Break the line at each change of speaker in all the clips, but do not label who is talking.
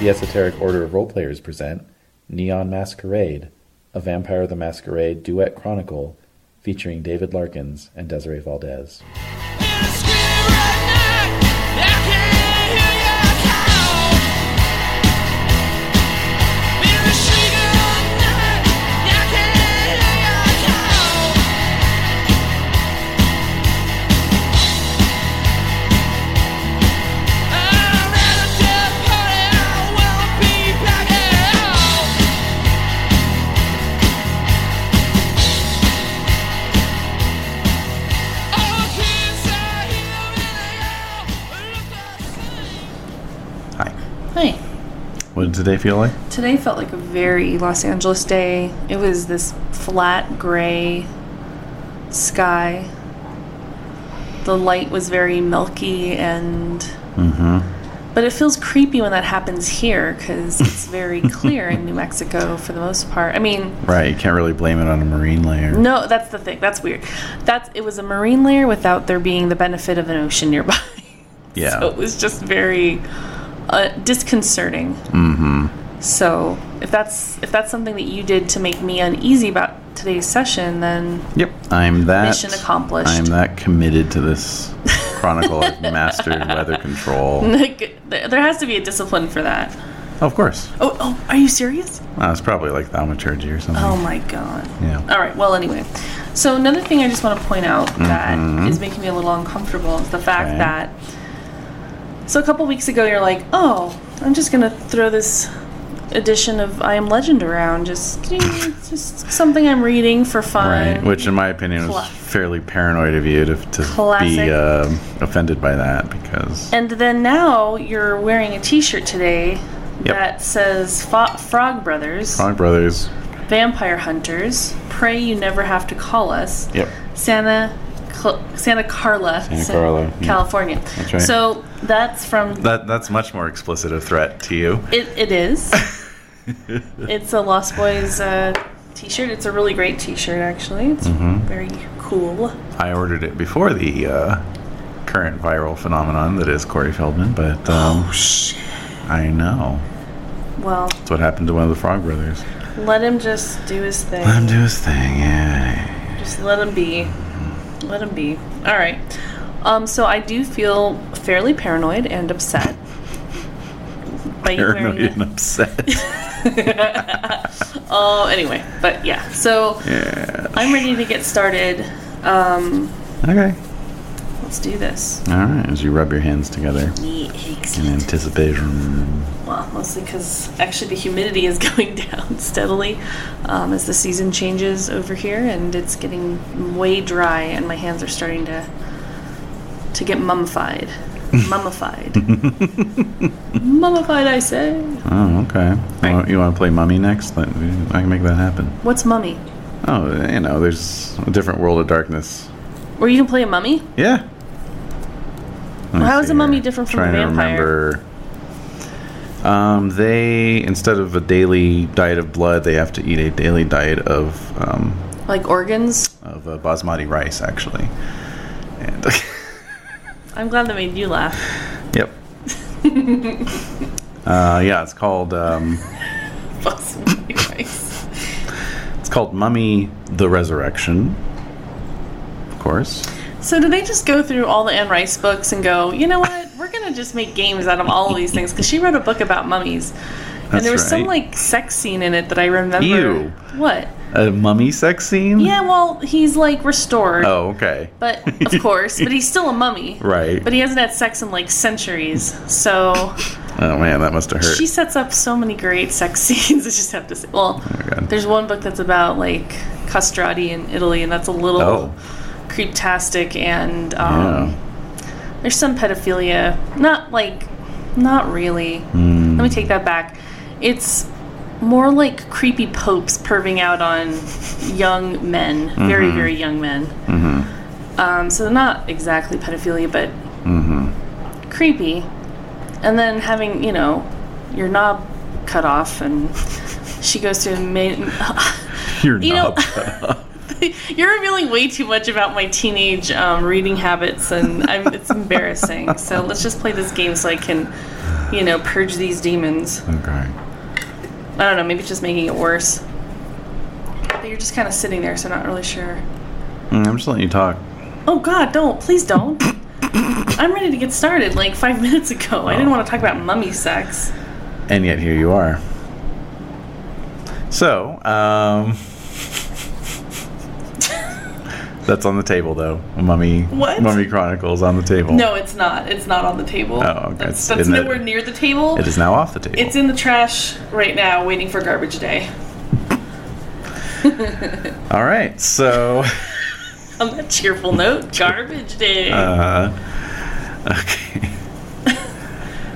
The Esoteric Order of Roleplayers present Neon Masquerade, a Vampire the Masquerade duet chronicle featuring David Larkins and Desiree Valdez.
Hi.
Hi.
What did today feel like?
Today felt like a very Los Angeles day. It was this flat gray sky. The light was very milky and. But it feels creepy when that happens here because it's very clear in New Mexico for the most part. I mean,
Right, you can't really blame it on a marine layer.
no, that's the thing. That's weird. That's it was a marine layer without there being the benefit of an ocean nearby.
Yeah.
So it was just very uh, disconcerting. Mm-hmm. So if that's if that's something that you did to make me uneasy about today's session, then
Yep. I'm that.
Mission accomplished.
I'm that committed to this chronicle. I've mastered weather control.
like, there there has to be a discipline for that.
Of course.
Oh, oh, are you serious?
Uh, it's probably like thaumaturgy or something.
Oh my god.
Yeah.
All right. Well, anyway, so another thing I just want to point out that is making me a little uncomfortable is the fact
Mm-hmm. Okay.
that. So a couple weeks ago, you're like, "Oh, I'm just gonna throw this edition of I Am Legend around, just it's just something I'm reading for fun."
Right, which in my opinion was
Cla-
fairly paranoid of you to, to
Classic.
be uh, offended by that because
And then now you're wearing a T-shirt today
Yep.
that says Fo- "Frog Brothers,
Frog Brothers.
Vampire Hunters." Pray you never have to call us.
Yep.
Santa Cl- Santa Carla,
Santa
Sa-
Carla, yeah.
California.
That's right.
So that's from
That that's much more explicit a threat to you.
it. It is. it's a Lost Boys uh, T-shirt. It's a really great T-shirt, actually. It's
Mm-hmm.
very cool.
I ordered it before the uh, current viral phenomenon that is Corey Feldman, but um, I know
Well,
that's what happened to one of the Frog Brothers.
let him just do his thing.
Let him do his thing. Yeah.
Just let him be. Let him be. All right. Um, so I do feel fairly paranoid and upset. by you wearing
Paranoid
the-
and upset.
Oh, anyway, but yeah. So
yeah.
I'm ready to get started. Um,
Okay.
let's do this.
All right. As you rub your hands together in anticipation.
Well, mostly because actually the humidity is going down steadily um, as the season changes over here, and it's getting way dry, and my hands are starting to to get mummified, mummified, mummified. I say.
Oh, okay. You, want, you want to play Mummy next? Let- I can make that happen.
What's mummy?
Oh, you know, there's a different world of darkness.
Or you can play a mummy?
Yeah. Let me
how is
see
a mummy
here.
different from a
Trying
vampire?
To remember. Um, they instead of a daily diet of blood, they have to eat a daily diet of um,
Like organs?
of uh, basmati rice, actually. And
I'm glad that made you laugh.
yep. uh, yeah, it's called um,
Basmati rice.
it's called Mummy: The Resurrection. Of course.
So do they just go through all the Anne Rice books and go, you know what? We're gonna just make games out of all of these things because she wrote a book about mummies, and
That's
there was some
right.
like sex scene in it that I remember.
Ew.
What?
A mummy sex scene.
Yeah, well, he's like restored,
Oh, okay.
but of course, but he's still a mummy.
Right.
But he hasn't had sex in like centuries, so
oh man, that must have hurt.
she sets up so many great sex scenes. I just have to say. Well,
Oh my God.
there's one book that's about like castrati in Italy, and that's a little
Oh.
creeptastic and. Um,
yeah.
There's some pedophilia. Not like, not really. Let me take that back. It's more like creepy popes perving out on young men, very, very young men. Um, so they're not exactly pedophilia, but creepy. And then having, you know, your knob cut off, and she goes to. Ma-
You're
You know-
not.
You're revealing way too much about my teenage um, reading habits, and I'm, it's embarrassing. So let's just play this game so I can you know, purge these demons.
Okay.
I don't know, maybe it's just making it worse. But you're just kind of sitting there, so not really sure.
Mm, I'm just letting you talk.
Oh God, don't! Please don't. I'm ready to get started. Like five minutes ago, I didn't want to talk about mummy sex.
And yet here you are. So, um. that's on the table, though. Mummy.
What?
Mummy Chronicles on the table.
No, it's not. It's not on the table.
Oh, okay.
That's,
Isn't
that's
it-
nowhere near the table.
It is now off the table.
It's in the trash right now, waiting for garbage day.
All right. So,
On that cheerful note, garbage day.
uh, okay.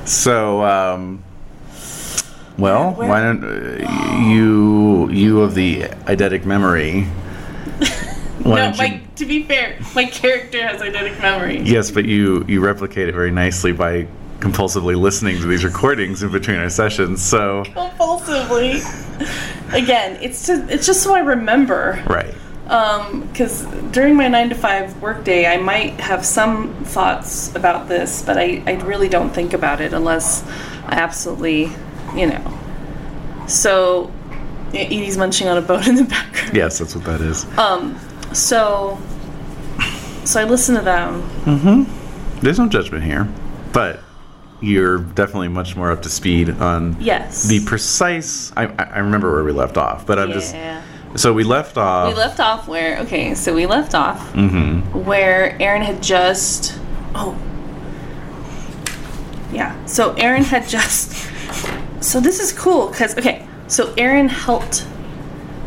so, um, well,
Where-
why don't uh, you you of the eidetic memory? Why
no,
don't you?
my, to be fair, my character has eidetic memory.
Yes, but you you replicate it very nicely by compulsively listening to these recordings in between our sessions. So,
Compulsively. Again, it's just, it's just so I remember.
right.
because during my nine to five workday, I might have some thoughts about this, but I, I really don't think about it unless I absolutely, you know. So, E- Edie's munching on a bone in the background.
Yes, that's what that is.
Uh, So, so I listen to them.
There's no judgment here, but you're definitely much more up to speed on
Yes.
the precise. I, I I remember where we left off, but I'm just
yeah.
so we left off.
We left off where okay, so we left off where Aaron had just oh yeah. So Aaron had just so this is cool because okay, so Aaron helped.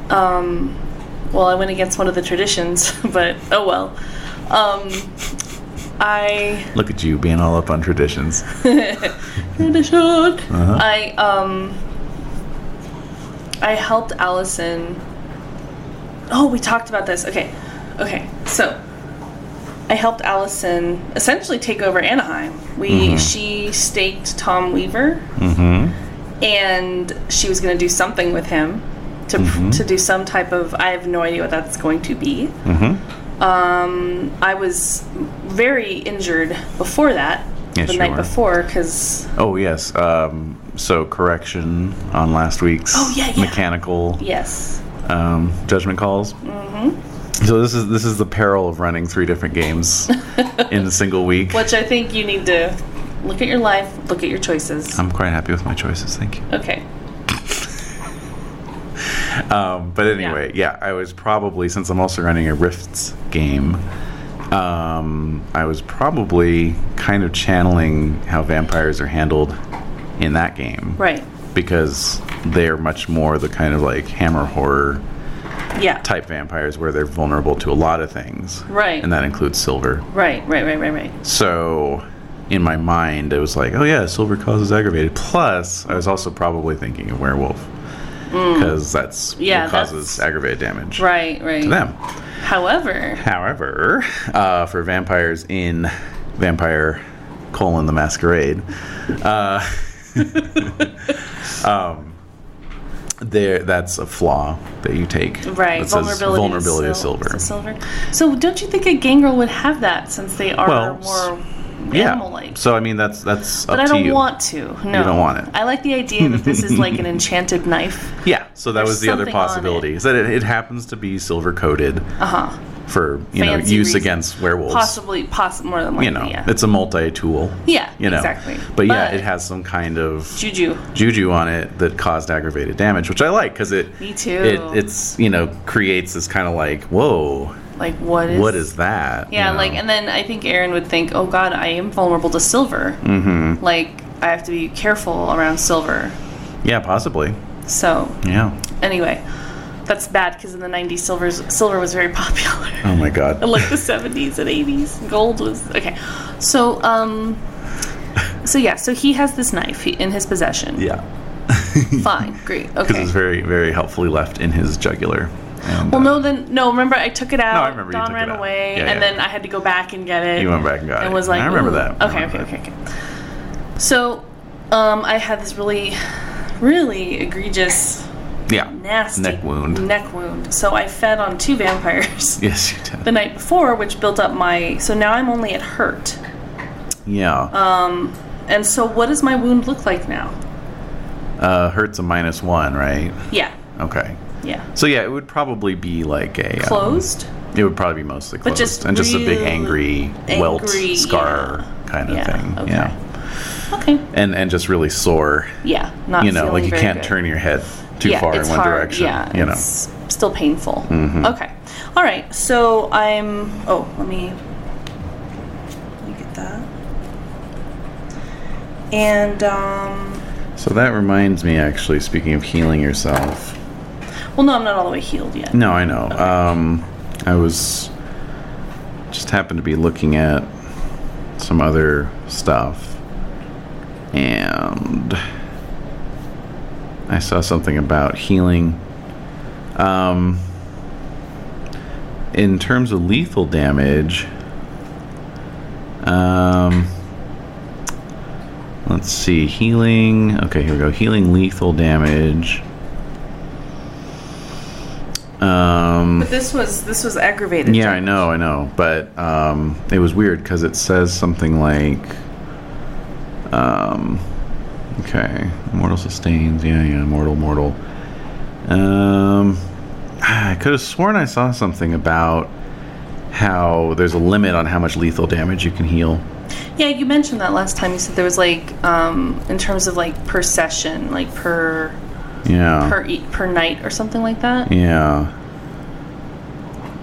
Um, well, I went against one of the traditions, but oh well. Um, I
Look at you being all up on traditions.
tradition.
Uh-huh.
I um I helped Allison. Oh, we talked about this. Okay. Okay. So I helped Allison essentially take over Anaheim. We
Mm-hmm.
she staked Tom Weaver
Mm-hmm.
and she was going to do something with him to
Mm-hmm.
to do some type of I have no idea what that's going to be.
Mm-hmm.
Um, I was very injured before that,
Yes,
the
you
night
were.
before, because
Oh yes. Um, so correction on last week's
Oh, yeah, yeah.
mechanical
yes,
um, judgment calls. Mm-hmm. So this is this is the peril of running three different games in a single week.
which I think you need to look at your life, look at your choices.
I'm quite happy with my choices, thank you.
Okay,
Um, but anyway, yeah. I was probably since I'm also running a Rifts game. Um, I was probably kind of channeling how vampires are handled in that game
right,
because they're much more the kind of like hammer horror
yeah,
type vampires where they're vulnerable to a lot of things.
Right.
And that includes silver.
right, right, right, right, right.
So in my mind, it was like, oh yeah, silver causes aggravated. Plus, I was also probably thinking of werewolf because that's
Mm. Yeah,
what causes
that's-
aggravated damage
Right, right.
to them.
However,
However, uh, for vampires in Vampire colon the Masquerade, uh, um, there that's a flaw that you take.
right,
that says vulnerability to
sil-
silver.
to silver. So, don't you think a gangrel would have that since they are
Well,
more
yeah.
animal-like?
So I mean, that's that's up
but I
to
don't
you.
want to. No,
don't want it.
I like the idea that this is like an enchanted knife.
yeah. So that
There's
was the other
something on it.
possibility is that it, it happens to be silver coated
Uh huh.
for you know
Fancy
use
reason.
against werewolves.
Possibly, poss- more than likely.
You know,
yeah.
it's a multi tool.
yeah,
You know,
exactly.
But yeah, it has some kind of
juju.
juju on it that caused aggravated damage, which I like because it
Me too.
it it's you know creates this kind of like whoa
Like what is
what is that
Yeah,
you know?
like and then I think Aaron would think, "Oh god, I am vulnerable to silver." Mm-hmm. Like I have to be careful around silver.
yeah possibly
So,
yeah
anyway, that's bad cuz in the 90s silver's silver was very popular.
oh my god
like the 70s and 80s, gold was Okay. So, um so yeah, so he has this knife he- in his possession.
yeah
Fine. Great.
because
Okay.
it's very very helpfully left in his jugular and,
well,
uh,
no, then no. Remember, I took it out.
I remember you
Don
took
ran
it out.
away,
Yeah,
and
yeah.
then I had to go back and get it.
you went back and got
and
it
was like,
I remember
"Ooh."
that I
Okay,
remember
okay,
that.
okay, okay. So, um, I had this really, really egregious,
yeah
nasty
neck wound
Neck wound. So I fed on two vampires
yes you did
the night before, which built up my. So now I'm only at hurt.
yeah
And so, what does my wound look like now?
Uh, hurt's a minus one, right?
Yeah,
Okay.
yeah.
So yeah, it would probably be like a um,
Closed?
it would probably be mostly closed,
just
and just a big
really
angry, welt
angry,
scar kind of
yeah,
thing.
okay.
Yeah,
Okay.
and and just really sore.
Yeah, not
you know,
feeling
like you
very
can't
good.
turn your head too
yeah,
far in
it's
one
hard.
direction.
Yeah,
you know. Mm-hmm.
it's still painful. Okay, all right. So I'm. Oh, let me. Let me get that. And um,
So that reminds me, actually, speaking of healing yourself.
well, no, I'm not all the way healed yet.
No, I know. Um, I was just happened to be looking at some other stuff, and I saw something about healing. Um, in terms of lethal damage, um, let's see, healing. Okay, here we go. Healing lethal damage. Um,
But this was this was aggravated.
yeah, I know, I know, but um, it was weird because it says something like, um, okay, mortal sustains, yeah, yeah, mortal, mortal. Um, I could have sworn I saw something about how there's a limit on how much lethal damage you can heal.
Yeah, you mentioned that last time. You said there was like, um, in terms of like per session, like per
Yeah,
per e- per night or something like that.
yeah.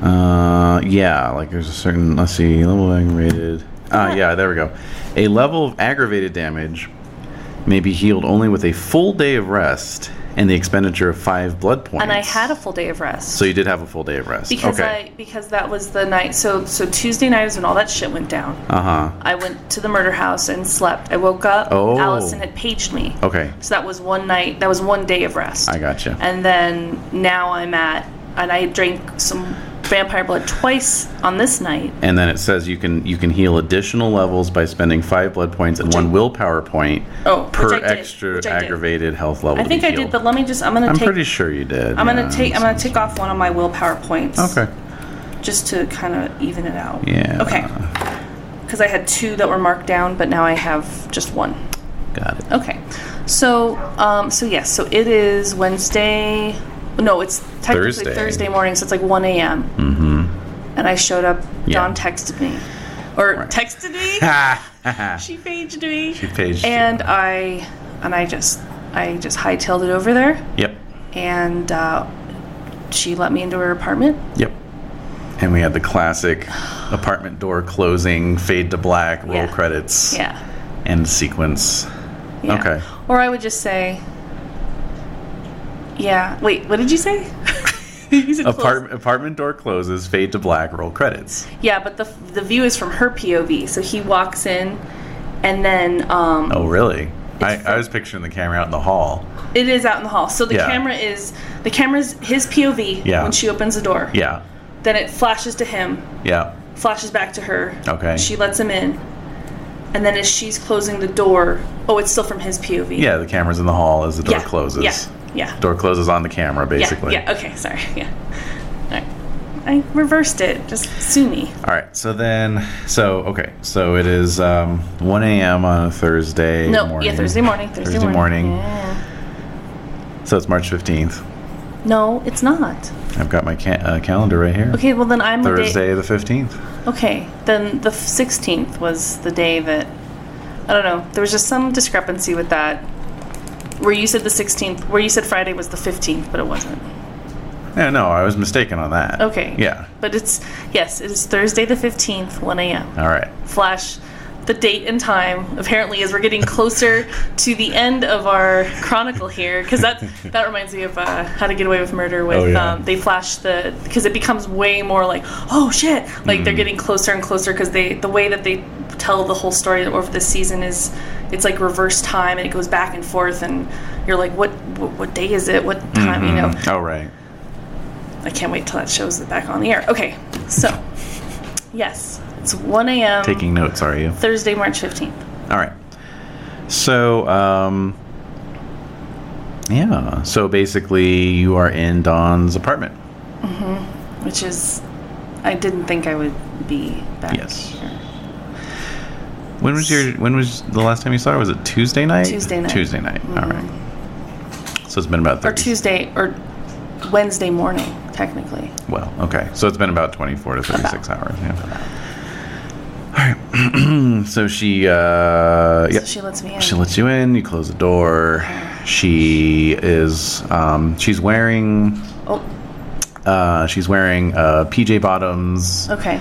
Uh, yeah, like there's a certain, let's see, level of aggravated. Ah, yeah, there we go. A level of aggravated damage may be healed only with a full day of rest and the expenditure of five blood points.
And I had a full day of rest.
So you did have a full day of rest.
because
okay.
I because that was the night. So so Tuesday night is when all that shit went down.
Uh huh.
I went to the murder house and slept. I woke up.
Oh.
Allison had paged me.
Okay.
So that was one night. That was one day of rest.
I gotcha.
And then now I'm at, and I drank some vampire blood twice on this night.
and then it says you can you can heal additional levels by spending five blood points and one willpower point
Oh, which
per
I did,
extra
which I did.
aggravated health level.
I
to
think
be
I did,
healed.
but let me just. I'm gonna
I'm
take.
pretty sure you did.
I'm gonna
yeah.
take. I'm gonna take off one of my willpower points.
Okay.
Just to kind of even it out.
Yeah.
Okay. Because I had two that were marked down, but now I have just one.
Got it.
Okay. So, um, so yes, so it is Wednesday. No, it's technically
Thursday.
Thursday, morning, so it's like 1 a.m. Mm-hmm. And I showed up.
Yeah.
Dawn texted me. Or
Right.
texted me? she paged me. She
paged you.
And uh, I, and I just, I just hightailed it over there.
Yep.
And uh, she let me into her apartment.
Yep. And we had the classic apartment door closing, fade to black, roll
Yeah.
credits,
Yeah.
end sequence.
yeah.
Okay.
Or I would just say, yeah. Wait, what did you say? You said close.
Apartment apartment door closes, fade to black, roll credits.
Yeah, but the the view is from her POV. So he walks in, and then um,
Oh, really? I, I was picturing the camera out in the hall.
it is out in the hall. So the
Yeah.
camera is the camera's his POV
Yeah.
when she opens the door.
Yeah.
Then it flashes to him,
Yeah.
flashes back to her.
Okay.
She lets him in, and then as she's closing the door, oh, it's still from his POV.
Yeah, the camera's in the hall as the door
Yeah,
closes.
Yeah. Yeah.
Door closes on the camera, basically.
Yeah. Yeah. Okay. Sorry. Yeah. All right. I reversed it. Just sue me.
All right, so then, so okay, so it is um, 1 a.m. on a Thursday
No.
morning.
Yeah. Thursday morning. Thursday,
Thursday morning.
Yeah.
So it's March 15th.
No, it's not.
I've got my ca- uh, calendar right here.
Okay. Well, then I'm a day.
Thursday the 15th.
Okay, then the 16th was the day that. I don't know. There was just some discrepancy with that. Where you said the 16th, where you said Friday was the 15th, but it wasn't.
Yeah, no, I was mistaken on that.
Okay.
Yeah.
But it's, yes, it is Thursday the 15th, 1 a.m.
All right.
Flash the date and time, apparently, as we're getting closer to the end of our chronicle here, because that, that reminds me of uh, How to Get Away with Murder with
Oh, yeah.
um, they flash the because it becomes way more like oh shit like they're
Mm.
getting closer and closer because they the way that they tell the whole story over the season is it's like reverse time and it goes back and forth and you're like what what, what day is it what time you know
Mm-hmm. All right.
I can't wait till that shows it back on the air okay so yes it's 1 a.m.
Taking notes, are you?
Thursday March 15th
All right. So, um, yeah. So basically, you are in Don's apartment.
which is I didn't think I would be back
Yes.
here.
When was your when was the last time you saw her? Was it Tuesday night?
Tuesday night. Mm-hmm.
Tuesday night. All right. So it's been about
or
30.
Tuesday or Wednesday morning, technically.
Well, okay. So it's been about 24 to 36 hours. Yeah. All right. so she, uh,
So
yep.
she lets me in.
She lets you in. You close the door. She is, um, she's wearing,
oh,
uh, she's wearing uh, PJ bottoms
okay.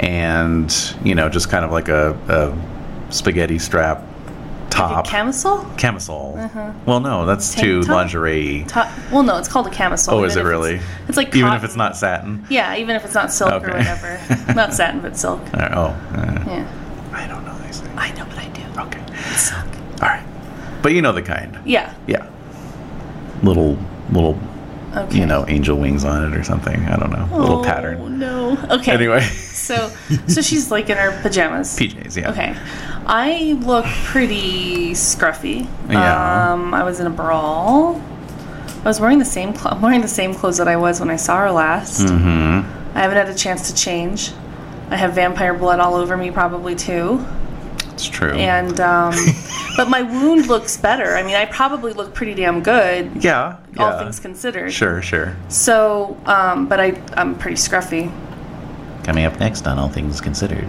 and you know just kind of like a, a spaghetti strap
A
top
camisole?
camisole. Well, no, that's
Uh-huh. Tank
too
top?
lingerie.
Top, well, no, it's called a camisole.
Oh, is it
even if
really?
It's, it's like
even
cotton.
if it's not satin.
Yeah, even if it's not silk
Okay.
or whatever. not satin, but silk.
Uh, Oh, uh,
Yeah,
I don't know these things.
I know, but I do.
Okay,
Silk.
all right, but you know the kind.
Yeah.
Yeah, little little
Okay.
you know angel wings on it or something. I don't know. little
Oh,
pattern.
No. Okay.
Anyway,
So, so she's like in her pajamas.
PJs. Yeah.
Okay. I look pretty scruffy.
Yeah.
Um, I was in a brawl. I was wearing the same cl- I'm wearing the same clothes that I was when I saw her last.
Mm-hmm.
I haven't had a chance to change. I have vampire blood all over me, probably too.
It's true.
And um, but my wound looks better. I mean, I probably look pretty damn good,
yeah. Yeah.
all things considered.
Sure. Sure.
So, um, but I I'm pretty scruffy.
Coming up next on All Things Considered.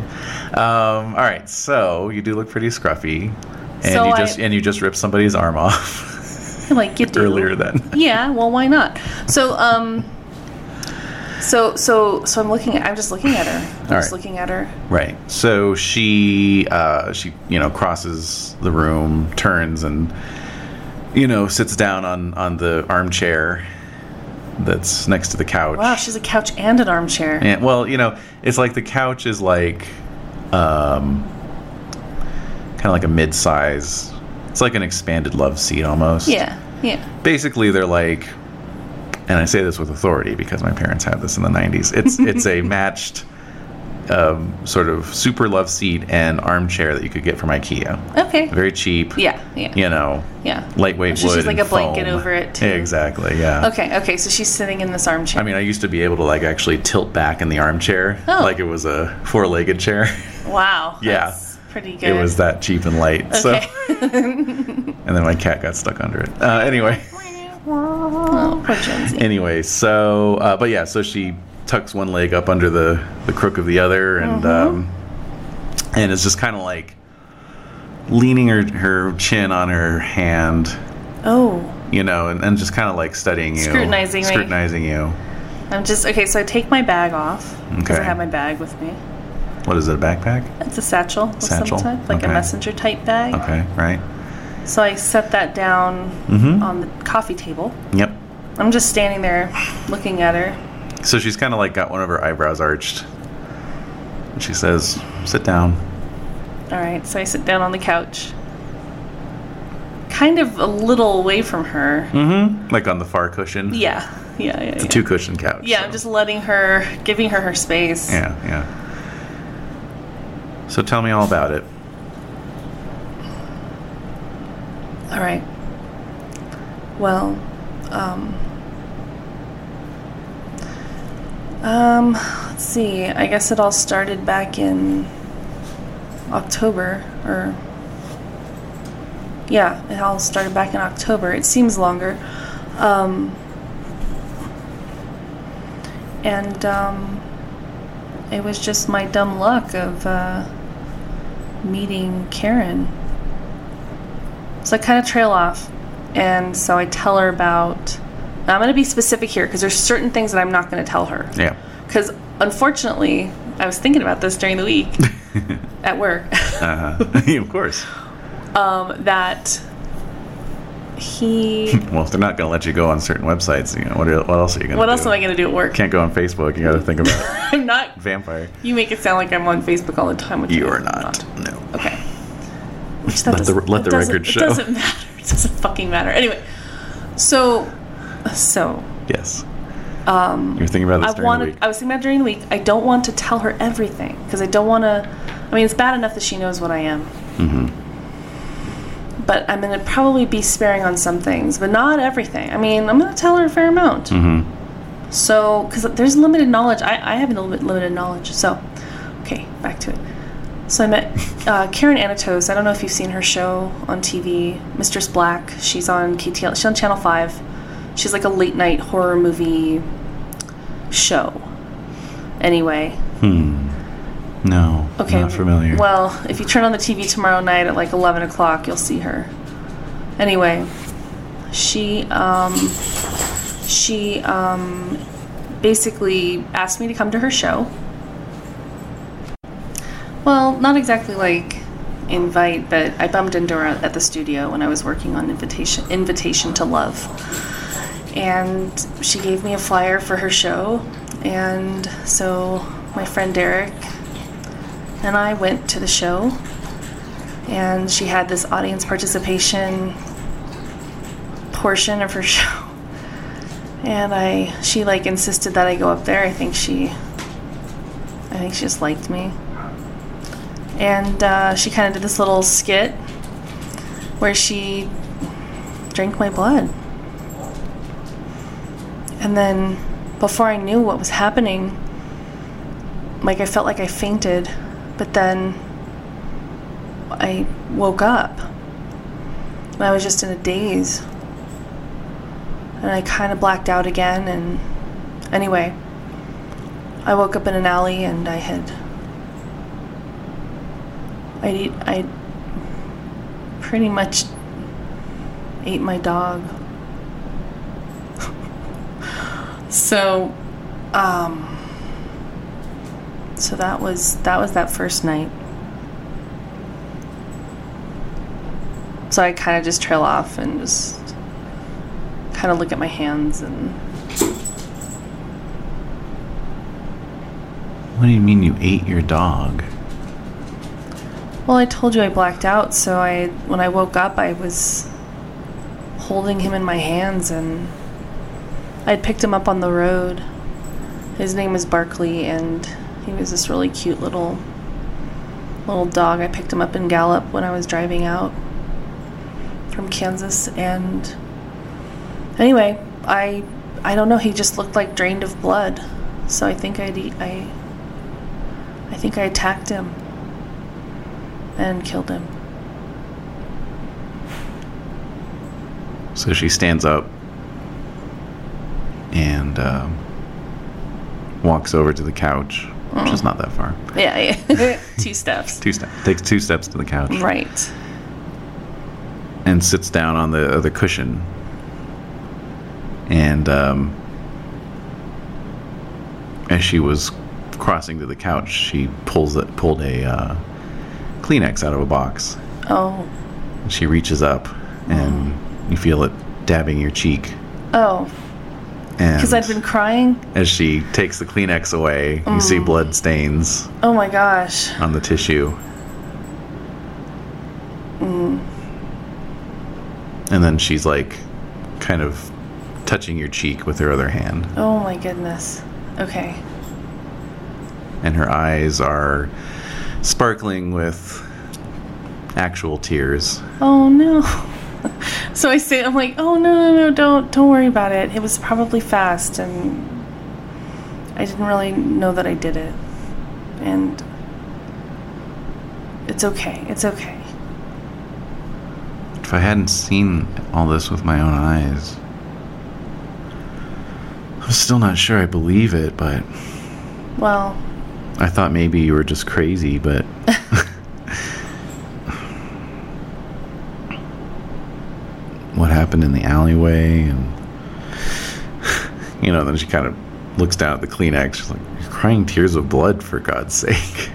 Um, all right, so you do look pretty scruffy, and
So
you
I-
just and you just ripped somebody's arm off
Like you do.
earlier. Then
yeah well why not so um so so so i'm looking i'm just looking at her i'm
All right.
just looking at her
right. So she uh, she you know crosses the room, turns, and you know sits down on on the armchair that's next to the couch.
wow she's a couch and an armchair
And well, you know, it's like the couch is like um kind of like a mid-size. It's like an expanded love seat almost.
yeah yeah
Basically, they're like and I say this with authority because my parents had this in the 90s. It's it's a matched um, sort of super love seat and armchair that you could get from IKEA.
okay
Very cheap.
yeah yeah yeah,
You know, lightweight
It's just
wood.
like
and
a blanket
foam.
over it, too.
Exactly. Yeah.
okay okay so she's sitting in this armchair
I mean, I used to be able to like actually tilt back in the armchair,
Oh.
like it was a four-legged chair.
wow
yeah.
that's pretty good
it was that cheap and light. So,
okay
and then my cat got stuck under it. Uh, anyway,
oh poor Jonesy.
anyway, so uh, but yeah, so she tucks one leg up under the the crook of the other, and
Mm-hmm.
um, and is just kind of like leaning her her chin on her hand,
oh
you know, and, and just kind of like studying you,
Scrutinizing me.
scrutinizing you.
i'm just okay so i take my bag off because
Okay.
i have my bag with me
What is it? A backpack?
it's a satchel of
Satchel,
some type like
okay.
a messenger type bag
Okay, right.
so i set that down
Mhm.
on the coffee table
Yep.
I'm just standing there looking at her.
So she's kind of like got one of her eyebrows arched. And she says, Sit down.
All right, so I sit down on the couch. Kind of a little away from her.
Mm-hmm. Like on the far cushion.
Yeah, yeah, yeah. Yeah,
Two cushion couch.
yeah
so-
I'm just letting her, giving her her space.
Yeah, yeah. So tell me all about it.
All right. Well, um, um, let's see. I guess it all started back in October, or yeah, it all started back in October. It seems longer. Um, and um, it was just my dumb luck of uh, meeting Karen. So I kind of trail off, and so I tell her about. Now I'm going to be specific here because there's certain things that I'm not going to tell her.
Yeah.
Because unfortunately, I was thinking about this during the week at work
Uh, of course.
um, that he.
Well, if they're not going to let you go on certain websites, you know, what, what else are you going to do?
What else am I going to do at work?
Can't go on Facebook. You got to think about
I'm not.
vampire.
You make it sound like I'm on Facebook all the time. Which
You
I'm
are not. No.
Okay. Which that
Let the-
doesn't-
let the
it doesn't-
record
it
show.
doesn't matter. It doesn't fucking matter. Anyway, so, so
Yes. Um, you were thinking about this
I
during
wanted.
the week.
I was thinking about during the week. I don't want to tell her everything because I don't want to. I mean, it's bad enough that she knows what I am. Mm-hmm. But I'm going to probably be sparing on some things, but not everything. I mean, I'm going to tell her a fair amount. Mm-hmm. So, because there's limited knowledge, I, I have a little bit limited knowledge. So, okay, back to it. So I met uh, Karen Anatos. I don't know if you've seen her show on TV, Mistress Black. She's on KTL. She's on Channel Five. She's like a late night horror movie show. Anyway.
Hmm. No.
Okay.
Not familiar.
Well, if you turn on the TV tomorrow night at like eleven o'clock, you'll see her. Anyway, she um, she um, basically asked me to come to her show. Well, not exactly like invite, but I bumped into her at the studio when I was working on invitation invitation to love, and she gave me a flyer for her show, and so my friend Derek and I went to the show, and she had this audience participation portion of her show, and I she like insisted that I go up there. I think she, I think she just liked me, and uh, she kind of did this little skit where she drank my blood, and then before I knew what was happening. Like, I felt like I fainted but then I woke up and I was just in a daze. And I kind of blacked out again. And anyway, I woke up in an alley and I had. I I pretty much ate my dog. so, um, so that was that was that first night so i kind of just trail off and just kind of look at my hands and
what do you mean you ate your dog
well i told you i blacked out so i when i woke up i was holding him in my hands and i had picked him up on the road his name is barkley and he was this really cute little little dog. I picked him up in Gallup when I was driving out from Kansas and anyway, I I don't know, he just looked like drained of blood. So I think I'd eat, I I think I attacked him and killed him.
So she stands up and uh, walks over to the couch which
Mm.
is not that far.
Yeah, yeah. two steps.
two steps. Takes two steps to the couch.
Right.
And sits down on the uh, the cushion. And um, as she was crossing to the couch, she pulls the, pulled a uh, Kleenex out of a box.
Oh.
And she reaches up, and mm. you feel it dabbing your cheek.
Oh. Because I'd been crying.
As she takes the Kleenex away, mm. you see blood stains.
Oh my gosh.
On the tissue.
Mm.
And then she's like, kind of touching your cheek with her other hand.
Oh my goodness. Okay.
And her eyes are sparkling with actual tears.
Oh no so I say, I'm like, oh no, no, no, don't, don't worry about it. It was probably fast, and I didn't really know that I did it, and it's okay, it's okay.
If I hadn't seen all this with my own eyes, I'm still not sure I believe it, but
well,
I thought maybe you were just crazy, but. what happened in the alleyway and you know then she kind of looks down at the kleenex she's like you're crying tears of blood for god's sake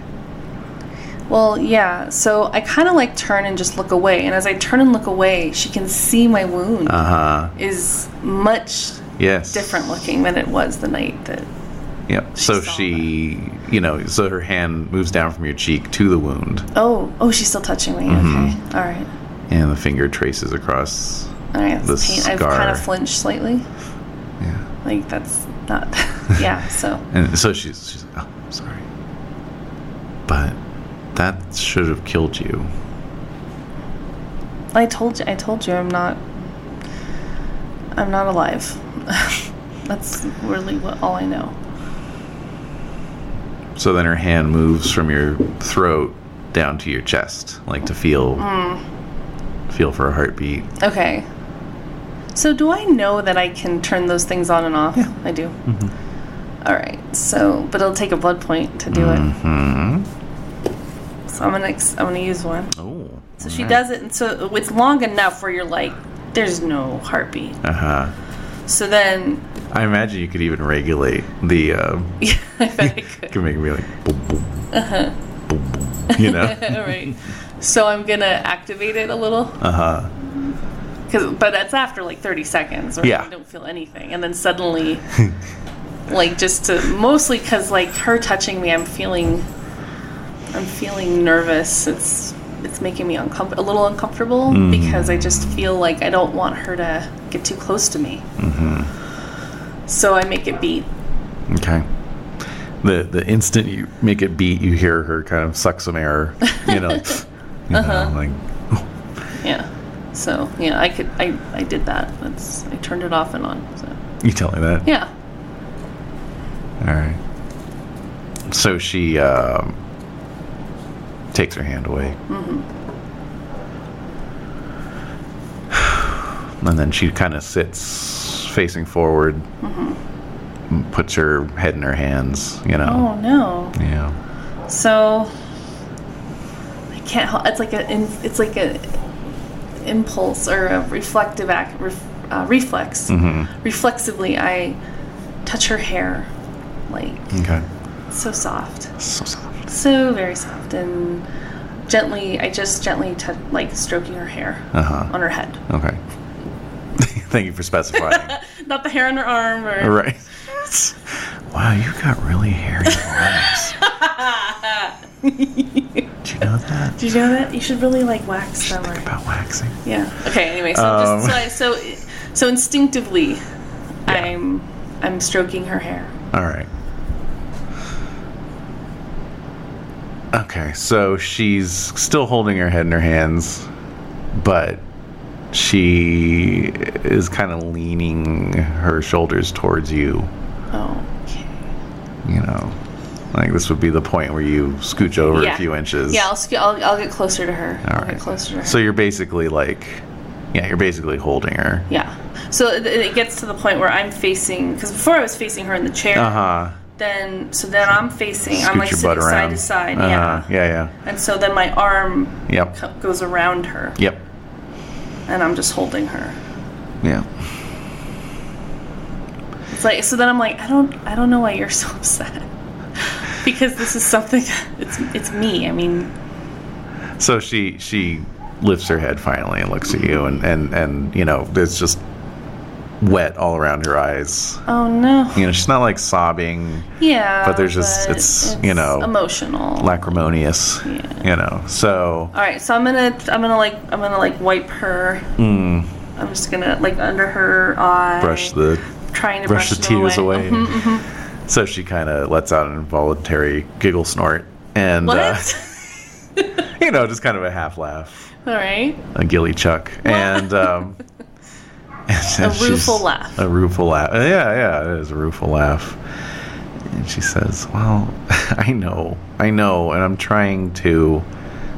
well yeah so i kind of like turn and just look away and as i turn and look away she can see my wound
uh-huh.
is much
yes
different looking than it was the night that
yeah so she that. you know so her hand moves down from your cheek to the wound
oh oh she's still touching me mm-hmm. okay all right
and the finger traces across
All right, the pain. Scar. I've kind of flinched slightly.
Yeah.
Like that's not. yeah. So.
and so she's she's oh I'm sorry, but that should have killed you.
I told you. I told you. I'm not. I'm not alive. that's really what, all I know.
So then her hand moves from your throat down to your chest, like to feel
Mm.
feel for a heartbeat.
Okay. So do I know that I can turn those things on and off? I do. All right. So, but it'll take a blood point to do
Mm-hmm.
it. So I'm gonna ex- I'm gonna use one.
Oh.
So she does it, and so it's long enough where you're like, there's no heartbeat.
Uh huh.
So then,
I imagine you could even regulate the. Uh,
yeah, I bet I could.
it could make me like. Boom, boom,
Uh-huh.
boom, boom, you know.
All right. So I'm gonna activate it a little. Uh
Uh-huh.
Cause, but that's after like 30 seconds, right?
Yeah.
You don't feel anything, and then suddenly, like just to mostly because like her touching me, I'm feeling, I'm feeling nervous. It's it's making me uncom- a little uncomfortable
Mm.
because I just feel like I don't want her to get too close to me.
Mm-hmm.
So I make it beat.
Okay. The the instant you make it beat, you hear her kind of suck some air. You know. you
Uh-huh.
know like.
Yeah. So yeah, I could I I did that. That's I turned it off and on. So
You tell me that.
yeah.
All right. So she um, takes her hand away. And then she kind of sits facing forward, and puts her head in her hands, you know.
Oh no.
Yeah.
So I can't help. It's like a. in- It's like a impulse or a reflective act. Ref, uh, reflex.
Mm-hmm.
Reflexively, I touch her hair, like
Okay.
so soft,
So soft.
so very soft, and gently. I just gently touch, like stroking her hair
Uh-huh.
on her head,
Okay. Thank you for specifying.
not the hair on her arm or.
All right. Wow, you got really hairy arms. Do you know that?
Did you know that you should really like wax them? Or,
About waxing?
yeah. Okay. Anyway, so
Um.
just so I, so so instinctively, I'm I'm stroking her hair.
All right. Okay, so she's still holding her head in her hands, but she is kind of leaning her shoulders towards you.
Okay.
You know, like this would be the point where you scooch over
Yeah.
a few inches.
Yeah, I'll, sc- I'll, I'll get closer to her.
All
I'll
right.
get closer to her.
So you're basically like, yeah, you're basically holding her.
yeah. So it, it gets to the point where I'm facing, because before I was facing her in the chair,
Uh huh.
then, so then I'm facing, I'm like sitting side to side.
Uh-huh.
Yeah.
Yeah.
And so then my arm
Yeah. Yep.
co- goes around her,
Yep.
and I'm just holding her.
Yeah.
It's like, so then I'm like, I don't, I don't know why you're so upset. because this is something, it's, it's me. I mean,
So she she lifts her head finally and looks at you and and and you know there's just wet all around her eyes.
oh no.
You know she's not like sobbing,
Yeah.
But there's just- it's, you know,
emotional.
lacrimonious.
Yeah.
You know. So
All right, so I'm gonna, I'm gonna like, I'm gonna like wipe her. I'm just gonna like under her eye.
Hmm. brush the
Trying to
brush
brush,
the
them
tears away.
Mhm.
So she kind of lets out an involuntary giggle snort and uh,
What?
you know just kind of a half laugh,
All right.
a gilly chuck, and. Um,
A
And she's-
rueful laugh.
A rueful laugh. Uh, Yeah, yeah, it is a rueful laugh. And she says, Well, I know, I know, and I'm trying to.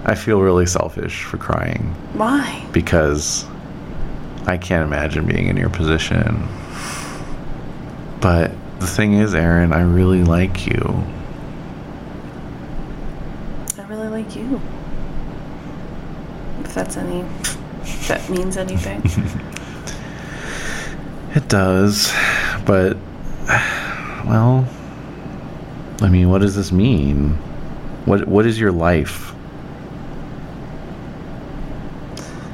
I feel really selfish for crying
Why?
because I can't imagine being in your position. But the thing is, Aaron, I really like you.
I really like you. If that's any, if that means anything.
It does, but well, I mean, what does this mean? What what is your life?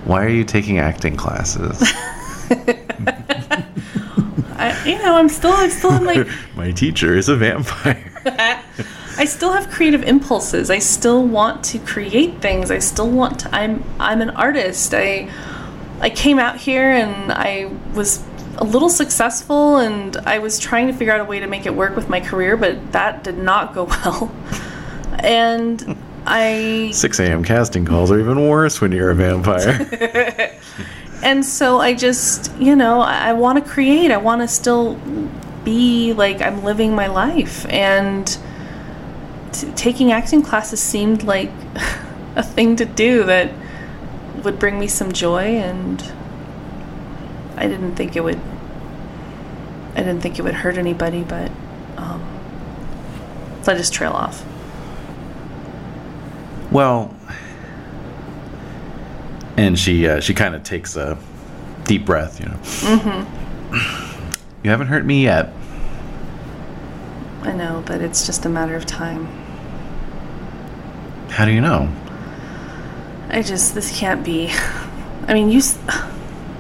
Why are you taking acting classes?
I, you know, I'm still, I'm still in like,
My teacher is a vampire.
I still have creative impulses. I still want to create things. I still want to. I'm I'm an artist. I I came out here and I was a little successful and I was trying to figure out a way to make it work with my career, but that did not go well. And I
6 a.m. casting calls are even worse when you're a vampire.
and so I just, you know, I, I want to create. I want to still be like I'm living my life, and t- taking acting classes seemed like a thing to do that would bring me some joy and I didn't think it would I didn't think it would hurt anybody but um, so I just trail off
Well, and she uh, she kind of takes a deep breath, you know. You haven't hurt me yet.
I know but it's just a matter of time
How do you know?
I just this can't be I mean you s-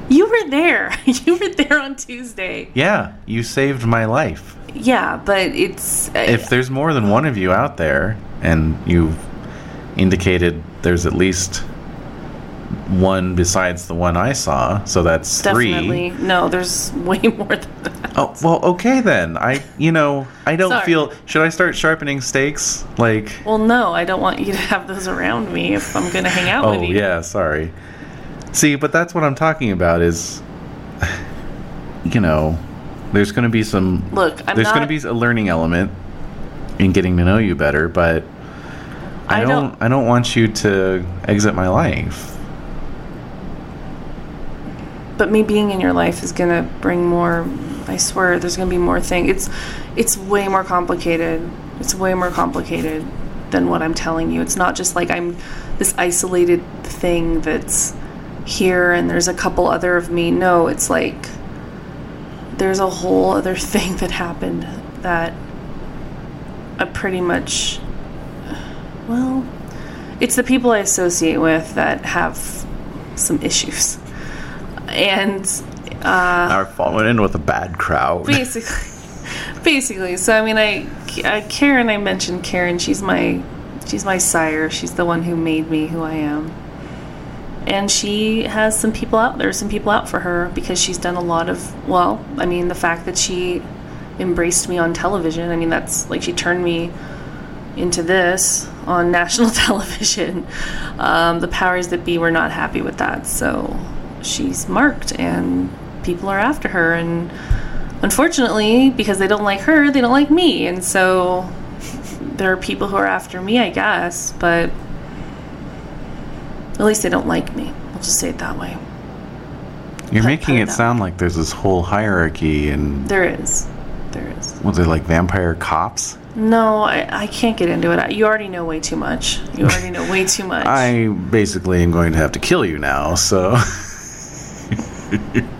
you were there you were there on Tuesday
Yeah, you saved my life.
yeah but it's
If there's more than one of you out there, and you've indicated there's at least one besides the one I saw, so that's three.
definitely no there's way more than that
Oh well, okay then. I you know I don't
Sorry.
feel. Should I start sharpening stakes? Like
Well, no, I don't want you to have those around me if I'm going to hang out
oh
with you.
yeah, sorry. See, but that's what I'm talking about. Is you know there's going to be some
Look, I'm
there's
not.
going to be a learning element in getting to know you better, but I,
I
don't,
don't-
I don't want you to exit my life.
But me being in your life is going to bring more. I swear, there's going to be more things. It's, it's way more complicated. It's way more complicated than what I'm telling you. It's not just like I'm this isolated thing that's here and there's a couple other of me. No, it's like there's a whole other thing that happened that I pretty much well, it's the people I associate with that have some issues. And
Our fall went in with a bad crowd.
basically basically so i mean i uh, karen i mentioned karen she's my she's my sire she's the one who made me who i am and she has some people out there some people out for her because she's done a lot of well i mean the fact that she embraced me on television i mean that's like she turned me into this on national television um, the powers that be were not happy with that so she's marked and people are after her and unfortunately, because they don't like her, they don't like me. And so there are people who are after me, I guess, but at least they don't like me. I'll just say it that way.
You're
put-
making
put
it
it up.
sound like there's this whole hierarchy and
There is. There is.
what they're like vampire cops.
No, I, I can't get into it. I, you already know way too much. You already know way too much.
I basically am going to have to kill you now. So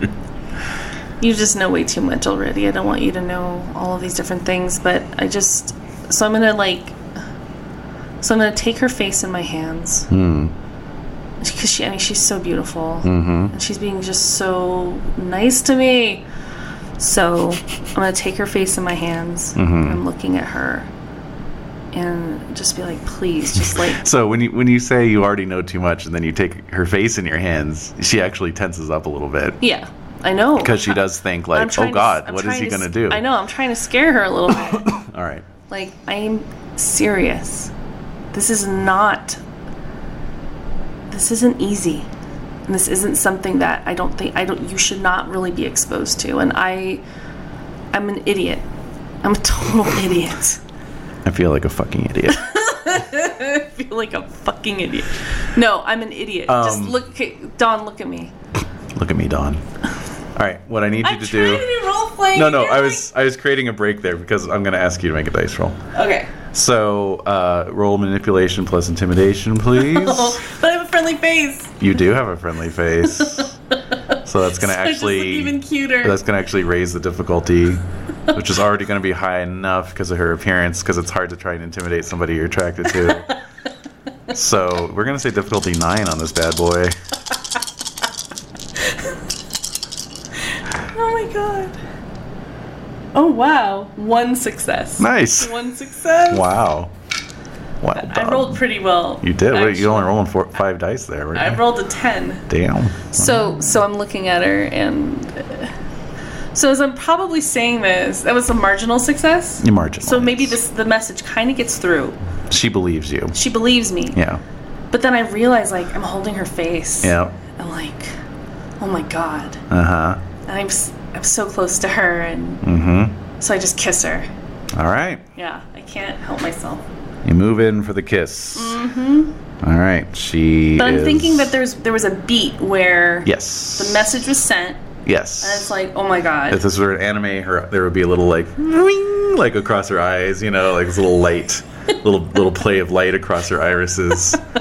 you just know way too much already. I don't want you to know all of these different things, but I just so I'm gonna like so I'm gonna take her face in my hands
Hmm.
because she I mean she's so beautiful
Mm-hmm.
and she's being just so nice to me. So I'm gonna take her face in my hands.
Mm-hmm.
I'm looking at her and just be like, please, just like
so when you when you say you already know too much and then you take her face in your hands, she actually tenses up a little bit
yeah, I know
because she does think
I'm
like,
trying
oh
to-
God,
I'm
what is
trying
he going
to
to do?
s- I know I'm trying to scare her a little bit.
All right.
Like, I'm serious. This is not. This isn't easy. And this isn't something that I don't think I don't you should not really be exposed to. And I I'm an idiot. I'm a total idiot.
I feel like a fucking idiot.
I feel like a fucking idiot. No, I'm an idiot. Just
Um,
look at Don, look at me.
Look at me, Don. All right, what I need you
I'm
to
trying to
do.
be role playing.
No, no, I was I was creating a break there because I'm going to ask you to make a dice roll.
Okay.
So, uh, roll manipulation plus intimidation, please.
Oh, but I have a friendly face.
You do have a friendly face, so that's going to
I just look
actually
even cuter.
that's going to actually raise the difficulty, which is already going to be high enough because of her appearance. Because it's hard to try and intimidate somebody you're attracted to. so we're going to say difficulty nine on this bad boy.
Oh my god. Oh wow. One success.
Nice.
One success.
Wow. Wow.
I rolled pretty well.
You did. Wait,
actually.
you only rolling four, five dice there. weren't
I
you?
rolled a 10.
Damn.
So so I'm looking at her and uh, so as I'm probably saying this, that was a marginal success.
You marginal.
So maybe this the message kind of gets through.
She believes you.
She believes me.
Yeah.
But then I realize like I'm holding her face.
Yeah.
I'm like, "Oh my god."
Uh huh.
And I'm s- I'm so close to her and
Mm.
so I just kiss her.
Mm-hmm. All right.
Yeah, I can't help myself.
You move in for the kiss. Mm-hmm. All right. She.
But I'm
is-
thinking that there's there was a beat where
Yes.
the message was sent,
Yes.
and it's like, oh my god,
if this were an anime, her there would be a little like "Wing," like across her eyes, you know, like this little light, little little play of light across her irises.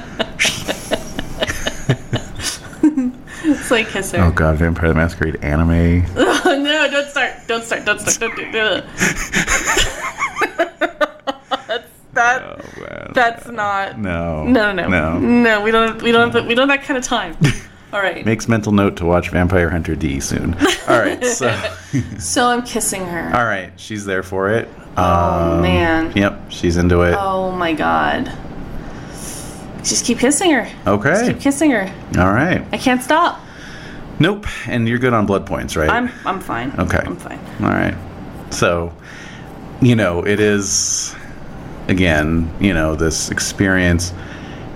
it's like kiss her.
Oh God, Vampire the Masquerade anime.
no, don't start, don't start, don't start, don't do that. That
Oh, man.
that's not. No,
no.
no, Mm. no, no. We don't, we don't, have, we don't have that kind of time. All right.
Makes mental note to watch Vampire Hunter D soon. All right, so
So I'm kissing her.
all right, she's there for it.
Oh
Um,
man.
Yep, she's into it.
Oh my god. Just keep kissing her. Just
Okay.
keep kissing her.
All right.
I can't stop.
Nope. And you're good on blood points, right?
I'm I'm fine.
Okay.
I'm fine.
All right. So, you know, it is, again, you know, this experience.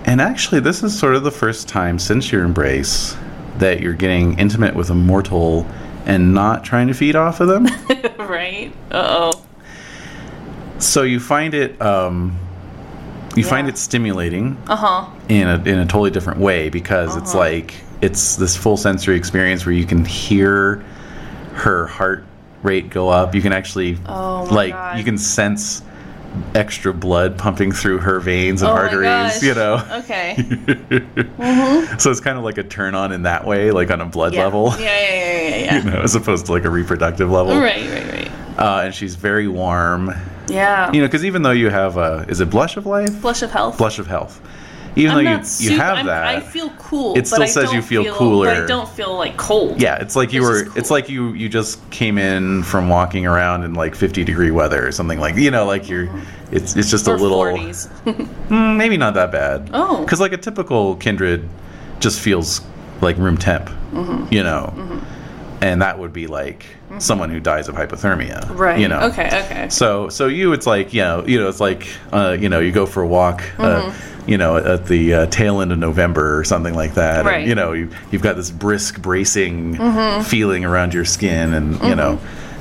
And actually, this is sort of the first time since your embrace that you're getting intimate with a mortal and not trying to feed off of them.
right? Uh oh.
so you find it, um, you find
Yeah.
it stimulating
Uh huh.
in a, in a totally different way because
Uh-huh.
it's like it's this full sensory experience where you can hear her heart rate go up. You can actually
Oh my
like
God.
you can sense extra blood pumping through her veins and
oh
arteries,
my gosh. Uh,
you know.
Okay.
So it's kind of like a turn on in that way, like on a blood
yeah.
level,
Yeah, yeah, yeah, yeah.
you know, as opposed to like a reproductive level.
yeah. right, right, right.
Uh, and she's very warm,
Yeah.
you know, because even though you have a is it blush of life,
Blush of health.
blush of health, even
I'm
though you
not
you
sup-
have
I'm-
that,
I feel cool.
It
but
still
I
says you
don't
feel
But I
cooler.
don't feel like cold.
Yeah, it's like you
Which
were.
is cool.
It's like you you just came in from walking around in like 50 degree weather or something like you know like you're. It's it's just
Uh-huh. Or
a little
40s.
Mm, maybe not that bad.
Oh.
because like a typical kindred just feels like room temp,
Mm-hmm.
you know, and that would be like someone who dies of hypothermia,
Right.
You know.
Okay. Okay.
So so you it's like you know you know it's like uh, you know you go for a walk. Uh, you know, at the uh, tail end of November or something like that. and,
Right.
you know, you, you've got this brisk, bracing feeling around your skin, and you know,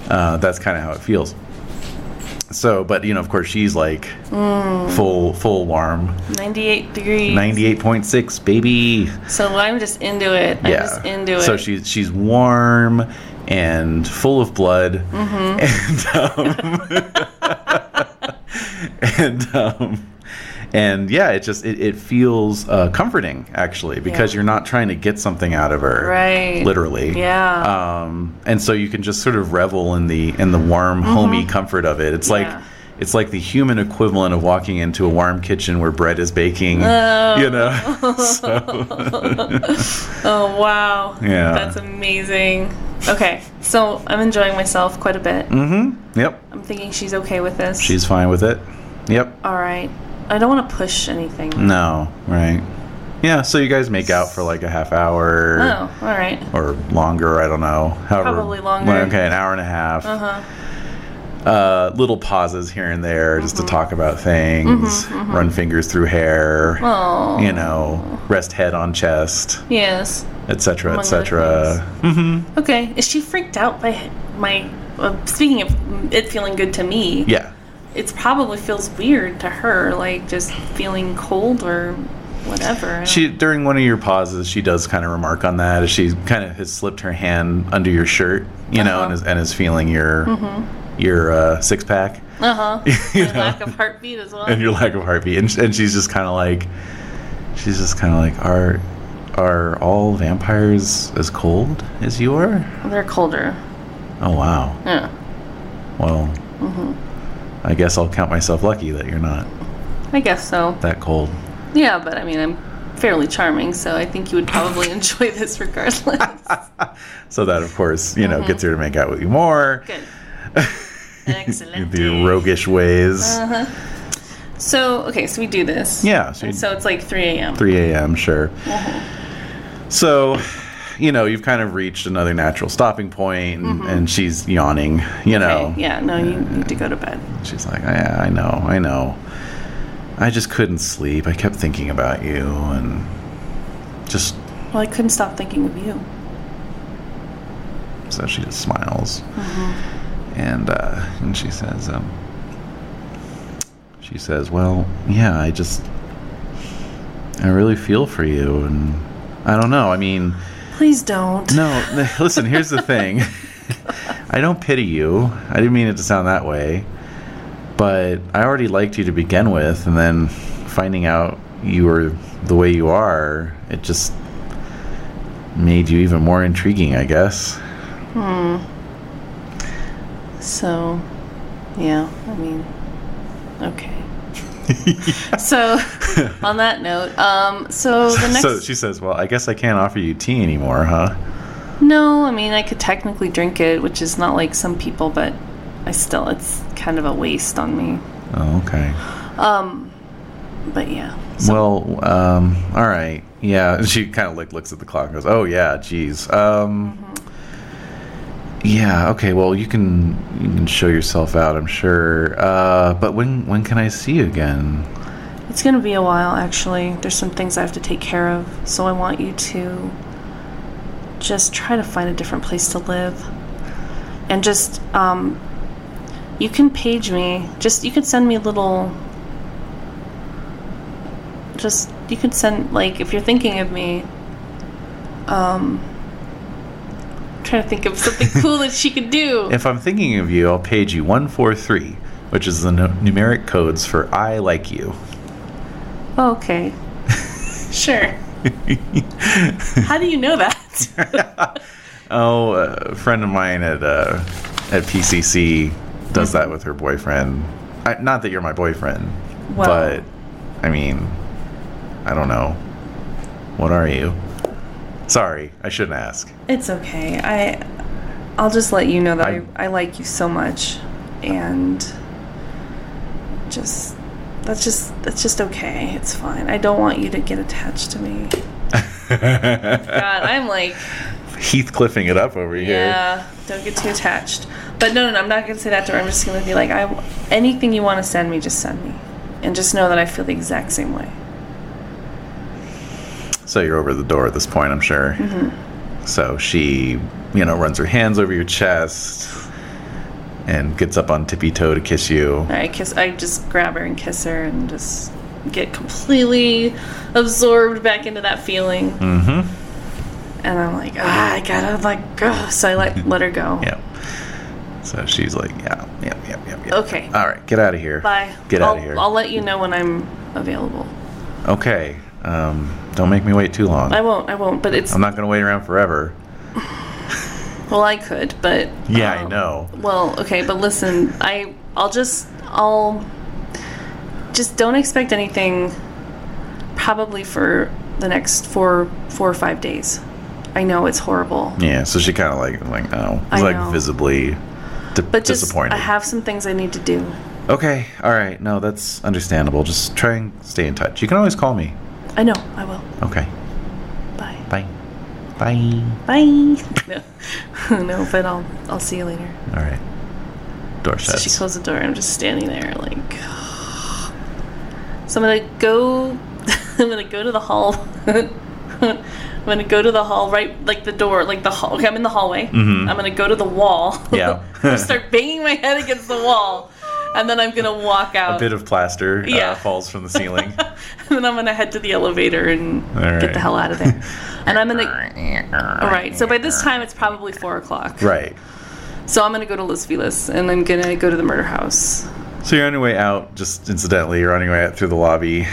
uh, that's kind of how it feels. So, but you know, of course, she's like full, full warm,
98 degrees.
ninety-eight point six, baby.
So I'm just into it. I'm
yeah,
just into it.
So she's she's warm and full of blood,
Mm-hmm.
and um, and um, and yeah, it just it, it feels uh, comforting actually because
Yeah.
you're not trying to get something out of her,
Right.
Literally,
Yeah.
Um, and so you can just sort of revel in the in the warm, homey comfort of it. It's
Mm-hmm. Yeah.
like. It's like the human equivalent of walking into a warm kitchen where bread is baking.
Oh.
You know, so
oh wow.
Yeah.
That's amazing. Okay. So I'm enjoying myself quite a bit.
Mm-hmm. Yep.
I'm thinking she's okay with this.
She's fine with it. Yep.
All right. I don't want to push anything.
No. Right. Yeah. So you guys make out for like a half hour
Oh, all right.
or longer. I don't know. However,
Probably longer.
well, Okay, an hour and a half.
Uh huh.
Uh, little pauses here and there just
Mm-hmm.
to talk about things, run fingers through hair.
Oh.
You know, rest head on chest,
Yes.
etc.,
Among other
etc.
Okay. Is she freaked out by my? Uh, speaking of it feeling good to me,
Yeah,
it probably feels weird to her, like just feeling cold or whatever. I don't-
she during one of your pauses, she does kind of remark on that as she kind of has slipped her hand under your shirt, you know,
Uh-huh. Mm-hmm.
and is and is feeling your your uh, six pack.
Uh huh.
you know?
Lack of heartbeat as well.
and your lack of heartbeat. And, and she's just kind of like, she's just kind of like, are are all vampires as cold as you are?
They're colder.
Oh wow.
Yeah.
Well, I guess I'll count myself lucky that you're not
I guess so.
that cold.
Yeah, but I mean, I'm fairly charming, so I think you would probably enjoy this regardless.
So that, of course, you know, gets her to make out with you more.
Good.
in
Excellent.
The roguish ways.
So, okay, so we do this.
Yeah. So,
And so it's like 3 a.m.
3 a.m. Sure. So, you know, you've kind of reached another natural stopping point, and, and she's yawning. You know.
Okay, yeah, no, you need to go to bed.
She's like, yeah, I know, I know. I just couldn't sleep. I kept thinking about you and just
Well, I couldn't stop thinking of you.
so she just smiles. And uh, and she says, um, she says, well, yeah, I just I really feel for you, and I don't know. I mean,
Please don't.
no. listen, here's the thing. I don't pity you. I didn't mean it to sound that way, but I already liked you to begin with, and then finding out you were the way you are, it just made you even more intriguing, I guess.
So, yeah, I mean, okay. so, on that note, um, so the next.
So she says, "Well, I guess I can't offer you tea anymore, huh?"
no, I mean, I could technically drink it, which is not like some people, but I still, it's kind of a waste on me. Um,
Oh, okay.
But yeah.
well, um, all right. Yeah, and she kind of like looks at the clock and goes, "Oh yeah, geez." Um, Yeah. Okay. Well, you can you can show yourself out, I'm sure. Uh, but when when can I see you again?
It's going to be a while, actually. There's some things I have to take care of, so I want you to just try to find a different place to live. And just, um, you can page me. Just, you could send me little. Just, you could send, like, if you're thinking of me, um, I'm trying to think of something cool that she could do.
If I'm thinking of you, I'll page you one four three, which is the nu- numeric codes for I like you.
Oh, okay. sure. How do you know that?
Oh, a friend of mine at uh, at PCC does
Mm-hmm.
that with her boyfriend. I, not that you're my boyfriend,
Well.
but I mean, I don't know. What are you? Sorry, I shouldn't ask.
It's okay. I I'll just let you know that I, I, like you so much and just that's just that's just okay. It's fine. I don't want you to get attached to me. God, I'm like,
Heathcliffing it up over here.
yeah, don't get too attached. But no, no, no I'm not gonna say that to her. I'm just gonna be like, I anything you want to send me, just send me, and just know that I feel the exact same way.
So you're over the door at this point, I'm sure.
Mm-hmm.
So she, you know, runs her hands over your chest and gets up on tippy toe to kiss you.
I kiss. I just grab her and kiss her and just get completely absorbed back into that feeling. Mm-hmm. And I'm like, ah, I gotta like go. So I let let her go.
Yep. So she's like, yeah, yep, yep, yep, yep.
Okay.
All right, get out of here.
Bye.
Get
I'll,
out of here.
I'll let you know when I'm available.
okay. Um, don't make me wait too long.
I
I'm,
won't. I won't. But it's
not going to wait around forever.
well, I could, but
Yeah, I
um,
know.
Well, okay, but listen, I I'll just I'll just don't expect anything. Probably for the next four four or five days. I know it's horrible.
Yeah. So she kind of like, like, oh,
I
like
know.
visibly di-
But just
disappointed.
I have some things I need to do.
okay. All right. No, that's understandable. Just try and stay in touch. You can always call me.
I know, I will.
Okay.
Bye.
Bye. Bye.
Bye. no. no, but I'll I'll see you later.
All right. Door
So she
shuts.
closed the door. I'm just standing there like So I'm going to go I'm going to go to the hall. I'm going to go to the hall right like the door, like the hall. Okay, I'm in the hallway. I'm going to go to the wall.
Mm-hmm. Yeah.
I'm gonna start banging my head against the wall. And then I'm going to walk out.
A bit of plaster
Yeah.
uh, falls from the ceiling.
and then I'm gonna head to the elevator and
All
get
right.
the hell out of there. And I'm gonna. All right. So by this time, it's probably four o'clock.
right.
So I'm gonna go to Los Feliz, and I'm gonna go to the murder house.
So you're on your way out, just incidentally, you're on your way out through the lobby,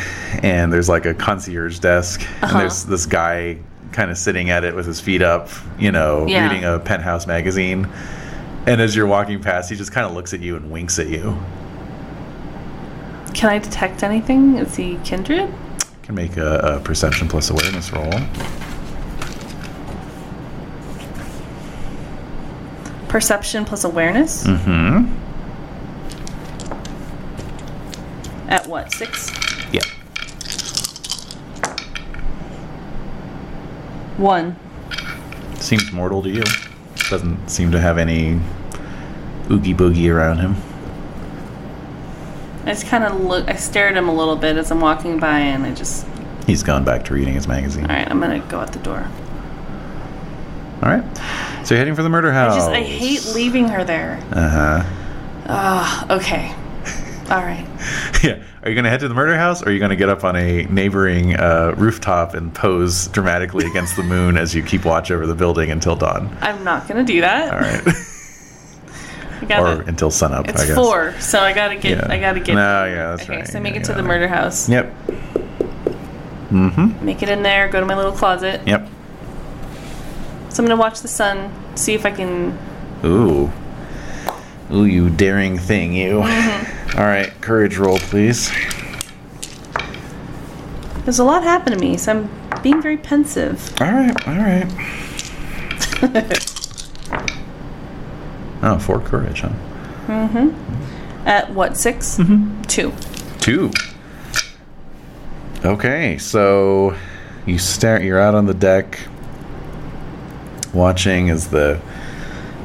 and there's like a concierge desk, and there's
Uh-huh.
this guy kind of sitting at it with his feet up, you know,
Yeah.
reading a penthouse magazine. And as you're walking past, he just kind of looks at you and winks at you.
Can I detect anything? Is he kindred?
Can make a, a perception plus awareness roll.
Perception plus awareness.
Hmm.
Mm-hmm. At what six?
Yeah.
One.
Seems mortal to you. Doesn't seem to have any oogie boogie around him.
I just kind of look. I stare at him a little bit as I'm walking by, and I just.
He's gone back to reading his magazine.
All right, I'm gonna go out the door.
All right. So you're heading for the murder
I
house. Uh-huh.
just. I hate leaving her there.
Uh huh.
Okay. All right.
yeah. Are you going to head to the murder house, or are you going to get up on a neighboring uh, rooftop and pose dramatically against the moon as you keep watch over the building until dawn?
I'm not gonna do that.
All right.
I gotta,
or until sunup,
it's
I guess.
four, so I gotta get.
Yeah.
I gotta get.
No, yeah, that's
okay,
right.
so make
Yeah,
it
you
to the
gotta-
murder house.
Yep. Mm-hmm.
Make it in there. Go to my little closet.
Yep.
So I'm gonna watch the sun. See if I can.
Ooh. Ooh, you daring thing, you.
Mm-hmm.
All right, courage roll, please.
There's a lot happened to me, so I'm being very pensive.
All right, all right. oh, four courage, huh?
At what 6 Mm-hmm. Two.
Two. Okay, so you stare. You're out on the deck, watching as the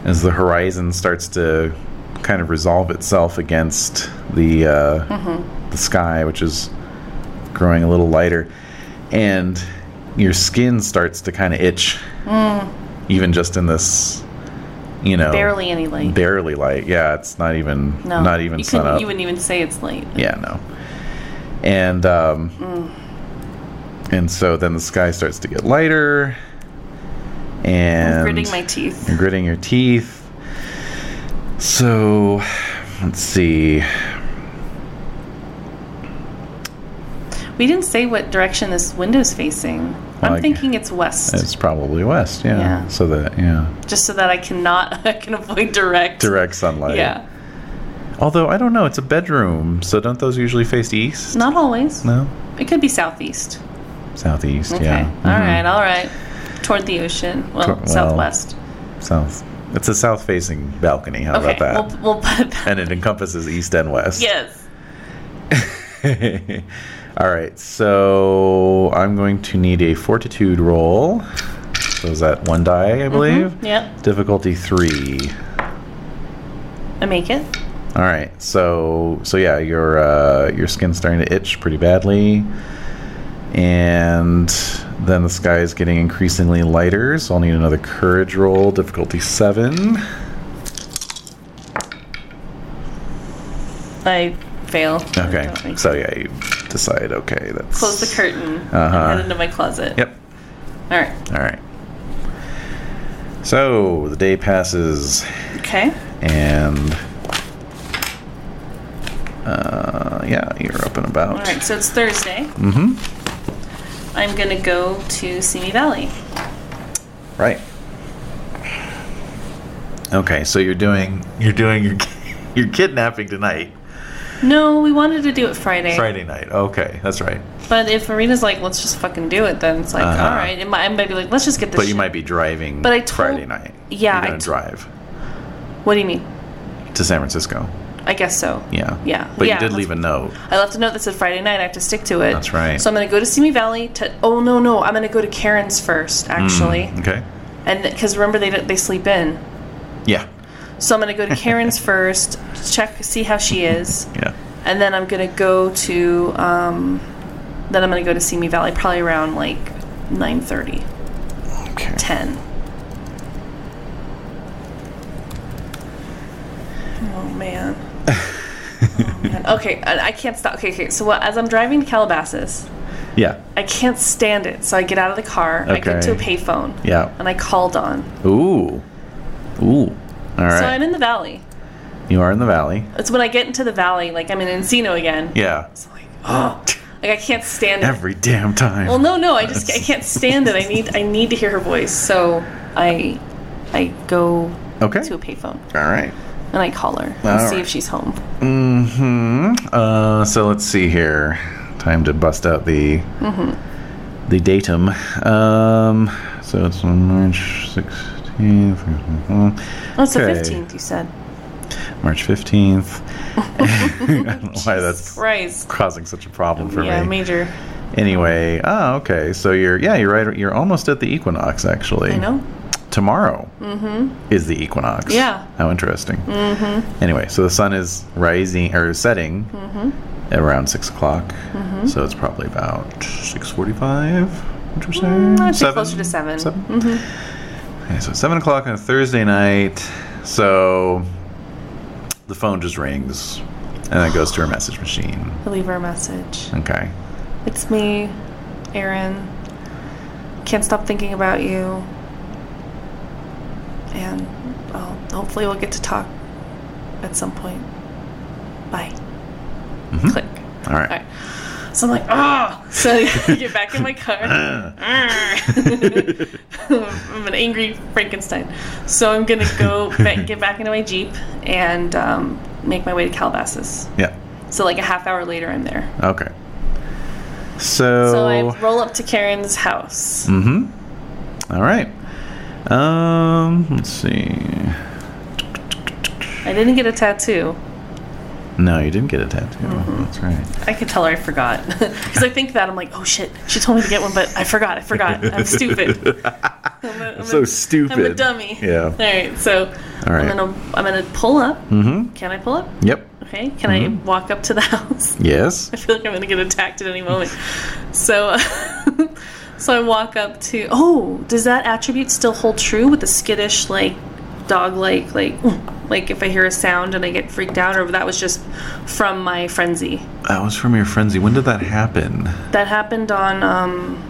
as the horizon starts to kind of resolve itself against the uh,
Mm-hmm.
the sky, which is growing a little lighter, and your skin starts to kind of itch, even just in this, you know,
Mm. Barely any light.
barely light. Yeah, it's not even
no.
not even
you
sun
couldn't-
up.
You wouldn't even say it's late.
Yeah, no. And um,
Mm.
and so then the sky starts to get lighter, and
I'm gritting my teeth.
you're gritting your teeth. So let's see.
We didn't say what direction this window's facing.
Well, I-
I'm thinking it's west,
It's probably west. Yeah.
Yeah.
So that yeah,
just so that I cannot I can avoid direct.
direct sunlight.
Yeah.
Although I don't know, it's a bedroom, so don't those usually face east?
Not always.
No.
It could be southeast.
Southeast.
Okay.
Yeah.
All
Mhm.
right. All right. Toward the ocean. Well,
Toward- well,
southwest.
South. It's a south-facing balcony. How
Okay.
about that?
We'll, we'll put it that.
and it encompasses east and west.
yes.
All right, so I'm going to need a fortitude roll. So is that one
Mm-hmm.
die, I believe?
Yep.
Difficulty three.
I make it.
All right, so so yeah, your uh, your skin's starting to itch pretty badly, and then the sky is getting increasingly lighter. So I'll need another courage roll, difficulty seven.
I fail. I
Okay,
don't make
so
it.
yeah, you decide. Okay, that's
Close the curtain.
Uh-huh.
And head into my closet.
Yep.
All right.
All right. So the day passes.
Okay.
and uh, yeah, you're up and about.
All right. So it's Thursday. Mm-hmm.
Mm-hmm.
I'm gonna go to Simi Valley.
Right. Okay, so you're doing you're doing your your kidnapping tonight,
No, we wanted to do it Friday.
Friday night. Okay, that's right.
But if Marina's like, let's just fucking do it, then it's like,
Uh-huh.
all right. It might, I might be like, let's just get this.
But you
shit-
might be driving.
But I told-
Friday night.
Yeah,
you're
I
gonna
t-
drive
What do you mean?
to San Francisco.
I guess so.
Yeah.
Yeah.
But
Yeah,
you did
that's-
leave a note.
I left a note that said Friday night. I have to stick to it.
That's right.
So I'm going to go to Simi Valley. To oh no no, I'm going to go to Karen's first actually,
Mm, Okay.
and because remember they don't- they sleep in.
Yeah.
So I'm going to go to Karen's first, check see how she is,
Yeah.
and then I'm going to go to um, then I'm going to go to Simi Valley probably around like 9:30,
Okay.
10. Oh man. Oh, man. Okay, I I can't stop. Okay, okay. So, what, as I'm driving to Calabasas,
Yeah.
I can't stand it. So I get out of the car, I get to a
Okay.
payphone,
Yeah.
and I call Dawn.
Ooh. Ooh. All right.
So I'm in the valley.
you are in the valley.
It's when I get into the valley, like I'm in Encino again.
Yeah.
It's like, oh, like I can't stand it.
Every damn time.
Well, no, no, I just I can't stand it. I need I need to hear her voice. So I I go
Okay.
to a payphone
All right.
and I call her and
All
see
right.
if she's home.
Hmm. Uh, so let's see here. Time to bust out the
Mm-hmm.
the datum. Um. So it's on March sixteenth.
Oh, it's
Okay.
the 15th. You said
March fifteenth. I don't know why that's
Christ.
causing such a problem for
yeah,
me.
major.
Anyway. Oh, okay. So you're yeah you're right. You're almost at the equinox actually.
I know.
Tomorrow is the equinox.
Mm-hmm. Yeah.
How interesting. Mm-hmm. Anyway, so the sun is rising or setting
Mm-hmm.
around six o'clock. So it's probably about six forty-five. Would you say?
Mm, I'd say closer to seven. Mm-hmm.
Okay, so seven o'clock on a Thursday night. So the phone just rings and that goes to her message machine.
I leave her a message.
Okay.
It's me, Aaron. Can't stop thinking about you. And well, hopefully we'll get to talk at some point. Bye.
Mm-hmm.
Click.
All right.
All right. So I'm like, oh. So I get back in my car. Arr. I'm an angry Frankenstein. So I'm gonna go back, get back into my Jeep and um, make my way to Calabasas.
Yeah.
So like a half hour later, I'm there.
Okay. So.
So I roll up to Karen's house.
Mm-hmm. All right. Um. Let's see.
I didn't get a tattoo.
No, you didn't get a tattoo.
Mm-hmm.
That's right.
I could tell her I forgot because I think that I'm like, oh shit, she told me to get one, but I forgot. I forgot. I'm stupid. I'm, a, I'm
So
a-
stupid.
I'm a dummy.
Yeah.
All right. So
All right.
I'm gonna I'm gonna pull up.
Mm-hmm.
Can I pull up?
Yep.
Okay. Can I
Mm-hmm.
walk up to the house?
Yes.
I feel like I'm gonna get attacked at any moment. So, uh, so I walk up to. Oh, does that attribute still hold true with the skittish, like dog-like, like "Mm," like if I hear a sound and I get freaked out, or that was just from my frenzy?
That was from your frenzy. When did that happen?
That happened on. um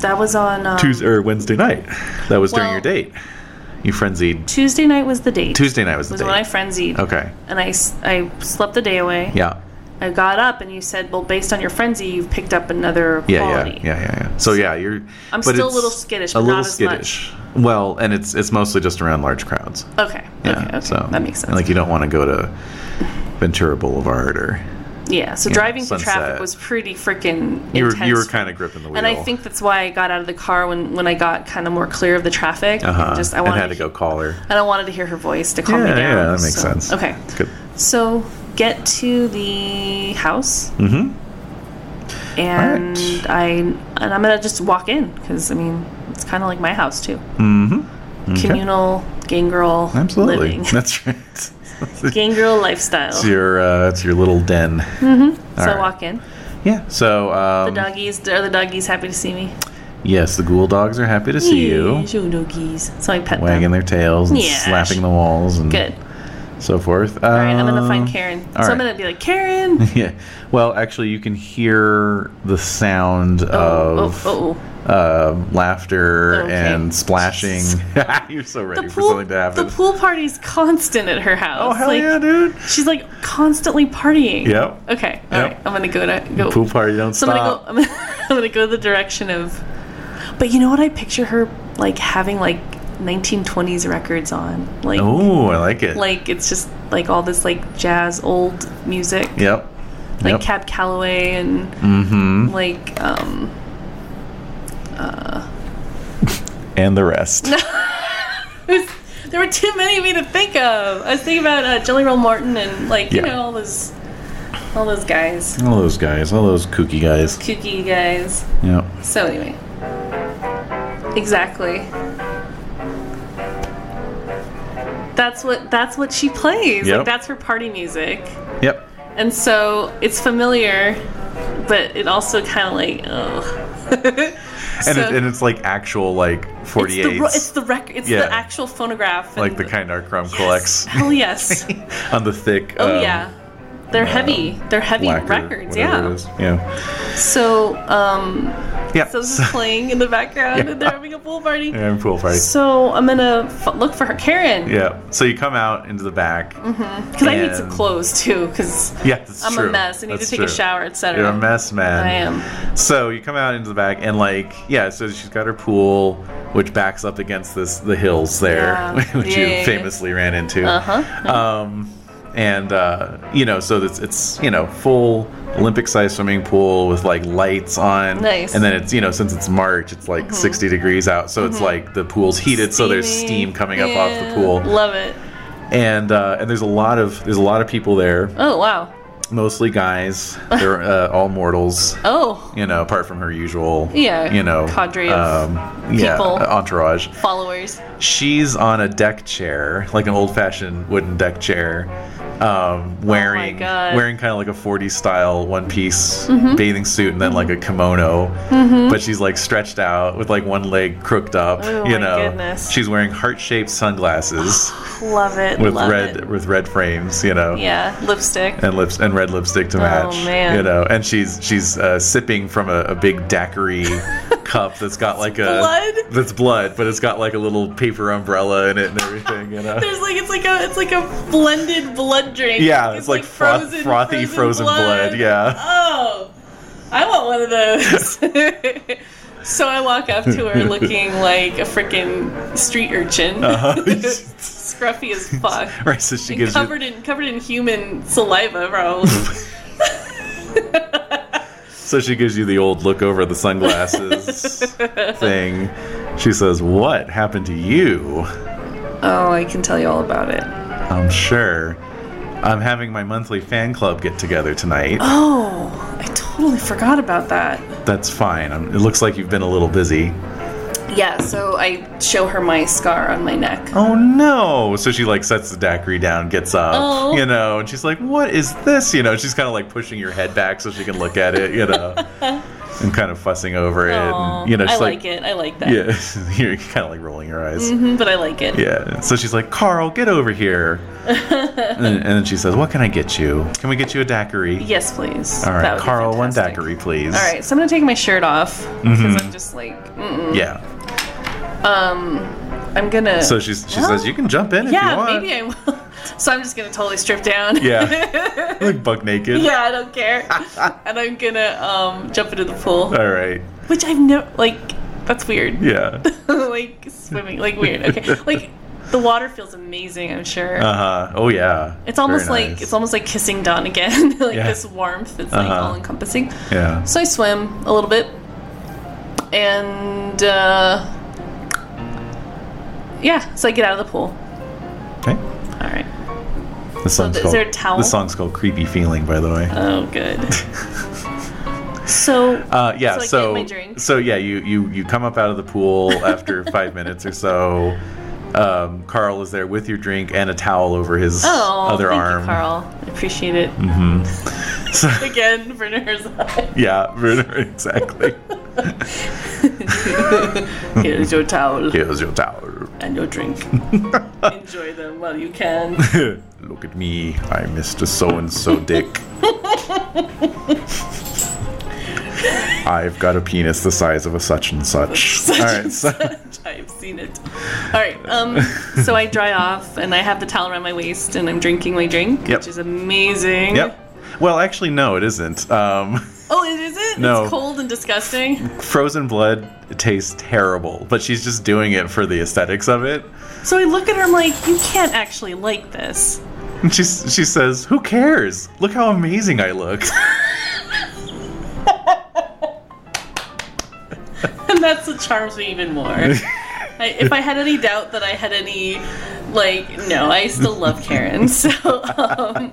That was on um,
Tuesday or er, Wednesday night. That was during
Well-
your date. You frenzied.
Tuesday night was the date.
Tuesday night was the
was
date.
when I frenzied.
okay.
And I, s- I slept the day away.
Yeah.
I got up and you said, well, based on your frenzy, you've picked up another
Yeah,
quality.
yeah, yeah, yeah, yeah. So yeah, you're.
I'm
but
still a
it's
little skittish,
A
but
little
not as much.
skittish. Well, and it's it's mostly just around large crowds.
Okay.
Yeah.
okay, okay.
So
that makes sense.
Like you don't want to go to Ventura Boulevard or
yeah. So driving through
sunset.
traffic was pretty freaking
you were
intense.
you were kind of gripping the wheel.
and I think that's why I got out of the car when, when I got kind of more clear of the traffic. and
uh-huh.
Just I
and
wanted
had to go call her.
And I wanted to hear her voice to calm me
Yeah,
down.
yeah, that makes
so-
sense.
Okay.
Good.
So get to the house,
Mm-hmm.
and I and I'm gonna just walk in because I mean it's kind of like my house too.
Mm-hmm.
Communal gang girl
Absolutely.
living.
That's right.
gang girl lifestyle.
it's your uh, it's your little den.
Mm-hmm. so
All right.
I walk in.
Yeah. So
The
um,
doggies are the doggies happy to see me.
yes, the ghoul dogs are happy to see you,
Yay, show doggies. So I pet
wagging
them.
their tails and
Yeah.
slapping the walls and
Good.
so forth.
All right, I'm gonna find Karen. So
Um, all
I'm
right.
gonna be like Karen.
Yeah. Well, actually, you can hear the sound
Oh,
of
oh, oh,
uh, laughter
Okay.
and splashing. You're so
The
ready for
pool,
something to
the
happen.
pool party's constant at her house.
Oh hell
like,
yeah, dude!
She's like constantly partying.
Yep.
Okay. All
Yep.
right. I'm gonna go to go.
Pool party don't
so I'm gonna
stop.
go. I'm gonna, I'm gonna go the direction of. But you know what? I picture her like having like 1920s records on, like
Oh, I like it.
like it's just like all this like jazz old music,
yep.
like
yep.
Cab Calloway and
mm-hmm.
like um
And the rest.
There's- there were too many of me to think of. I was thinking about uh, Jelly Roll Morton and like you
Yeah.
know all those all those guys,
All those guys. All those kooky guys.
kooky guys.
Yep.
So anyway, exactly. That's what that's what she plays.
Yep.
Like that's her party music,
Yep.
and so it's familiar, but it also kind of like oh.
And, it, and it's like actual like
it's
48s.
the ro- it's the rec- it's
Yeah.
the actual phonograph. and-
like the kind our crumb collects
Hell yes.
on the thick.
Oh
um,
yeah, they're heavy. They're heavy
lacquer,
records.
whatever it
Yeah.
is. Yeah.
So um,
Yeah.
so this is playing in the background,
Yeah.
and they're having a pool party.
and pool party.
So I'm gonna f- look for her, Karen.
Yeah. So you come out into the back.
Because I need some
And-
clothes too. Because
Yeah, that's
Mm-hmm. I'm
true.
a mess. I need
That's
to take a
true.
shower, etc.
You're a mess, man.
I am.
So you come out into the back, and like, yeah. So she's got her pool, which backs up against this the hills there,
Yeah.
which
Yeah, yeah,
you
yeah.
famously ran into.
Uh-huh.
Um, and uh, you know, so it's it's you know full Olympic-sized swimming pool with like lights on.
Nice. Mm-hmm.
And then it's you know since it's March, it's like 60 degrees out, so it's like the pool's heated, so there's steam coming up off the
Yeah.
pool,
Love it.
and uh, and there's a lot of there's a lot of people there
Oh wow.
mostly guys. They're uh, all mortals,
Oh,
you know, apart from her usual,
Yeah,
you know,
cadre
um,
of
yeah,
people.
entourage.
followers.
She's on a deck chair, like an old-fashioned wooden deck chair, um, wearing
Oh God. Mm-hmm.
wearing kind of like a 40s style one piece bathing suit and then like a kimono but she's like stretched out with like one leg crooked up
Oh,
you
my
know
goodness.
she's wearing heart-shaped sunglasses
Love it.
with
love
red
It.
with red frames you know
Yeah, lipstick.
and lips and red lipstick to match.
man.
You know, and she's she's uh, sipping from a, a big daiquiri cup that's got like a
blood?
that's blood, but it's got like a little paper umbrella in it and everything. You know.
There's like it's like a it's like a blended blood drink.
Yeah, it's, like, froth- frothy frozen blood, yeah.
Oh, I want one of those. so I walk up to her looking like a freaking street urchin, scruffy as fuck,
Right, so she
and
Uh-huh. gives you
covered in covered in human saliva, probably.
so she gives you the old look over the sunglasses thing. She says, "What happened to you?"
oh, I can tell you all about it.
I'm sure. I'm having my monthly fan club get together tonight.
Oh, I totally forgot about that.
That's fine. i it looks like you've been a little busy.
Yeah, so I show her my scar on my neck.
oh no so she like sets the daiquiri down gets up
Oh.
you know and she's like what is this you know she's kind of like pushing your head back so she can look at it you know and kind of fussing over it
Aw,
and, you know she's
I like, it. I like that.
yeah you're kind of like rolling your eyes
Mhm, but I like it.
yeah so she's like carl get over here and, and then she says what can i get you can we get you a daiquiri
Yes, please.
all
That
right
would be
carl one
fantastic.
daiquiri Mm-hmm. please
All right, mm. so I'm gonna take my shirt off because I'm just like, mm-mm.
yeah
I'm gonna.
so she's, she
Well,
says you can jump in if you
Oh. yeah,
want
maybe I will. So I'm just gonna totally strip down.
yeah like buck naked
yeah, I don't care. and I'm gonna um, jump into the pool,
all right
which I've never like. That's weird.
yeah
like swimming, like weird. Okay, like the water feels amazing. I'm sure.
Uh huh. Oh yeah.
It's almost
Very
like
nice.
it's almost like kissing dawn again. like
Yeah.
this warmth that's like
Uh-huh.
all encompassing.
yeah.
So I swim a little bit, and uh, yeah, so I get out of the pool.
Okay.
All right.
The song's
th- is
called.
there a towel?
The song's called "Creepy Feeling," by the way.
Oh, good. so
Uh, yeah.
So I get
So
my drink.
so yeah, you you you come up out of the pool after five minutes or so. Um, Carl is there with your drink and a towel over his
oh,
other
thank
arm. Mm-hmm.
you, Carl. I appreciate it
So,
again for Herzog.
yeah, Werner, exactly.
Here's your towel
Here's your towel.
and your drink. Enjoy them while you can.
Look at me. I Mr. So and so dick. I've got a penis the size of a such and such.
Such
All right,
and
so
such. I've seen it. All right. Um, so I dry off and I have the towel around my waist and I'm drinking my drink,
Yep.
which is amazing.
Yep. Well, actually, no, it isn't. Um,
Oh, it isn't?
No.
It's cold and disgusting.
frozen blood tastes terrible, but she's just doing it for the aesthetics of it.
So I look at her, I'm like, you can't actually like this.
And she she says, "Who cares? Look how amazing I look."
And that's what charms me even more. I, if I had any doubt that I had any, like, no, I still love Karen. So, um,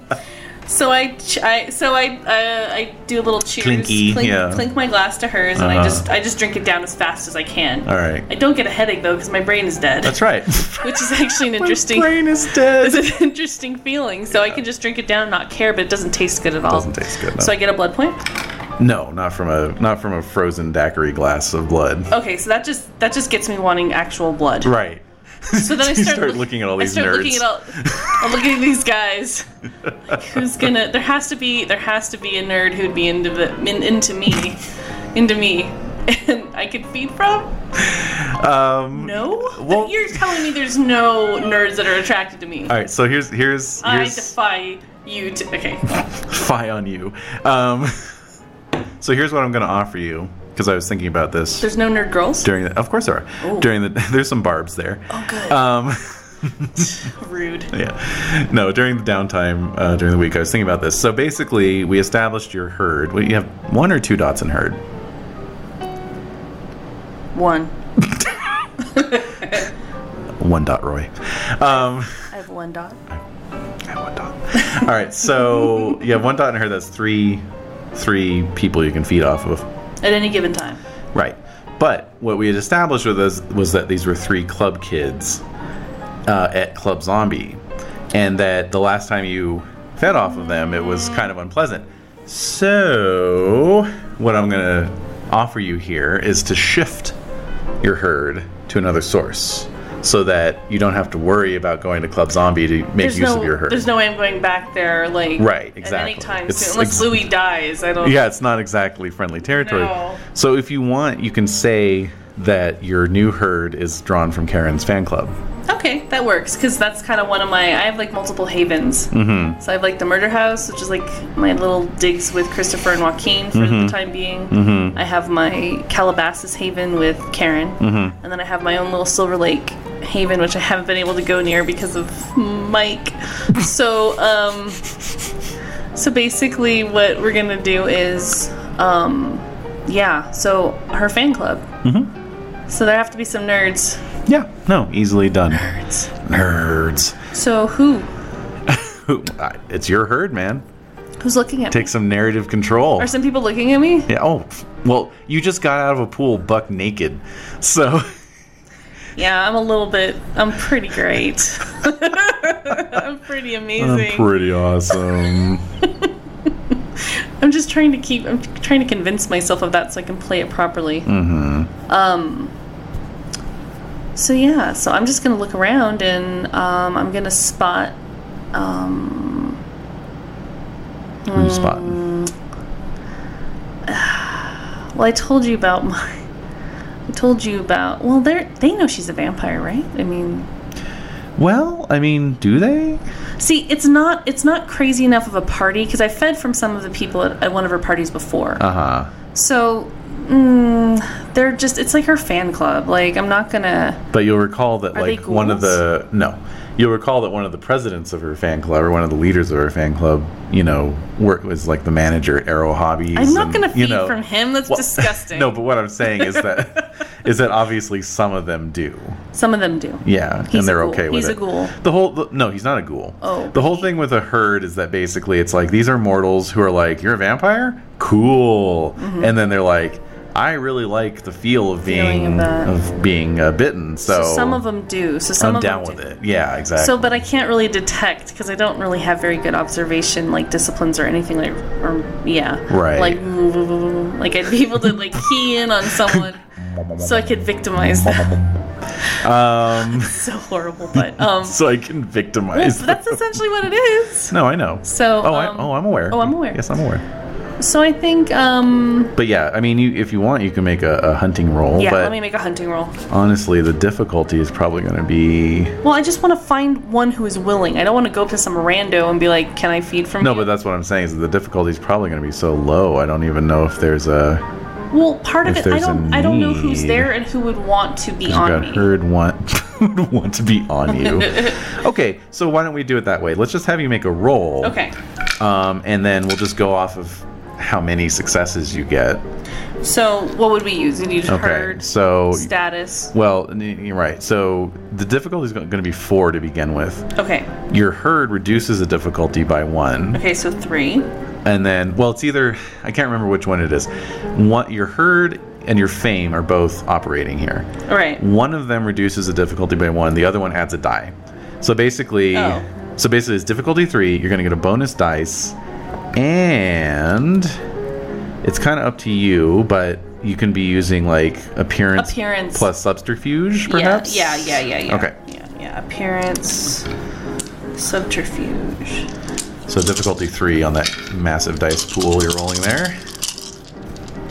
so I, ch- I so I, uh, I do a little cheers,
Clinky,
clink,
yeah.
clink my glass to hers, and I
Uh-huh.
just, I just drink it down as fast as I can.
All right,
I don't get a headache though because my brain is dead,
that's right.
which is actually an
My
interesting,
brain is dead.
it's an interesting feeling. So I can just drink it down and not care, but it doesn't taste good at all.
Doesn't taste good. No.
So I get a blood point.
no, not from a not from a frozen daiquiri glass of blood.
Okay, so that just that just gets me wanting actual blood.
Right.
So then I
You
start,
start
look-
looking at all these
I start
nerds.
looking at all. I'm looking at these guys. Like, who's gonna? There has to be. There has to be a nerd who'd be into the, in, into me, into me, and I could feed from.
Um,
No,
Well-
you're telling me there's no nerds that are attracted to me.
All right, so here's here's
I
here's
defy you to. Okay.
fie on you. Um, so here's what I'm going to offer you because I was thinking about this.
There's no nerd girls.
during the of course there are
Ooh.
during the there's some barbs there
Oh, good.
um
Rude.
yeah no during the downtime uh, during the week i was thinking about this so basically we established your herd well, you have one or two dots in herd
One.
one dot roy um
I have one dot.
I have one dot all right so you have one dot in herd that's three three people you can feed off of
At any given time.
Right. But what we had established with us was that these were three club kids uh, at Club Zombie, and that the last time you fed off of them, it was kind of unpleasant. So, what I'm going to offer you here is to shift your herd to another source so that you don't have to worry about going to Club Zombie to make
There's
use
no,
of your herd.
there's no way I'm going back there, like
Right,
At
exactly.
any time
It's
soon, unless
ex-
Louis dies. I don't.
yeah, it's not exactly friendly territory.
No.
So if you want, you can say that your new herd is drawn from Karen's fan club.
Okay, that works because that's kind of one of my. I have like multiple havens. Mm-hmm. So I have like the murder house, which is like my little digs with Christopher and Joaquin for the time being. Mm-hmm. I have my Calabasas haven with Karen, mm-hmm. and then I have my own little Silver Lake haven, which I haven't been able to go near because of Mike. so, um, so basically, what we're gonna do is, um, yeah. So her fan club. Mm-hmm. So there have to be some nerds.
Yeah, no, easily done.
Nerds.
Nerds.
So who?
Who- I- It's your herd, man.
Who's looking at
Take
me?
some narrative control.
Are some people looking at me?
Yeah. Oh, well, you just got out of a pool buck naked, so
Yeah, I'm a little bit. I'm pretty great. I'm pretty amazing. I'm,
pretty awesome.
just trying to keep. I'm trying to convince myself of that so I can play it properly.
Mm.
Mm-hmm. Um. So yeah, so I'm just gonna look around and um, I'm gonna spot. Um,
Who you spot?
Mm. well, I told you about my. I told you about. Well, they are they know she's a vampire, right? I mean,
Well, I mean, do they?
See, it's not it's not crazy enough of a party because I fed from some of the people at, at one of her parties before.
Uh huh.
So mm, they're just it's like her fan club. Like I'm not gonna.
But you'll recall that,
Are they
like, one of the no, you'll recall that one of the presidents of her fan club, or one of the leaders of her fan club, you know, work was like the manager, at Arrow Hobbies.
I'm not
and,
gonna feed
you know-
from him. That's
Well,
disgusting.
no, but what I'm saying is that is that obviously some of them do.
some of them do.
Yeah,
He's a
and they're
ghoul.
okay with
He's
it.
a ghoul.
The whole the, no, he's not a ghoul.
Oh.
the whole thing with a herd is that basically it's like these are mortals who are like, you're a vampire, cool, and then they're like, I really like the feel of
Mm-hmm. Feeling
being
of that.
of being uh, bitten. So,
So some of them do. So some
I'm
of them
down with
do.
it. Yeah, exactly.
So, but I can't really detect because I don't really have very good observation, like disciplines or anything like, or yeah,
Right.
Like, like I'd be able to like key in on someone, so I could victimize them.
um,
so horrible, but um,
so I can victimize.
Well, that's
them.
essentially what it is.
no, I know.
So,
oh, I,
um,
oh, I'm aware.
oh, I'm aware.
Yes, I'm aware.
So I think, um,
But yeah, I mean, you, if you want, you can make a, a hunting roll.
yeah,
but
let me make a hunting roll.
honestly, the difficulty is probably going to be
Well, I just want to find one who is willing. I don't want to go up to some rando and be like, "Can I feed from?"
no.
you?"
But that's what I'm saying is that the difficulty is probably going to be so low. I don't even know if there's a
well, part of
if
it, I
there's a
don't, I don't know who's
need.
there and who would want to be
you
on
got
me.
herd want would want to be on you. okay, so why don't we do it that way? Let's just have you make a roll.
Okay,
Um, and then we'll just go off of how many successes you get.
so what would we use? We need
Okay.
herd
so
status.
well, n- you're right. So the difficulty is going to be four to begin with.
Okay,
Your herd reduces the difficulty by one,
okay, so three.
and then well, it's either I can't remember which one it is. One, your herd and your fame are both operating here.
All right.
One of them reduces the difficulty by one. The other one adds a die. So basically,
Oh.
so basically, it's difficulty three. You're going to get a bonus dice, and it's kind of up to you, but you can be using like appearance,
Appearance.
plus subterfuge, perhaps.
Yeah, yeah, yeah, yeah. yeah.
Okay.
Yeah, yeah. Appearance, subterfuge.
So difficulty three on that massive dice pool you're rolling there.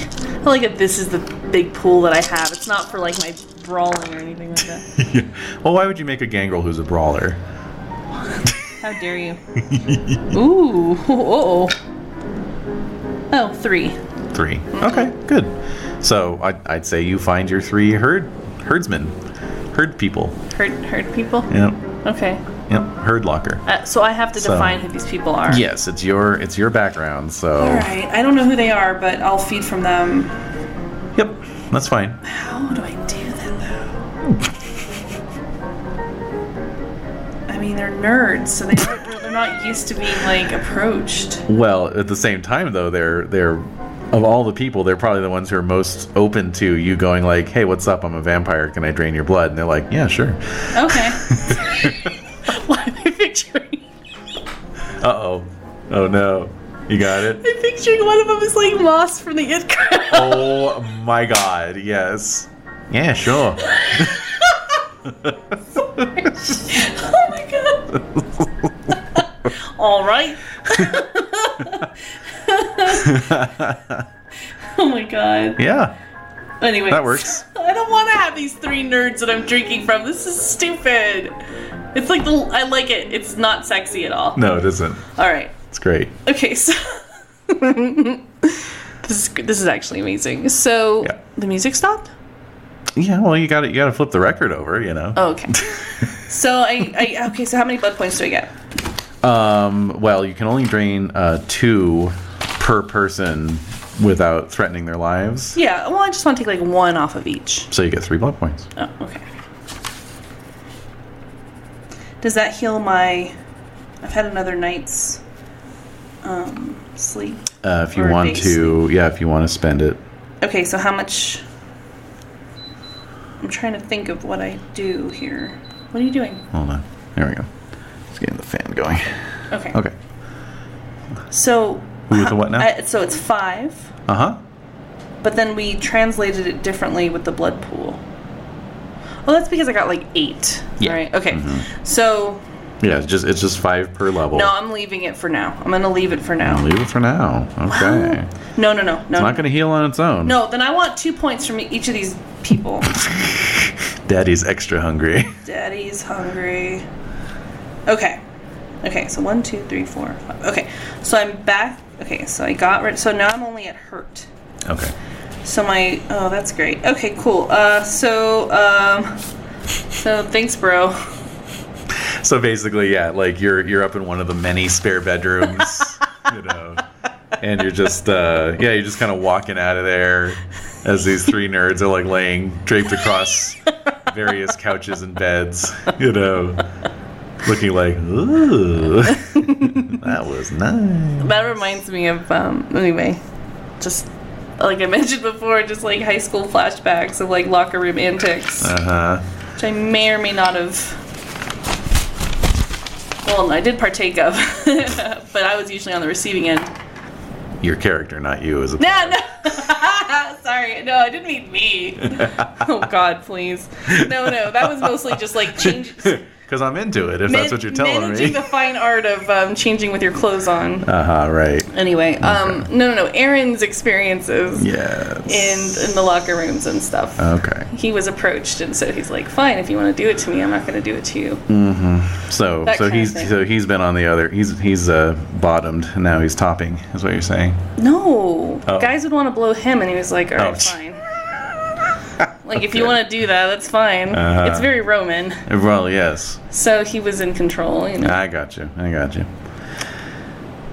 I feel like this is the big pool that I have. It's not for like my brawling or anything like that.
well, why would you make a gangrel who's a brawler?
How dare you? Ooh. Oh. Oh, three.
Three. Okay, good. So I'd, I'd say you find your three herd herdsmen, herd people.
Hurt, hurt people.
Yep.
Okay.
Yep, herd locker.
Uh, so I have to
So-
define who these people are.
Yes, it's your it's your background, so
All right. I don't know who they are, but I'll feed from them.
yep, that's fine.
How do I do that though? I mean, they're nerds, so they don't, they're not used to being like approached.
Well, at the same time though, they're they're of all the people, they're probably the ones who are most open to you going like, "Hey, what's up? I'm a vampire. Can I drain your blood?" And they're like, "Yeah, sure."
Okay. Why am I picturing?
Uh oh, Oh no. You got it?
I'm picturing one of them is like Moss from the It Crowd.
Oh my god, yes. Yeah, sure.
oh my god. All right. oh my god.
yeah,
Anyway,
that works.
I don't want to have these three nerds that I'm drinking from. This is stupid. It's like the I like it. It's not sexy at all.
No, it isn't.
All right.
It's great.
Okay, so this is, this is actually amazing. So
Yeah.
the music stopped.
Yeah, well, you got to you got to flip the record over, you know.
Oh, okay. so I, I okay. So how many blood points do I get?
Um, well, you can only drain uh, two per person without threatening their lives.
Yeah. Well, I just want to take like one off of each.
So you get three blood points.
Oh, okay. Does that heal my? I've had another night's um, sleep.
Uh, if you
Or
want
base.
to, yeah, if you want to spend it.
Okay, so how much? I'm trying to think of what I do here. What are you doing?
Hold on. There we go. Let's get the fan going.
Okay.
Okay.
So.
We with the what now?
I- so it's five.
Uh huh.
But then we translated it differently with the blood pool. Well, that's because I got like eight.
Yeah. Mm-hmm.
Right? Okay. So,
Yeah, it's just it's just five per level.
no, I'm leaving it for now. I'm going to leave it for now.
I'll leave it for now. Okay. It's
No, no, no. No,
not going to heal on its own.
no, then I want two points from each of these people.
Daddy's extra hungry.
Daddy's hungry. Okay. Okay, so one, two, three, four, five. Okay, so I'm back. Okay, so I got rid. So now I'm only at hurt.
okay.
So my oh, that's great. Okay, cool. Uh, so um, so thanks, bro.
So basically, yeah, like you're you're up in one of the many spare bedrooms, you know, and you're just uh, yeah, you're just kind of walking out of there as these three nerds are like laying draped across various couches and beds, you know, looking like ooh, that was nice.
That reminds me of um, anyway, just like I mentioned before, just like high school flashbacks of like locker room antics,
Uh huh.
which I may or may not have. Well, I did partake of, but I was usually on the receiving end.
Your character, not you, is a
No, no. Sorry, no, I didn't mean me. oh God, please. No, no, that was mostly just like change.
because I'm into it. If that's what you're telling
managing
me.
the fine art of um, changing with your clothes on.
Uh huh. Right.
Anyway, um, no, no, no. Aaron's experiences
Yes. Uh.
in in the locker rooms and stuff.
okay.
he was approached, and so he's like, "Fine, if you want to do it to me, I'm not going to do it to you."
Mm. So
That
so
kind of
he's
thing.
so he's been on the other he's he's uh bottomed and now he's topping is what you're saying.
No,
Oh.
guys would want to blow him, and he was like, "All right,
Oh.
fine." like if you want to do that, that's fine.
Uh-huh.
it's very Roman,
Well, yes.
so he was in control. You know.
I got you. I got you.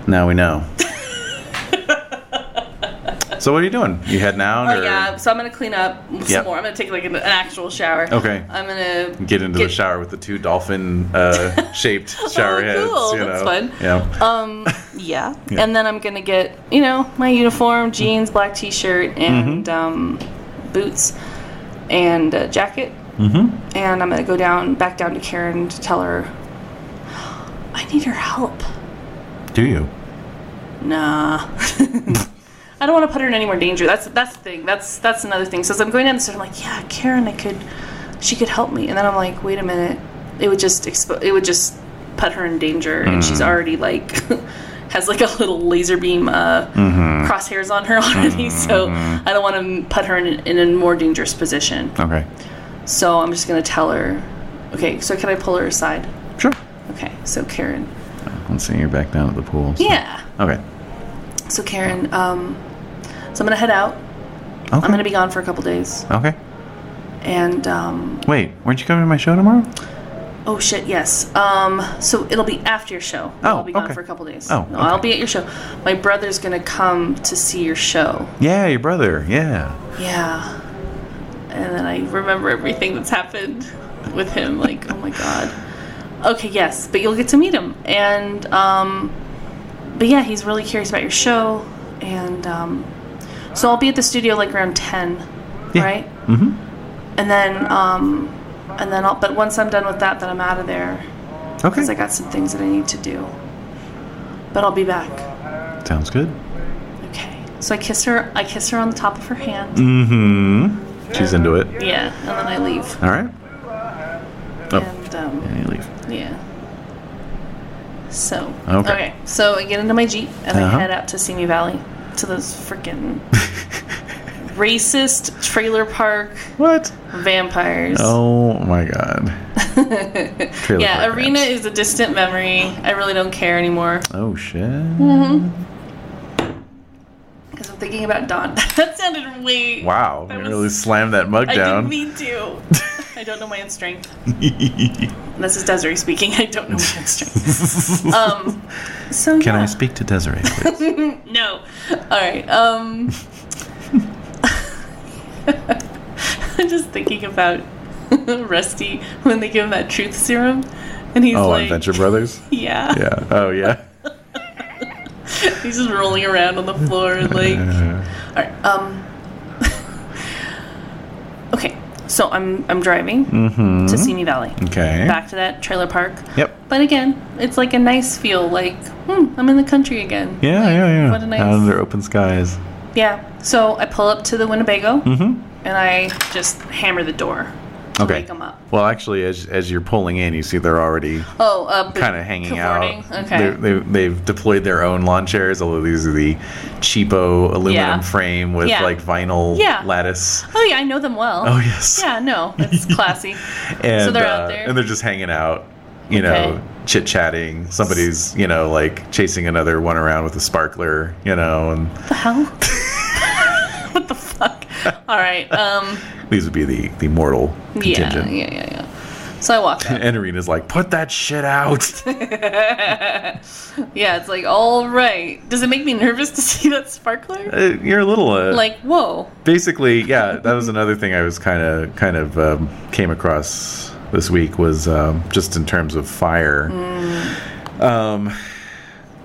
Now we know. so what are you doing? You heading out
Oh
or
yeah, so I'm gonna clean up some
Yep.
more. I'm gonna take like an, an actual shower.
Okay.
I'm gonna
get into the
Uh, Get- Oh,
shower with the two dolphin uh shaped shower heads,
cool.
you know.
That's fun.
Yeah.
Um, yeah. and then I'm gonna get you know my uniform,
Mm-hmm.
jeans, black t-shirt, and um, boots, and a jacket. Mm-hmm. And I'm gonna go down back down to Karen to tell her I need her help.
Do you?
Nah. I don't want to put her in any more danger. That's that's the thing. That's that's another thing. So as I'm going down the stairs, I'm like, yeah, Karen, I could, she could help me. And then I'm like, wait a minute, it would just expo- it would just put her in danger, and she's already like, has like a little laser beam uh, crosshairs on her already. So I don't want to put her in, in a more dangerous position.
Okay.
So I'm just gonna tell her, okay. So can I pull her aside?
Sure.
Okay. So Karen,
Let's see you're back down at the pool. so-
yeah.
Okay.
So Karen, um, so I'm gonna head out.
Okay.
I'm gonna be gone for a couple days,
Okay.
and um,
Wait, weren't you coming to my show tomorrow?
oh shit, yes. Um, so it'll be after your show.
Oh,
I'll be gone
okay.
for a couple days.
Oh,
no, I'll
okay.
be at your show. My brother's gonna come to see your show.
Yeah, your brother. Yeah.
Yeah, and then I remember everything that's happened with him. Like, oh my god. Okay, yes, but you'll get to meet him, and um, but yeah, he's really curious about your show, and um, so I'll be at the studio like around ten,
Yeah.
right?
Mm-hmm.
and then um and then I'll, but once I'm done with that then I'm out of there
Okay.
because I got some things that I need to do but I'll be back.
Sounds good.
Okay. So I kiss her. I kiss her on the top of her hand.
Mm-hmm. She's into it.
Yeah, and then I leave.
All right. Oh.
And um,
And you leave.
Yeah. So
Okay.
So I get into my jeep and
Uh-huh.
I head out to Simi Valley to those freaking racist trailer park
What?
vampires.
Oh my god. Trailer
yeah,
park
arena
rats.
is a distant memory. I really don't care anymore
Oh shit.
Mm-hmm. because I'm thinking about Don. that sounded way.
Wow.
That
you
was-
really slammed that mug
I
down.
didn't mean to. I don't know my own strength. This is Desiree speaking. I don't know my own strength. um, so
Can I
yeah.
speak to Desiree, please?
No. All right. Um, I'm just thinking about Rusty when they give him that truth serum, and he's
oh, on
like,
Venture Brothers?
yeah.
Yeah. Oh yeah.
he's just rolling around on the floor, and like, all right. Um, okay. So I'm I'm driving
Mm-hmm.
to Simi Valley,
Okay.
back to that trailer park.
Yep.
But again, it's like a nice feel. Like, hmm, I'm in the country again.
Yeah, yeah, yeah.
what a nice-
Out under open skies.
Yeah. So I pull up to the Winnebago
Mhm.
and I just hammer the door to
Okay.
wake them up.
Well, actually, as as you're pulling in, you see they're already
Oh, uh,
kind of hanging
cavorting?
out.
Okay.
They, they, they've deployed their own lawn chairs, although these are the cheapo aluminum
Yeah.
frame with
Yeah.
like vinyl
Yeah.
lattice.
oh yeah, I know them well.
Oh yes.
Yeah, no, it's classy.
And,
So they're out
uh,
there.
and they're just hanging out, you
Okay.
know, chit chatting. Somebody's, you know, like chasing another one around with a sparkler, you know, and
what the hell? what the fuck? All right. Um.
these would be the the mortal
Yeah.
contingent.
Yeah. Yeah. Yeah. So I walk up.
And Arena's like, put that shit out.
Yeah, it's like all right. Does it make me nervous to see that sparkler?
Uh, You're a little uh,
Like whoa.
basically yeah that was another thing i was kind of kind of um, came across this week was um, just in terms of fire um,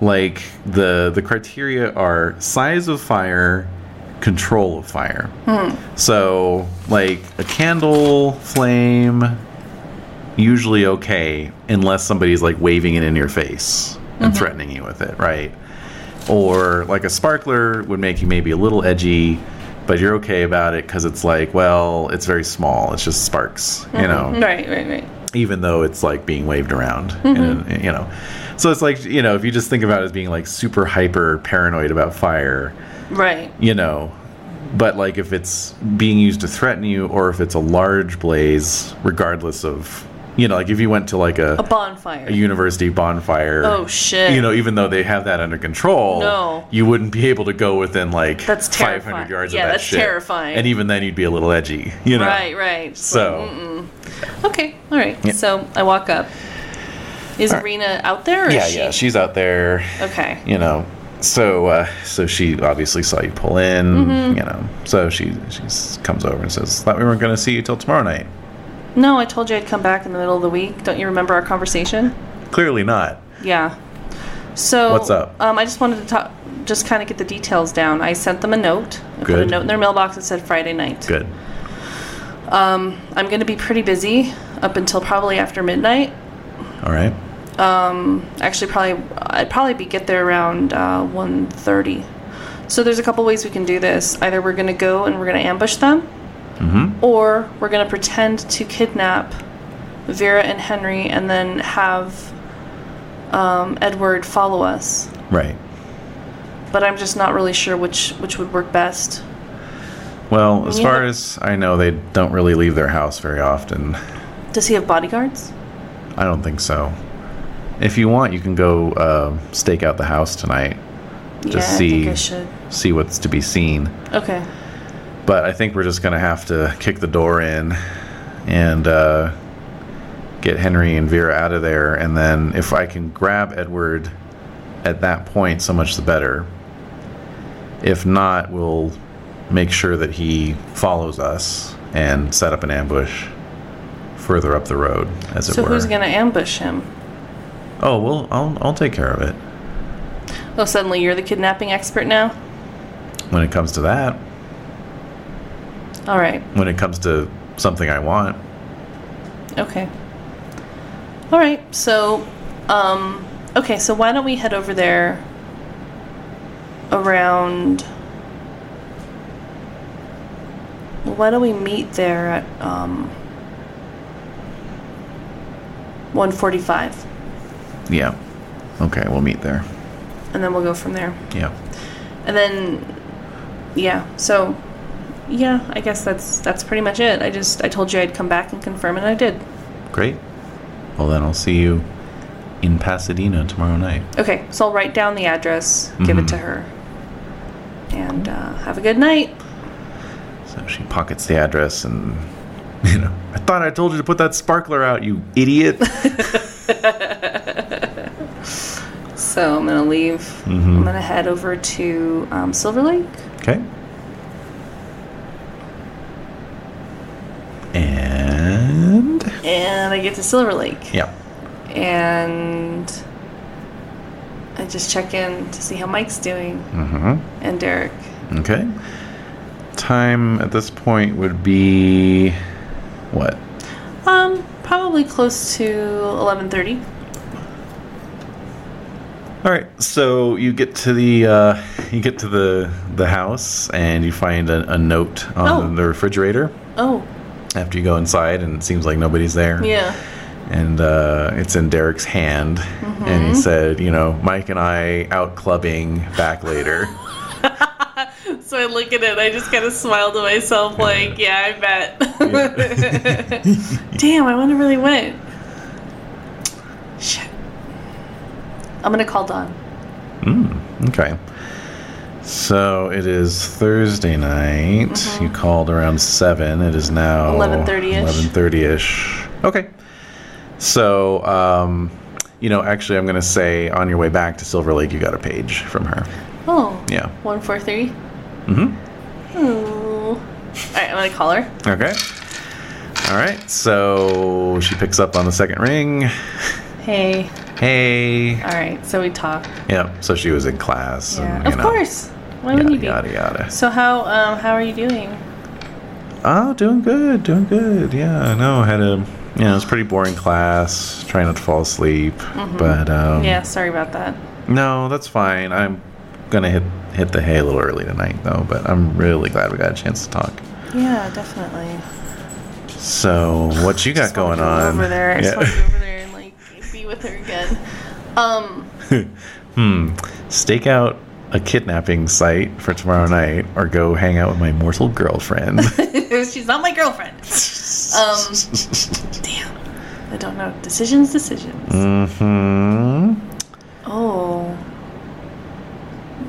like the the criteria are size of fire control of fire so like a candle flame usually okay unless somebody's like waving it in your face and threatening you with it right or like a sparkler would make you maybe a little edgy but you're okay about it because it's like well it's very small it's just sparks you know
Right. Right. Right.
even though it's like being waved around
Mm-hmm.
and, you know so it's like you know if you just think about it as being like super hyper paranoid about fire
Right.
you know but like if it's being used to threaten you or if it's a large blaze regardless of you know like if you went to like
A
a,
bonfire.
a university bonfire
Oh, shit.
you know even though they have that under control
No.
you wouldn't be able to go within like
That's
500
terrifying.
yards
Yeah,
of that
that's
shit.
terrifying.
and even then you'd be a little edgy you know
Right. Right. It's
so
Okay, all right. So I walk up. Is
All right.
Rena out there? Or
yeah
is she?
yeah she's out there
Okay.
you know so uh, so she obviously saw you pull in you know so she she comes over and says thought we weren't going to see you till tomorrow night
No, I told you I'd come back in the middle of the week. Don't you remember our conversation?
clearly not
Yeah. So
What's up?
Um, I just wanted to talk, just kind of get the details down. I sent them a note. I put a
Good.
note in their mailbox that said Friday night.
good
I'm going to be pretty busy up until probably after midnight.
all right
Actually, probably I'd probably be get there around uh, 1.30. So there's a couple ways we can do this. Either we're going to go and we're going to ambush them, or we're going to pretend to kidnap Vera and Henry and then have um, Edward follow us.
right
But I'm just not really sure which which would work best.
well as
Yeah.
far as i know they don't really leave their house very often
Does he have bodyguards?
i don't think so if you want you can go uh, stake out the house tonight
yeah,
Just
I think I
see.
should.
see what's to be seen
Okay.
but I think we're just gonna have to kick the door in and uh, get Henry and Vera out of there, and then if I can grab Edward at that point, so much the better. If not, we'll make sure that he follows us and set up an ambush further up the road, as it
So
were.
who's going to ambush him?
oh well, I'll I'll take care of it
Oh, suddenly you're the kidnapping expert now.
when it comes to that.
All right.
When it comes to something I want,
Okay. All right. So, um, Okay, so why don't we head over there around. Why don't we meet there at um, 145
Yeah. Okay, we'll meet there.
and then we'll go from there.
Yeah.
And then yeah, so yeah, I guess that's that's pretty much it. I just I told you I'd come back and confirm and I did.
Great. Well, then I'll see you in Pasadena tomorrow night.
Okay, so I'll write down the address, give it to her. And uh, have a good night.
So she pockets the address and, you know, I thought I told you to put that sparkler out, you idiot.
So I'm gonna leave. I'm gonna head over to um, Silver Lake.
okay. And.
And I get to Silver Lake.
Yeah.
And I just check in to see how Mike's doing
Mm-hmm.
and Derek.
Okay. Time at this point would be what?
Um, probably close to 11:30.
All right. So you get to the uh, you get to the the house and you find a, a note on
Oh.
the refrigerator
Oh,
after you go inside and it seems like nobody's there.
yeah.
And uh, it's in Derek's hand
Mm-hmm.
and he said, you know, Mike and I out clubbing back later.
So I look at it, I just kind of smile to myself, like, yeah, I bet. Damn, I wonder where they went. Shit. I'm gonna call Don.
okay. So it is Thursday night.
Mm-hmm.
You called around seven. It is now
11:30 -ish.
Eleven thirty ish. Okay. So, um, you know, actually, I'm going to say on your way back to Silver Lake, you got a page from her.
Oh.
Yeah.
One four three.
Mm-hmm.
Oh. All right, I'm gonna call her.
Okay. All right. So she picks up on the second ring.
Hey.
Hey.
All right. So we talk.
Yep. So she was in class.
Yeah.
And, you
of
know,
course. Why
Yada,
wouldn't you be?
yada yada.
So how um how are you doing?
Oh, doing good, doing good. Yeah, no, I had a, you know, it was a pretty boring class, trying not to fall asleep.
Mm-hmm.
But um,
Yeah. Sorry about that.
no, that's fine. I'm gonna hit hit the hay a little early tonight, though. But I'm really glad we got a chance to talk.
Yeah, definitely.
So, what you got
just wanna
going
go
on?
Over there, I just want to
Yeah.
go over there and like be with her again. Um,
Stake out a kidnapping site for tomorrow night, or go hang out with my mortal girlfriend.
she's not my girlfriend. Um, damn, I don't know. Decisions, decisions.
Mm. hmm
Oh,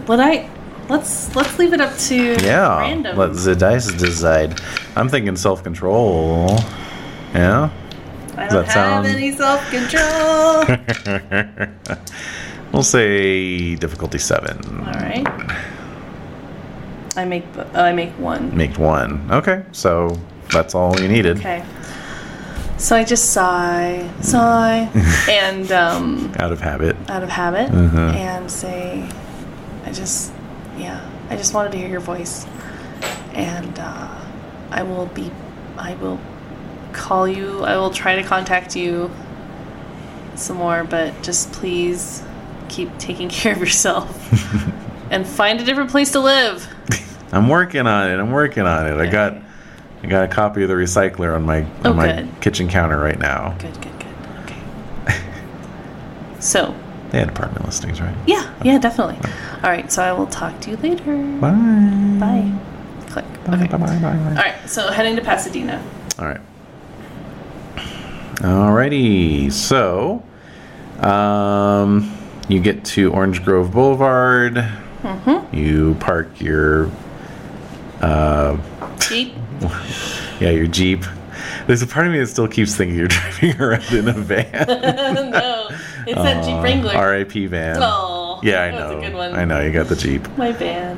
what I let's let's leave it up to
Yeah.
random.
Let the dice decide. I'm thinking self control. Yeah.
I
that
don't have
sound-
any self control.
We'll say difficulty seven.
All right, I make bo- I make one.
Make one. Okay, so that's all you needed.
Okay. So I just sigh, sigh, and um,
Out of habit.
out of habit,
Mhm.
and say, I just, yeah, I just wanted to hear your voice, and uh, I will be, I will call you. I will try to contact you some more, but just please keep taking care of yourself and find a different place to live.
I'm working on it. I'm working on it. I got I got a copy of the recycler on my on
Oh,
my
good.
kitchen counter right now.
Good, good, good. Okay. so.
They had apartment listings, right?
Yeah, yeah, definitely. All right, so I will talk to you later.
Bye.
Bye. Click.
Bye,
Okay.
bye, bye, bye,
All right, so heading to Pasadena.
All right. Alrighty. So, um, you get to Orange Grove Boulevard.
Mm-hmm.
You park your uh,
Jeep.
yeah your jeep. There's a part of me that still keeps thinking you're driving around in a van. Uh,
no, it's that Jeep Wrangler.
R.I.P. van.
Oh,
yeah, I know.
That was a good one.
I know you got the jeep.
My van.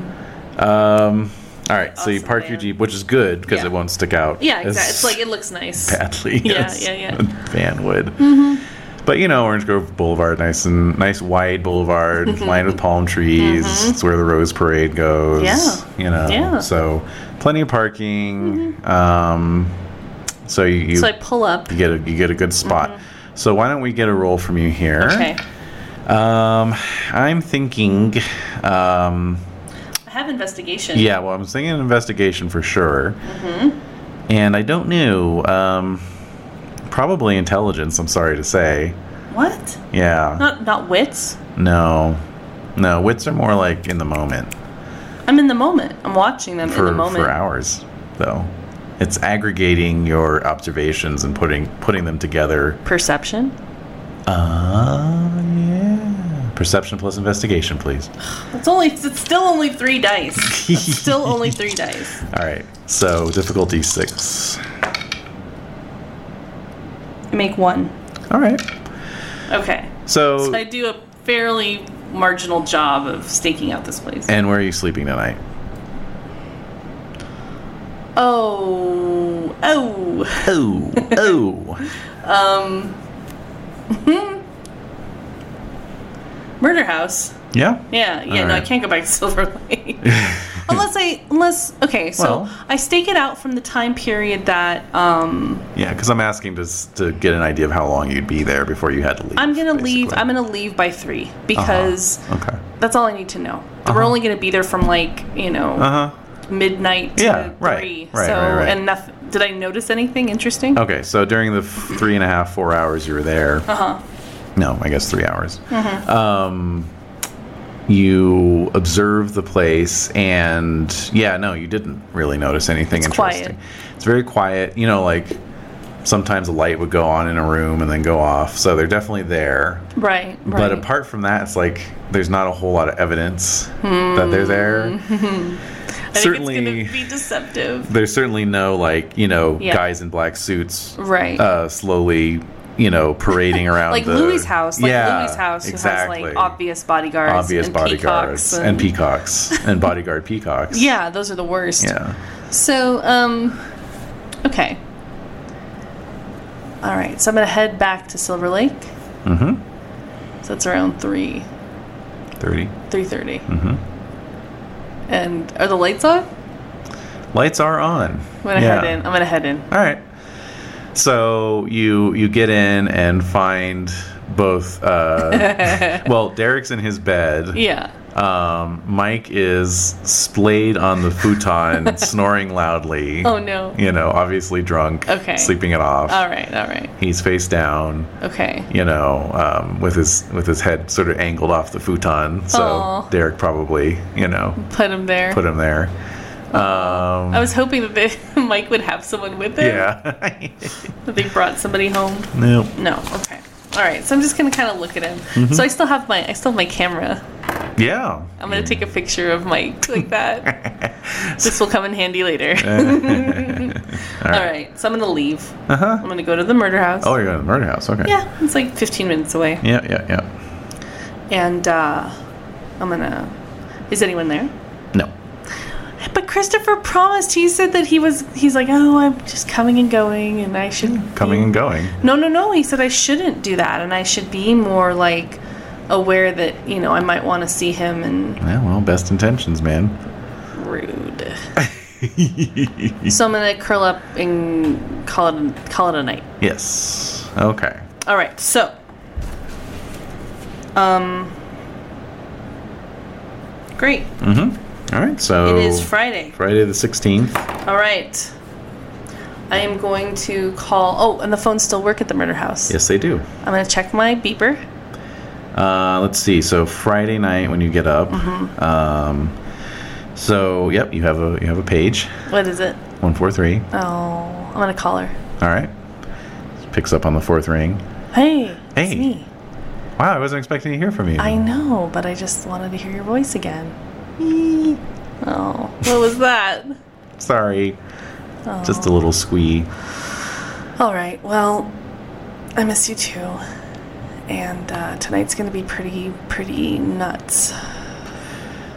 Um, all right. so you
Awesome
park your
van.
jeep, which is good because
Yeah.
it won't stick out.
Yeah,
as-
exactly. It's like it looks nice.
badly.
Yeah,
as
yeah, yeah. Mm-hmm.
a Van would. But you know, Orange Grove Boulevard, nice and nice wide
Mm-hmm.
boulevard, lined with palm trees. It's where the Rose Parade goes.
Yeah.
you know.
Yeah. Mm-hmm.
So plenty of parking. Um, so you, you,
So I pull up.
you get a you get a good spot. So why don't we get a roll from you here?
Okay.
Um, I'm thinking. Um,
I have investigation.
yeah, well, I'm thinking an investigation for sure.
Mm-hmm.
And I don't know. Um, probably intelligence. I'm sorry to say.
What?
Yeah.
Not not wits.
No. No. Wits are more like in the moment
I'm in the moment. I'm watching them in
for
the moment.
for hours, though. It's aggregating your observations and putting putting them together.
Perception.
Uh, yeah. Perception plus investigation, please.
It's only. It's still only three dice. It's still only three dice.
All right. So difficulty six.
I make one.
All right.
Okay.
So,
So I do a fairly marginal job of staking out this place.
and where are you sleeping tonight?
Oh. Oh.
Oh, oh.
Murder house.
yeah.
Yeah, yeah, no, I
Alright.
can't go back to Silver Lake. unless I, unless, okay, so
Well-
I stake it out from the time period that um,
Yeah, because I'm asking to s- to get an idea of how long you'd be there before you had to leave.
I'm gonna
basically.
leave.
Uh-huh.
I'm gonna leave by three because
okay.
that's all I need to know.
Uh-huh.
We're only gonna be there from like you know
Uh huh.
midnight to
Yeah, right,
three.
right,
so
right, right.
and nothing. Did I notice anything interesting?
Okay, so during the f- three and a half, four hours you were there. Uh
Uh-huh.
huh. No, I guess three hours.
Mm-hmm.
Um, you observe the place, and yeah, no, you didn't really notice anything
It's quiet.
interesting. It's very quiet. You know, like sometimes a light would go on in a room and then go off, so they're definitely there.
Right, right.
But apart from that, it's like there's not a whole lot of evidence that
Hmm.
they're there.
I think
certainly,
it's gonna be deceptive.
there's certainly no like you know
Yeah.
guys in black suits,
Right.
Uh, slowly, you know, parading around
like
the,
Louis' house, like
yeah,
Louis' house, who
exactly.
has like obvious bodyguards,
obvious
and
bodyguards
peacocks
and, peacocks and bodyguard peacocks.
Yeah, those are the worst.
yeah.
So, um, okay. All right, so I'm gonna head back to Silver Lake.
Mm-hmm.
So that's around three,
Thirty.
three thirty.
Mm-hmm.
And are the lights on?
Lights are on.
I'm gonna
Yeah.
head in. I'm gonna head in.
All right. So you you get in and find both. Uh, well, Derek's in his bed.
Yeah.
Um, Mike is splayed on the futon, snoring loudly.
Oh no.
You know, obviously drunk.
Okay.
Sleeping it off.
All right. All right.
He's face down.
Okay.
You know, um, with his with his head sort of angled off the futon. So
Aw.
Derek probably you know
Put him there.
put him there. Um,
I was hoping that they, Mike would have someone with him.
yeah.
That they brought somebody home.
nope.
No. Okay. All right. So I'm just gonna kind of look at him.
Mm-hmm.
So I still have my I still have my camera.
Yeah.
I'm gonna take a picture of Mike like that. this will come in handy later. All right. so I'm gonna leave.
Uh huh.
I'm gonna go to the murder house.
Oh, you're going to the murder house. Okay.
yeah, it's like 15 minutes away,
Yeah. Yeah. Yeah.
and uh, I'm gonna. Is anyone there?
No.
But Christopher promised. He said that he was. He's like, oh, I'm just coming and going, and I should
Coming and going.
No, no, no. He said I shouldn't do that, and I should be more like aware that you know I might want to see him and
Yeah, well, best intentions, man.
rude. so I'm gonna curl up and call it call it a night.
Yes. Okay.
All right, so um, great.
Mm-hmm. All right. So
It is Friday.
Friday the sixteenth.
All right. I am going to call. Oh, and the phones still work at the murder house.
Yes, they do.
I'm going to check my beeper.
Uh, let's see. So Friday night when you get up.
Mm-hmm.
Um, so yep, you have a you have a page
What is it?
one four three.
Oh, I'm going to call her.
All right. Picks up on the fourth ring.
Hey.
Hey.
It's me.
Wow, I wasn't expecting to hear from you.
I know, but I just wanted to hear your voice again. Oh, what was that?
Sorry. Just a little squee.
All right. Well, I miss you too. And uh, tonight's gonna be pretty, pretty nuts.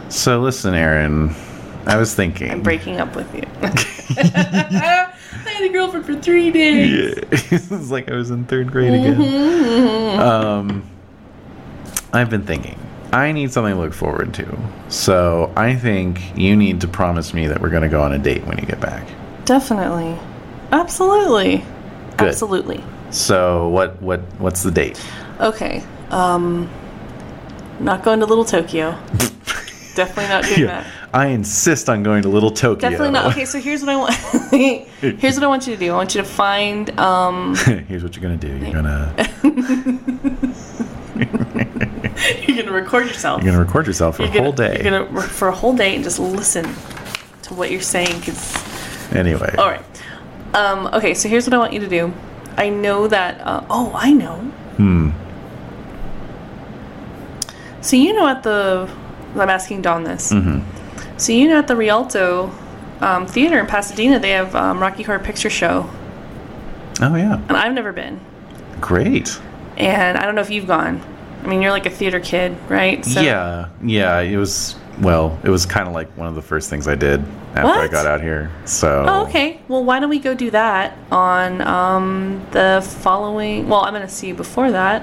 So listen, Aaron. I was thinking.
I'm breaking up with you. I had a girlfriend for three days.
Yeah. it's like I was in third grade again.
Mm-hmm,
Um, I've been thinking. I need something to look forward to. So I think you need to promise me that we're going to go on a date when you get back.
Definitely. Absolutely.
Good.
Absolutely.
So what what what's the date?
Okay. Um Not going to Little Tokyo. Definitely not doing
Yeah.
that.
I insist on going to Little Tokyo.
Definitely not. Okay, so here's what I want. here's what I want you to do. I want you to find. Um,
Here's what you're gonna do. You're gonna
you're gonna record yourself.
you're gonna record yourself for a whole day.
You're gonna re- for a whole day and just listen to what you're saying. 'cause-
Anyway.
all right. Um, okay, so here's what I want you to do. I know that. Uh, oh, I know.
Hmm.
So you know at the I'm asking Don this.
Mhm.
So you know at the Rialto um, Theater in Pasadena they have um, Rocky Horror Picture Show,
Oh yeah.
and I've never been,
Great.
and I don't know if you've gone. I mean, you're like a theater kid, right?
yeah. Yeah. It was well. It was kind of like one of the first things I did after I
What?
got out here. So.
Oh, okay. Well, why don't we go do that on um, the following? Well, I'm going to see you before that.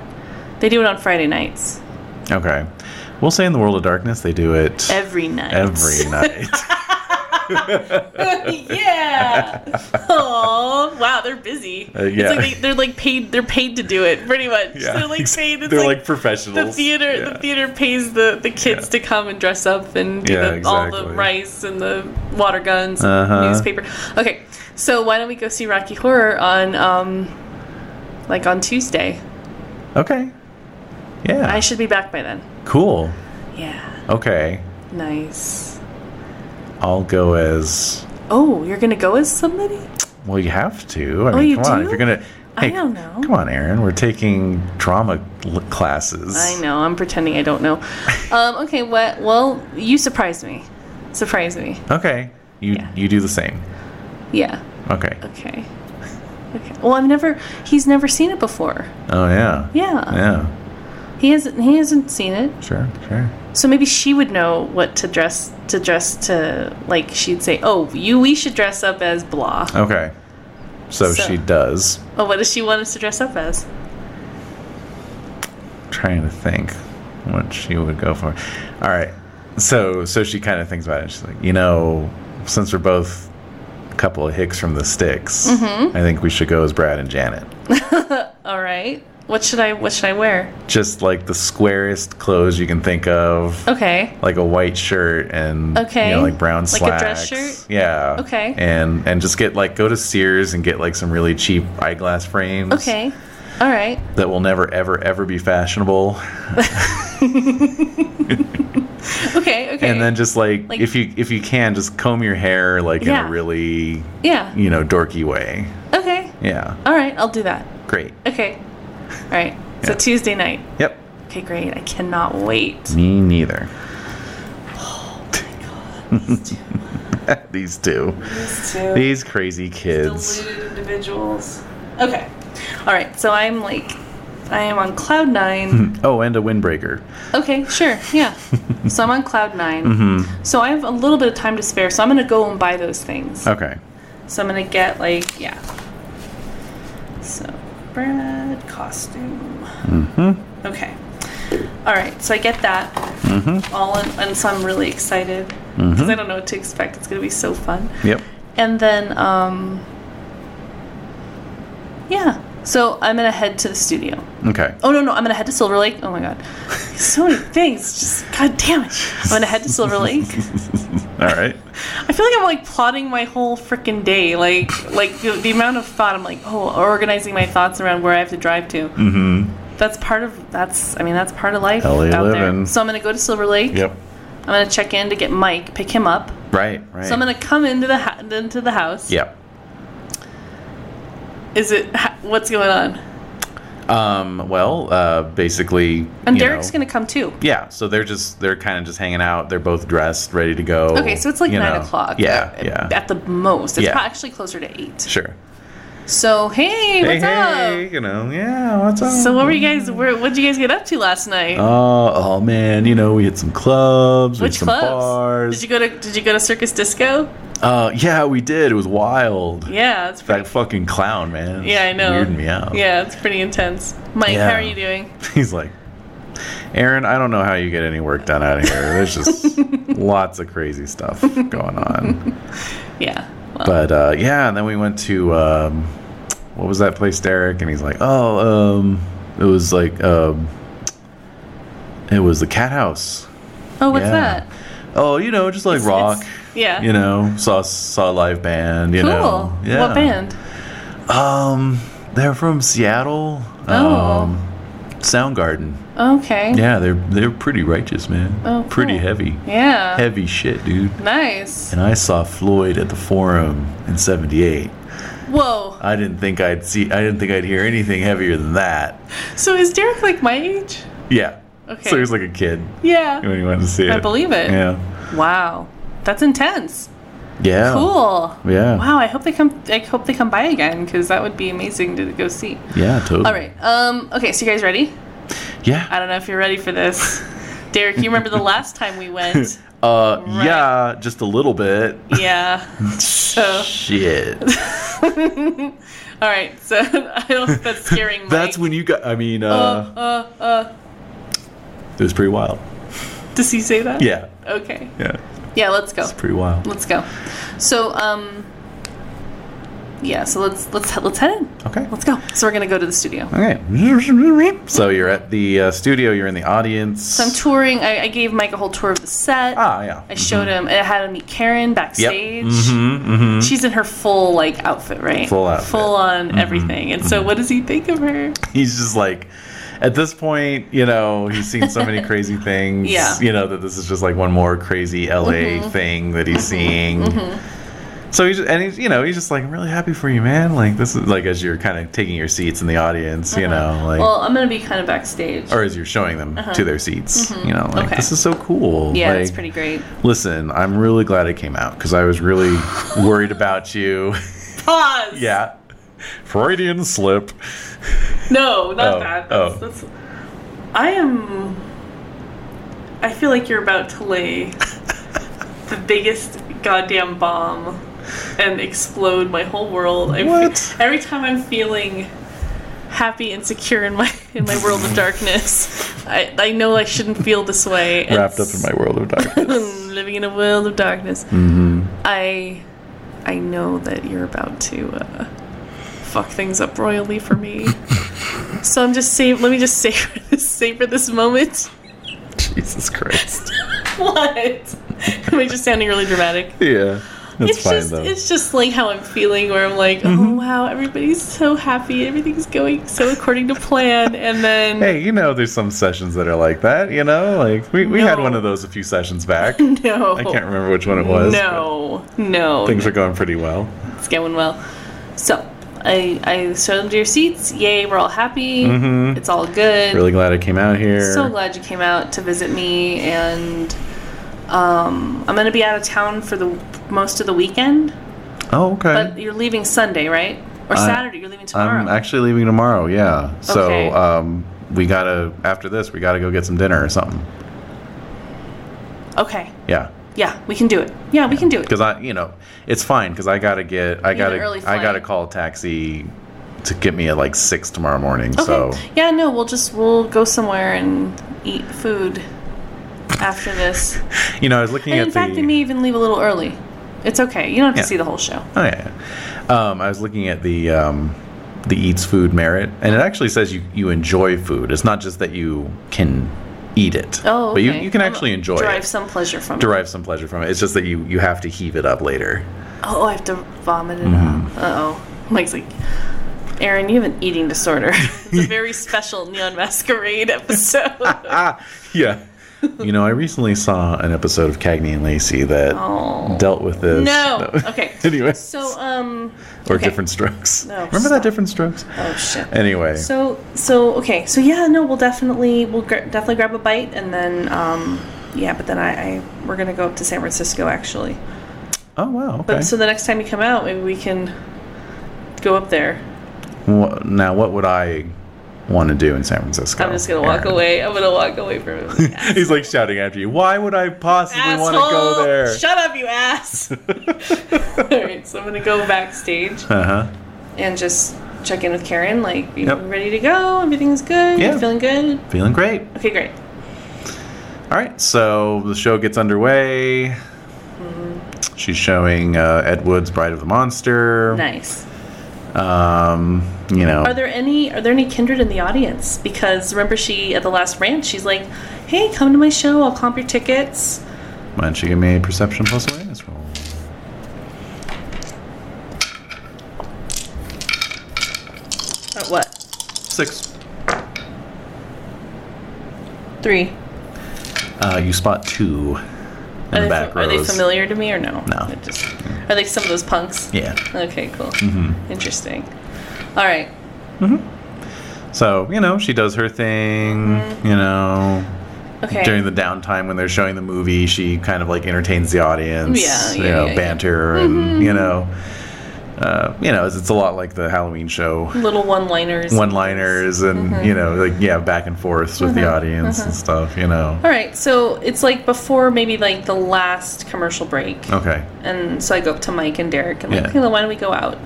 They do it on Friday nights.
Okay. We'll say in the world of darkness they do it
Every night.
every night.
yeah. Oh wow, they're busy.
Uh, yeah.
It's like they, they're like paid. They're paid to do it, pretty much. They're like paid. It's
They're like,
like,
professionals.
the theater.
Yeah.
The theater pays the the kids to come and dress up and do
Yeah,
the, all the
exactly.
rice and the water guns, and
Uh-huh.
newspaper. Okay, so why don't we go see Rocky Horror on um, like on Tuesday?
Okay. Yeah.
I should be back by then.
cool.
Yeah.
Okay.
Nice.
I'll go as
Oh, you're gonna go as somebody?
well. You have to. I mean,
Oh, you
come on.
do?
If you're gonna,
I
Hey,
don't know.
Come on, Aaron. We're taking drama l- classes.
I know. I'm pretending I don't know. Um, okay. What? Well, you surprised me. Surprise me.
Okay. You
Yeah.
you do the same.
Yeah.
Okay.
Okay. Okay. Well, I've never. He's never seen it before.
Oh yeah.
Yeah.
Yeah.
He hasn't. He hasn't seen it.
Sure. Sure.
So maybe she would know what to dress to dress to. Like she'd say, "Oh, you. We should dress up as blah."
Okay. So,
So-
she does.
Oh, what does she want us to dress up as?
trying to think what she would go for. All right. So so she kind of thinks about it. She's like, you know, since we're both a couple of hicks from the sticks,
Mm-hmm.
I think we should go as Brad and Janet.
All right. What should I? What should I wear?
Just like the squarest clothes you can think of.
Okay.
Like a white shirt and
Okay.
you know, like brown
Like a
slacks.
dress shirt?
Yeah.
Okay.
And and just get like go to Sears and get like some really cheap eyeglass frames.
Okay. All right.
That will never ever ever be fashionable.
Okay. Okay.
and then just like,
Like-
if you if you can just comb your hair like in
Yeah.
a really
yeah.
you know dorky way
Okay.
yeah
All right. I'll do that.
great
Okay. All right. So
Yeah.
Tuesday night.
yep
Okay, great. I cannot wait.
me neither these two
These two
these crazy kids
deluded individuals. Okay. All right. So I'm like, I am on cloud nine.
oh and a windbreaker
okay. Sure. Yeah. so I'm on cloud 9
Mm-hmm.
So I have a little bit of time to spare. So I'm gonna go and buy those things.
okay
So I'm gonna get like, yeah. So Brad costume. Mm-hmm. Okay. All right. So I get that. Mm-hmm. All in, and so I'm really excited because I don't know what to expect. It's gonna be so fun.
yep
And then, um, yeah. So I'm gonna head to the studio.
okay
Oh no, no, I'm gonna head to Silver Lake. Oh my god, so many things. Just god damn it. I'm gonna head to Silver Lake.
all right
I feel like I'm like plotting my whole freaking day. Like like the, the amount of thought I'm like, oh, organizing my thoughts around where I have to drive to. Mm-hmm. That's part of that's I mean that's part of life
LA
out
living.
there. So I'm gonna go to Silver Lake.
yep
I'm gonna check in to get Mike, pick him up.
right right
So I'm gonna come into the ha- into the house.
yep
Is it ha- what's going on?
um well uh basically
And
you
Derek's
know-
gonna come too.
yeah, so they're just they're kind of just hanging out. They're both dressed, ready to go.
Okay, so it's like
you
nine
know.
o'clock.
Yeah,
at,
yeah.
At the most, it's
Yeah.
pro- actually closer to eight.
Sure.
So hey, what's
hey,
up?
you know, yeah, what's up?
So what were you guys? Where, what'd you guys get up to last night?
Oh, oh man, you know, we had some clubs, we had
Which
some
clubs?
bars.
Did you go to Did you go to Circus Disco?
uh, yeah, we did. It was wild.
Yeah, that's pretty.
That fucking clown, man.
yeah, I know.
Weirded me out.
Yeah, it's pretty intense. Mike,
Yeah.
how are you doing?
He's like, Aaron, I don't know how you get any work done out of here. There's just lots of crazy stuff going on.
Yeah. Well,
But uh, yeah, and then we went to um, what was that place, Derek? And he's like, oh, um, it was like um, It was the cat house.
Oh, what's
Yeah.
that?
Oh, you know, just like
It's-
rock.
it's- yeah.
You know, saw saw a live band. You
cool.
know, yeah.
What band?
Um, they're from Seattle.
Oh.
Um, Soundgarden.
Okay.
Yeah, they're they're pretty righteous, man.
Oh,
pretty
cool.
heavy.
Yeah.
Heavy shit, dude.
Nice.
And I saw Floyd at the Forum in '78.
Whoa.
I didn't think I'd see. I didn't think I'd hear anything heavier than that.
So is Derek like my age?
Yeah.
Okay.
So he was like a kid
Yeah.
when he went to see it.
I believe it.
Yeah.
Wow. That's intense.
Yeah.
Cool.
Yeah.
Wow. I hope they come. I hope they come by again because that would be amazing to go see.
Yeah. Totally.
All right. Um. Okay. So you guys ready?
Yeah.
I don't know if you're ready for this. Derek, you remember the last time we went?
Uh,
Right.
yeah, just a little bit.
Yeah. So,
Shit.
all right. So, I don't. That's scaring. Mike.
That's when you got. I mean, uh,
Uh, uh, uh.
it was pretty wild.
Does he say that?
Yeah,
Okay.
yeah,
Yeah. Let's go.
it's pretty wild.
Let's go. So, um. Yeah. So let's let's let's head in.
Okay.
Let's go. So we're gonna go to the studio.
Okay. So you're at the uh, studio. You're in the audience.
So I'm touring. I, I gave Mike a whole tour of the set.
ah, yeah.
I showed him. I had him meet Karen
Yep.
backstage.
Mm-hmm, mm-hmm.
She's in her full like outfit, right?
Full outfit. Mm-hmm.
full on everything. And so, what does he think of her?
He's just like, at this point, you know, he's seen so many crazy things.
Yeah. Mm-hmm.
You know that this is just like one more crazy LA thing that he's seeing. So he's and he's you know he's just like I'm really happy for you man like this is like as you're kind of taking your seats in the audience you know like
Uh-huh. well, I'm gonna be kind of backstage.
or as you're showing them to their seats. You know, like
Uh-huh. Mm-hmm. Okay.
this is so cool.
yeah,
like,
it's pretty great.
Listen, I'm really glad it came out because I was really worried about you.
Pause.
yeah, Freudian slip.
No, not
Oh,
that.
oh.
That's, that's, I am. I feel like you're about to lay the biggest goddamn bomb and explode my whole world. I fe-
What?
every time I'm feeling happy and secure in my in my world of darkness, I, I know I shouldn't feel this way. and
Wrapped up in my world of darkness.
living in a world of darkness.
Mm-hmm.
I I know that you're about to uh, fuck things up royally for me. so I'm just save. Let me just savor this savor this moment.
Jesus Christ.
what? Am I just sounding really dramatic?
Yeah, that's
it's
fine
just
though. Mm-hmm.
it's just like how I'm feeling, where I'm like, oh wow, everybody's so happy, everything's going so according to plan, and then
Hey, you know, there's some sessions that are like that. You know, like we, we had
No.
one of those a few sessions back.
no,
I can't remember which one it was. but
no, no,
things are going pretty well.
It's going well. So I I showed them to your seats. Yay, we're all happy. It's all good.
Mm-hmm. Really glad it came out here.
So glad you came out to visit me. And um, I'm gonna be out of town for the most of the weekend.
Oh, okay.
But you're leaving Sunday, right? Or
I-
Saturday? You're leaving tomorrow.
I'm actually leaving tomorrow. Yeah. So
Okay.
um, we gotta after this we gotta go get some dinner or something.
okay.
Yeah.
Yeah, we can do it. Yeah, we can do it.
Because I, you know, it's fine. Because I gotta get I
You have
gotta
an early
I gotta
flight.
call a taxi to get me at like six tomorrow morning.
Okay.
So
Yeah, no, we'll just we'll go somewhere and eat food after this.
you know I was looking
And
at
in fact,
the
I may even leave a little early. It's okay. You don't have to
Yeah.
see the whole show.
oh yeah, yeah. um I was looking at the um the eats food merit and it actually says you you enjoy food. It's not just that you can eat it.
Oh,
but you
okay.
you can
Um,
actually enjoy
derive
it.
some pleasure from it.
Derive some pleasure from it. It's just that you you have to heave it up later.
Oh, I have to vomit it
Mm-hmm.
out. Uh oh. Mike's like, Aaron, you have an eating disorder. it's a very special Neon Masquerade episode.
ah, yeah. You know, I recently saw an episode of Cagney and Lacey that
oh.
dealt with this.
No. Okay.
anyway,
So, um.
or
okay.
different strokes.
No,
Remember
stop.
that different strokes?
Oh, shit.
Anyway,
So, so, okay. So, yeah, no, we'll definitely, we'll gra- definitely grab a bite and then, um, yeah, but then I, I we're going to go up to San Francisco actually.
oh wow,
But
okay.
so the next time you come out, maybe we can go up there.
Wha- now, what would I want to do in San Francisco?
I'm just gonna walk
Aaron?
away. I'm gonna walk away from him.
He's like shouting after you. Why would I possibly want to go there?
Shut up, you ass! All right, so I'm gonna go backstage
uh huh.
and just check in with Karen. Like, you
Yep.
ready to go? Everything's good.
Yeah.
You feeling good?
Feeling great.
Okay, great.
All right, so the show gets underway.
Mm-hmm.
She's showing uh, Ed Wood's Bride of the Monster.
Nice.
Um, you know,
Are there any are there any kindred in the audience? Because remember she at the last rant, she's like, Hey, come to my show, I'll comp your tickets.
why don't you give me a perception plus awareness roll?
Or what?
Six.
Three.
Uh, you spot two in
Are
the
they,
back
are they
rows.
familiar to me or no?
No.
They're just- are they some of those punks?
Yeah. Mm-hmm.
Okay, cool. Interesting. All right.
So you know, she does her thing. You know,
Mm-hmm. Okay.
during the downtime when they're showing the movie, she kind of like entertains the audience.
Yeah,
you
yeah,
know,
yeah, Mm-hmm. yeah.
banter and you know, uh, you know, it's, it's a lot like the Halloween show.
Little one-liners.
One-liners and
mm-hmm.
you know, like yeah, back and forth with the audience and stuff. You know.
All right, so it's like before maybe like the last commercial break,
Okay,
and so I go up to Mike and Derek and like,
Oh. Yeah.
"Hey, why don't we go out?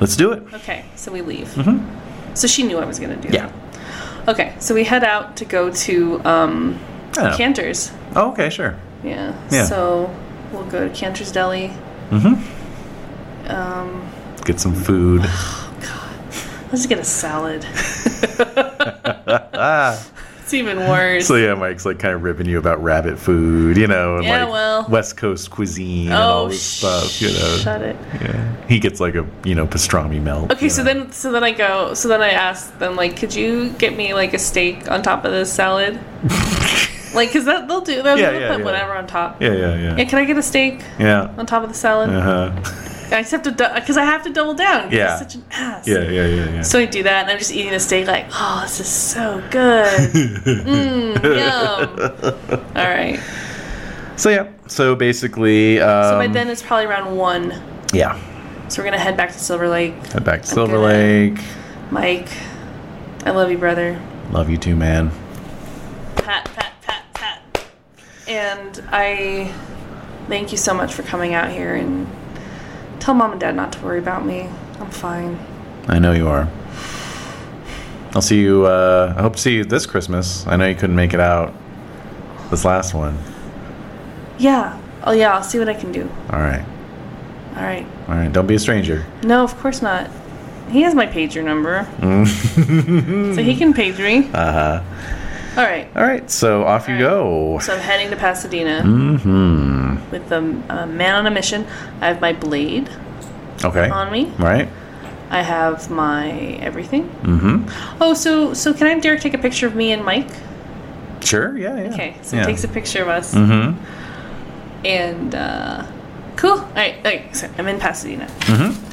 let's do it.
Okay, so we leave. So she knew I was gonna do
Mm-hmm. Yeah.
that. Okay, so we head out to go to um,
Yeah.
Cantor's.
Oh, okay, sure.
Yeah.
Yeah.
So we'll go to Cantor's Deli.
Get some food.
Let's get a salad. it's even worse.
So yeah, Mike's like kind of ripping you about rabbit food, you know, and
Yeah,
like
well.
West Coast cuisine and all
oh,
this stuff, you know.
shut it.
Yeah. He gets like a you know pastrami melt.
Okay, so then so then I go so then I ask them like, could you get me like a steak on top of this salad? like, cause that they'll do they'll,
Yeah,
they'll
yeah,
put
yeah.
whatever on top.
Yeah, yeah,
Yeah,
yeah.
can I get a steak
Yeah.
on top of the salad?
Uh-huh.
I just have to because I have to double down. 'cause
Yeah.
I'm such an ass.
Yeah, yeah, yeah, yeah.
So I do that, and I'm just eating the steak like, oh, this is so good. mm, yum. All right.
So yeah. So basically
So
um,
by then it's probably around one.
Yeah.
So we're gonna head back to Silver Lake.
Head back to Silver
gonna-
Lake.
Mike, I love you, brother.
Love you too, man.
pat, pat, pat, pat. And I thank you so much for coming out here and tell mom and dad not to worry about me. I'm fine.
I know you are. I'll see you uh I hope to see you this Christmas. I know you couldn't make it out this last one.
Yeah. Oh, yeah, I'll see what I can do.
All right.
All right.
All right. Don't be a stranger.
No, of course not. He has my pager number. so he can page me. Uh huh. All right.
All right. So off you go.
So I'm heading to Pasadena with the uh, man on a mission. I have my blade
Okay.
on me.
Right.
I have my everything. Mm-hmm. Oh, so so can I have Derek take a picture of me and Mike?
Sure. Yeah. Yeah.
Okay, so
yeah.
he takes a picture of us.
Mm-hmm.
And uh, cool. All right, all right. So I'm in Pasadena.
Mm-hmm.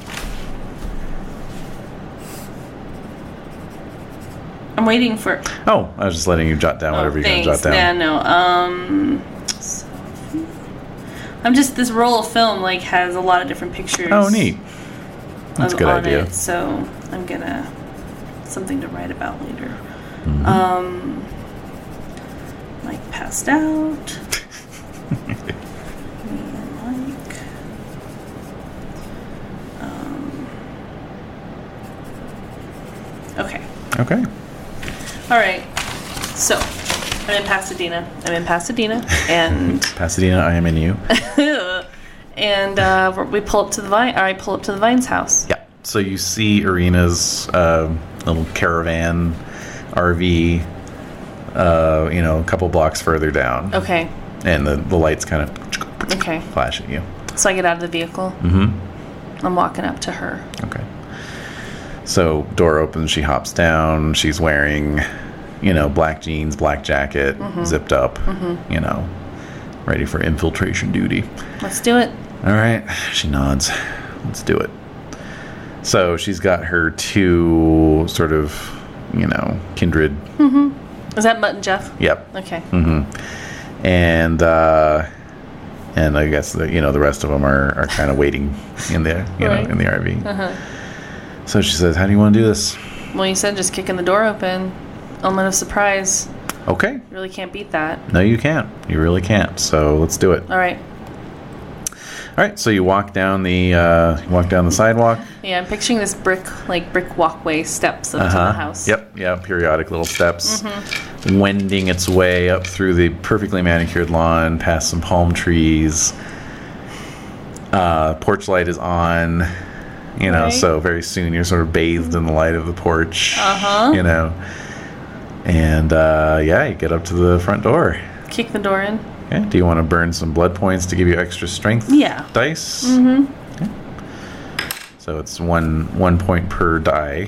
I'm waiting for.
Oh, I was just letting you jot down whatever
oh,
you're
thanks.
gonna jot down.
Yeah, no. Um, so- I'm just this roll of film like has a lot of different pictures.
Oh, neat. That's a
of-
good
on
idea.
It, so I'm gonna something to write about later.
Mm-hmm.
Um, Mike passed out. Me and Mike. Um, okay.
Okay.
All right. So I'm in Pasadena. I'm in Pasadena, and
Pasadena, I am in you.
and uh, we're- we pull up to the vine. Or I pull up to the Vine's house.
yeah. So you see Arena's uh, little caravan RV, uh, you know, a couple blocks further down,
Okay.
and the, the lights kind of
Okay.
flash at you.
So I get out of the vehicle. Mm-hmm. I'm walking up to her.
Okay. So door opens, she hops down. She's wearing, you know, black jeans, black jacket, zipped up, you know, ready for infiltration duty.
Let's do it.
All right, she nods. Let's do it. So she's got her two sort of, you know, kindred.
Is that Mutt and Jeff?
Yep.
Okay.
And uh, and I guess the you know the rest of them are, are kind of waiting in the you
Right.
know in the RV. So she says, "How do you want to do this?"
Well, you said just kicking the door open. Element of surprise.
Okay.
Really can't beat that.
No, you can't. You really can't. So let's do it. All
All right.
right. So you walk down the uh, you walk down the sidewalk.
Yeah, I'm picturing this brick, like brick walkway steps up to the house.
Uh-huh.
Mm-hmm.
Yep, yeah, periodic little steps, wending its way up through the perfectly manicured lawn, past some palm trees. Uh, porch light is on. you know.
Right.
So very soon you're sort of bathed in the light of the porch,
Uh-huh.
you know. And uh, yeah, you get up to the front door.
Kick the door in.
Yeah. Do you want to burn some blood points to give you extra strength?
Yeah.
Dice. Mm-hmm. So it's one one point per die.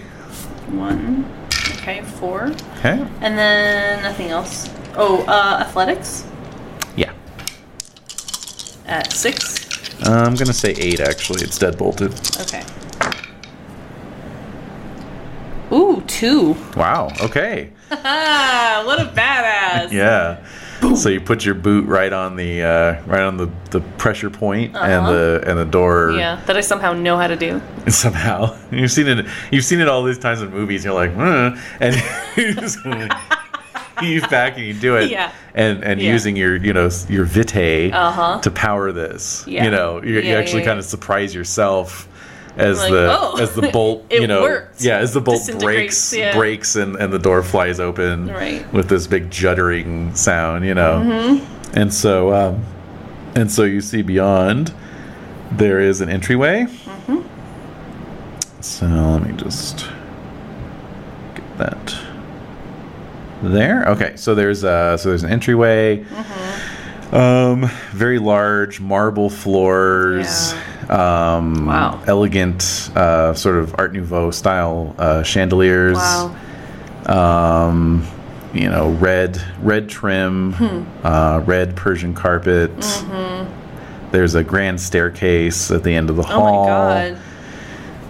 One. Okay, four.
Okay.
And then nothing else. Oh, uh, athletics
Yeah.
at six.
I'm gonna say eight. Actually, it's deadbolted.
Okay. Ooh, two.
Wow. Okay.
Ah, what a badass.
Yeah. So you put your boot right on the uh, right on the, the pressure point and
Uh-huh.
the and the door
Yeah, that I somehow know how to do.
somehow. You've seen it you've seen it all these times in movies. You're like, "Huh," and you just you back and you do it.
Yeah.
And and
Yeah.
using your you know s- your vitae
Uh-huh.
to power this.
Yeah.
You know, you, you
Yeah,
actually
yeah,
kind of
yeah.
surprise yourself. As
Like,
the
"Oh,
as the bolt,
it
you know,
worked."
yeah, as the bolt
Disintegrates,
breaks,
yeah.
breaks, and, and the door flies open
Right.
with this big juddering sound, you know.
Mm-hmm.
And so, um, and so you see beyond, there is an entryway. So let me just get that there. Okay, so there's uh, so there's an entryway.
Mm-hmm.
Um, very large marble floors. Um,
Wow.
Elegant, uh, sort of Art Nouveau style uh, chandeliers
Wow.
um, you know, red red trim,
Hmm.
uh, red Persian carpet. There's a grand staircase at the end of the
Mm-hmm. Oh
hall.
my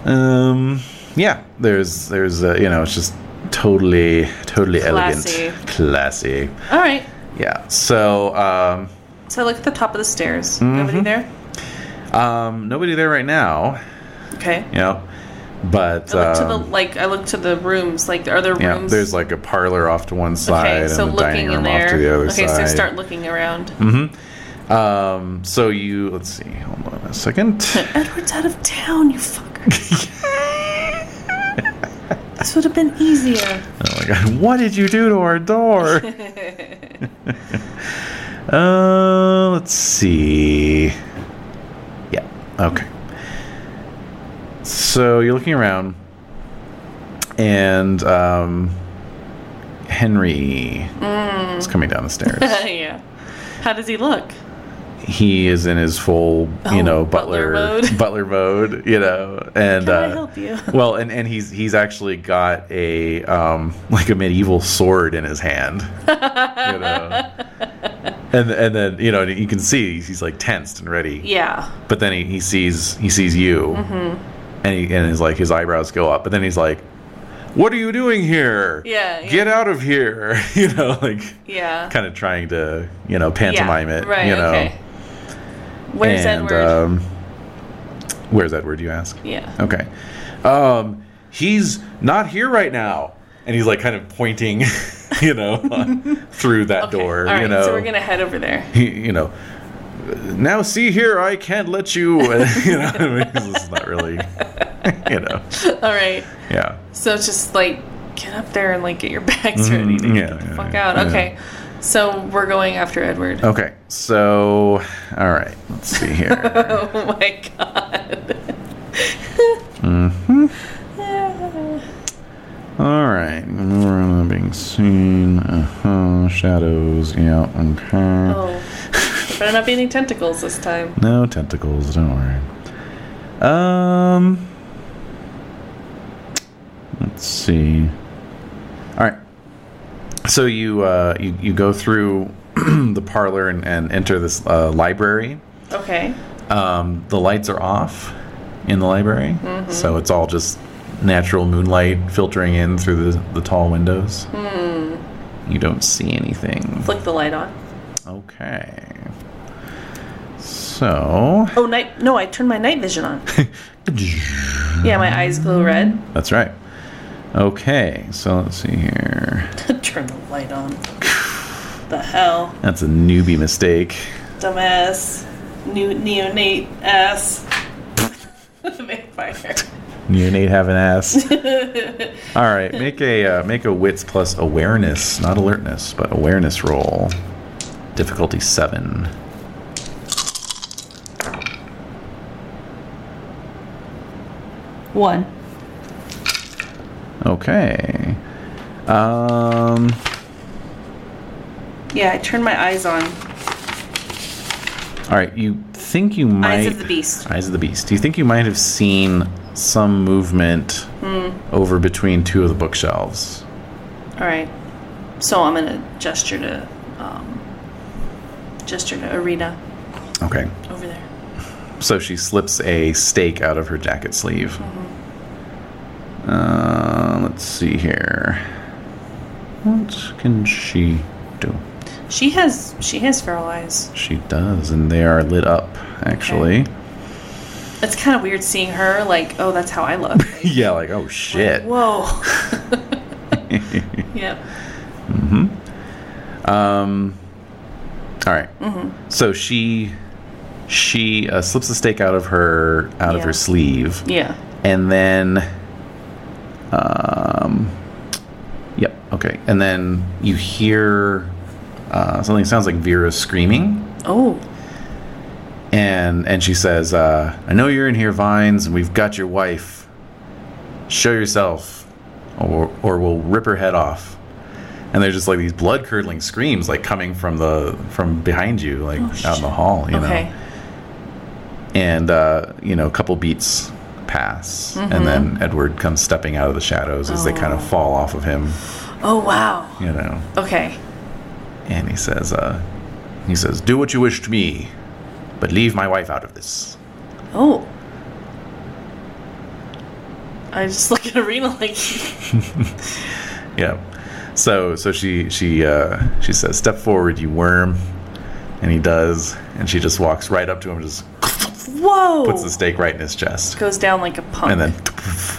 god.
Um, yeah, there's there's uh, you know, it's just totally totally
Classy.
elegant, classy.
All right.
Yeah. So um,
So I look at the top of the stairs.
Mm-hmm.
Nobody there?
um, nobody there right now.
Okay.
You know, but.
I look to the
um,
like I look to the rooms. Like are there
yeah,
rooms?
there's like a parlor off to one side
Okay, so
and the dining
looking in
room off to
there.
the other
okay,
side. Mm.
so start looking around.
Um, so you let's see, hold on a second.
Edward's out of town, you fucker. this would have been easier.
oh my god, what did you do to our door? uh, let's see. Yeah, okay. So you're looking around, and um, Henry
Mm.
is coming down the stairs.
yeah. How does he look?
he is in his full, you
Oh,
know,
butler
butler
mode.
butler mode, you know, and
Can I
uh,
help you?
well, and and he's he's actually got a um like a medieval sword in his hand, you know, and and then you know you can see he's like tensed and ready,
Yeah.
but then he, he sees he sees you,
Mm-hmm.
and he and he's like his eyebrows go up, but then he's like, "What are you doing here?
Yeah, yeah.
get out of here!" you know, like
Yeah.
kind of trying to you know pantomime
yeah.
it,
Right,
you know.
okay. Where's
and,
Edward?
Um, where's Edward? You ask.
yeah.
Okay. Um, he's not here right now, and he's like kind of pointing, you know, through that
Okay,
door.
all right,
you know,
so we're gonna head over there.
he, you know. Now see here, I can't let you. you know, I mean, this is not really, you know,
All right.
yeah.
So it's just like get up there and like get your bags ready to
Mhm,
get
yeah,
the
yeah,
fuck
yeah, Oh.
out.
yeah.
Okay. So we're going after Edward.
Okay, so all right, let's see here.
Oh my god.
Mm-hmm. All right, being seen. Uh huh. Shadows. Yeah. Okay.
Oh. Better not be any tentacles this time.
No tentacles, don't worry. Um Let's see. Alright. So you uh you, you go through the parlor and, and enter this uh, library.
Okay.
Um, the lights are off in the library, so it's all just natural moonlight filtering in through the, the tall windows. You don't see anything.
Flick the light on.
Okay. So.
Oh, night. No, I turned my night vision on. Yeah, my eyes glow red.
That's right. Okay, so let's see here.
Turn the light on. The hell,
That's a newbie mistake.
dumbass, new neonate ass. Vampire.
Neonate have an ass. All right, make a uh, make a wits plus awareness, not alertness, but awareness roll. Difficulty seven.
One.
Okay. Um,
Yeah, I turned my eyes on.
all right. You think you might.
Eyes of the Beast.
Eyes of the Beast. Do you think you might have seen some movement
Hmm.
over between two of the bookshelves?
All right. So I'm gonna gesture to, um, gesture to Arena
Okay.
over there.
So she slips a stake out of her jacket sleeve. Uh, let's see here. What can she do?
She has she has feral eyes.
She does, and they are lit up, actually.
It's kind of weird seeing her. Like, oh, that's how I look.
yeah, like, oh shit.
Whoa. yep.
All right.
Mm-hmm.
So she she uh, slips the stake out of her out of
Yeah.
her sleeve,
Yeah.
and then um, yep, okay, and then you hear uh, something that sounds like Vera screaming.
Oh.
and and she says, uh, "I know you're in here, Vines, and we've got your wife. Show yourself, or or we'll rip her head off." And there's just like these blood curdling screams like coming from the from behind you, like out in the hall, you
Okay.
know. And uh, you know, a couple beats pass, and then Edward comes stepping out of the shadows as they kind of fall off of him,
Oh wow.
you know.
Okay.
And he says, uh, he says, "Do what you wish to me, but leave my wife out of this."
Oh. I just look at Arena like,
Yeah. So so she she uh, she says, "Step forward, you worm," and he does, and she just walks right up to him, and just
whoa.
puts the stake right in his chest,
Goes down like a punk.
and then,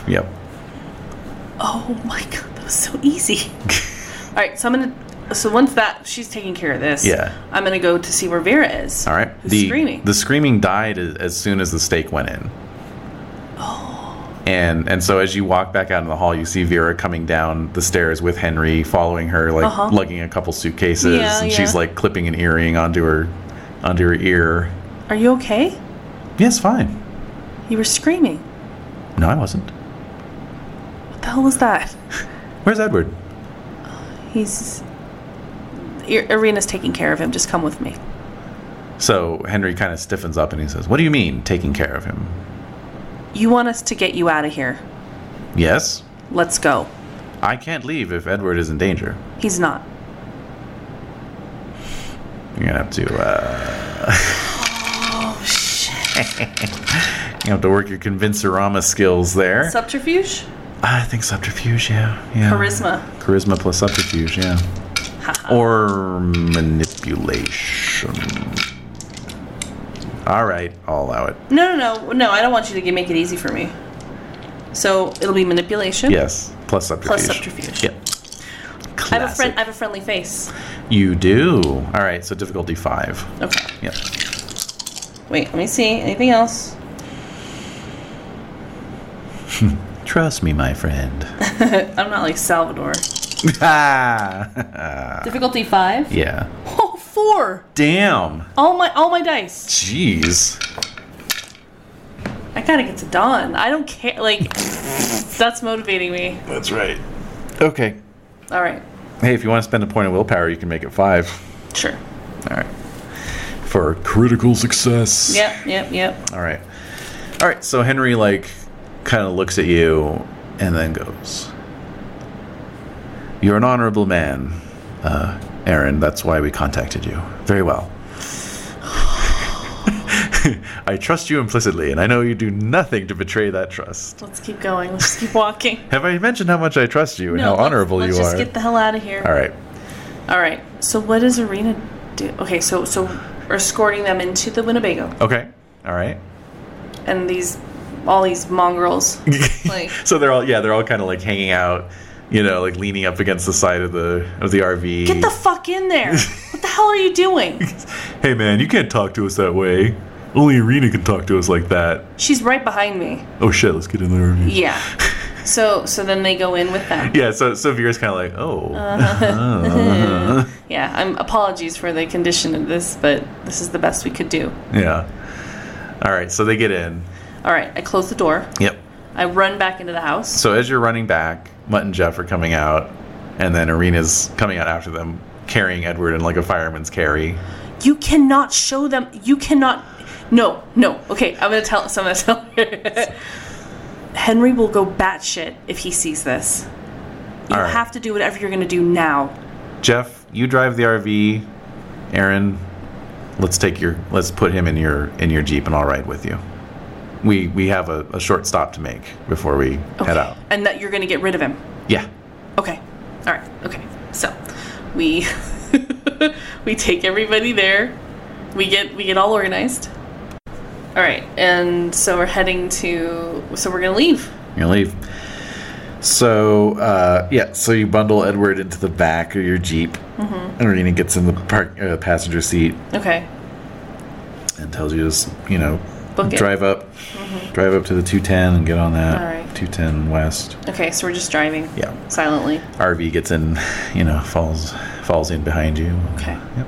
yep.
Oh my god, that was so easy. All right, so I'm gonna. So once that she's taking care of this,
Yeah.
I'm gonna go to see where Vera is.
All right.
Who's
The
screaming.
the screaming died as, as soon as the stake went in.
Oh.
And and so as you walk back out in the hall, you see Vera coming down the stairs with Henry, following her, like
Uh-huh.
lugging a couple suitcases,
Yeah,
and
yeah.
she's like clipping an earring onto her onto her ear.
Are you okay?
Yes, fine.
You were screaming.
No, I wasn't.
What the hell was that?
Where's Edward?
He's. Ir- Arena's taking care of him. Just come with me.
So Henry kind of stiffens up and he says, What do you mean, taking care of him?
You want us to get you out of here.
Yes,
Let's go.
I can't leave if Edward is in danger.
He's not.
You're gonna have to, uh,
Oh shit.
you have to work your convincerama skills there.
Subterfuge?
I think subterfuge, yeah, yeah.
Charisma.
Charisma plus subterfuge, yeah. or manipulation. All right, I'll allow it.
No, no, no, no. I don't want you to g- make it easy for me. So it'll be manipulation.
Yes, plus subterfuge.
Plus subterfuge.
Yep.
I have a friend.
Classic.
I have a friendly face.
You do. All right, so difficulty five.
Okay.
Yep.
Wait. Let me see. Anything else?
Trust me, my friend.
I'm not like Salvador.
Ah.
Difficulty five.
yeah.
Oh, four.
Damn.
All my all my dice.
Jeez.
I gotta get to Dawn. I don't care. Like that's motivating me.
That's right. Okay.
All right.
Hey, if you want to spend a point of willpower, you can make it five.
Sure.
All right. For critical success.
Yep. Yep. Yep.
All right. All right. So Henry like kind of looks at you and then goes, "You're an honorable man, uh, Aaron. That's why we contacted you. Very well. I trust you implicitly, and I know you do nothing to betray that trust.
Let's keep going. Let's just keep walking.
Have I mentioned how much I trust you and how
let's-
honorable
let's,
you
just
are?
get the hell out of here.
All right.
All right. So what does Arena do? Okay. So so we're escorting them into the Winnebago,
Okay. All right.
and these all these mongrels. like
So they're all yeah, they're all kind of like hanging out, you know, like leaning up against the side of the of the RV.
get the fuck in there. What the hell are you doing?
Hey man, you can't talk to us that way. Only Arena can talk to us like that.
She's right behind me.
Oh shit, let's get in the RV.
Yeah. So so then they go in with them.
Yeah, so so Vera's kind of like, oh,
Uh-huh. Yeah, I'm apologies for the condition of this, but this is the best we could do.
yeah. All right, so they get in.
All right, I close the door.
Yep.
I run back into the house.
So as you're running back, Mutt and Jeff are coming out, and then Arena's coming out after them, carrying Edward in like a fireman's carry.
You cannot show them. You cannot. No, no. Okay, I'm gonna tell. So I'm gonna tell. Her. Henry will go batshit if he sees this. You
All right.
have to do whatever you're gonna do now.
Jeff, you drive the RV. Aaron, let's take your let's put him in your in your jeep, and I'll ride with you. We we have a, a short stop to make before we
Okay.
head out.
And that you're gonna get rid of him.
Yeah.
Okay. All right. Okay. So, we we take everybody there. We get we get all organized. All right. And so we're heading to so we're going to leave.
You're gonna leave. So uh, yeah, so you bundle Edward into the back of your jeep,
Mm-hmm.
and Rena gets in the park uh, passenger seat
Okay.
and tells you to, s- you know,
Book it. Mm-hmm.
drive up, drive up to the 210 and get on that
All right.
210 west.
Okay, so we're just driving.
Yeah,
Silently.
RV gets in, you know, falls falls in behind you.
Okay.
Yep.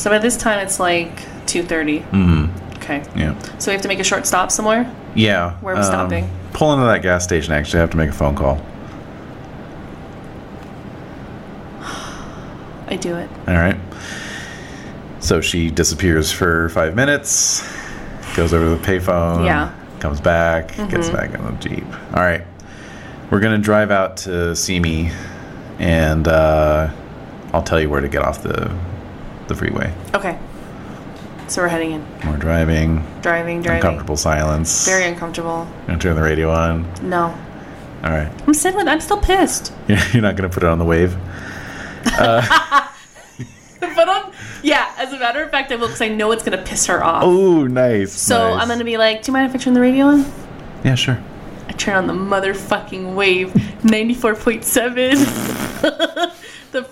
So by this time it's like 2:30.
Mm,
Okay.
yeah.
So we have to make a short stop somewhere.
Yeah. um,
Where are we stopping?
Pull into that gas station. Actually, I have to make a phone call.
I do it.
All right. So she disappears for five minutes, goes over to the payphone,
Yeah. Mm-hmm.
comes back, gets back on the Jeep. All right. We're going to drive out to Simi, and uh, I'll tell you where to get off the, the freeway.
Okay. So we're heading in.
We're driving,
Driving, driving.
uncomfortable silence.
Very uncomfortable.
going to turn the radio on.
No.
All right.
I'm still I'm still pissed.
You're not going to put it on the wave.
But I'm yeah, as a matter of fact I will because I know it's gonna piss her off.
Oh, nice.
so
nice.
I'm gonna be like, Do you mind if I turn the radio on?
Yeah, sure.
I turn on the motherfucking wave. Ninety four point seven The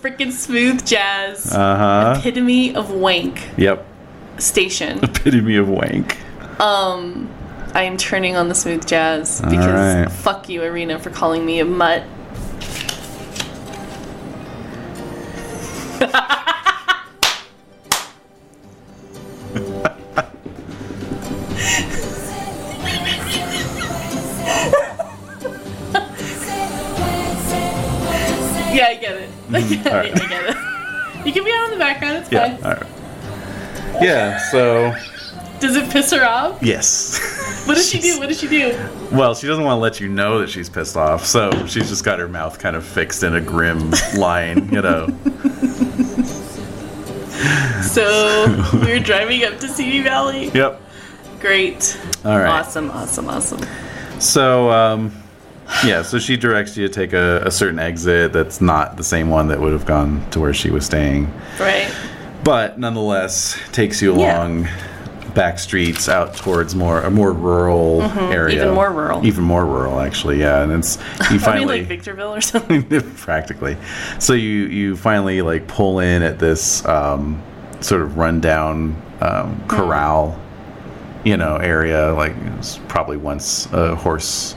freaking smooth jazz
Uh huh.
epitome of wank
Yep.
station.
Epitome of wank.
Um, I am turning on the smooth jazz because
right.
fuck you, Arena, for calling me a mutt. Yeah, I get it. I get
all right.
it. I get it. You can be out in the background. It's
Yeah.
fine.
All right. Yeah. So
Does it piss her off?
yes.
What does she do? What does she do?
Well, she doesn't want to let you know that she's pissed off, so she's just got her mouth kind of fixed in a grim line, you know.
So we were driving up to Simi Valley.
yep.
Great.
All right.
Awesome, awesome, awesome.
So, um, yeah. So she directs you to take a, a certain exit that's not the same one that would have gone to where she was staying.
Right?
but nonetheless takes you
Yeah.
along back streets out towards more a more rural area
Mm-hmm. even more rural.
even more rural actually yeah and it's you
Probably like
finally
Victorville or something.
practically so you you finally like pull in at this um, sort of rundown um,
Hmm.
corral you know area like it's probably once a horse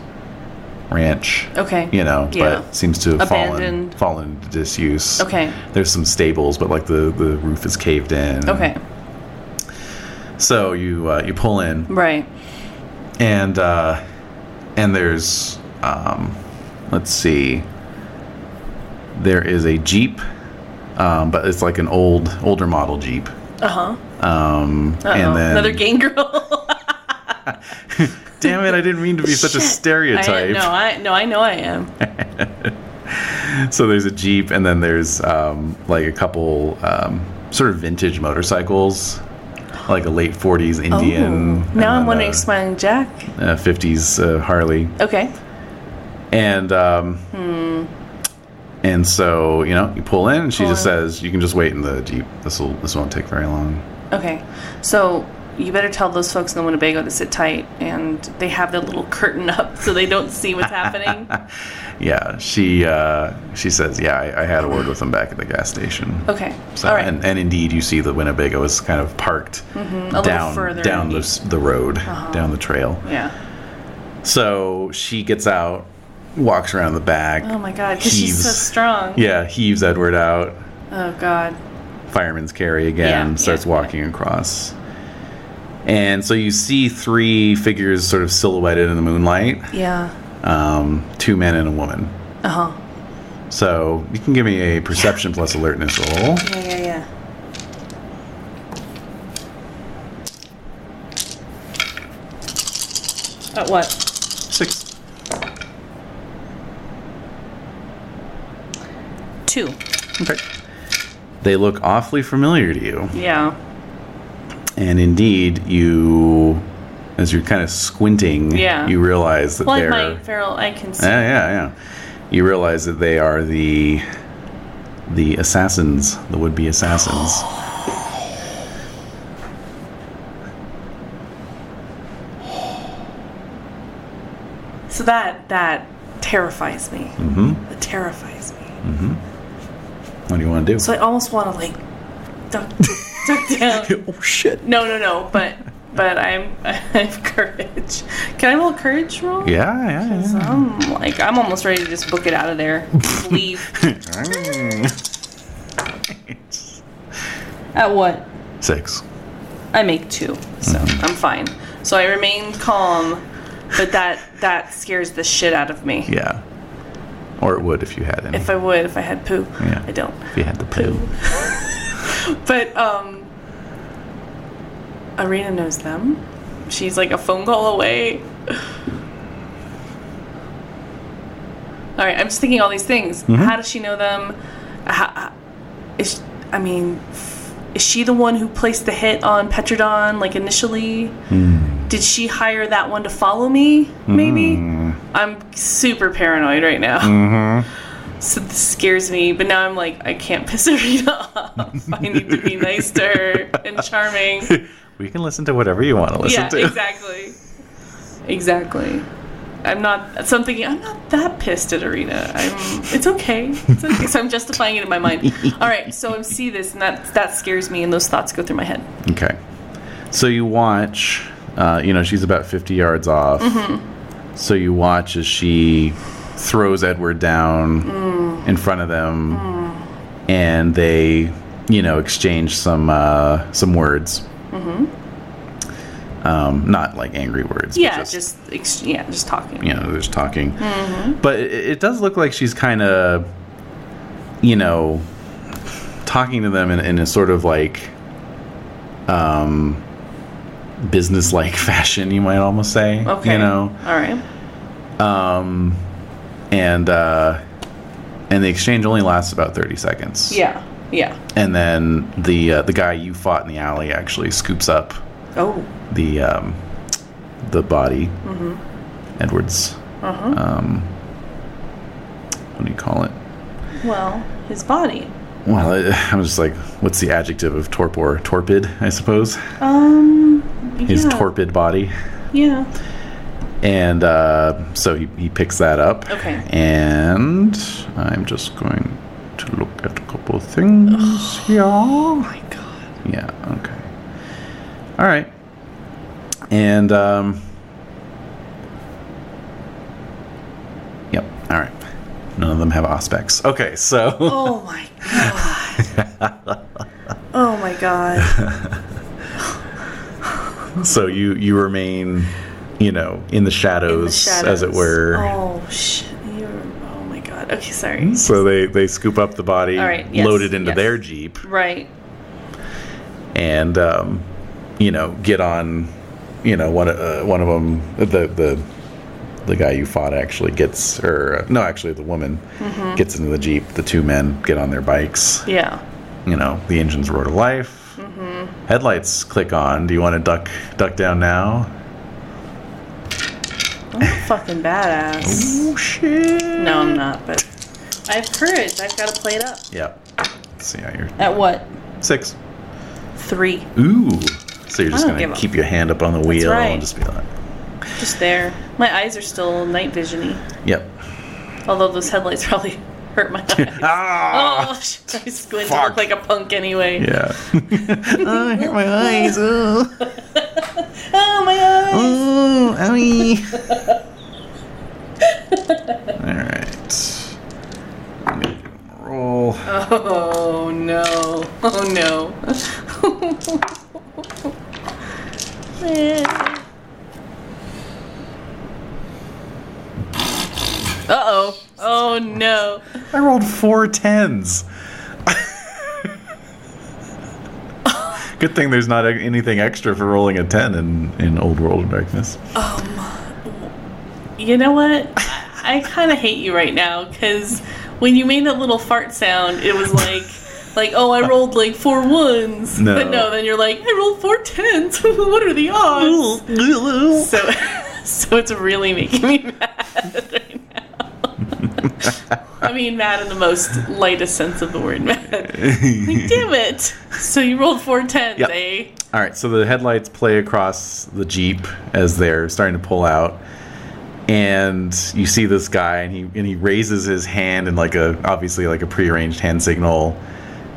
ranch
Okay.
you know,
Yeah.
but seems to have fallen
Abandoned.
fallen into disuse.
Okay.
There's some stables, but like the, the roof is caved in.
Okay.
So you uh, you pull in
Right.
and uh, and there's um, let's see, there is a jeep, um, but it's like an old older model jeep.
Uh huh.
Um, and then
Another gang girl.
Damn it! I didn't mean to be such a
Shit.
stereotype.
I, no, I no, I know I am.
So there's a Jeep, and then there's um, like a couple um, sort of vintage motorcycles, like a late 40s Indian. and
Oh, now I'm
then uh,
wondering,
a-
explaining Jack.
a 50s uh, Harley.
Okay.
And um,
Hmm.
and so, you know, you pull in, and she just
Pull
says, you can just wait in the Jeep. This will this won't take very long.
Okay. So you better tell those folks in Winnebago to sit tight, and they have their little curtain up so they don't see what's happening.
Yeah, she uh, she says, yeah, I, I had a word with them back at the gas station.
Okay.
So,
All right. Mm-hmm.
and, and indeed, you see the Winnebago is kind of parked
little
down
further Uh-huh.
down the,
indeed.
s- the road, down the trail.
yeah.
So she gets out, walks around the back.
Oh my God, because she's so
Heaves.
strong.
Yeah, heaves Edward out.
Oh God.
Fireman's carry again.
Yeah,
starts
yeah.
walking across. And so you see three figures sort of silhouetted in the moonlight
Yeah.
um, two men and a woman.
Uh huh.
So you can give me a perception plus alertness roll.
Yeah, yeah, yeah. At what?
Six.
Two.
Okay. They look awfully familiar to you.
Yeah.
And indeed, you, as you're kind of squinting,
Yeah.
you realize that
Like
they're.
my feral, I can see.
Yeah, yeah, yeah. You realize that they are the the assassins, the would-be assassins.
So that that terrifies me.
Mm.
Mm-hmm. That terrifies me.
What do you want to do?
So I almost want to like duck, duck down.
oh shit!
No, no, no. But but I'm I have courage. Can I roll a courage roll?
Yeah, yeah, yeah.
I'm like I'm almost ready to just book it out of there. Leave. At what?
Six.
I make two, so I'm fine. So I remain calm, but that that scares the shit out of me.
Yeah. Or it would if you had any.
If I would, if I had poo,
Yeah.
I don't.
If you had the poo.
But um, Arena knows them. She's like a phone call away. All right, I'm just thinking all these things. How does she know them? How, is I mean, is she the one who placed the hit on Petrodon like initially? Did she hire that one to follow me? Maybe. I'm super paranoid right now. So this scares me, but now I'm like, I can't piss Rita off. I need to be nice to her and charming.
We can listen to whatever you want to listen
yeah,
to.
exactly. Exactly. I'm not. So I'm thinking I'm not that pissed at Arena. I'm. It's okay. It's okay. So I'm justifying it in my mind. All right. So I see this, and that that scares me, and those thoughts go through my head.
Okay. So you watch, uh, you know, she's about 50 yards off. So you watch as she throws Edward down in front of them and they, you know, exchange some uh, some words. Um, not like angry words. but
Yeah, just, ex- yeah, just talking.
you know, there's talking.
Mm-hmm.
But it, it does look like she's kind of, you know, talking to them in, in a sort of like um, business like fashion, you might almost say.
Okay.
You know?
All right.
Um, and, uh, and the exchange only lasts about 30 seconds.
Yeah. Yeah.
And then the, uh, the guy you fought in the alley actually scoops up
Oh.
the um, the body,
Mm-hmm.
Edwards.
Uh-huh.
Um, what do you call it?
Well, his body.
Well, I, I'm just like, what's the adjective of torpor? Torpid, I suppose.
Um.
His
yeah.
torpid body,
Yeah.
and uh, so he he picks that up.
Okay.
And I'm just going to look at a couple of things here. Oh my god. Yeah. Okay. All right. And um. Yep. All right. None of them have aspects. Okay. So.
Oh my god. oh my god.
So you you remain, you know, in the shadows,
In the
as
shadows.
it were.
Oh shit. You're, oh my god. Okay, sorry.
So they they scoop up the body,
All right, yes,
load it into
yes.
their jeep,
Right.
and um, you know, get on. You know, one uh, one of them, the the the guy you fought actually gets, or uh, no, actually the woman
Mm-hmm.
gets into the jeep. The two men get on their bikes.
Yeah. Mm-hmm.
You know, the engines roar to life. Headlights click on. Do you want to duck duck down now?
I'm fucking badass.
Oh shit!
No, I'm not, but I have courage. I've got to play it up.
Yep. Let's see how you're
At what?
six.
Three.
Ooh. So you're just
I don't
gonna
give a-
keep your hand up on the wheel
right.
and just be like,
Just there. My eyes are still night visiony.
"Yep."
Although those headlights probably hurt my eyes.
Ah.
Oh, shit. I squint to
fuck.
look like a punk anyway.
Yeah. oh, I hurt my eyes. Oh,
Oh, my eyes.
oh owie. All right. Let me Roll.
Oh, no. Oh, no. Uh oh. Oh no.
I rolled four tens. Good thing there's not anything extra for rolling a ten in, in Old World of Darkness.
You know what? I kind of hate you right now because when you made that little fart sound, it was like, like oh, I rolled like four ones.
No.
But no, then you're like, I rolled four tens. what are the odds? so, so it's really making me mad right now. I mean, mad in the most lightest sense of the word, mad. Like, damn it! So you rolled four tens,
Yep.
eh?
All right, so the headlights play across the Jeep as they're starting to pull out. And you see this guy, and he and he raises his hand in like a obviously like a prearranged hand signal,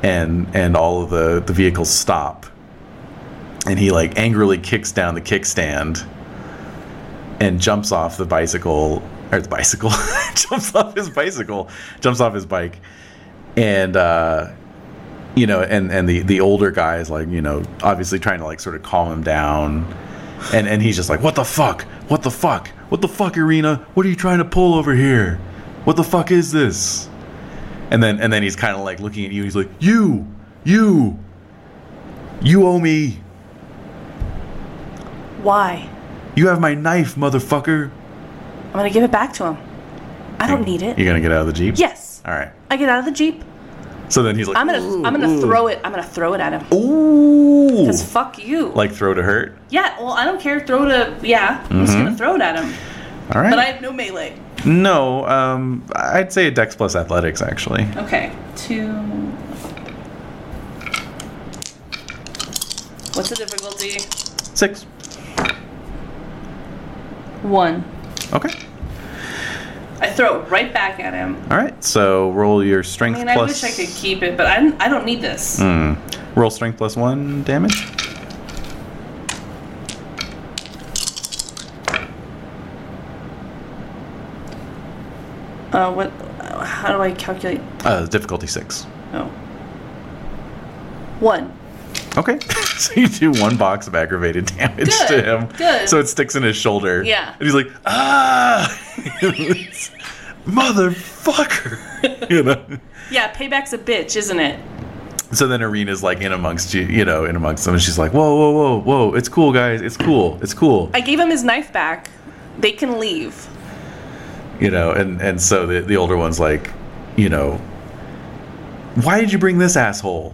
and and all of the the vehicles stop. And he like angrily kicks down the kickstand, and jumps off the bicycle or the bicycle jumps off his bicycle, jumps off his bike, and uh, you know, and and the the older guy is like, you know, obviously trying to like sort of calm him down, and and he's just like, what the fuck, what the fuck, what the fuck, Arena, what are you trying to pull over here? What the fuck is this? And then and then he's kind of like looking at you. He's like, you, you, you owe me.
Why?
You have my knife, motherfucker.
I'm gonna give it back to him. I don't need it.
You're gonna get out of the jeep.
Yes.
All right.
I get out of the jeep.
So then he's like,
I'm gonna I'm gonna throw it. I'm gonna throw it at him.
Ooh.
Cause fuck you.
Like throw to hurt.
yeah. Well, I don't care. Throw to yeah. I'm just
Mm-hmm.
gonna throw it at him.
All right.
But I have no melee.
no, um, I'd say a Dex plus athletics actually.
Okay. Two. What's the difficulty?
Six.
One.
Okay.
I throw it right back at him.
All right. So roll your strength
I mean,
plus.
I wish I could keep it, but I'm, I don't need this.
Mm. Roll strength plus one damage.
Uh, what? How do I calculate?
Uh, difficulty six.
Oh. One.
Okay. so you do one box of aggravated damage to
Good,
him.
good.
So it sticks in his shoulder.
Yeah.
And he's like, ah, motherfucker. you know.
Yeah, payback's a bitch, isn't it?
So then Arena's like in amongst you, you know, in amongst them, and she's like, "Whoa, whoa, whoa, whoa! It's cool, guys. It's cool. It's cool."
I gave him his knife back. They can leave.
You know, and and so the the older one's like, you know, why did you bring this asshole?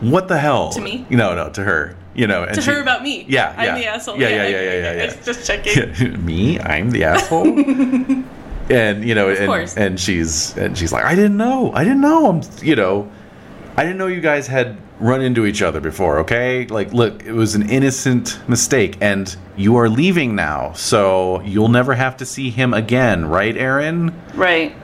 What the hell?
To me?
No, no, to her. You know, and
to
she-
her about me.
Yeah,
I'm
yeah.
the asshole.
Yeah, yeah, yeah, yeah, yeah,
I was
yeah.
just checking.
me. I'm the asshole. and you know,
course.
and, and she's and she's like, I didn't know. I didn't know. I'm you know, I didn't know you guys had run into each other before. Okay, like look, it was an innocent mistake, and you are leaving now, so you'll never have to see him again, right, Aaron?
Right.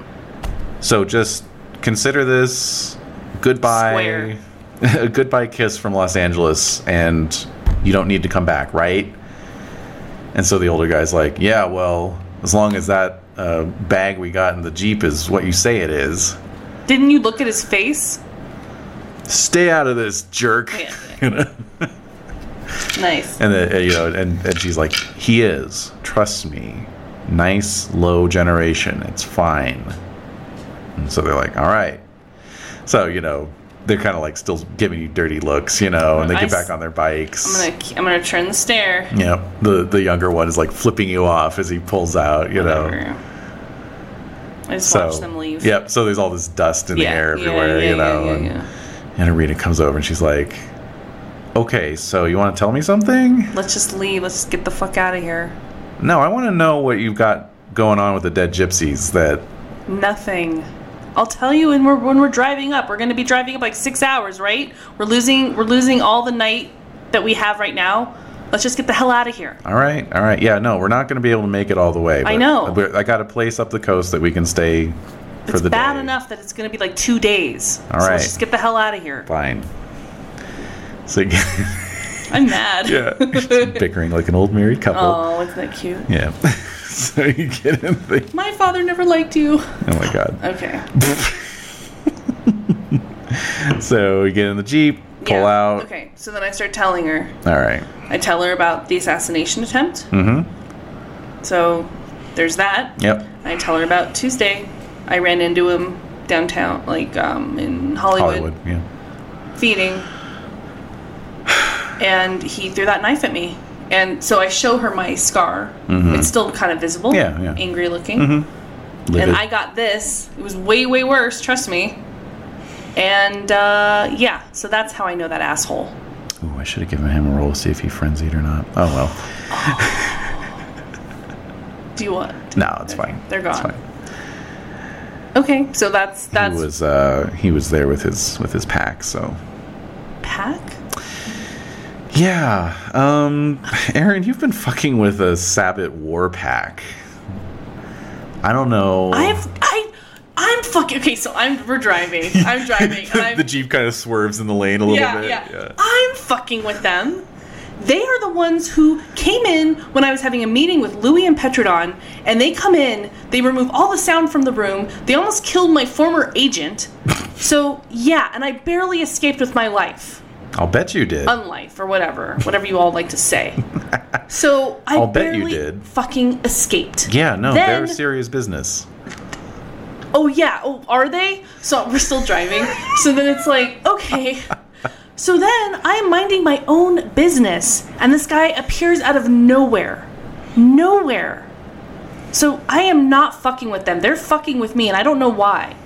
So just consider this goodbye, a goodbye kiss from Los Angeles, and you don't need to come back, right? And so the older guy's like, "Yeah, well, as long as that uh, bag we got in the jeep is what you say it is,
Didn't you look at his face?
stay out of this, jerk."
Yeah.
You know?
Nice.
And then, uh, you know, and, and she's like, "He is. Trust me. Nice low generation. It's fine." And so they're like, "All right." So you know, they're kind of like still giving you dirty looks, you know, and they
I
get
s-
back on their bikes.
I'm gonna I'm gonna turn the stare.
yeah, the the younger one is like flipping you off as he pulls out, you know.
Whatever. I just
So
watch them leave.
Yep. So there's all this dust in
Yeah.
the air
yeah,
everywhere,
yeah,
you know.
Yeah,
and-
yeah,
and Arena comes over and she's like, "Okay, so you want to tell me something?"
Let's just leave. Let's just get the fuck out of here.
No, I want to know what you've got going on with the dead gypsies. That
Nothing. I'll tell you when we're when we're driving up. We're gonna be driving up like six hours, right? We're losing we're losing all the night that we have right now. Let's just get the hell out of here.
all right, all right, yeah, no, we're not going to be able to make it all the way.
I know.
but I got a place up the coast that we can stay for
It's
the
bad
day.
enough that it's going to be like two days.
All
so
right.
Let's just get the hell out of here.
Fine. So you-
I'm mad.
yeah, bickering like an old married couple.
Oh, isn't that cute?
Yeah. so you get in the.
My father never liked you.
Oh my god.
Okay.
So you get in the jeep, pull
Yeah.
out.
Okay. So then I start telling her.
All right.
I tell her about the assassination attempt.
Mm-hmm.
So there's that.
Yep.
I tell her about Tuesday. I ran into him downtown, like um, in Hollywood,
Hollywood. Yeah.
feeding, and he threw that knife at me. And so I show her my scar. It's still kind of visible.
Mm-hmm. Yeah, Mm-hmm. yeah.
Angry looking.
Livid.
And I got this. It was way, way worse, trust me. And uh, yeah, so that's how I know that asshole.
Ooh, I should have given him a roll to see if he frenzied or not. Oh well.
Do you want?
No, it's fine.
They're
It's
gone.
fine.
Okay, so that's that's
he was uh, he was there with his with his pack. So
pack.
yeah, um, Aaron, you've been fucking with a Sabbath war pack. I don't know.
I've I I'm fucking okay. So I'm we're driving. I'm driving. and
the,
I'm,
the jeep kind of swerves in the lane a little
yeah,
bit.
yeah, I'm fucking with them. They are the ones who came in when I was having a meeting with Louis and Petrodon, and they come in, they remove all the sound from the room, they almost killed my former agent. so, yeah, and I barely escaped with my life.
I'll bet you did.
Unlife, or whatever, whatever you all like to say. So, I
I'll bet you
barely
did.
fucking escaped.
yeah, no,
Then-
they're serious business.
oh yeah oh are they so we're still driving so then it's like okay so then i am minding my own business and this guy appears out of nowhere nowhere so i am not fucking with them they're fucking with me and i don't know why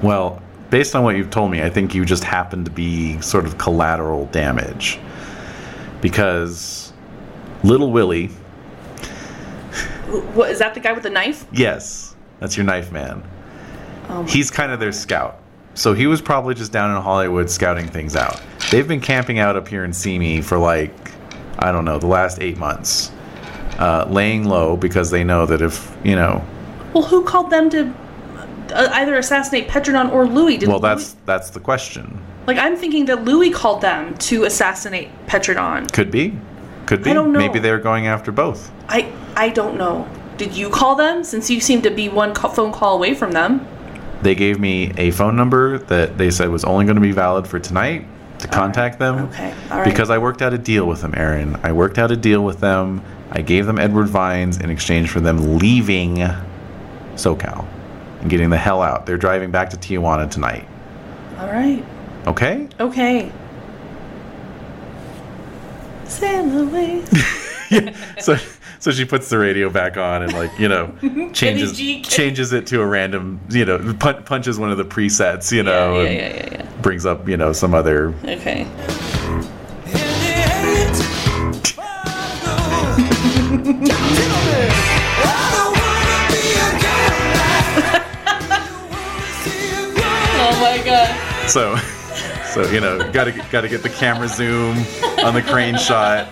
Well, based on what you've told me, I think you just happen to be sort of collateral damage. Because Little Willie,
Wh- what is that the guy with the knife
yes, that's your knife man.
Oh my
He's kind of their scout. So he was probably just down in Hollywood scouting things out. They've been camping out up here in Simi for like, I don't know, the last eight months. Uh, laying low because they know that if, you know,
well who called them to uh, either assassinate Petrodon or Louis. Did
well, that's that's the question.
Louis- like I'm thinking that Louis called them to assassinate Petrodon.
Could be, could be.
I don't know.
Maybe they're going after both.
I I don't know. Did you call them? Since you seem to be one ca- phone call away from them.
They gave me a phone number that they said was only going to be valid for tonight to contact them.
Okay. All right.
Because I worked out a deal with them, Aaron. I worked out a deal with them. I gave them Edward Vines in exchange for them leaving SoCal and getting the hell out. They're driving back to Tijuana tonight.
All right.
Okay?
Okay. Sail away.
so so she puts the radio back on and like, you know, changes
Kenny G.
changes it to a random, you know, pun- punches one of the presets, you know,
yeah,
and
yeah, yeah, yeah.
brings up, you know, some other
yeah. Okay. Oh my god.
So, so you know, gotta gotta get the camera zoom on the crane shot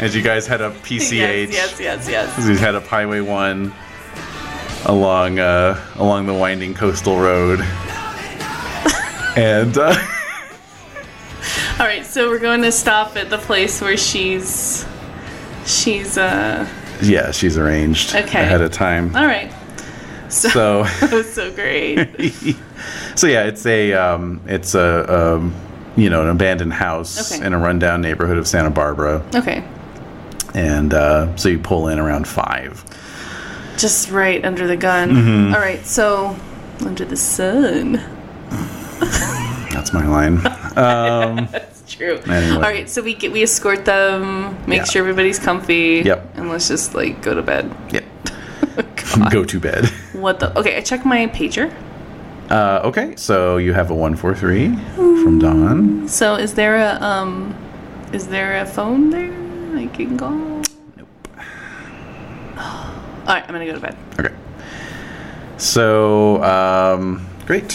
as you guys head up PCH.
Yes, yes, yes, yes.
As you head up Highway One along uh, along the winding coastal road, and uh,
All right, so we're going to stop at the place where she's she's uh
yeah, she's arranged
Okay.
ahead of time.
All right. So,
So,
that was so great.
so yeah, it's a um, it's a um, you know an abandoned house
Okay.
in a rundown neighborhood of Santa Barbara,
Okay.
and uh, so you pull in around five.
Just right under the gun. All right, so under the sun.
That's my line.
That's true.
Anyway.
All right, so we get we escort them, make
Yeah.
sure everybody's comfy.
Yep.
And let's just like go to bed.
Yep. Go to bed.
What the? Okay, I check my pager.
Uh, okay, so you have a 143 from Dawn.
So is there a um, is there a phone there I can call? Nope. All right, I'm gonna go to bed.
Okay. So, um, great.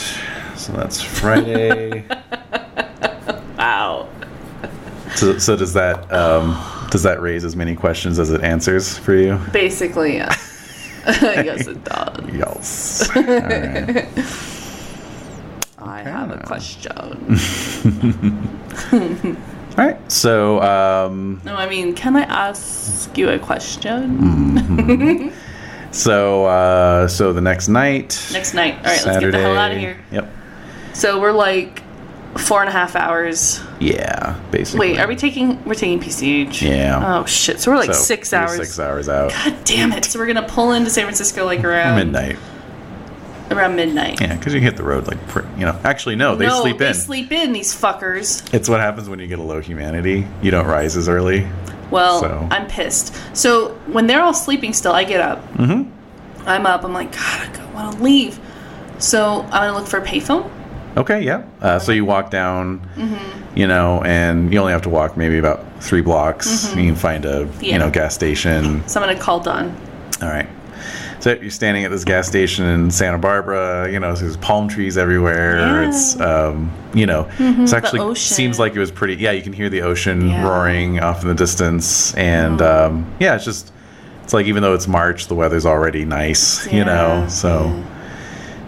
So that's Friday.
Wow.
so, so does that um, does that raise as many questions as it answers for you?
Basically, yeah. I guess it does.
Yes. All right.
I have a question.
All right. So, um,
No, I mean, can I ask you a question?
Mm. so, uh, so the next night.
Next night. All right, let's get the
Saturday-
hell out of here.
Yep.
So we're like four and a half hours.
Yeah, basically.
Wait, are we taking? We're taking PCH.
Yeah.
Oh shit! So we're like
So,
six
we're
hours.
Six hours out.
God damn it! So we're gonna pull into San Francisco like around
Midnight.
Around midnight.
Yeah, because you hit the road like pr- you know. Actually, no, they
no,
sleep
they
in.
sleep in these fuckers.
It's what happens when you get a low humanity. You don't rise as early.
Well,
So-
I'm pissed. So when they're all sleeping still, I get up. Mm-hmm. I'm up. I'm like, God, I want to leave. So I'm gonna look for a payphone.
Okay, yeah. Uh, so you walk down,
Mm-hmm.
you know, and you only have to walk maybe about three blocks. You can find a
Mm-hmm. Yeah.
you know gas station.
So I'm gonna call Don.
All right. So you're standing at this gas station in Santa Barbara. You know, there's palm trees everywhere.
Yeah. Mm-hmm.
It's, um, you know, it's actually
ocean.
seems like it was pretty. Yeah, you can hear the ocean
Yeah.
roaring off in the distance, and um, yeah, it's just it's like even though it's March, the weather's already nice. You know,
Yeah.
so.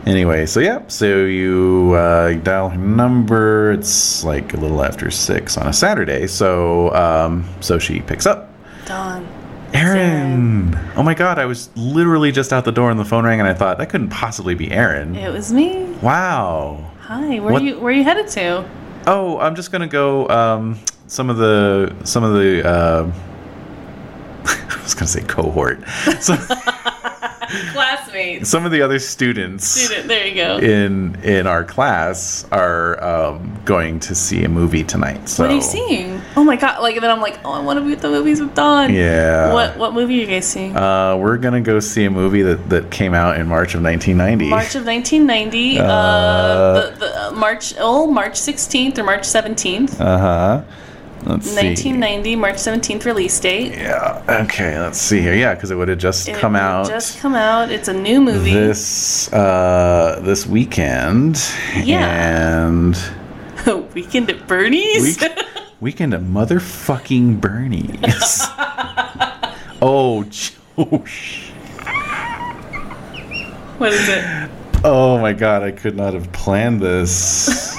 Anyway, so yeah, so you uh, dial her number. It's like a little after six on a Saturday. So, um, so she picks up.
Don.
Aaron. Oh my god, I was literally just out the door and the phone rang and I thought that couldn't possibly be Aaron.
It was me.
Wow.
Hi. Where
What-
are you? Where are you headed to?
Oh, I'm just gonna go um, some of the some of the uh, I was gonna say cohort. Some
Classmates.
some of the other students
Student. There you go.
in in our class are um, going to see a movie tonight. So
What are you seeing? Oh my god! Like and then I'm like, oh, I want to be at the movies with Don.
Yeah.
What What movie are you guys seeing?
Uh, we're gonna go see a movie that, that came out in March of 1990.
March of 1990. Uh,
Uh,
the, the uh, March oh March 16th or March 17th.
Uh huh. Let's see.
1990 March 17th release date.
Yeah. Okay. Let's see here. Yeah, because it would have just
It
come
had
out
Just come out. It's a new movie.
this uh, this weekend.
Yeah.
And
Weekend at Bernie's.
week, weekend at motherfucking Bernie's. oh. j- Oh, sh-
what is it?
oh my god, I could not have planned this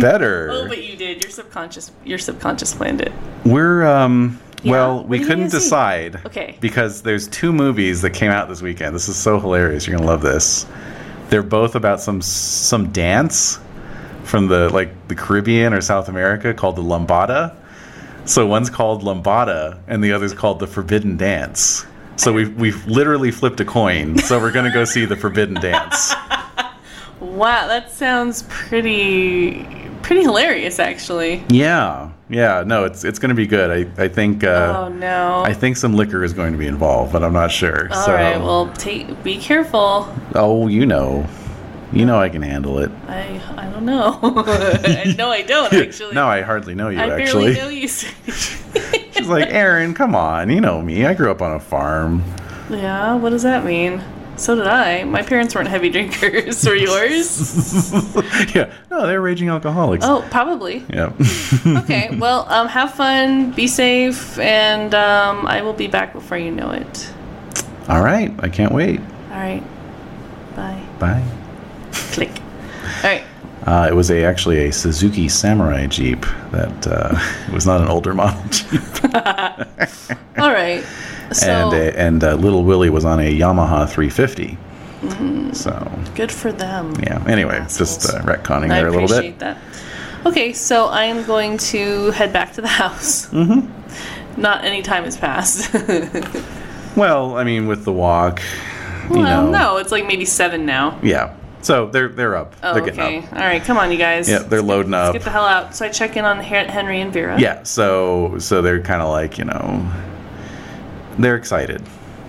better.
Oh, but you did. Your subconscious. Your subconscious planned it.
We're um
Yeah,
well,
what
we
are you
couldn't
gonna see?
decide.
Okay.
Because there's two movies that came out this weekend. This is so hilarious. You're going to love this. They're both about some some dance from the like the Caribbean or South America called the lambada. So one's called lambada and the other's called the forbidden dance. So we've we've literally flipped a coin. So we're going to go see the forbidden dance.
Wow, that sounds pretty pretty hilarious actually.
Yeah. Yeah, no, it's it's going to be good. I I think uh
oh no.
I think some liquor is going to be involved, but I'm not sure.
All
so,
right. Well, take be careful.
oh, you know, you know I can handle it.
I I don't know. I no, I don't actually.
no, I hardly know you
I barely
actually.
know you.
She's like, Aaron, come on, you know me. I grew up on a farm.
yeah. What does that mean? So did I. My parents weren't heavy drinkers. Were yours?
yeah, no, they're raging alcoholics.
Oh, probably.
Yeah.
Okay. Well, um, have fun. Be safe, and um, I will be back before you know it.
All right, I can't wait.
All right. Bye.
Bye.
Click. All right.
Uh, it was a actually a Suzuki Samurai Jeep that uh, it was not an older model Jeep,
All right. So
and a, and uh, Little Willie was on a Yamaha 350.
Mm-hmm.
So
good for them.
yeah. Anyway, just uh,
Assholes.
retconning
I
there a little
appreciate
bit.
that. Okay, so I am going to head back to the house. Mm-hmm. Not any time has passed.
Well, I mean, with the walk, you
well,
know.
no, it's like maybe seven now.
Yeah. So they're they're up.
Oh,
they're getting
okay.
up.
All right, come on, you guys.
Yeah, they're loading
Let's
up.
get the hell out. So I check in on Her- Henry and Vera.
yeah. So so they're kind of like you know, they're excited.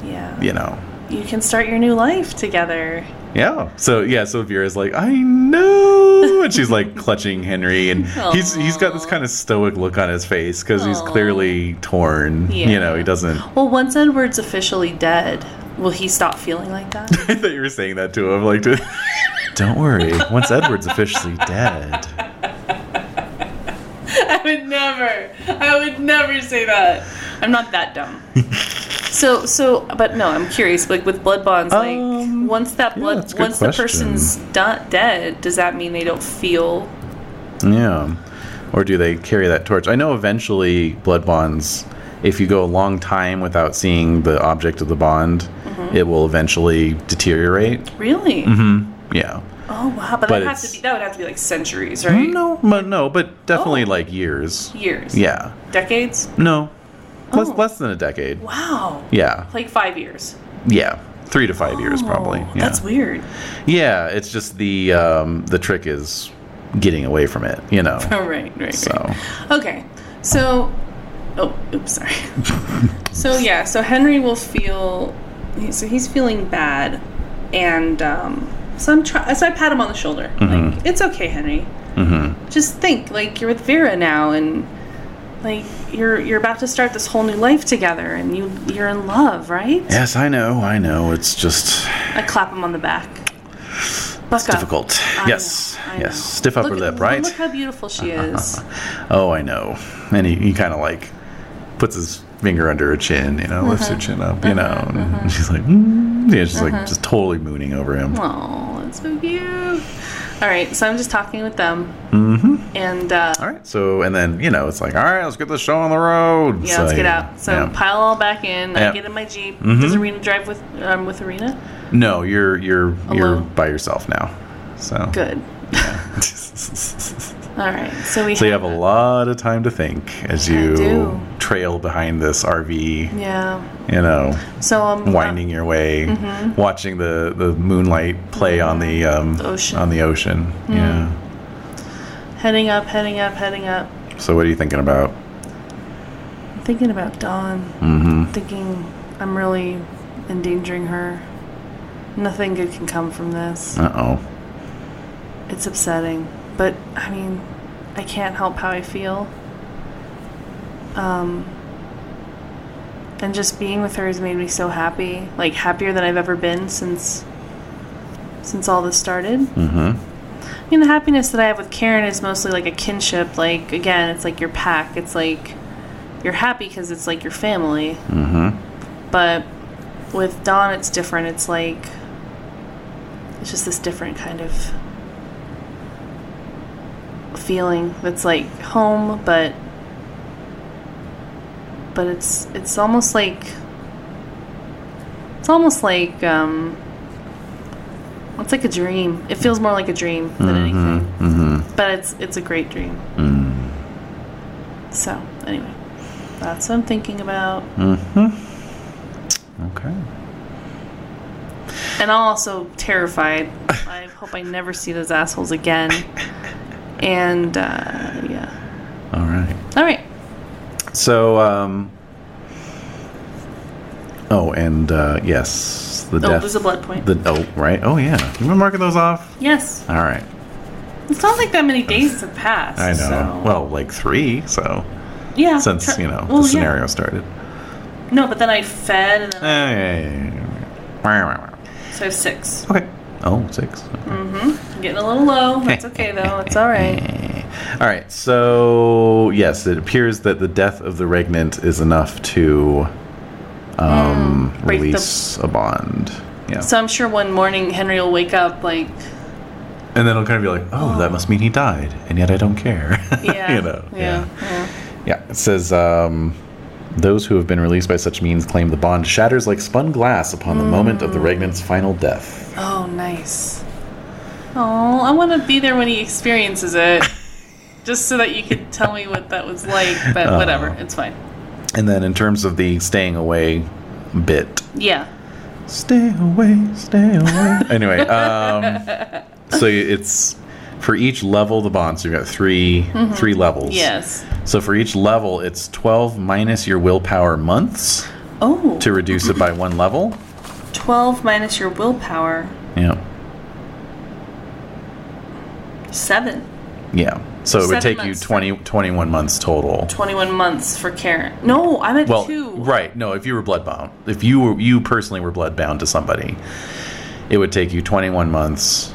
yeah.
You know.
You can start your new life together.
Yeah. So yeah. So Vera's like, I know, and she's like clutching Henry, and he's he's got this kind of stoic look on his face because he's
Aw.
clearly torn.
Yeah.
You know, he doesn't.
Well, once Edward's officially dead, will he stop feeling like that?
I thought you were saying that to him, like, to, don't worry. Once Edward's officially dead,
I would never. I would never say that. I'm not that dumb. so so, but no, I'm curious. Like with blood bonds, like
Um,
once that
yeah,
blood,
that's a good
once the person's not dead, does that mean they don't feel?
Yeah. Or do they carry that torch? I know eventually blood bonds, if you go a long time without seeing the
Mm-hmm.
object of the bond, it will eventually deteriorate.
Really?
Yeah.
Oh wow,
Mm-hmm.
but,
But
that, have to
it's-
be, that would have to be like centuries, right?
No, but no, but definitely
Oh.
like years.
Years.
Yeah.
Decades.
No. Less,
Oh.
less than a decade.
Wow.
Yeah.
Like five years.
Yeah. Three to five years,
Oh,
probably. Yeah.
That's weird.
Yeah. It's just the um, the trick is getting away from it. You know.
Oh, right, right, right.
so
Okay, so, oh, oops, sorry. so yeah, so Henry will feel, so he's feeling bad, and um, so I'm try- so I pat him on the shoulder,
Mm-hmm.
like it's okay, Henry.
mhm.
Just think, like you're with Vera now, and like you're you're about to start this whole new life together, and you you're in love, right?
yes, I know. I know. It's just
I clap him on the back. Buck up.
difficult.
I know,
yes.
I know.
yes. Stiff upper
Look-
lip, right?
Look how beautiful she is.
oh, I know. And he, he kind of like puts his finger under her chin, you know, lifts
Mm-hmm.
her chin up, you know, and she's like, mm. yeah, she's like just totally mooning over him.
Oh, that's so cute. All right, so I'm just talking with them, mm-hmm. and uh,
All right. So, and then, you know, it's like, all right, let's get the show on the road.
yeah, let's
So,
get out. So
yeah.
pile all back in.
Yeah. Mm-hmm.
I get in my jeep. Does Arena drive with um, with Arena?
No, you're, you're, you're
Alone.
by yourself now. So,
Good.
so
All right, so we.
you have a lot of time to think as you
do.
trail behind this RV,
yeah.
you know,
So um,
Uh-huh. winding your way,
Mm-hmm.
watching the, the moonlight play on the, um,
ocean. Mm.
on the ocean. Yeah.
uh, heading up, heading up, heading up.
So what are you thinking about?
I'm thinking about Dawn.
Mm-hmm.
Thinking I'm really endangering her. Nothing good can come from this.
Uh oh.
It's upsetting, but I mean, I can't help how I feel. Um, and just being with her has made me so happy, like happier than I've ever been since since all this started.
Mm-hmm.
I mean, the happiness that I have with Karen is mostly like a kinship. Like again, it's like your pack. It's like you're happy because it's like your family.
Mm-hmm.
But with Dawn, it's different. It's like it's just this different kind of feeling that's like home, but but it's it's almost like it's almost like um, it's like a dream. It feels more like a dream than anything,
Mm-hmm.
but it's it's a great dream.
Mm.
So anyway, that's what I'm thinking about.
Mm-hmm. Okay.
And I'm also terrified. I hope I never see those assholes again. And uh, yeah.
All right.
All right.
So, um. Oh, and uh, yes, the
Oh,
death.
lose a blood point.
the oh, right. Oh, yeah. You've been marking those off.
yes.
All right.
It's not like that many days have passed.
I know.
so-
Well, like three. So
yeah.
since
tr-
you know
well,
the
yeah.
scenario started.
No, but then I fed, and then
Eh.
I,
Okay.
so I have six.
Oh, six. Okay.
I'm getting a little low. That's okay though. It's all right.
All right. So yes, it appears that the death of the regnant is enough to um,
break the-
release a bond. Yeah.
So I'm sure one morning Henry will wake up like,
and then it'll kind of be like, oh, that must mean he died, and yet I don't care.
yeah,
you know.
yeah,
Yeah. Yeah, It says. Um, those who have been released by such means claim the bond shatters like spun glass upon the moment
Mm.
of the regnant's final death.
yeah. Oh, nice. Oh, I want to be there when he experiences it, just so that you could tell me what that was like. But
Oh.
whatever, it's fine.
And then, in terms of the staying away bit,
Yeah.
Stay away, stay away. anyway, um, so it's for each level the bonds. You've got 3 three levels.
Mm-hmm. Yes.
So for each level, it's twelve minus your willpower months
Oh.
to reduce it by one level.
12 minus your willpower.
Yeah,
7.
yeah. So it would
Seven
take you
months for-
20, 21 months total.
21 months for Karen. No, I'm at
Well,
2.
right? No, if you were bloodbound, if you were you personally were bloodbound to somebody, it would take you twenty one months.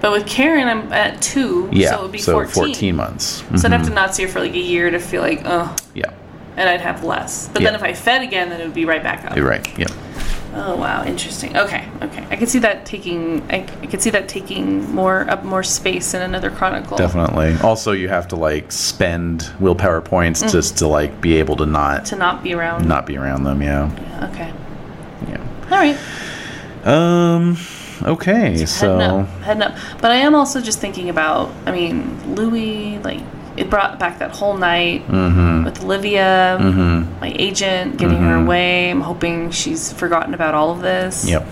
But with Karen, I'm at 2.
Yeah,
So it would be 14.
months. Mm-hmm.
So I'd have to not see her for like a year to feel like, oh,
Yeah,
and I'd have less. But then
Yeah.
if I fed again, then it would be right back up.
you're right. Yeah.
Oh, wow. Interesting. Okay. Okay. I could see that taking, I, I could see that taking more, up more space in another chronicle.
Definitely. Also, you have to like spend willpower
Mm-hmm.
points just to like be able to not
To not be around.
not be around them. Yeah.
Okay.
Yeah.
All right.
Um. Okay, so
heading up, heading up. But I am also just thinking about. I mean, Louis. Like it brought back that whole night
Mm-hmm.
with Olivia, my agent, getting her away. I'm hoping she's forgotten about all of this.
yep.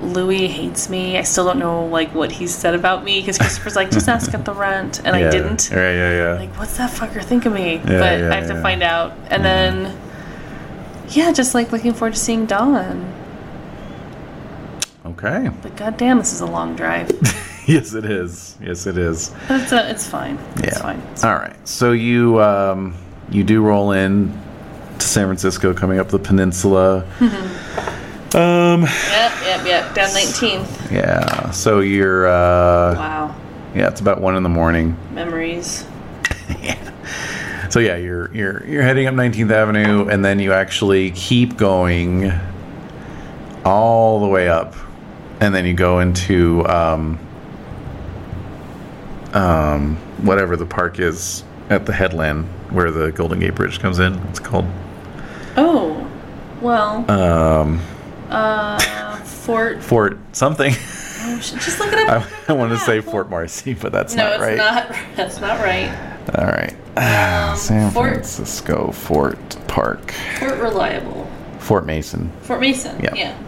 Louis hates me. I still don't know like what he said about me because Christopher's like, just ask at the rent, and
yeah.
I didn't.
Yeah, yeah, yeah.
Like, what's that fucker think of me?
Yeah,
but
yeah,
I have
yeah. Mm-hmm.
to find out. And then, yeah, just like looking forward to seeing Dawn.
okay.
But goddamn, this is a long drive. But
Yes, it is. Yes, it is.
it's, uh it's fine. It's fine.
All right. So you um, you do roll in to San Francisco, coming up the peninsula.
Mm-hmm.
um.
Yep, yep, yep. Down 19th.
Yeah. So you're. Uh,
Wow.
yeah, it's about one in the morning.
Memories.
So yeah, you're you're you're heading up 19th Avenue, and then you actually keep going all the way up, and then you go into um, um, whatever the park is at the headland where the Golden Gate Bridge comes in. It's called
Oh, well.
um,
Uh, Fort.
Fort something.
Oh, shit, just look it up.
I, I want to say Fort Marcy, but that's
no,
not
it's
right.
not. That's not right.
All right, Ah, San
Fort-
Francisco Fort Park,
Fort Reliable.
Fort Mason.
Fort Mason.
Yeah.
Yeah.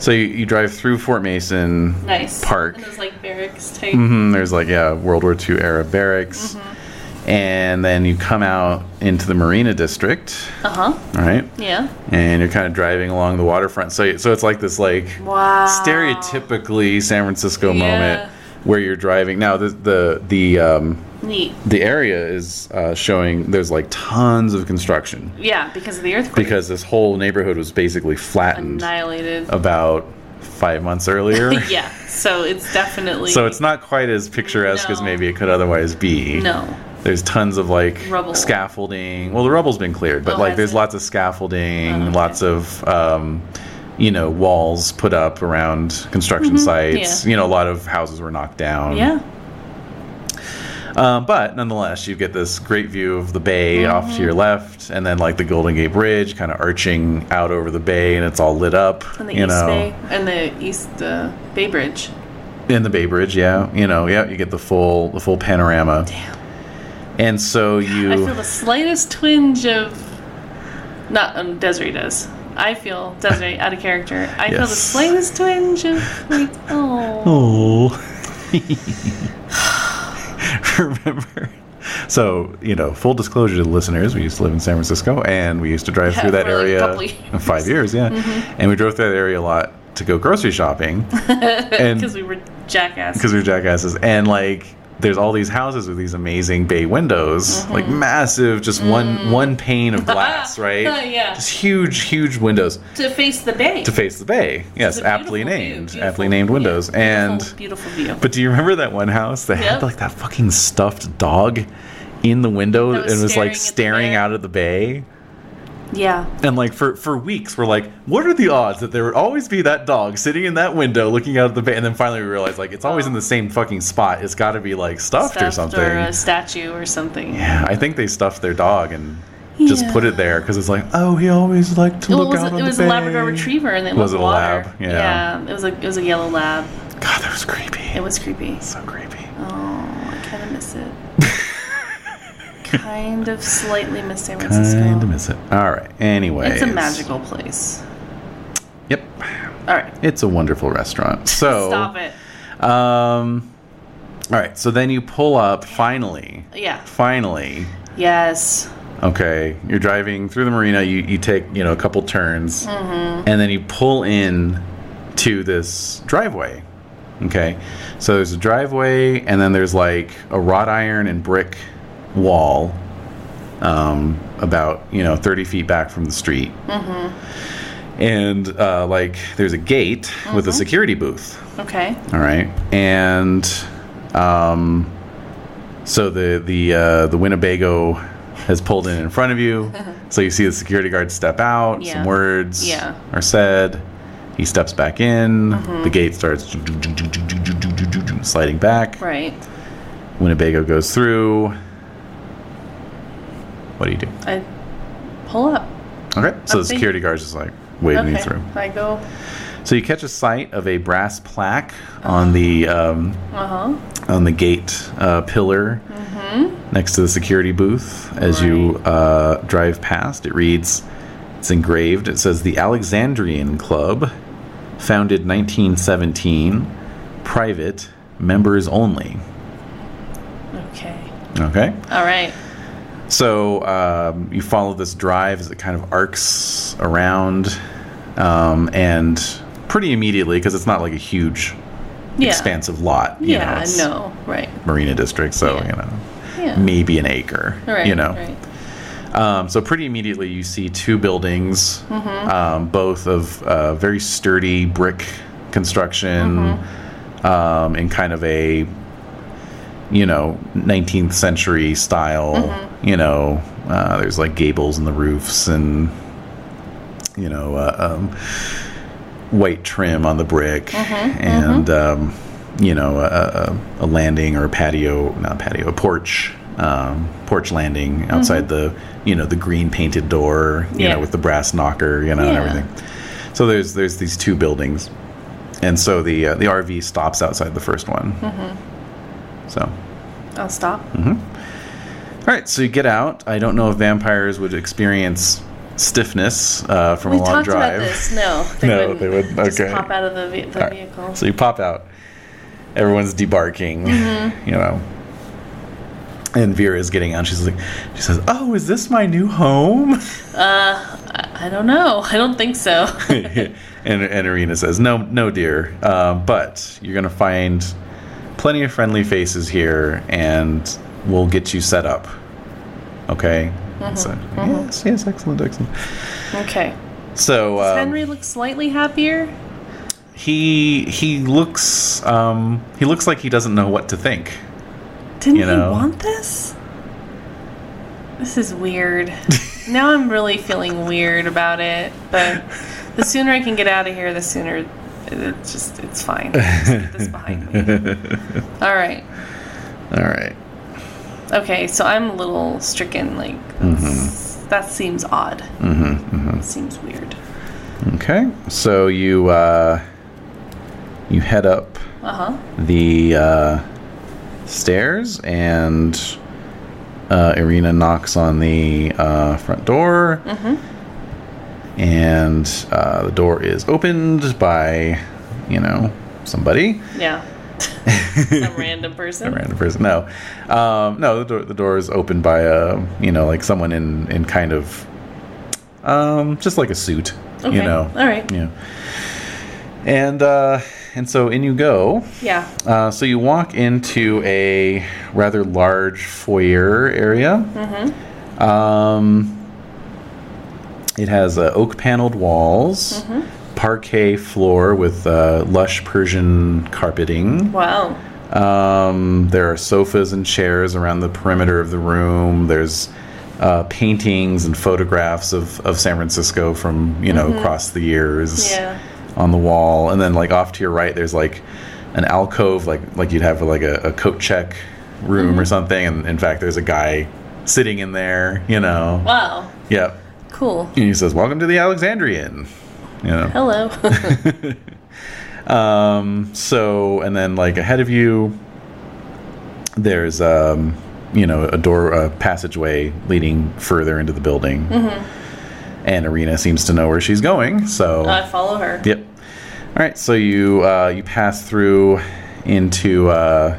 So you, you drive through Fort Mason.
Nice.
Park.
And those like barracks type.
Mhm, There's like yeah, World War II era barracks,
Mm-hmm.
and then you come out into the Marina District,
Uh huh.
all right?
Yeah.
And you're kind of driving along the waterfront. So so it's like this like
Wow.
stereotypically San Francisco
Yeah.
moment where you're driving. Now the the the um,
Neat.
the area is uh, showing there's like tons of construction
Yeah, because of the earthquake.
because this whole neighborhood was basically flattened
annihilated.
about five months earlier.
yeah. So it's definitely.
So it's not quite as picturesque as
No.
maybe it could otherwise be.
No.
There's tons of like
Rubble.
scaffolding. Well, the rubble's been cleared, but
Oh,
like
has
there's
it? Oh,
lots of scaffolding,
okay.
lots of um, you know walls put up around construction sites.
Mm-hmm. yeah.
You know, a lot of houses were knocked down.
Yeah.
Um, but nonetheless, you get this great view of the bay
Mm-hmm.
off to your left, and then like the Golden Gate Bridge kind of arching out over the bay, and it's all lit up.
And the
you
East
know,
Bay. And the East uh, Bay Bridge.
in the Bay Bridge, yeah, you know, yeah, you get the full the full panorama. Damn. And so you,
I feel the slightest twinge of. Not um, Desiree does. I feel Desiree out of character. I feel the
Yes.
slightest twinge of like, oh,
oh, remember. So you know, full disclosure to the listeners, we used to live in San Francisco, and we used to drive
Yeah,
through that
for, like, a
area
couple years. Mm-hmm.
five years, yeah, and we drove through that area a lot to go grocery shopping, and
because we were jackasses.
because we were jackasses. And like, there's all these houses with these amazing bay windows,
Mm-hmm.
like massive, just one one pane of glass, right?
Mm. Yeah.
Just huge, huge windows
to face the bay.
to face the bay. Yes,
It's a
aptly
beautiful view,
named,
beautiful-
aptly named windows.
yeah,
and
beautiful, beautiful view.
but do you remember that one house that had
Yep.
like that fucking stuffed dog in the window
That was
and was like
staring
staring
at
out of the bay?
yeah,
And like for for weeks, we're like, what are the odds that there would always be that dog sitting in that window looking out of the bay? And then finally, we realized like it's always in the same fucking spot. It's got to be like stuffed,
stuffed
or something.
a statue or something.
yeah, I think they stuffed their dog and just
Yeah.
put it there because it's like, oh, he always liked to
Well, it
look
was,
out on
it
the
was
bay.
a Labrador Retriever, and they
Was
loved
it a
water.
lab? Yeah.
it was a it was a yellow lab.
God, that was creepy.
It was creepy.
so creepy.
Oh, I kind of miss it. kind of slightly miss San Francisco.
Kind of miss it. All right. Anyway,
it's a magical place.
Yep,
All right,
it's a wonderful restaurant. So
stop it.
Um, all right. So then you pull up. Finally,
Yeah.
finally.
Yes.
Okay, you're driving through the marina. You, you take you know a couple turns, and then you pull in to this driveway. Okay, so there's a driveway, and then there's like a wrought iron and brick wall, um, about you know 30 feet back from the street, and uh, like there's a gate with a security booth.
Okay.
All right, and um, so the the uh, the Winnebago has pulled in in front of you. so you see the security guard step out.
Yeah.
Some words
Yeah. Mm-hmm.
are said. He steps back in. The gate starts sliding back.
Right.
Winnebago goes through. What do you do?
I pull up.
Okay, so the
think-
security guard's just like, wading
Okay.
through.
I go.
So you catch a sight of a brass plaque on the um,
Uh huh.
on the gate uh, pillar
Mm-hmm.
next to the security booth as you uh, drive past. It reads, it's engraved. It says the Alexandrian Club, founded 1917, private, members only.
Okay.
Okay.
All right.
So um, you follow this drive as it kind of arcs around, um, and pretty immediately, because it's not like a huge,
Yeah.
expansive lot. You know,
Yeah.
it's
no. Right.
Marina district, so
Yeah.
you know,
Yeah.
maybe an acre.
Right.
you know.
Right.
Um, so pretty immediately, you see two buildings,
Mm-hmm.
um, both of uh, very sturdy brick construction,
Mm-hmm.
um, in kind of a, you know, 19th century style. You know, uh, there's like gables in the roofs and, you know, uh, um, white trim on the brick, and Um, you know, a- a, a, a landing or a patio, not patio, a porch. Um, porch landing outside the you know the green painted door you
Yeah.
know with the brass knocker you know and
Yeah.
everything so there's there's these two buildings and so the uh, the RV stops outside the first one.
Mm-hmm.
So, all
I'll stop.
right. So you get out. I don't know if vampires would experience stiffness uh, from
We
a long
talked
drive.
about this. No. They
No,
wouldn't.
they wouldn't.
Just
Okay.
pop out of the, ve- the
All right.
vehicle.
So you pop out. Everyone's debarking.
Mm-hmm.
You know. And Vera is getting out. She's like, she says, "Oh, is this my new home?"
I don't know. I don't think so.
and, and Arena says, "No, no, dear. Uh, but you're gonna find plenty of friendly faces here, and we'll get you set up. Okay." So, Yes, yes, excellent, excellent.
okay.
So um,
Henry looks slightly happier.
he he looks um, he looks like he doesn't know what to think.
Didn't
you know.
he want this? This is weird. now I'm really feeling weird about it. But the sooner I can get out of here, the sooner it's just it's fine. Just get this behind me. All right.
All right.
Okay. So I'm a little stricken. Like that's- that seems odd. Mm-hmm, Seems weird.
Okay, so you uh, you head up
Uh huh.
the uh, stairs, and uh, Irina knocks on the uh, front door,
Mm-hmm.
and uh, the door is opened by you know somebody,
Yeah. Some random
a
person.
random person. No, um, no, the door the door is opened by a you know like someone in in kind of um, just like a suit,
Okay.
you know,
All right.
yeah. And uh, and so in you go.
Yeah.
Uh, so you walk into a rather large foyer area. Mm-hmm. Um, it has uh, oak paneled walls, parquet floor with uh, lush Persian carpeting.
Wow.
Um, there are sofas and chairs around the perimeter of the room. There's uh, paintings and photographs of, of San Francisco from you know across the years
Yeah.
on the wall, and then like off to your right, there's like an alcove, like like you'd have like a, a coat check room or something. And in fact, there's a guy sitting in there. You know,
Wow.
yep.
Cool.
And he says, "Welcome to the Alexandrian." You know.
Hello.
Um, so, and then like ahead of you, there's um, you know a door, a passageway leading further into the building, and Arena seems to know where she's going. So,
I follow her.
yep. All right, so you uh, you pass through into uh,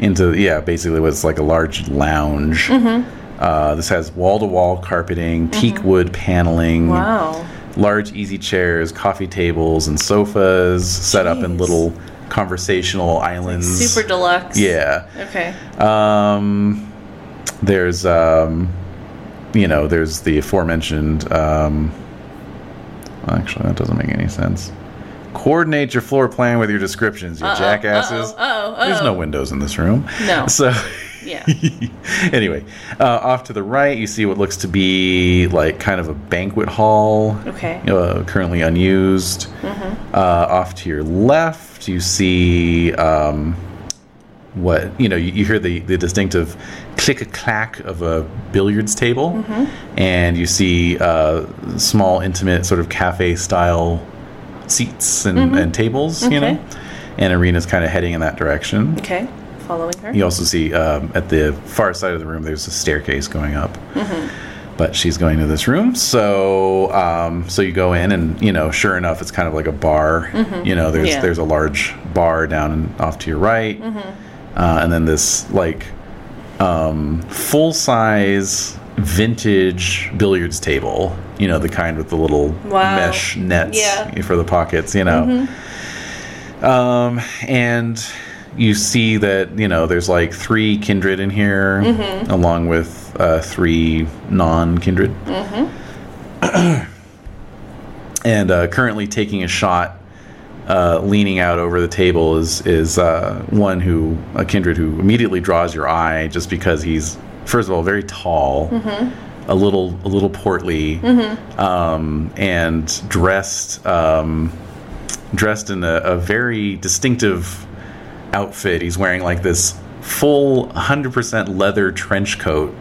into yeah, basically what's like a large lounge. Uh, this has wall to wall carpeting, teak wood paneling
Wow.
large easy chairs, coffee tables, and sofas set up in
Jeez.
little conversational islands.
Super deluxe.
yeah.
Okay.
Um, there's um, you know, there's the aforementioned. Um, actually, that doesn't make any sense. Coordinate your floor plan with your descriptions, you jackasses.
Oh.
There's no windows in this room.
No.
So.
Yeah.
anyway, uh, off to the right, you see what looks to be like kind of a banquet hall.
Okay. Mm-hmm.
Uh, currently unused. Uh, off to your left, you see um, what you know you, you hear the, the distinctive click a clack of a billiards table
Mm-hmm.
and you see uh, small intimate sort of cafe style seats and, and tables you
Mm-hmm. Okay.
know and arena's kind of heading in that direction
Okay, following her.
you also see um, at the far side of the room there's a staircase going up
Mm-hmm.
but she's going to this room so um, so you go in and you know sure enough it's kind of like a bar you know there's
Mm-hmm. Yeah.
there's a large bar down and off to your right
Mm-hmm.
uh, and then this like um, full size vintage billiards table you know the kind with the little
Wow.
mesh nets
Yeah.
for the pockets you know um, and you see that you know there's like three kindred in here, along with uh, three non-kindred. and uh, currently taking a shot, uh, leaning out over the table is is uh, one who a kindred who immediately draws your eye just because he's first of all very tall. A little, a little portly,
Mm-hmm.
um, and dressed um, dressed in a, a very distinctive outfit. He's wearing like this full 100% leather trench coat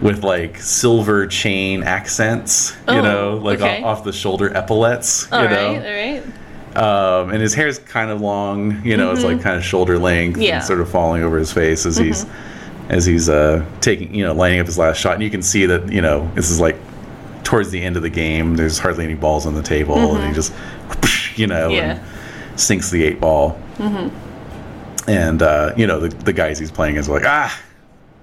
with like silver chain accents, you
Oh,
know, like o-
okay.
off, the shoulder epaulets,
All
you
right,
know.
all right.
Um, and his hair's kind of long, you know, it's like kind of shoulder length
Mm-hmm. Yeah. Mm-hmm.
and sort of falling over his face as he's as he's uh taking, you know, lining up his last shot and you can see that, you know, this is like towards the end of the game. There's hardly any balls on the table and he just you know,
Mm-hmm. Yeah. Mm-hmm.
and sinks the eight ball. And uh, you know the the guys he's playing is like, ah,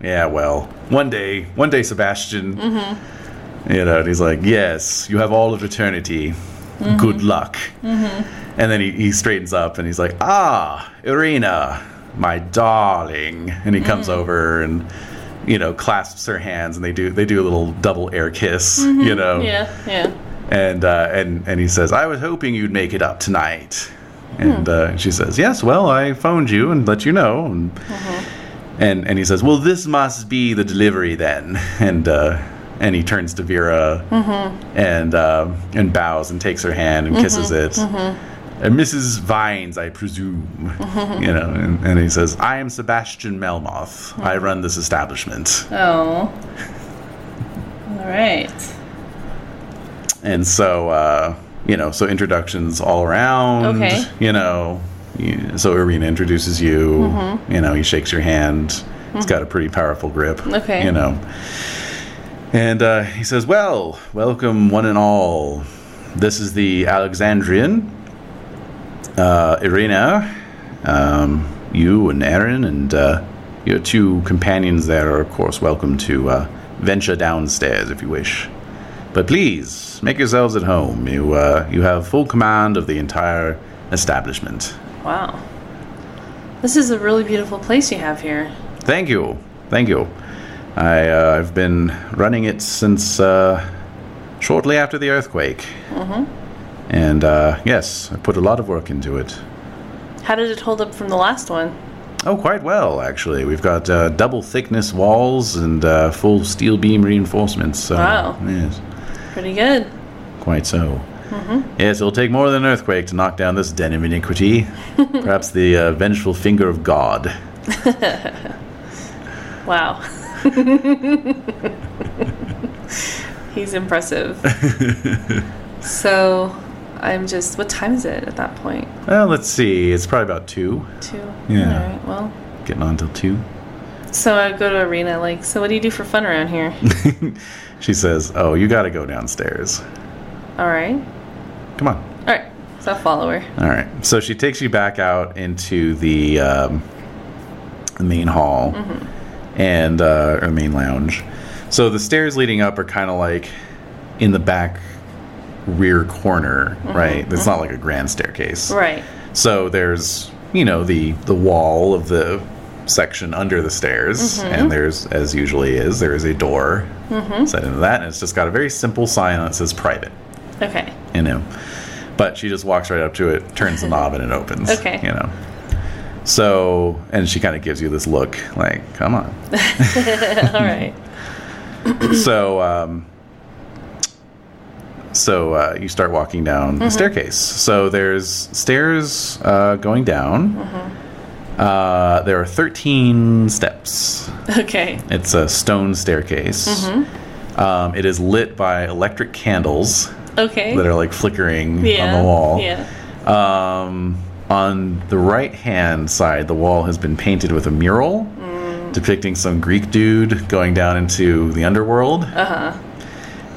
yeah, well, one day, one day, Sebastian. You know, and he's like, yes, you have all of eternity. Good luck. And then he, he straightens up and he's like, ah, Irina, my darling. And he comes over and you know clasps her hands and they do they do a little double air kiss. You know,
Yeah, yeah.
and uh, and and he says, "I was hoping you'd make it up tonight." And uh, she says, "Yes, well, I phoned you and let you know." And and, and he says, "Well, this must be the delivery then." And uh, and he turns to Vera and uh, and bows and takes her hand and kisses it. And Mrs. Vines, I presume, you know. And, and he says, "I am Sebastian Melmoth. I run this establishment."
Oh. All right.
and so uh, you know, so introductions all around.
Okay.
You know, you- so Irina introduces you. You know, he shakes your hand. He's got a pretty powerful grip.
Okay.
You know, and uh, he says, "Well, welcome one and all. This is the Alexandrian. Uh, Irina, um, you and Aaron and uh, your two companions there are, of course, welcome to uh, venture downstairs if you wish." But please make yourselves at home. You uh, you have full command of the entire establishment.
Wow. This is a really beautiful place you have here.
Thank you, thank you. I uh, I've been running it since uh, shortly after the earthquake, and uh, yes, I put a lot of work into it.
How did it hold up from the last one?
Oh, quite well actually. We've got uh, double thickness walls and uh, full steel beam reinforcements. So,
Wow.
Yes,
Pretty good.
quite so. Yes, it'll take more than an earthquake to knock down this den of iniquity. Perhaps the uh, vengeful finger of God.
Wow. He's impressive. so, I'm just. What time is it at that point?
Well, let's see. It's probably about two.
Two.
Yeah.
All right. Well.
Getting on till two.
So I go to arena. Like, so what do you do for fun around here?
She says, "Oh, you got to go downstairs.
All right.
Come on."
All right. So I follow her.
All right. So she takes you back out into the, um, the main hall and uh, or main lounge. So the stairs leading up are kind of like in the back rear corner, right? It's not like a grand staircase.
Right.
So there's you know the the wall of the section under the stairs, and there's as usually is there is a door set into that, and it's just got a very simple sign that says private,
Okay.
you know. But she just walks right up to it, turns the knob, and it opens.
Okay.
you know. So and she kind of gives you this look like, come on.
All right.
so um, so uh, you start
Mm-hmm.
walking down the staircase. So there's stairs uh, going down,
Mm-hmm.
Uh, there are 13 steps.
Okay.
It's a stone staircase.
Mm-hmm.
Um, it is lit by electric candles
Okay.
that are like flickering
yeah.
on the wall.
Yeah.
Um, on the right hand side, the wall has been painted with a mural depicting some Greek dude going down into the underworld. Uh huh.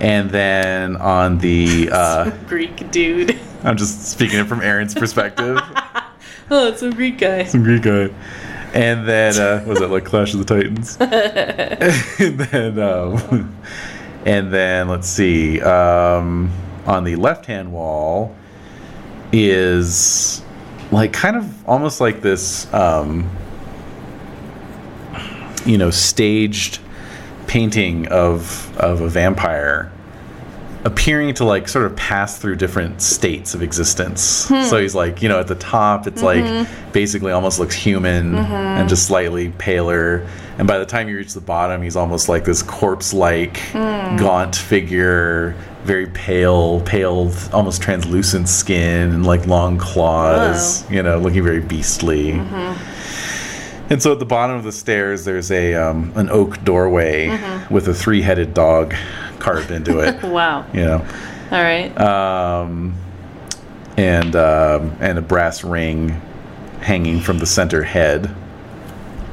And then on the, uh,
Greek dude.
I'm just speaking it from Aaron's perspective.
Oh, it's a Greek guy.
some Greek guy. And then uh, was it like Clash of the Titans? and then, um, and then let's see. Um, on the left-hand wall is like kind of almost like this, um, you know, staged painting of of a vampire appearing to like sort of pass through different states of existence. So he's like, you know, at the top, it's like basically almost looks human and just slightly paler. And by the time you reach the bottom, he's almost like this corpse like, gaunt figure, very pale, pale, almost translucent skin and like long claws, you know, looking very beastly. And so at the bottom of the stairs, there's a um, an oak doorway with a three headed dog carved into it.
Wow.
you know
All right.
um, and um, and a brass ring hanging from the center head.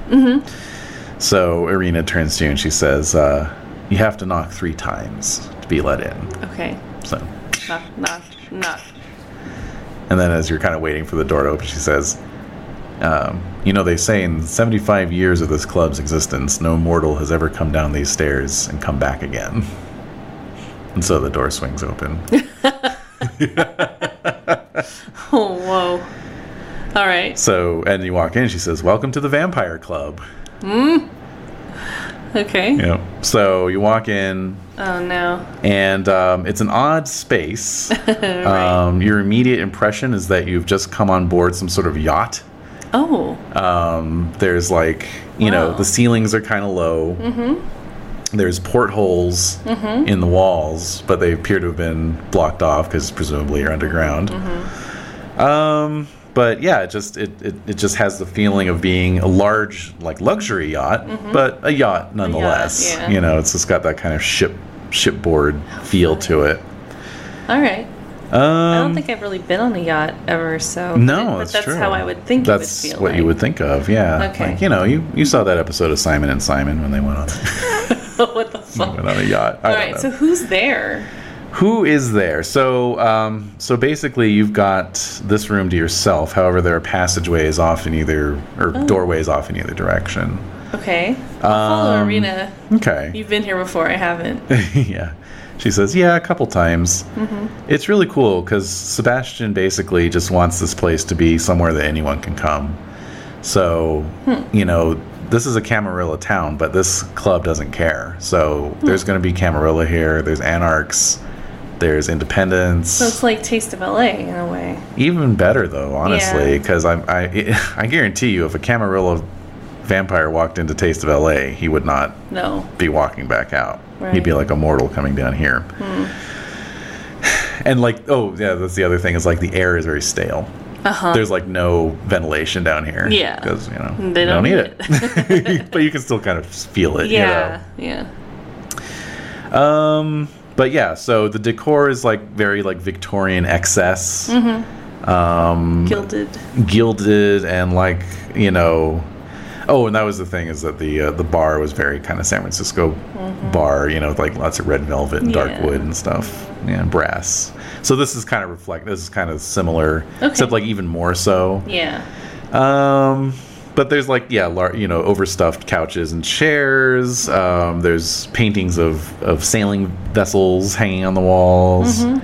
Mm-hmm. So Irina turns to you and she says, uh, "You have to knock three times to be let in."
okay.
So,
Knock, knock, knock.
and then as you're kind of waiting for the door to open, she says. Um, you know, they say in 75 years of this club's existence, no mortal has ever come down these stairs and come back again. And so the door swings open.
Oh, whoa. All right.
So, and you walk in, she says, Welcome to the Vampire Club.
Okay.
You know, so you walk in,
Oh, no.
and um, it's an odd space. um, your immediate impression is that you've just come on board some sort of yacht.
Oh.
Um, there's like, you know,
Wow.
the ceilings are kind of low. Mm-hmm. There's portholes
Mm-hmm.
in the walls, but they appear to have been blocked off because presumably you're underground.
Mm-hmm.
Um, but yeah, it just it, it, it just has the feeling of being a large like luxury yacht, but a yacht nonetheless.
Mm-hmm. yeah.
You know, it's just got that kind of ship shipboard feel to it.
All right.
Um,
I don't think I've really been on a yacht ever, so.
no,
but
that's,
that's
true.
how I would think
That's
it would feel.
what you would
like.
think of, yeah.
Okay.
Like, you know, you, you saw that episode of Simon and Simon when they went on
what the fuck?
went on a yacht. I
All
don't
right.
know.
So who's there?
Who is there? So, um, so basically, you've got this room to yourself. However, there are passageways off in either or
Oh.
doorways off in either direction.
Okay. I'll follow
Um,
Arena.
Okay.
You've been here before. I haven't.
yeah. She says, yeah, a couple times.
Mm-hmm.
It's really cool because Sebastian basically just wants this place to be somewhere that anyone can come. So,
Hmm.
you know, this is a Camarilla town, but this club doesn't care. So
Hmm.
there's going to be Camarilla here, there's Anarchs, there's Independence.
So it's like Taste of LA in a way.
Even better though, honestly,
Yeah.
because I'm I I guarantee you, if a Camarilla vampire walked into Taste of L.A., he would not
No.
be walking back out. He'd be
Right. Hmm.
like a mortal coming down here. And like, oh yeah, that's the other thing is like the air is very stale.
Uh-huh.
There's like no ventilation down here.
Yeah.
because you know
They
you
don't
need
need
it, but you can still kind of feel it. you know?
Yeah. Yeah.
Um, but yeah, so the decor is like very like Victorian
Mm-hmm.
excess. Um,
Gilded.
gilded and like you know oh and that was the thing is that the uh, the bar was very kind of san francisco bar you know with like lots of red velvet and dark
Mm-hmm. Yeah.
wood and stuff yeah, and brass so this is kind of reflect this is kind of similar
Okay.
except like even more so
Yeah.
um, but there's like yeah, lar- you know, overstuffed couches and chairs. Um, there's paintings of of sailing vessels hanging on the walls. And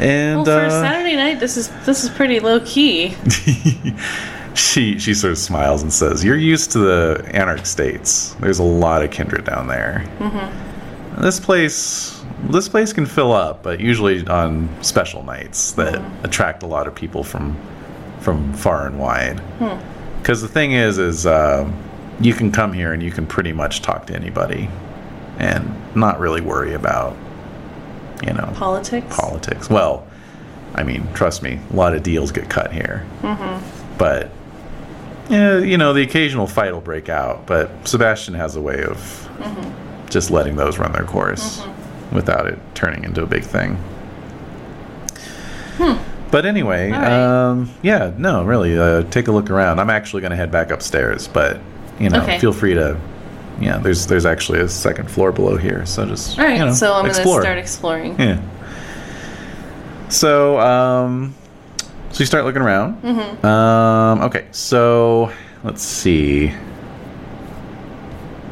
Mm-hmm. well, for
uh,
a Saturday night, this is this is pretty low key.
she she sort of smiles and says, "You're used to the anarch states. There's a lot of kindred down there. This place." This place can fill up, but usually on special nights that attract a lot of people from from far and wide. Because the thing is, is um you can come here and you can pretty much talk to anybody, and not really worry about you know
Politics.
politics.
Mm-hmm.
Well, I mean, trust me, a lot of deals get cut here. But Yeah, you know, the occasional fight will break out, but Sebastian has a way of
Mm-hmm.
just letting those run their course without it turning into a big thing. But anyway,
Hmm. All right.
um, yeah, no, really, uh, take a look around. I'm actually going to head back upstairs, but you know,
Okay.
feel free to. Yeah, there's there's actually a second floor below here, so just
All right,
you know,
so I'm going to
explore.
start exploring.
Yeah. So, um, so you start looking around. Mm-hmm. Um, okay, so let's see.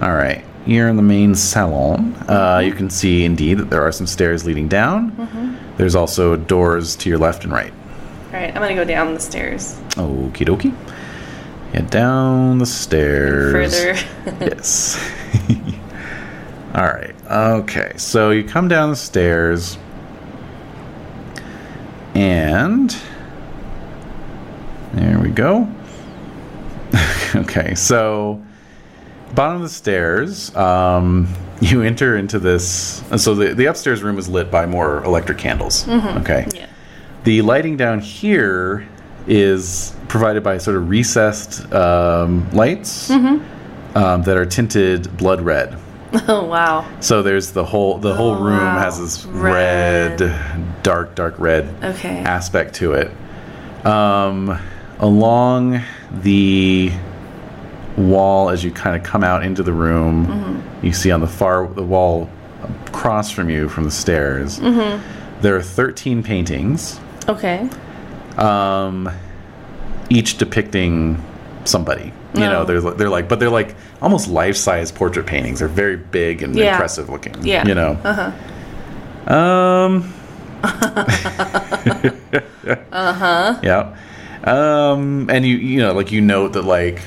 All right, you're in the main salon. Uh, you can see indeed that there are some stairs leading down. There's also doors to your left and right.
All right, I'm going to go down the stairs
Okie dokie. Yeah, down the stairs.
further.
yes. All right. Okay. So you come down the stairs, and there we go. okay. So bottom of the stairs, um, you enter into this. uh, So the the upstairs room is lit by more electric candles. Okay.
yeah.
The lighting down here is provided by sort of recessed um, lights um, that are tinted blood red.
Oh, wow.
So there's the whole the whole
Oh,
room
wow.
has this
Red.
red. dark, dark red
Okay.
aspect to it. Um, along the wall, as you kind of come out into the room,
Mm-hmm.
you see on the far the wall across from you from the stairs,
Mm-hmm.
there are 13 paintings
Okay.
um, each depicting somebody. You
No.
know, they're they're like, but they're like almost life size portrait paintings. They're very big and
Yeah.
impressive looking.
Yeah.
you know. Uh-huh. Um.
Uh-huh.
uh huh. Yeah. Um, and you you know like you note that like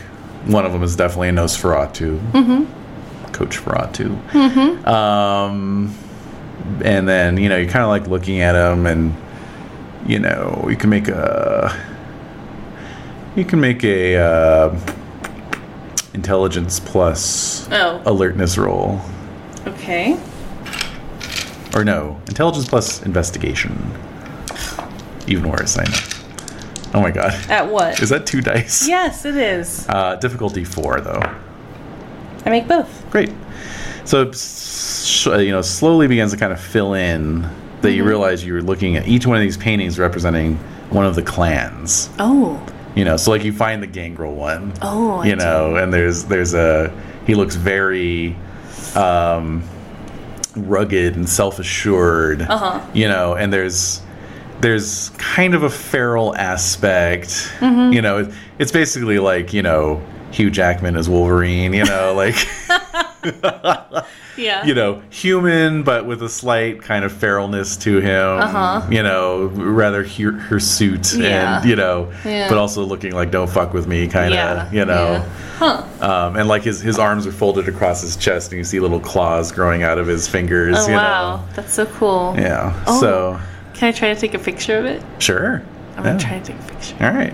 one of them is definitely a Nosferatu, Coach Ferratu. Um, and then you know you're kind of like looking at him, and you know you can make a you can make a uh, intelligence plus
Oh.
alertness roll,
Okay.
or no intelligence plus investigation. Even worse, I know. Oh my god,
At what?
is that two dice?
yes, it is.
Uh, difficulty four though.
I make both.
Great. So it s- uh, you know slowly begins to kind of fill in that you
Mm-hmm.
realize you're looking at each one of these paintings representing one of the clans.
Oh.
You know, so like you find the Gangrel one.
Oh, I
you know, and there's there's a he looks very um, rugged and self-assured.
Uh-huh.
You know, and there's there's kind of a feral aspect.
Mm-hmm.
You know, it, it's basically like you know Hugh Jackman as Wolverine. You know, like.
Yeah.
you know, human, but with a slight kind of feralness to him.
Uh-huh.
You know, rather her, hirsute
Yeah.
and you know,
Yeah.
but also looking like "don't fuck with me" kind of.
Yeah,
You know,
Huh.
um, and like his his arms are folded across his chest, and you see little claws growing out of his fingers.
Oh,
you
wow. That's so cool.
know, yeah.
Oh.
So
Can I try to take a picture of it?
sure.
I'm
Yeah.
going to try to take a picture.
All right.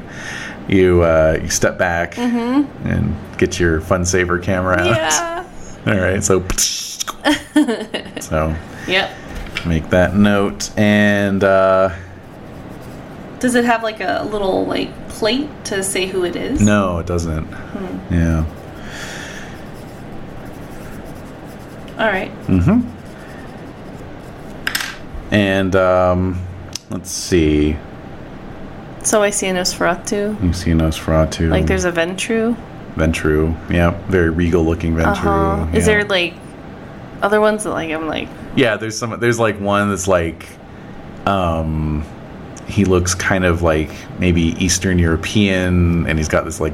You uh, you step back and get your fun saver camera out.
Mm-hmm. Yeah.
All right. So so
Yep.
make that note and uh
Does it have like a little like plate to say who it is?
no it doesn't
Hmm.
yeah
All right.
and um let's see
So I see a Nosferatu.
you see nosferatu
Like there's a Ventru.
ventru yeah very regal looking ventru
Uh huh. Is
yeah.
there like other ones that like I'm like
yeah there's some there's like one that's like um he looks kind of like maybe eastern european and he's got this like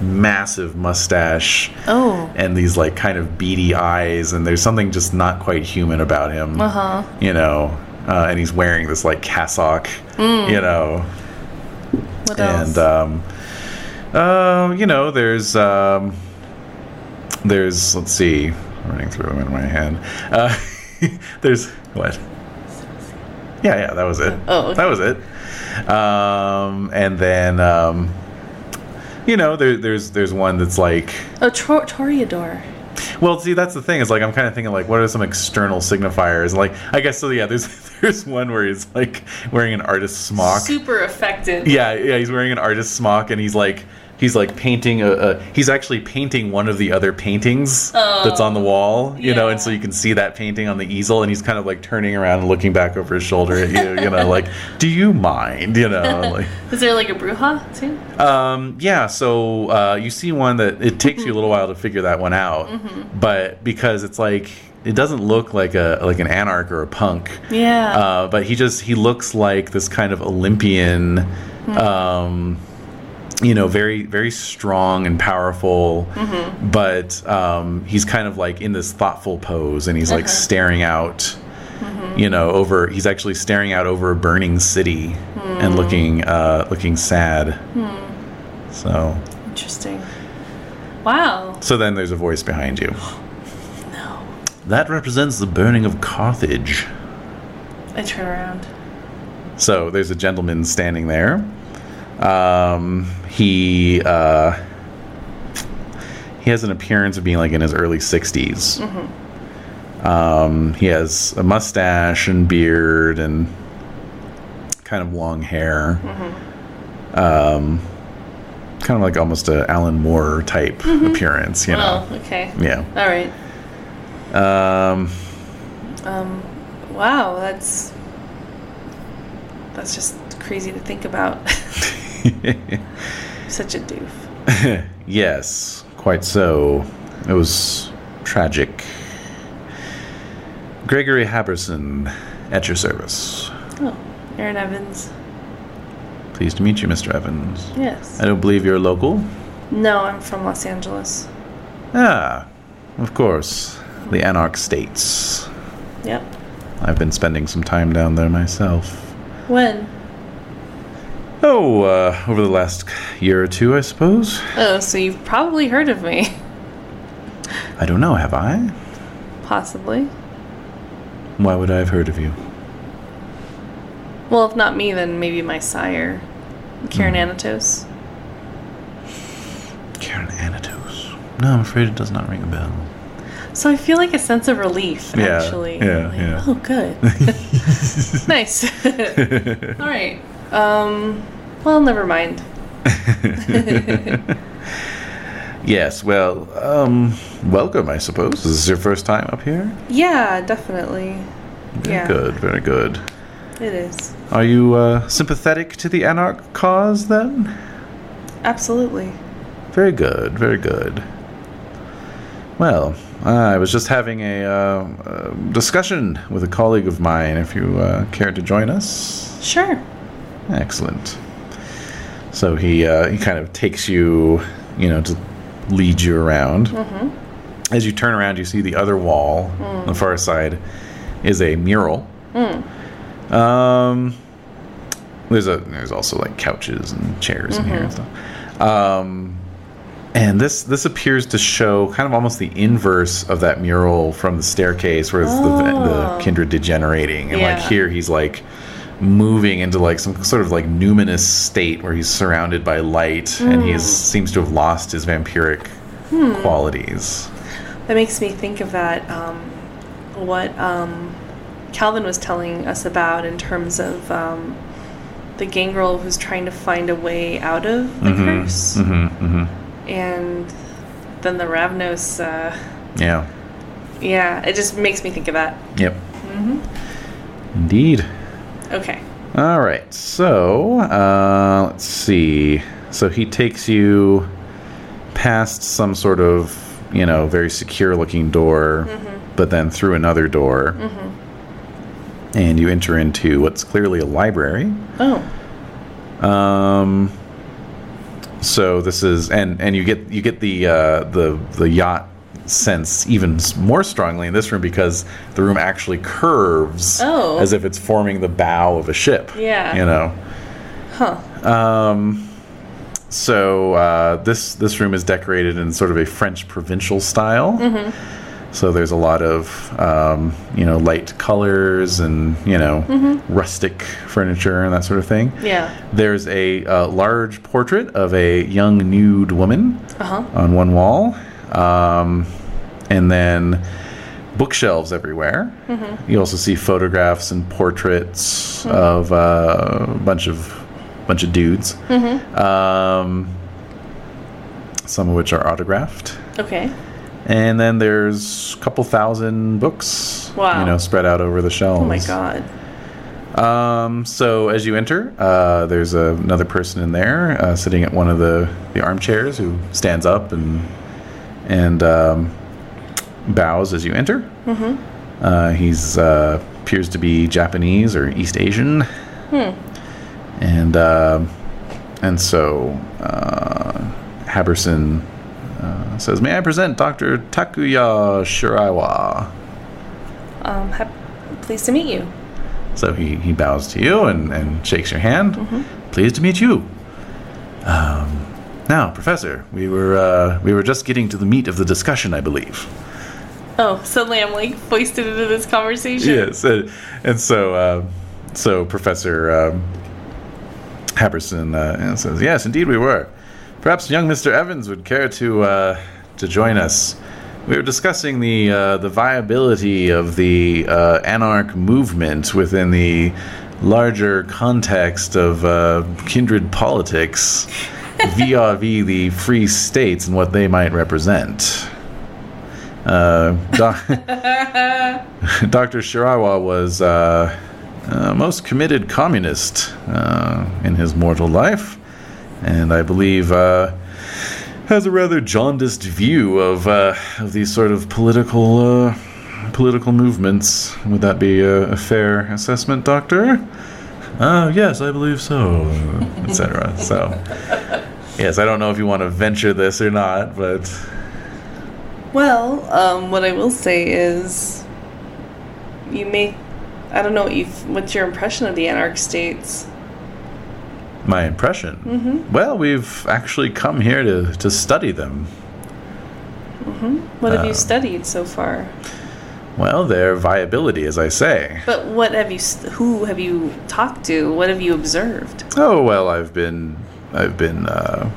massive mustache
oh
and these like kind of beady eyes and there's something just not quite human about him
uh huh
you know, uh, and he's wearing this like cassock,
Mm.
you know,
what else
and um, uh, you know, there's um, there's let's see, I'm running through them in my head. Uh, there's what? Yeah, yeah, that was it.
Oh, okay.
that was it. Um, and then um, you know, there, there's there's one that's like.
oh Tor- Toreador
Well, see, that's the thing. Is like I'm kind of thinking like, what are some external signifiers? Like, I guess so. Yeah, there's there's one where he's like wearing an artist smock.
super effective
Yeah, yeah, he's wearing an artist smock, and he's like he's like painting a, a he's actually painting one of the other paintings that's on the wall, you know,
yeah.
and so you can see that painting on the easel, and he's kind of like turning around and looking back over his shoulder at you, you know, like, do you mind, you know, like.
Is there like a bruja too?
Um, yeah, so uh, you see one that it takes you a little while to figure that one out, but because it's like it doesn't look like a like an anarch or a punk,
Yeah.
uh, but he just he looks like this kind of Olympian, um, you know, very very strong and powerful, but um, he's kind of like in this thoughtful pose, and he's like staring out you know over he's actually staring out over a burning city and looking uh looking sad so
Interesting. Wow.
so then there's a voice behind you that represents the burning of carthage
I turn around.
so there's a gentleman standing there um he uh he has an appearance of being like in his early 60s um he has a mustache and beard and kind of long hair um kind of like almost a alan moore type appearance you know
Well, Oh, okay.
yeah
All right.
um
Um, Wow, that's that's just crazy to think about. Such a doof.
Yes, quite so. It was tragic. Gregory Haberson, at your service.
Oh, Aaron Evans.
Pleased to meet you, Mr. Evans.
Yes.
I don't believe you're local.
No, I'm from Los Angeles.
Ah, of course. The Anarch States.
Yep.
I've been spending some time down there myself.
When?
Oh, uh, over the last year or two, I suppose.
Oh, so you've probably heard of me.
I don't know, have I?
Possibly.
Why would I have heard of you?
Well, if not me, then maybe my sire, Kieran Anatos.
Karen Anatos. No, I'm afraid it does not ring a bell.
So I feel like a sense of relief,
Yeah,
actually.
yeah,
Like,
yeah.
Oh, good. nice. All right. Um, well, never mind.
Yes, well, um, welcome, I suppose. Is this your first time up here?
Yeah, definitely.
Very
yeah,
good, very good.
it is.
Are you uh, sympathetic to the anarch cause then?
Absolutely.
Very good, very good. Well, I was just having a uh, uh, discussion with a colleague of mine. If you uh, care to join us,
Sure.
excellent. So he uh, he kind of takes you, you know, to lead you around. As you turn around, you see the other wall on the far side is a mural. Um, there's a there's also like couches and chairs in here and stuff. Um, and this this appears to show kind of almost the inverse of that mural from the staircase, where it's the, the kindred degenerating, and
Yeah.
like here he's like moving into like some sort of like numinous state where he's surrounded by light and he seems to have lost his vampiric qualities.
That makes me think of that, um, what um, Calvin was telling us about in terms of um, the gangrel who's trying to find a way out of the
Mm-hmm.
curse. And then the Ravnos, uh,
Yeah.
yeah, it just makes me think of that.
Yep. Indeed.
Okay.
All right. So uh, let's see. So he takes you past some sort of you know very secure looking door, but then through another door, and you enter into what's clearly a library.
Oh,
Um, so this is and and you get you get the uh, the the yacht sense even s- more strongly in this room because the room actually curves
Oh.
as if it's forming the bow of a ship.
Yeah.
you know. Um,
huh.
So uh, this this room is decorated in sort of a French provincial style.
Mm-hmm.
So there's a lot of um, you know light colors and you know
Mm-hmm.
rustic furniture and that sort of thing.
Yeah.
There's a uh, large portrait of a young nude woman
Uh huh.
on one wall, um, and then bookshelves everywhere.
Mm-hmm.
You also see photographs and portraits
Mm-hmm.
of uh, a bunch of bunch of dudes. Um, some of which are autographed.
Okay.
And then there's a couple thousand books,
Wow.
you know, spread out over the shelves.
Oh my god.
Um, so as you enter, uh, there's a, another person in there uh, sitting at one of the, the armchairs who stands up and and um, bows as you enter. Mm-hmm. Uh, he's uh, appears to be Japanese or East Asian, and uh, and so uh, Haberson uh, says, "May I present Doctor Takuya Shiraiwa?"
Um, hap- pleased to meet you.
So he, he bows to you and, and shakes your hand. Pleased to meet you. Um, now, Professor, we were uh, we were just getting to the meat of the discussion, I believe.
Oh, suddenly I'm like foisted into this conversation.
Yes, and, and so uh, so Professor um, Haberson uh, says, "Yes, indeed, we were. Perhaps young Mister Evans would care to uh, to join us. We were discussing the uh, the viability of the uh, anarch movement within the larger context of uh, kindred politics." vis-a-vis the free states and what they might represent. Uh, doc- Dr. Shirawa was uh, uh, most committed communist uh, in his mortal life, and I believe uh, has a rather jaundiced view of, uh, of these sort of political uh, political movements. Would that be a, a fair assessment, Doctor? Uh, yes, I believe so, etc. So, yes, I don't know if you want to venture this or not, but
Well, um, what I will say is, you may. I don't know what you. What's your impression of the anarch states?
My impression? Mm-hmm. Well, we've actually come here to, to study them.
What have you studied so far?
Well, their viability, as I say.
But what have you? st- Who have you talked to? What have you observed?
Oh well, I've been I've been uh,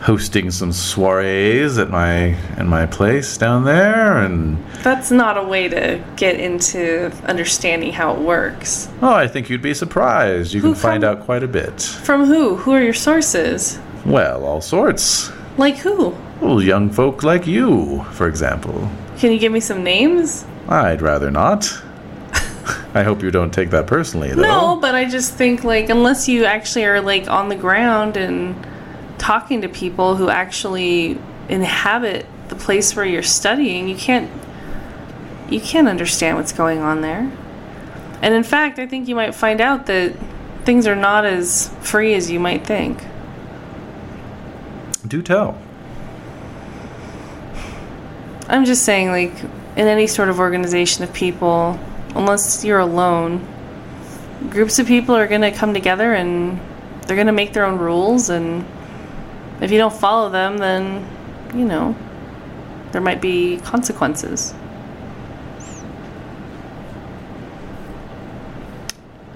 hosting some soirees at my at my place down there, and
That's not a way to get into understanding how it works.
oh, I think you'd be surprised. You
Who
can find
come-
out quite a bit.
From who? Who are your sources?
Well, all sorts.
Like who?
Well, young folk like you, for example.
Can you give me some names?
I'd rather not. I hope you don't take that personally, though.
No, but I just think like unless you actually are like on the ground and talking to people who actually inhabit the place where you're studying, you can't you can't understand what's going on there. And in fact, I think you might find out that things are not as free as you might think.
Do tell.
I'm just saying like in any sort of organization of people, unless you're alone, groups of people are going to come together and they're going to make their own rules and if you don't follow them then, you know, there might be consequences.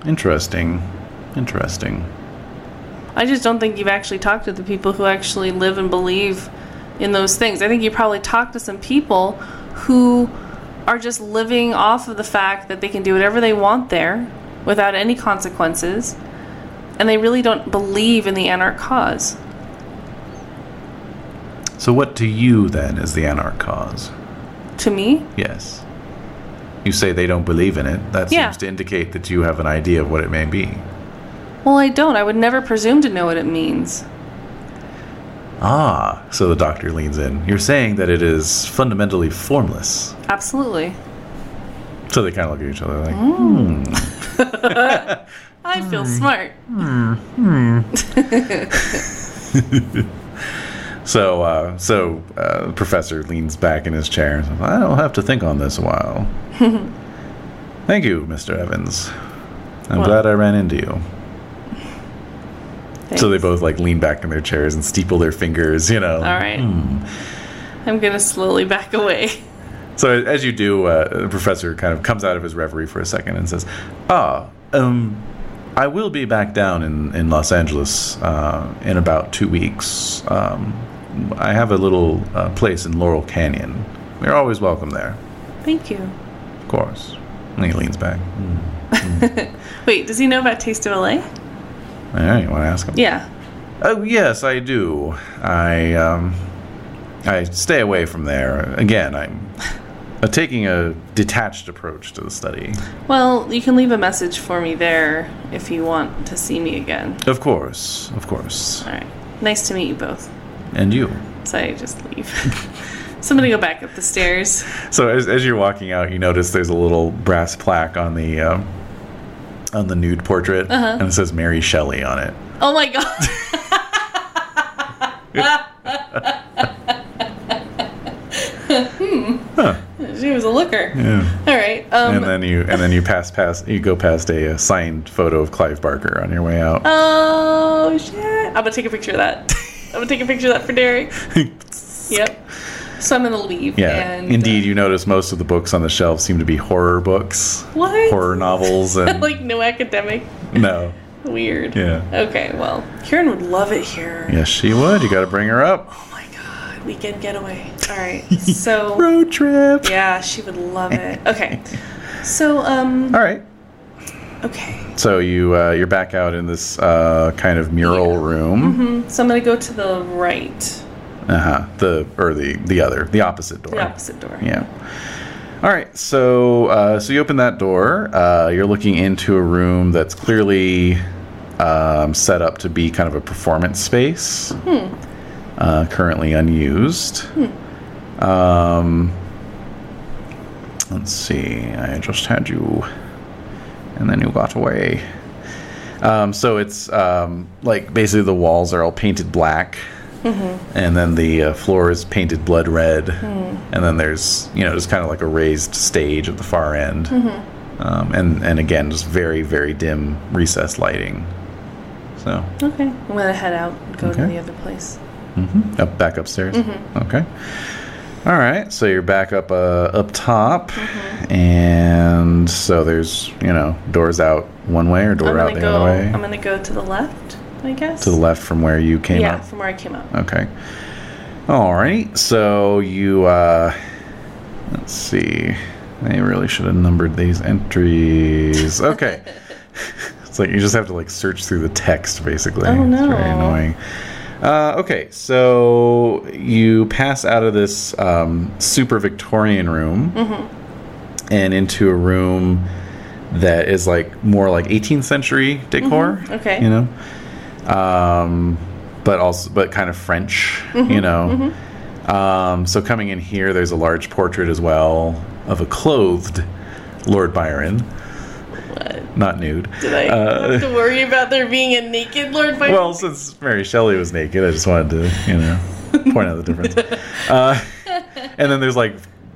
Interesting. Interesting.
I just don't think you've actually talked to the people who actually live and believe in those things. I think you probably talked to some people who are just living off of the fact that they can do whatever they want there without any consequences, and they really don't believe in the anarch cause.
So, what to you then is the anarch cause?
To me,
Yes. You say they don't believe in it. That
Yeah.
seems to indicate that you have an idea of what it may be.
well, I don't. I would never presume to know what it means.
Ah, so the doctor leans in. You're saying that it is fundamentally formless.
Absolutely.
So they kind of look at each other like,
I feel smart.
So, uh, so uh, the professor leans back in his chair. and says, I'll have to think on this a while. Thank you, Mr. Evans. I'm
Well-
glad I ran into you. So they
Thanks.
both like lean back in their chairs and steeple their fingers, you know.
All right. I'm going to slowly back away.
So as you do, uh, the professor kind of comes out of his reverie for a second and says, "Ah, um, I will be back down in in Los Angeles uh, in about two weeks. Um, I have a little uh, place in Laurel Canyon. You're always welcome there."
Thank you.
Of course. And he leans back.
Wait, does he know about Taste of LA?
All right, you want to ask him?
Yeah.
Oh, yes, I do. I, um, I stay away from there. Again, I'm uh, taking a detached approach to the study.
Well, you can leave a message for me there if you want to see me again.
Of course, of course.
All right. Nice to meet you both.
And you.
So I just leave. so I'm gonna go back up the stairs.
So as, as you're walking out, you notice there's a little brass plaque on the um, on the nude portrait,
Uh-huh.
and it says Mary Shelley on it.
Oh my god.
Huh.
Hmm. She was a looker.
Yeah.
All right. Um,
and then you and then you pass past you go past a, uh signed photo of Clive Barker on your way out.
oh shit! I'm gonna take a picture of that. I'm gonna take a picture of that for Derry. Yep. So I'm gonna leave.
yeah,
And, uh,
indeed. You notice most of the books on the shelf seem to be horror books,
What?
horror novels, and
like no academic.
no.
Weird.
Yeah.
Okay. Well, Karen would love it here.
Yes, she would. You got to bring her up.
Oh my god. Weekend getaway. All right. So.
Road trip.
yeah, she would love it. Okay. So um.
All right.
Okay.
So you uh, you're back out in this uh, kind of mural
Mm-hmm.
room.
So I'm gonna go to the right,
Uh huh. The or the the other the opposite door.
the opposite door.
Yeah. All right. So uh, so you open that door. Uh, you're looking into a room that's clearly um, set up to be kind of a performance space,
Hmm.
uh, currently unused.
Hmm.
Um, let's see. I just had you, and then you got away. Um, so it's um, like basically the walls are all painted black, and then the uh, floor is painted blood red,
Hmm.
and then there's you know just kind of like a raised stage at the far end,
Mm-hmm.
um, and and again just very very dim recessed lighting. So
Okay. I'm gonna head out and go to
Okay.
the other place.
up back upstairs.
Mm-hmm.
Okay. All right, so you're back up uh, up top,
Mm-hmm.
and so there's you know doors out one way or door
I'm
out
gonna
the
go.
other way
I'm gonna go to the left. I guess.
to the left from where you came Uh,
Yeah,
up.
from where I came out.
Okay. All right. So you, uh, let's see. I really should have numbered these entries. Okay. it's like you just have to like search through the text, basically.
Oh,
It's very
no.
annoying. Uh, okay, so you pass out of this um, super Victorian room and into a room that is like more like 18th century decor.
Mm-hmm. okay.
you know, um, but also but kind of French,
Mm-hmm.
you know. Um, so coming in here, there's a large portrait as well of a clothed Lord Byron. Not nude. Uh,
Did I have to worry about there being a naked Lord Byron?
Well, since Mary Shelley was naked, I just wanted to, you know, point out the difference. Uh, and then there's like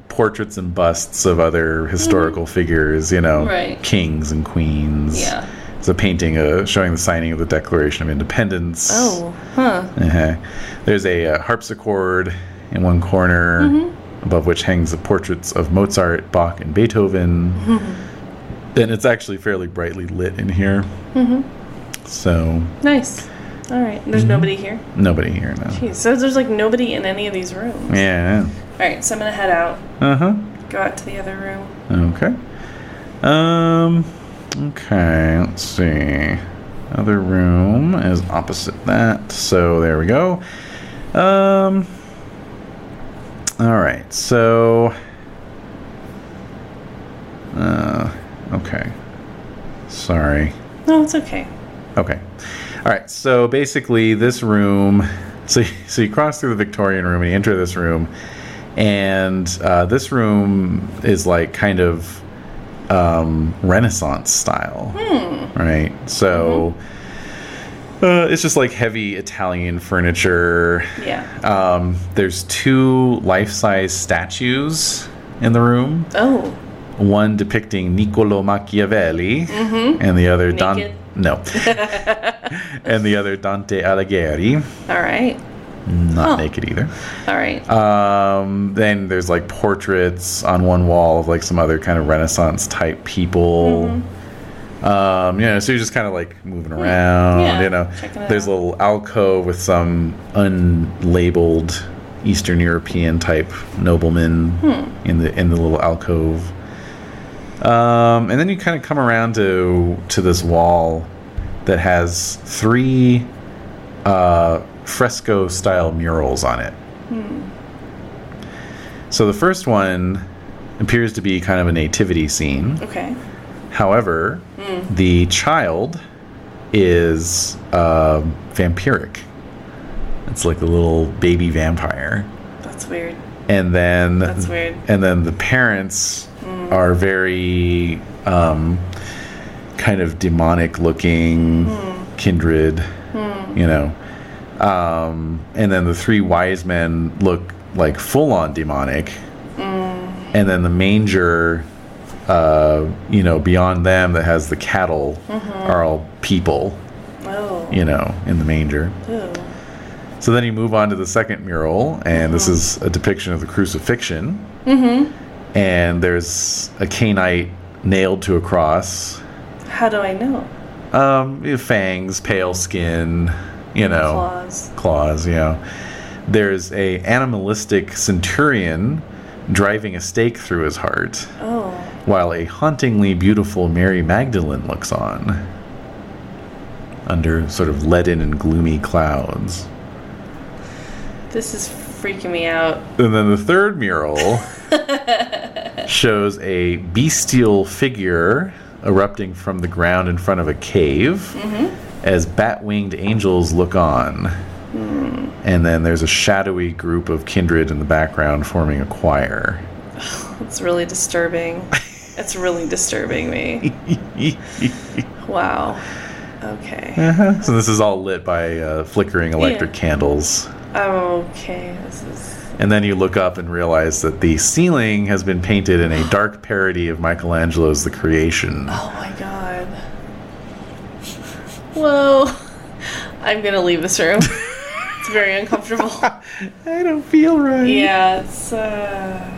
portraits and busts of other historical figures, you know,
Mm-hmm. Right.
kings and queens.
Yeah.
It's a painting uh, showing the signing of the Declaration of Independence.
oh, huh.
Uh-huh. There's a uh, harpsichord in one corner,
Mm-hmm.
above which hangs the portraits of Mozart, Bach, and Beethoven.
Mm-hmm.
And it's actually fairly brightly lit in here. So
Nice. All right.
Mm-hmm.
There's nobody here.
nobody here now.
Jeez, so there's like nobody in any of these rooms.
Yeah.
All right. So I'm gonna head out.
Uh huh.
Go out to the other room.
Okay. Um. Okay. Let's see. Other room is opposite that. So there we go. Um. All right. So. Uh. Okay. Sorry.
No, Oh, it's okay.
Okay. All right. So basically, this room. So you- so you cross through the Victorian room and you enter this room, and uh, this room is like kind of um, Renaissance style, right? So. Uh, it's just like heavy Italian furniture.
Yeah.
Um, there's two life size statues in the room
Oh.
one depicting Niccolo Machiavelli and the other Dante
Naked?
no and the other Dante Alighieri
All right.
not
Huh.
naked either
All right.
um, then there's like portraits on one wall of like some other kind of renaissance type people um, you know so you're just kind of like moving around
Mm-hmm. Hmm. Yeah,
you know
checking it
there's a
out.
little alcove with some unlabeled eastern european type nobleman
Hmm.
in the in the little alcove um, and then you kind of come around to to this wall that has three uh, fresco style murals on it. So the first one appears to be kind of a nativity scene.
Okay.
However, the child is uh, vampiric. It's like a little baby vampire,
That's weird.
and then
That's weird. Mm.
And then the parents are very um, kind of demonic looking,
Hmm.
kindred, you know. Um, and then the three wise men look like full on demonic,
Hmm.
and then the manger uh, you know, beyond them that has the cattle
Mm-hmm.
are all people,
Oh.
you know, in the manger.
Ew.
So then you move on to the second mural, and this is a depiction of the crucifixion. Mm-hmm. And there's a canite nailed to a cross,
How do I know?
um, you know, fangs, pale skin, you know,
Claws.
claws, yeah. There's a animalistic centurion driving a stake through his heart
Oh.
while a hauntingly beautiful Mary Magdalene looks on under sort of leaden and gloomy clouds.
This is freaking me out.
And then the third mural shows a bestial figure erupting from the ground in front of a cave
Mm-hmm.
as bat winged angels look on.
Hmm.
And then there's a shadowy group of kindred in the background forming a choir.
It's really disturbing. It's really disturbing me. Wow. Okay.
So this is all lit by uh, flickering electric
Yeah.
candles.
Okay. This is.
And then you look up and realize that the ceiling has been painted in a dark parody of Michelangelo's The Creation.
Oh my god. Whoa. I'm gonna leave this room. It's very uncomfortable.
I don't feel right.
Yeah. It's. Uh,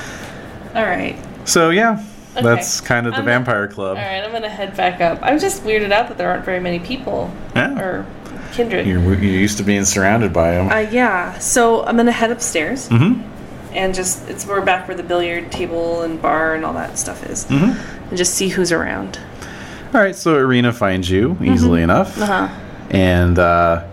ugh. All right.
So yeah,
Okay.
that's kind of the
I'm-
Vampire Club.
All right. I'm gonna head back up. I'm just weirded out that there aren't very many people
Yeah.
or kindred.
You're, you're used to being surrounded by them.
Uh, yeah. So I'm gonna head upstairs
mm-hmm.
and just it's we're back where the billiard table and bar and all that stuff is,
Mm-hmm.
and just see who's around.
All right, so Irina finds you
Mm-hmm.
easily enough,
Uh huh.
and uh,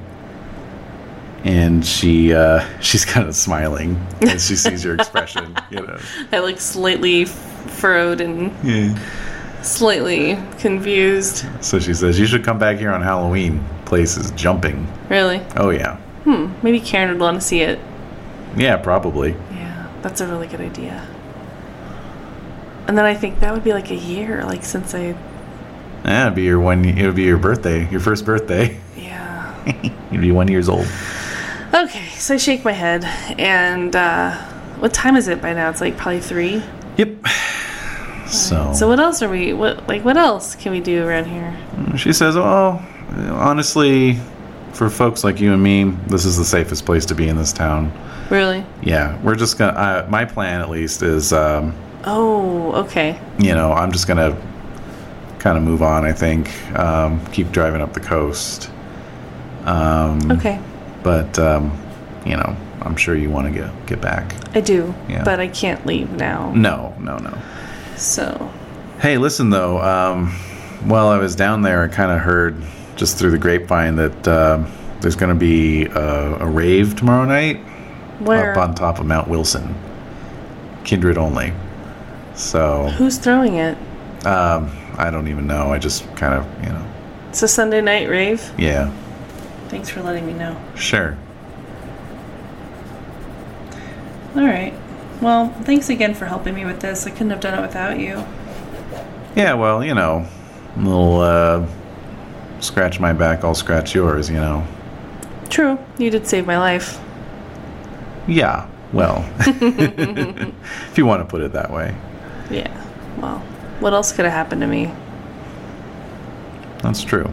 and she uh, she's kind of smiling as she sees your expression. You know.
I look slightly furrowed and
Yeah.
slightly confused.
So she says, "You should come back here on Halloween. Place is jumping.
Really.
Oh yeah,
Hmm. Maybe Karen would want to see it.
yeah, probably."
Yeah, that's a really good idea. And then I think that would be like a year, like since I.
Yeah, it'd be your one. It'd be your birthday, your first birthday.
Yeah.
You'd be one years old.
Okay, so I shake my head, and uh, what time is it by now? It's like probably three.
Yep. So,
So what else are we? What like what else can we do around here?
she says, "Oh, honestly, for folks like you and me, this is the safest place to be in this town.
Really?
Yeah, we're just gonna. Uh, my plan, at least, is um,
Oh, okay.
you know, I'm just gonna kind of move on. I think um, keep driving up the coast. Um,
Okay,
But um, you know, I'm sure you want to get get back.
I do,
Yeah. Mm.
but I can't leave now.
No, no, no."
So
Hey, listen though. Um, while I was down there, I kind of heard just through the grapevine that uh, there's going to be a, a rave tomorrow night
where?
up on top of Mount Wilson, Kindred only. So
Who's throwing it?
um, I don't even know. I just kind of, you know,
It's a Sunday night rave.
yeah,
Thanks for letting me know.
sure.
All right. Well, thanks again for helping me with this. I couldn't have done it without you.
Yeah, well, you know, little uh, scratch my back, I'll scratch yours. You know.
True, you did save my life.
Yeah. Well, if you want to put it that way,
Yeah. Well, what else could have happened to me?
that's true.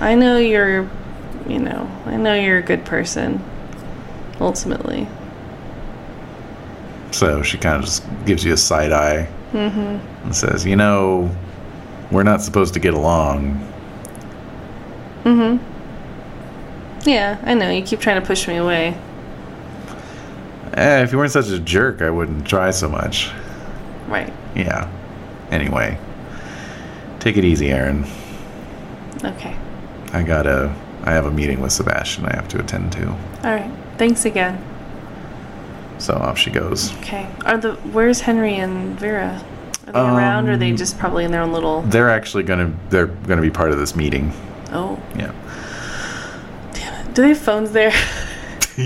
I know you're, you know, I know you're a good person. Ultimately.
So she kind of just gives you a side eye and says, "You know, we're not supposed to get along."
Mm-hmm. Yeah, I know. You keep trying to push me away.
Eh, if you weren't such a jerk, I wouldn't try so much.
Right.
Yeah. Anyway, take it easy, Aaron.
Okay.
I gotta. I have a meeting with Sebastian. I have to attend to.
All right. Thanks again.
So off she goes.
Okay. Are the where's Henry and Vera? Are they around or are they just probably in their own little
They're actually gonna they're gonna be part of this meeting.
Oh.
Yeah.
Do they have phones there?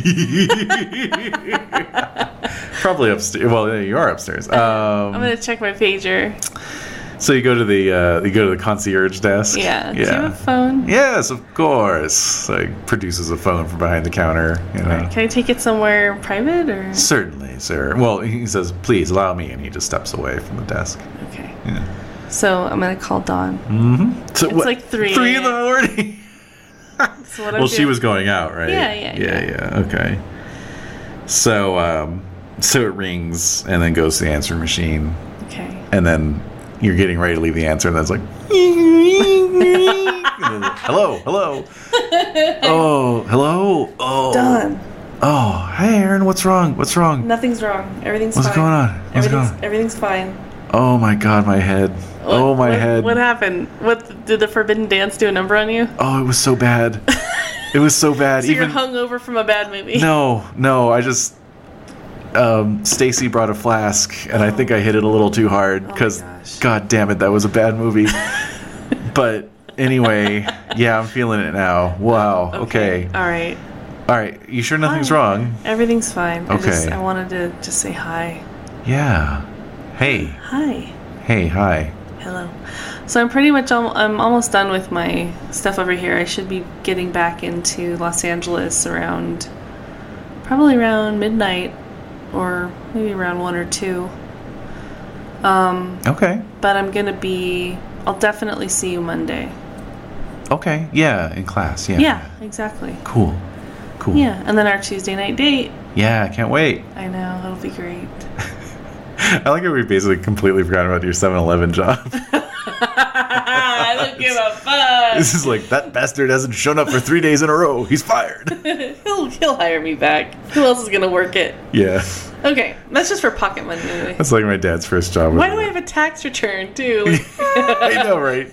Probably upstairs. Well, you are upstairs. Um,
I'm gonna check my pager.
so you go to the uh, you go to the concierge desk.
Yeah. Do you have a
Yeah.
phone?
Yes, of course. Like produces a phone from behind the counter. You know.
Can I take it somewhere private or
Certainly, sir. Well, he says, "Please allow me," and he just steps away from the desk.
Okay.
Yeah.
So I'm gonna call Dawn.
So
It's like three
Three in the morning.
So what I'm
well, she
doing-
was going out, right?
Yeah, yeah,
yeah, yeah. Okay. So, um, so it rings and then goes to the answering machine,
Okay.
and then you're getting ready to leave the answer, and then it's like, hello, hello, oh, hello, oh,
Dawn.
oh, hey, Aaron, what's wrong? What's wrong?
Nothing's wrong. Everything's
What's
fine.
going on? What's
everything's
going on?
everything's fine.
Oh my God, my head. oh
What-
my
what-
head.
What happened? What did the forbidden dance do a number on you?
oh, it was so bad. it was so bad.
So you're hung over from a bad movie.
No, no, I just um Stacy brought a flask and I think I hit it a little too hard cuz
Oh gosh.
god damn it, that was a bad movie. but anyway, yeah, I'm feeling it now. Wow. Okay.
All right.
All right, you sure nothing's
Uh, Fine.
wrong?
Everything's fine. I just
Okay.
I wanted to just say hi.
Yeah. Hey.
Hi.
Hey, hi.
Hello. So I'm pretty much al- I'm almost done with my stuff over here. I should be getting back into Los Angeles around probably around midnight or maybe around 1 or 2. Um,
Okay.
but I'm going to be I'll definitely see you Monday.
Okay. Yeah, in class. Yeah.
Yeah, exactly.
Cool. Cool.
Yeah, and then our Tuesday night date.
Yeah, I can't wait.
I know, it'll be great.
I like how we basically completely forgot about your 7-Eleven job.
I don't give a fuck.
this is like that bastard hasn't shown up for 3 days in a row. He's fired.
he'll, he'll hire me back. Who else is going to work it?
Yeah,
Okay, that's just for pocket money anyway.
that's like my dad's first job.
Why do I have a tax return too? Like,
I know, right?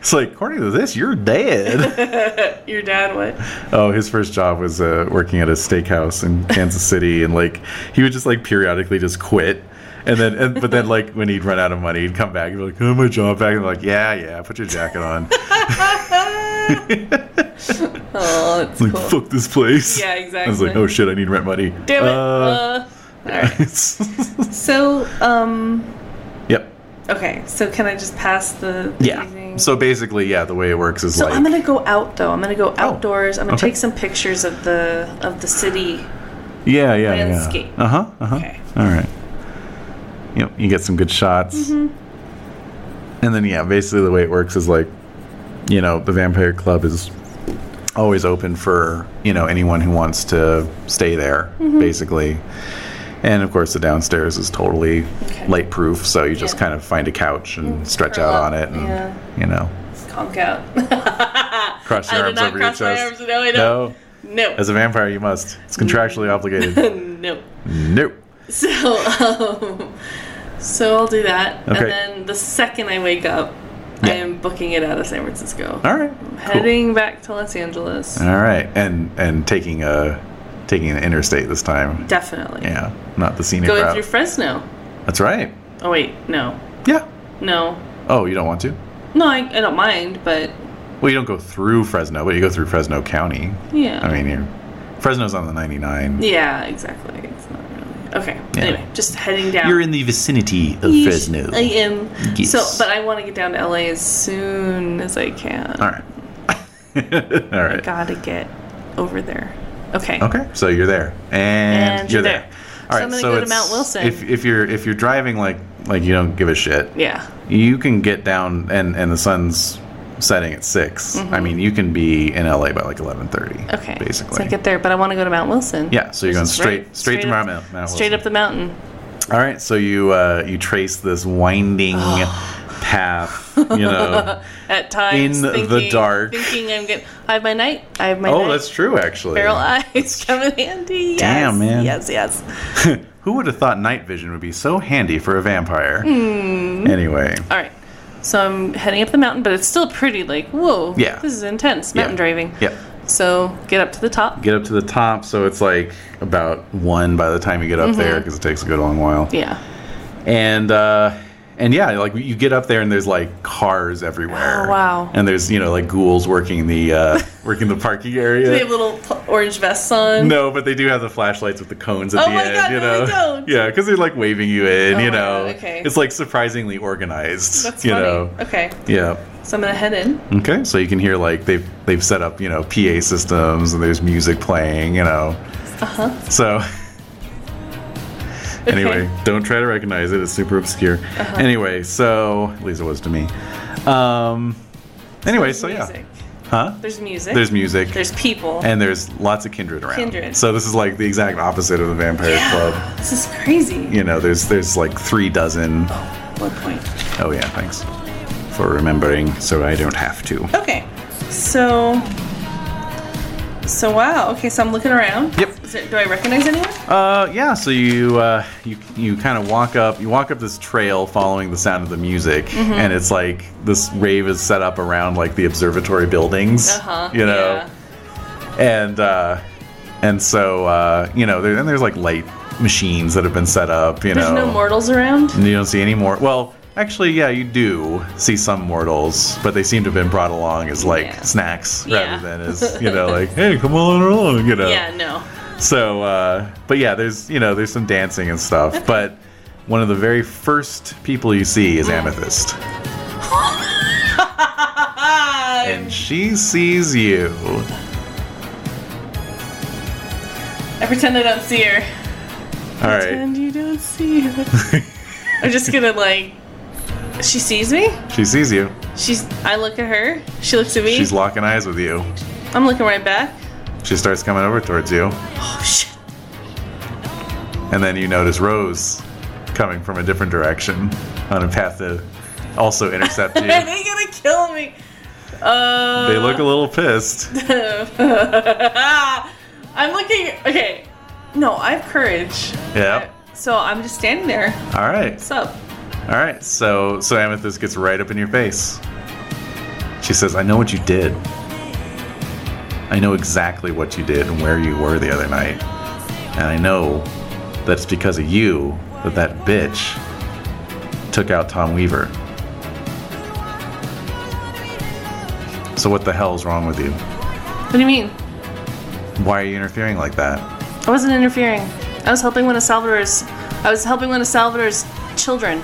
It's like, according to this, you're dead.
your dad what?
oh, his first job was uh, working at a steakhouse in Kansas City, and like he would just like periodically just quit, and then and, but then like when he'd run out of money, he'd come back and be like, "Oh, my job back," and I'm like, "Yeah, yeah, put your jacket on."
Ah. Oh, that's
like,
cool.
fuck this place.
Yeah,
I was
exactly.
like, "Oh shit, I need rent money."
Damn it.
Uh,
Uh, all right. So, um,
yep.
okay. So can I just pass the? the
Yeah.
evening?
So basically, yeah, the way it works is
So
like Oh,
I'm gonna go out though. I'm gonna go outdoors. I'm gonna
okay.
take some pictures of the of the city.
Yeah, yeah,
Landscape.
yeah. Uh huh. Uh huh.
Okay.
All right. Yep. You get some good shots.
Mm-hmm.
And then yeah, basically the way it works is like, you know, the Vampire Club is always open for you know anyone who wants to stay there,
Mm-hmm.
basically. And of course, the downstairs is totally
Okay.
light proof, so you just
Yeah. Mm-hmm.
kind of find a couch and stretch
curl
out
up,
on it, and
yeah.
you know,
Let's conk out.
cross your
I did
arms
not
over
cross
your
my
chest.
arms. No, Mm-hmm. I
no,
don't. No.
as a vampire, you must. It's contractually obligated.
no.
nope.
So, um, so I'll do that,
Okay.
and then the second I wake up, I
Yeah.
am booking it out of San Francisco.
All right.
I'm
cool.
heading back to Los Angeles.
All right, and and taking a taking the interstate this time.
Definitely.
Yeah, not the scenic
Going
route.
through Fresno.
That's right.
Oh wait, no,
Yeah.
no,
Oh, you don't want to?
no. I, I don't mind, but
Well, you don't go through Fresno, but you go through Fresno County.
yeah.
I mean, you're, Fresno's on the 99.
Yeah, exactly. It's not really okay.
Yeah.
Anyway, just heading down.
You're in the vicinity of
Yeesh,
Fresno.
I am.
Yes.
So, but I want to get down to LA as soon as I can.
All right. All right.
Gotta get over there. Okay.
Okay, so you're there, and,
And
you're
you're
there.
there.
All
So I'm gonna go to
it's-
Mount Wilson.
If, if you're if you're driving like like you don't give a shit,
Yeah.
you can get down and and the sun's setting at 6 i mean you can be in la by like 11.30
Mm-hmm. Okay.
basically
So I get there, but I want to go to Mount Wilson.
yeah so you're going straight straight, to
up-
mount, mount Wilson.
Straight up the mountain.
all right so you uh you trace this winding
Oh.
path you know
At times,
In the
thinking,
dark.
thinking I'm getting. I have my night. I have my.
oh
night.
that's true actually
Feral eyes come in handy. Yes,
Damn, man.
Yes, yes.
who would have thought night vision would be so handy for a vampire
Hmm.
anyway
All right. So I'm heading up the mountain, but it's still pretty like whoa.
Yeah.
This is intense
Yeah.
mountain driving.
yep
So get up to the top.
Get up to the top, so it's like about one by the time you get
Mm-hmm.
up there because it takes a good long while.
Yeah.
and uh, and yeah, like you get up there and there's like cars everywhere.
Oh, wow.
And there's you know like ghouls working the uh, working the parking area.
Do they have little pl- orange vests on?
no, but they do have the flashlights with the cones at
Oh
the
my
end.
God,
you
no,
know,
they don't.
yeah, because they're like waving you in.
Oh my
you know,
God, okay.
it's like surprisingly organized.
That's
you
funny.
know,
Okay.
yeah.
So I'm gonna head in.
Okay, so you can hear like they've they've set up you know PA systems and there's music playing. You know,
Uh huh.
so. Anyway, don't try to recognize it. It's super obscure.
Uh-huh.
Anyway, so at least it was to me. Um, anyway, so yeah,
music.
huh?
There's music.
There's music,
There's people.
and there's lots of kindred around.
Kindred.
So this is like the exact opposite of the vampire club.
This is crazy.
You know, there's there's like three dozen.
One point.
Oh yeah, thanks for remembering, so I don't have to.
Okay. So. So wow. Okay. So I'm looking around.
Yep.
Is there, do I recognize anyone?
Uh, yeah. So you uh, you you kind of walk up. You walk up this trail following the sound of the music,
Mm-hmm.
and it's like this rave is set up around like the observatory buildings.
Uh-huh,
You know, and uh, and so uh, you know, there, and there's like light machines that have been set up. You
There's
know,
no mortals around.
And you don't see any more. Well. Actually, yeah, you do see some mortals, but they seem to have been brought along as like
Yeah.
snacks
Yeah.
rather than as you know, like hey, come on along, you know.
Yeah. No.
So, uh, but yeah, there's you know there's some dancing and stuff, but one of the very first people you see is Amethyst,
Um,
and she sees you.
I pretend I don't see her.
All right,
And you don't see her. I'm just gonna like. She sees me.
she sees you.
She's. I look at her. She looks at me.
She's locking eyes with you.
I'm looking right back.
She starts coming over towards you,
Oh shit.
and then you notice Rose coming from a different direction on a path to also intercept
Are
you.
they gonna kill me? Uh,
They look a little pissed.
I'm looking. Okay. No, I have courage.
Yep.
So I'm just standing there.
All right.
What's up?
All right, so so Amethyst gets right up in your face. She says, "I know what you did. I know exactly what you did and where you were the other night, and I know that's because of you that that bitch took out Tom Weaver. So what the hell's wrong with you?
What do you mean?
Why are you interfering like that?
I wasn't interfering. I was helping one of Salvador's. I was helping one of Salvador's children.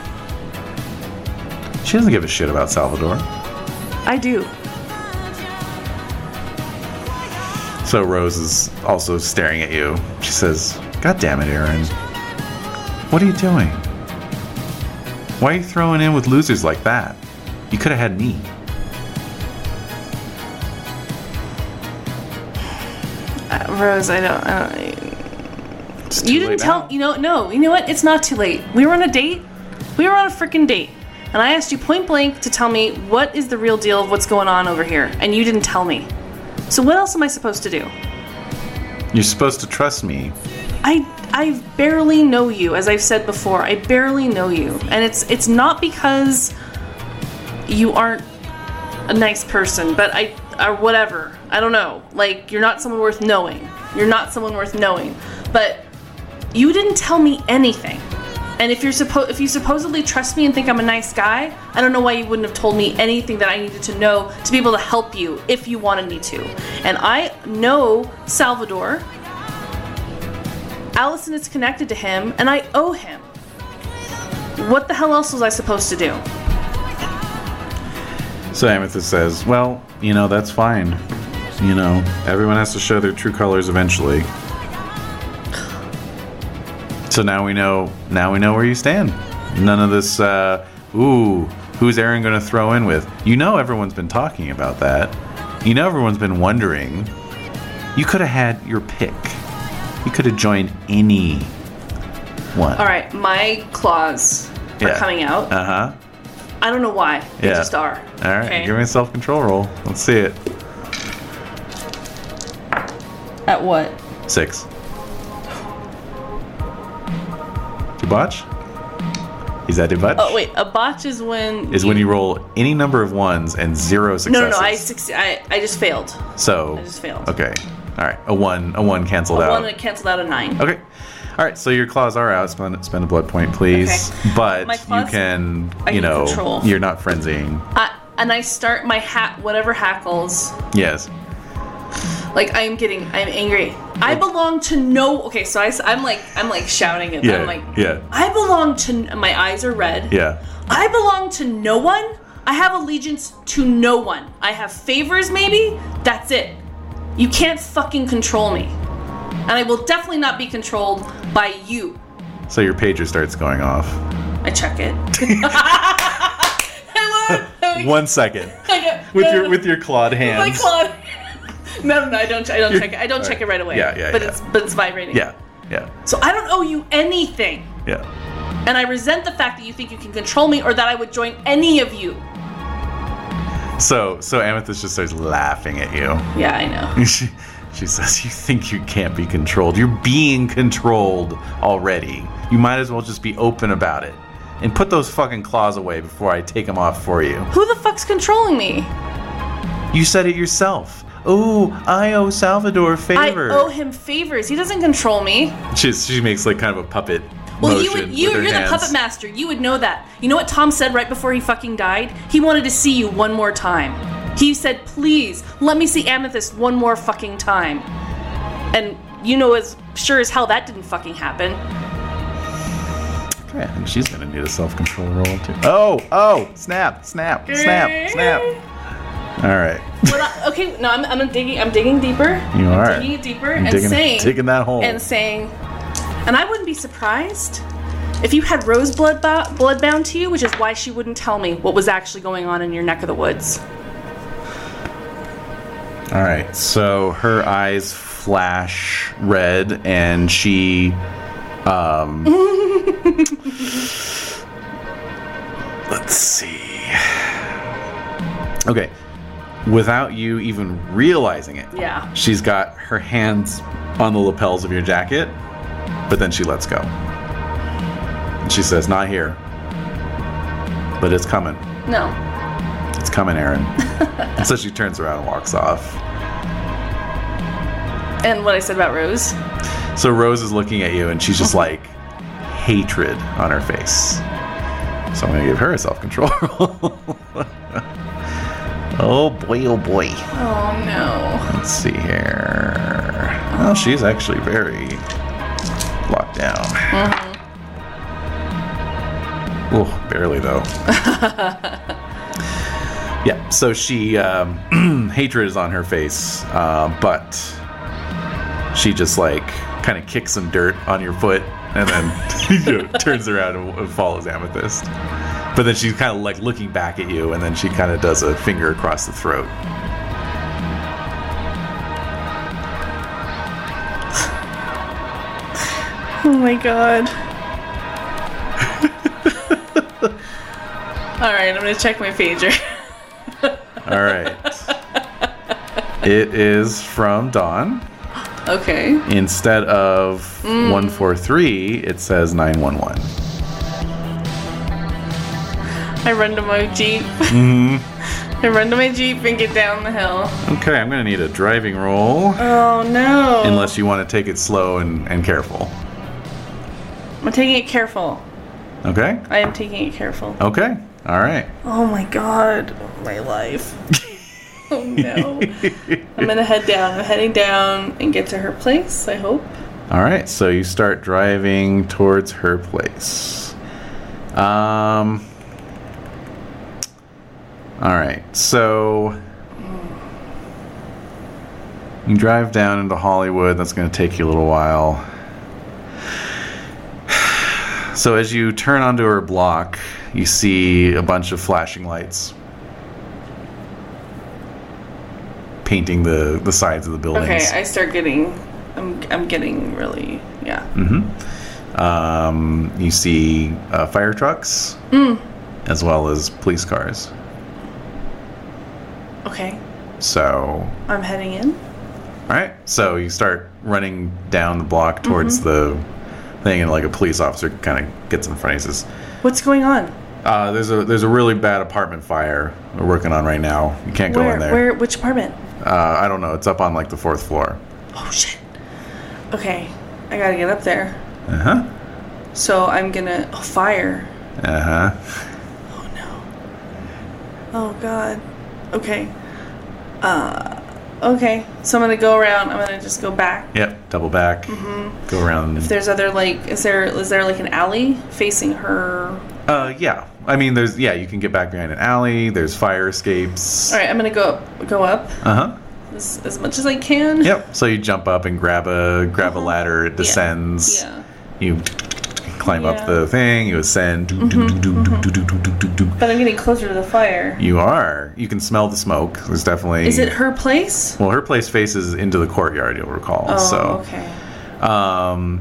She doesn't give a shit about Salvador.
I do.
So Rose is also staring at you. She says, God damn it, Aaron. What are you doing? Why are you throwing in with losers like that? You could have had me.
Uh, Rose, I don't. I don't
It's too
you didn't
late
tell.
now.
You know. No. You know what? It's not too late. We were on a date. We were on a freaking date. And I asked you point blank to tell me what is the real deal of what's going on over here, and you didn't tell me. So what else am I supposed to do?
You're supposed to trust me.
I I barely know you, as I've said before. I barely know you, and it's it's not because you aren't a nice person, but I or whatever. I don't know. Like you're not someone worth knowing. You're not someone worth knowing. But you didn't tell me anything. And if you're supposed if you supposedly trust me and think I'm a nice guy, I don't know why you wouldn't have told me anything that I needed to know to be able to help you if you wanted me to. And I know Salvador Allison is connected to him, and I owe him. What the hell else was I supposed to do?
So Amethyst says, Well, you know, that's fine. You know, everyone has to show their true colors eventually. So now we know now we know where you stand. None of this uh ooh, who's Aaron gonna throw in with? You know everyone's been talking about that. You know everyone's been wondering. You could have had your pick. You could have joined any one.
All right, my claws are
Yeah.
coming out.
Uh-huh.
I don't know why. They
yeah.
just are.
All right, give me a self control roll. Let's see it.
At what?
Six. You botch? Is that a butch?
Oh wait, a botch is when
Is when you roll any number of ones and zero
no
successes.
no no I succeed, I I just failed.
So
I just failed.
Okay. All right. A one. A one canceled
A
out.
one that canceled out a nine.
Okay. All right. So your claws are out. Spend, spend a blood point, please.
Okay.
But
My claws-
you can.
I
you
can
know.
control.
You're not frenzying.
I, and I start my hat whatever hackles.
Yes.
Like I'm getting I'm angry. I belong to no. Okay, so I, am like I'm like shouting at
Yeah.
them like
yeah.
I belong to n- my eyes are red.
Yeah.
I belong to no one. I have allegiance to no one. I have favors, maybe? That's it. You can't fucking control me. And I will definitely not be controlled by you.
So your pager starts going off.
I check it. I love
One second.
I get-
With
no,
your
no,
with your clawed
no, my
hands.
clock. No, no, no, I don't. I don't check it. I don't check it right away.
Yeah, yeah,
But
yeah.
it's but it's vibrating.
Yeah. Yeah.
So I don't owe you anything,
Yeah.
and I resent the fact that you think you can control me or that I would join any of you.
So so Amethyst just starts laughing at you.
Yeah, I know.
She, she says, You think you can't be controlled. You're being controlled already. You might as well just be open about it. And put those fucking claws away before I take them off for you.
Who the fuck's controlling me?
You said it yourself. Oh, I owe Salvador a favor.
I owe him favors. He doesn't control me.
she, she makes like kind of a puppet.
Well,
motion
you would,
with
you,
her
you're
hands.
the puppet master. You would know that. You know what Tom said right before he fucking died? He wanted to see you one more time. He said, please, let me see Amethyst one more fucking time. And you know as sure as hell that didn't fucking happen.
Okay, I think she's gonna need a self-control roll too. Oh, oh, snap, snap, snap, snap. All right,
But I, okay, no, I'm, I'm digging. I'm digging deeper.
You
I'm
are.
digging it deeper
I'm
and
digging-
saying,
digging that hole.
and saying, and I wouldn't be surprised if you had rose blood bo- blood bound to you, which is why she wouldn't tell me what was actually going on in your neck of the woods.
all right. So her eyes flash red, and she, um, let's see. Okay, without you even realizing it,
Yeah.
she's got her hands on the lapels of your jacket, but then she lets go. And she says, Not here. But it's coming.
No.
It's coming, Aaron. And so she turns around and walks off.
And what I said about Rose.
So Rose is looking at you and she's just like hatred on her face. So I'm gonna give her a self-control roll. oh boy, oh boy.
Oh no.
Let's see here. Oh, she's actually very locked down. Oh, barely though. yeah. So she um, hatred is on her face, uh, but she just like kind of kicks some dirt on your foot and then you know, turns around and, and follows Amethyst. But then she's kind of like looking back at you, and then she kind of does a finger across the throat.
Oh my god. All right, I'm gonna check my pager.
All right. it is from Dawn.
Okay.
Instead of 143, it says 911.
I run to my jeep.
Mm-hmm.
I run to my jeep and get down the hill.
Okay, I'm going to need a driving roll
Oh no.
unless you want to take it slow and, and careful.
I'm taking it careful.
Okay?
I am taking it careful.
Okay. All right.
Oh my god, my life. oh no. I'm gonna head down. I'm heading down and get to her place, I hope.
All right. So you start driving towards her place. Um All right. So you drive down into Hollywood. That's going to take you a little while. So as you turn onto her block, you see a bunch of flashing lights painting the the sides of the buildings.
Okay, I start getting I'm I'm getting really yeah.
Hmm. Um, you see uh, fire trucks
Mm.
as well as police cars.
Okay.
So,
I'm heading in. Mm-hmm.
all right. So you start running down the block towards the thing, and like a police officer kind of gets in front. He says,
What's going on?
uh, "There's a there's a really bad apartment fire we're working on right now. You can't go
where?
in there.
Where? Which apartment?
Uh, I don't know. It's up on like the fourth floor.
Oh shit. Okay, I gotta get up there.
Uh huh.
So I'm gonna oh, fire.
Uh huh.
Oh no. Oh god. Okay. Uh, okay. So I'm gonna go around. I'm gonna just go back.
Yep. Double back.
Mm-hmm.
Go around.
If there's other like, is there is there like an alley facing her?
Uh, yeah. I mean, there's yeah. You can get back behind an alley. There's fire escapes.
All right, I'm gonna go up, go up
Uh huh.
as, as much as I can.
Yep. So you jump up and grab a grab a ladder. It descends.
Uh-huh. Yeah.
You climb
Yeah. Mm-hmm.
up the thing. You ascend. Do, do, do, do, do, do, do, do, do, do.
But I'm getting closer to the fire.
You are. You can smell the smoke. There's definitely.
Is it her place?
Well, her place faces into the courtyard. You'll recall.
Oh,
so.
okay.
Um,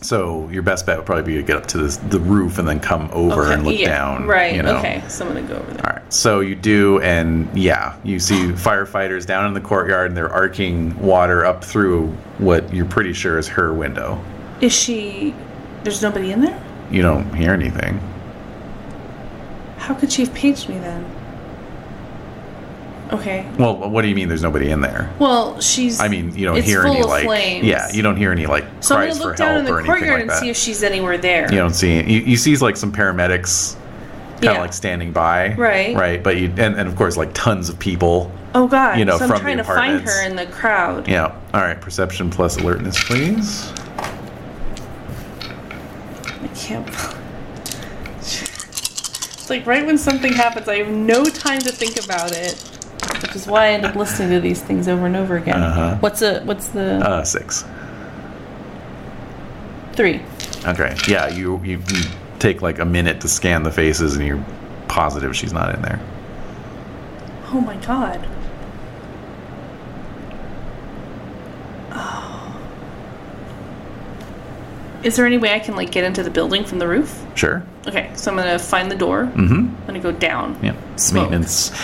so your best bet would probably be to get up to this, the roof and then come over
okay.
and look
yeah,
down.
Right.
You know?
Okay. So I'm gonna go over there.
All right. So you do, and yeah, you see firefighters down in the courtyard, and they're arcing water up through what you're pretty sure is her window.
Is she? There's nobody in there.
You don't hear anything.
How could she have paged me then? Okay.
Well, what do you mean? There's nobody in there.
Well, she's.
I mean, you don't
it's
hear
full
any
of
like
flames.
yeah, you don't hear any like
So I'm
cries
gonna look
for help
down in the
or anything
courtyard
like
and
that.
see if she's anywhere there.
you don't see you, you see like some paramedics kind of like standing by
Right.
right but you and, and of course like tons of people
oh God.
you know,
so I'm
from the
trying to find
apartments.
her in the crowd.
Yeah. All right. Perception plus alertness, please.
I can't. It's like right when something happens, I have no time to think about it, which is why I end up listening to these things over and over again.
Uh-huh.
What's a what's the
Uh, six.
three?
Okay. Yeah. You, you you take like a minute to scan the faces, and you're positive she's not in there.
Oh my god. Oh. Is there any way I can like get into the building from the roof?
Sure.
Okay, so I'm gonna find the door.
Mm-hmm.
I'm gonna go down.
Yeah.
Smoke.
Maintenance.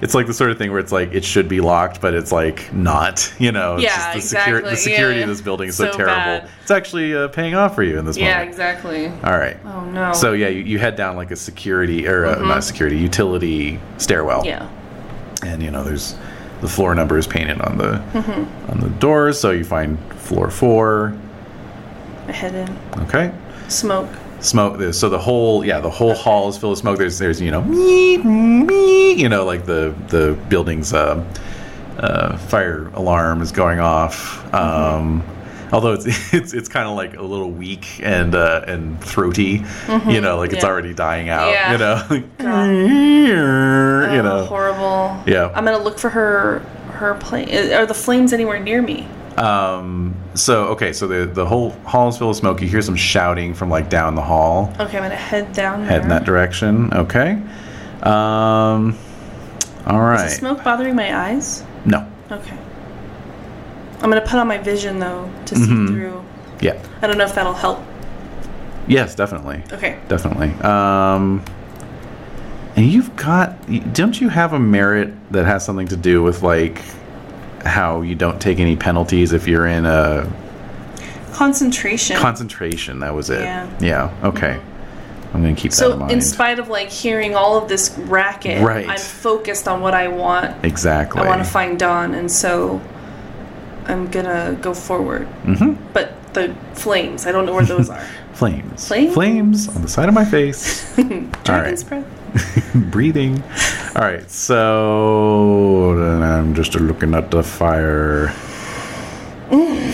It's like the sort of thing where it's like it should be locked, but it's like not. You know. It's
Yeah,
the, secur-
exactly.
the security
Yeah.
of this building is so,
So
terrible.
bad.
It's actually uh, paying off for you in this
Yeah,
moment.
exactly.
All right.
Oh no.
So yeah, you, you head down like a security or uh, not security utility stairwell.
yeah.
and you know there's the floor number is painted on the
Mm-hmm.
on the doors so you find floor four
I head in.
okay
Smoke.
smoke there's, so the whole yeah the whole hall is filled with smoke there's there's you know meep, meep, you know like the the building's uh, uh, fire alarm is going off
Mm-hmm.
um Although it's it's, it's kind of like a little weak and uh, and throaty, you know, like it's
Mm-hmm. yeah.
already dying out,
Yeah.
you know, like,
God.
you
Oh,
know.
horrible.
Yeah.
I'm gonna look for her her place. Are the flames anywhere near me?
Um, so okay, so the the whole hall is full of smoke. You hear some shouting from like down the hall,
Okay, I'm gonna head down there.
head in that direction. Okay. Um, all
Is
right.
the smoke bothering my eyes?
No.
Okay. I'm gonna put on my vision though to see
Mm-hmm.
through.
Yeah.
I don't know if that'll help.
Yes, definitely,
Okay.
definitely. Um, and you've got don't you have a merit that has something to do with like how you don't take any penalties if you're in a
Concentration.
concentration? That was it.
Yeah.
Yeah. Okay. I'm gonna keep that in
so
mind.
in spite of like hearing all of this racket,
Right.
I'm focused on what I want.
exactly.
I want to find Dawn, and so I'm gonna go forward. Mm-hmm. But the flames, I don't know where those are.
Flames.
Flames?
on the side of my face.
Dragon's breath.
Breathing. All right. So then I'm just looking at the fire.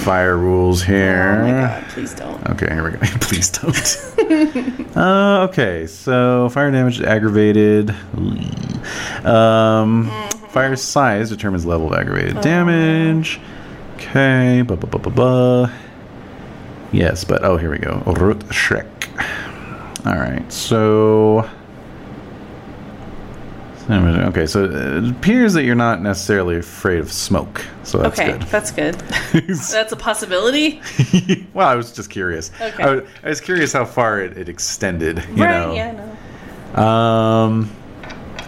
Fire rules
Oh my
here.
god! Please don't.
okay, here we go. Please don't. uh, okay, so fire damage is aggravated. Um, Fire size determines level of aggravated damage. Okay, blah blah blah blah blah. Yes, but oh, here we go. Root Shrek. All right, so. Okay, so it appears that you're not necessarily afraid of smoke, so that's
okay,
good.
that's good. that's a possibility.
well, I was just curious.
Okay.
I, was, I was curious how far it, it extended. You
right?
know.
Yeah. No.
Um.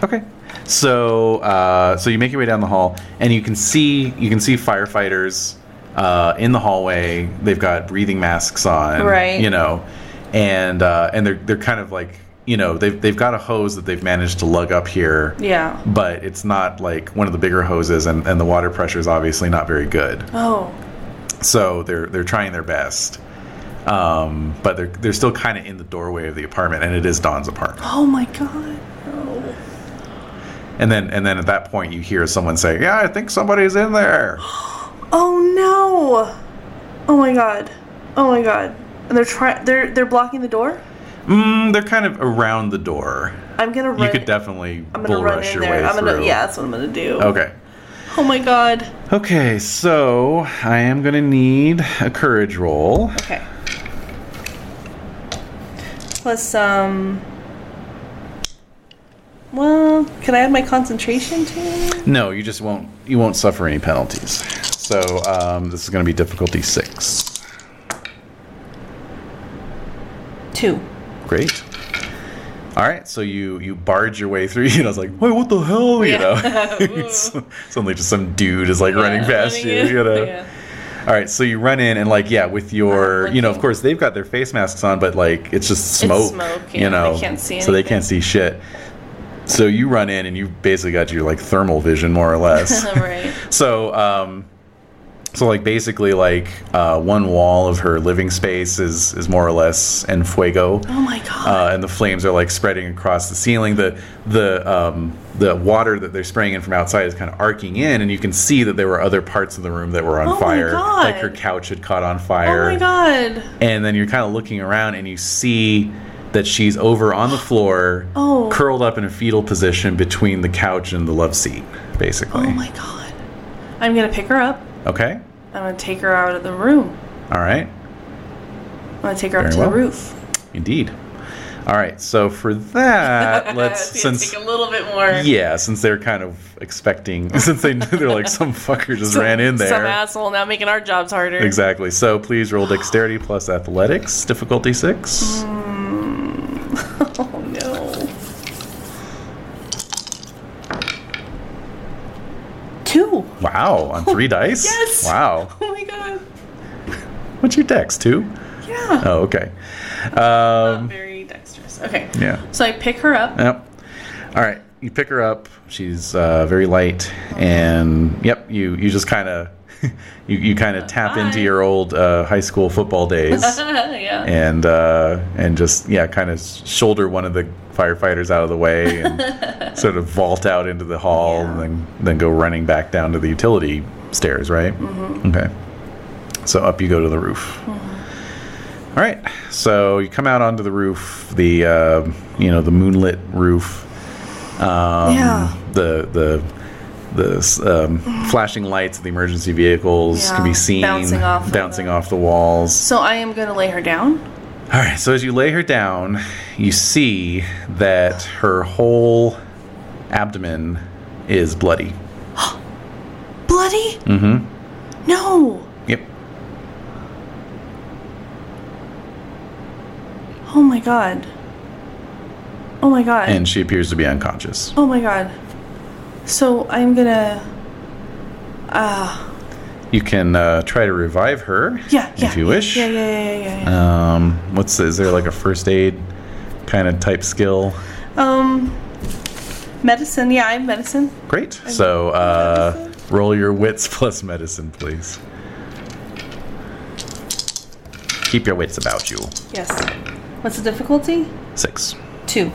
Okay. So, uh, so you make your way down the hall, and you can see you can see firefighters uh, in the hallway. They've got breathing masks on,
Right.
You know, and uh, and they're they're kind of like you know they've they've got a hose that they've managed to lug up here.
Yeah.
But it's not like one of the bigger hoses, and, and the water pressure is obviously not very good.
Oh.
So they're they're trying their best, um, but they're they're still kind of in the doorway of the apartment, and it is Don's apartment.
Oh my god. Oh. No.
And then and then at that point you hear someone say, "Yeah, I think somebody's in there."
Oh no. Oh my god. Oh my god. And they're trying. They're they're blocking the door.
Mm, they're kind of around the door.
I'm gonna run.
You could definitely
I'm gonna
bull
run
rush
in
your
there.
way
I'm
through.
gonna. Yeah, that's what I'm gonna do.
Okay.
Oh my god.
Okay. So I am gonna need a courage roll.
Okay. Plus, um. Well, can I add my concentration to it?
No, you just won't. You won't suffer any penalties. So um, this is gonna be difficulty six.
Two.
Great. All right, so you you barge your way through, and I was like, "Wait, what the hell?" You
Yeah.
know, suddenly just some dude is like running past you. You know. All right, so you run in and like, yeah, with your,
Uh,
you know, of course they've got their face masks on, but like it's just smoke.
smoke,
you
yeah, they
know,
can't see
so they
anything.
can't see shit. So you run in and you basically got your like thermal vision, more or less.
right.
So, um, so like basically like uh, one wall of her living space is is more or less en fuego.
Oh my god.
Uh, and the flames are like spreading across the ceiling. The the um, the water that they're spraying in from outside is kind of arcing in, and you can see that there were other parts of the room that were on
Oh my
fire.
God.
Like her couch had caught on
oh
fire.
my god.
And then you're kind of looking around, and you see that she's over on the floor,
Oh.
curled up in a fetal position between the couch and the love seat, basically.
Oh my god. I'm gonna pick her up.
Okay.
I'm gonna take her out of the room.
All right.
I'm gonna take her
Very
up to
well.
the roof.
Indeed. All right. So for that, let's
It's gonna
since
take a little bit more.
yeah, since they're kind of expecting, since they knew they're like some fucker just
Some-
ran in
Some
there.
asshole now making our jobs harder.
Exactly. So please roll dexterity plus athletics, difficulty six.
Mm. Oh no. Two.
Wow, on three dice.
Yes.
Wow.
Oh my god.
What's your dex? Two.
Yeah.
Oh, okay. Um,
Not very dexterous. Okay.
Yeah.
So I pick her up.
Yep. All right. You pick her up. She's uh, very light, and yep. You you just kind of you you kind of tap into
Bye.
your old uh, high school football days.
yeah.
and uh, and just yeah, kind of shoulder one of the firefighters out of the way and sort of vault out into the hall and then then go running back down to the utility stairs, right?
Mm-hmm.
Okay. So up you go to the roof.
Mm-hmm.
All right. So you come out onto the roof, the uh, you know the moonlit roof. Um,
Yeah.
The the the um, flashing lights of the emergency vehicles can be
Yeah.
seen
Bouncing off of
bouncing
them.
off the walls.
So I am gonna lay her down.
All right, so as you lay her down, you see that her whole abdomen is bloody.
Bloody?
Mm hmm.
No.
Yep.
Oh my god. Oh my god.
And she appears to be unconscious.
oh my god. So I'm gonna. Ah.
You can uh, try to revive her
yeah.
if
Yeah.
you wish.
Yeah. Yeah. Yeah. Yeah. yeah.
Um, what's is there like a first aid kind of type skill?
um. Medicine. Yeah, I'm medicine.
Great. So uh, roll your wits plus medicine, please. Keep your wits about you.
Yes. What's the difficulty?
Six.
Two.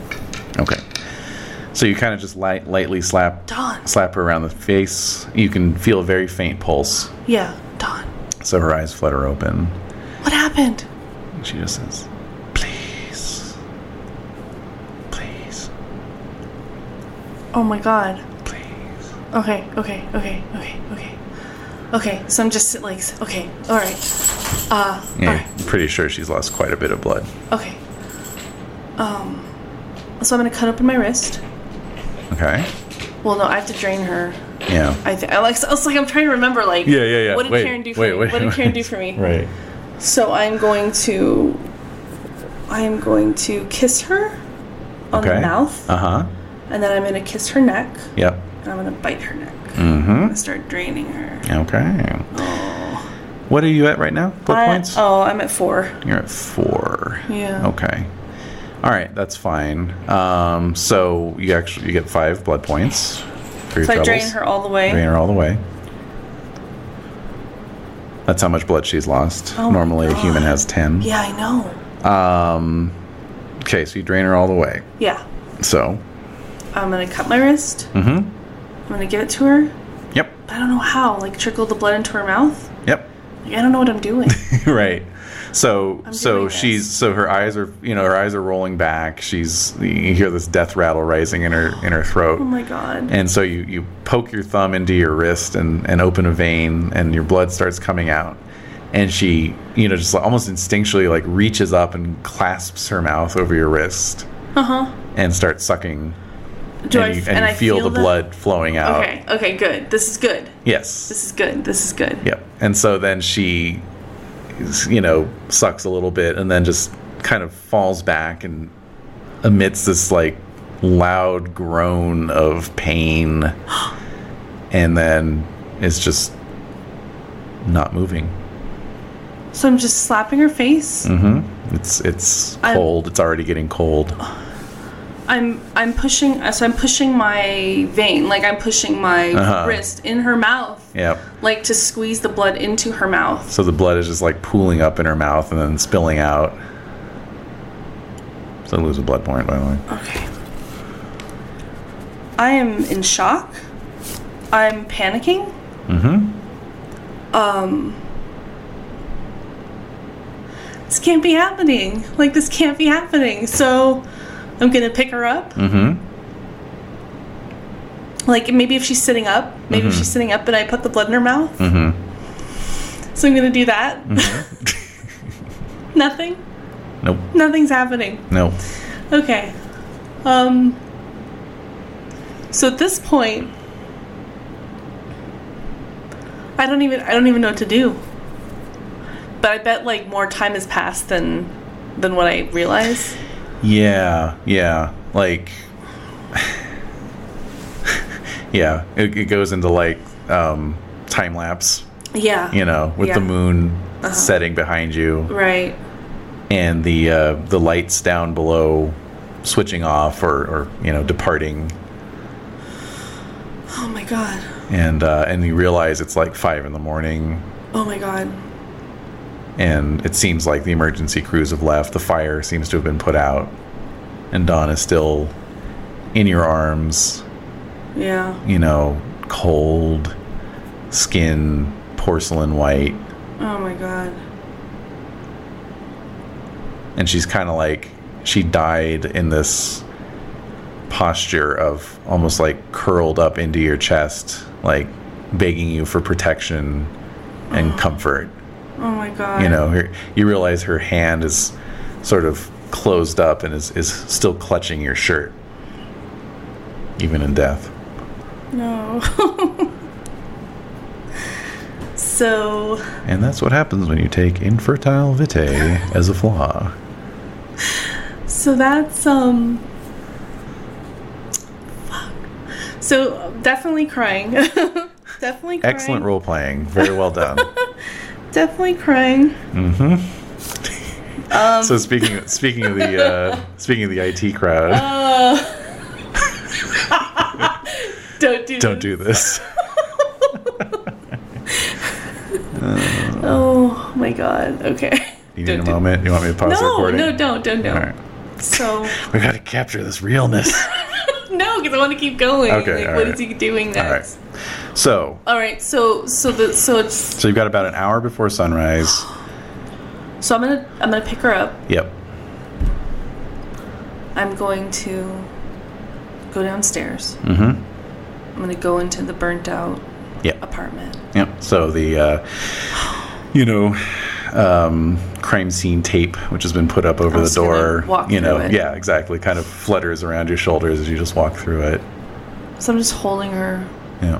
Okay. So you kind of just light, lightly slap
Dawn.
slap her around the face. You can feel a very faint pulse.
Yeah. Dawn.
So her eyes flutter open.
What happened?
She just says, "Please, please,
Oh my god.
please."
Okay, okay, okay, okay, okay. Okay, so I'm just like, okay, alright. Uh,
Yeah,
alright,
I'm pretty sure she's lost quite a bit of blood.
okay. Um, so I'm gonna cut open my wrist.
Okay.
Well, no, I have to drain her.
Yeah.
I, th- I like, so it's like I'm trying to remember, like,
Yeah, yeah, yeah.
What did
Wait,
Karen do for
wait,
me?
wait,
what did Karen
wait.
do for me?
Right.
So I'm going to, I am going to kiss her on
Okay.
the mouth,
Uh huh.
and then I'm gonna kiss her neck,
Yep.
and I'm gonna bite her neck. I'm
Mm
gonna start draining her.
hmm. Okay. What are you at right now? Book
I-
points?
Oh, I'm at four.
You're at four.
Yeah.
Okay. All right, that's fine. Um, so you actually you get five blood points for your
So I
troubles.
drain her all the way.
Drain her all the way. That's how much blood she's lost.
Oh my
Normally, a human
God.
has ten.
Yeah, I know.
Um, okay, so you drain her all the way.
Yeah.
So,
I'm gonna cut my wrist.
mm-hmm.
I'm gonna give it to her.
Yep.
I don't know how. Like trickle the blood into her mouth.
Yep.
Like, I don't know what I'm doing.
right. So
I'm doing
so
this.
she's so her eyes are you know her eyes are rolling back. She's you hear this death rattle rising in her in her throat.
oh my god.
And so you, you poke your thumb into your wrist and, and open a vein, and your blood starts coming out. And she, you know, just like, almost instinctually like reaches up and clasps her mouth over your wrist
Uh huh.
and starts sucking.
Do
and
I?
you, and
and
you
I
feel, the blood flowing out.
Okay. Okay. Good. This is good.
Yes.
This is good. This is good.
Yep. And so then she, you know, sucks a little bit and then just kind of falls back and emits this like loud groan of pain and then is just not moving.
So I'm just slapping her face.
Mm-hmm. It's it's
I'm-
cold. it's already getting cold.
I'm I'm pushing. uh, So I'm pushing my vein. Like I'm pushing my
Uh-huh.
wrist in her mouth.
Yep.
Like to squeeze the blood into her mouth.
So the blood is just like pooling up in her mouth and then spilling out. So lose a blood point, by the way.
Okay. I am in shock. I'm panicking.
Mm-hmm.
um this can't be happening like this can't be happening so i'm gonna pick her up
Mm-hmm.
like maybe if she's sitting up maybe if she's sitting up and i put the blood in her mouth
Mm-hmm.
so i'm gonna do that
Mm-hmm.
nothing
Nope.
nothing's happening
Nope.
okay um so at this point i don't even i don't even know what to do but i bet like more time has passed than than what i realize
Yeah, yeah. Like, yeah, it, it goes into like um, time lapse,
Yeah.
you know, with
Yeah.
the moon setting behind you
Right.
and the uh, the lights down below switching off or, or you know departing,
Oh my god.
and uh, and you realize it's like five in the morning,
Oh my god.
and it seems like the emergency crews have left. The fire seems to have been put out, and Dawn is still in your arms.
Yeah.
you know, cold skin, porcelain white,
Oh my god.
and she's kind of like she died in this posture of almost like curled up into your chest, like begging you for protection and comfort.
Oh my god.
You know, her, you realize her hand is sort of closed up and is, is still clutching your shirt, even in death.
No. so,
And that's what happens when you take infertile vitae as a flaw.
so that's um. Fuck. So definitely crying. definitely. Crying.
Excellent role playing. Very well done.
Definitely crying. Um,
so speaking speaking of the uh, speaking of the IT crowd,
Uh, don't do.
don't do this.
Oh my god. Okay.
You
Don't
need a
do-
moment. You want me to pause the
No,
recording?
no, don't, don't,
All
don't.
right.
So.
We got to capture this realness.
No, because I want to keep going.
Okay,
Like,
all
what
right.
is he doing
All right.
next?
So,
All right. So, so the so it's
so you've got about an hour before sunrise.
so I'm gonna I'm gonna pick her up.
Yep.
I'm going to go downstairs.
Mhm.
I'm gonna go into the burnt out
Yep.
apartment.
Yep. So the uh, you know um, crime scene tape, which has been put up over
I'm
the
just gonna
door,
walk
you know,
through it.
yeah, exactly, kind of flutters around your shoulders as you just walk through it.
So I'm just holding her.
Yeah.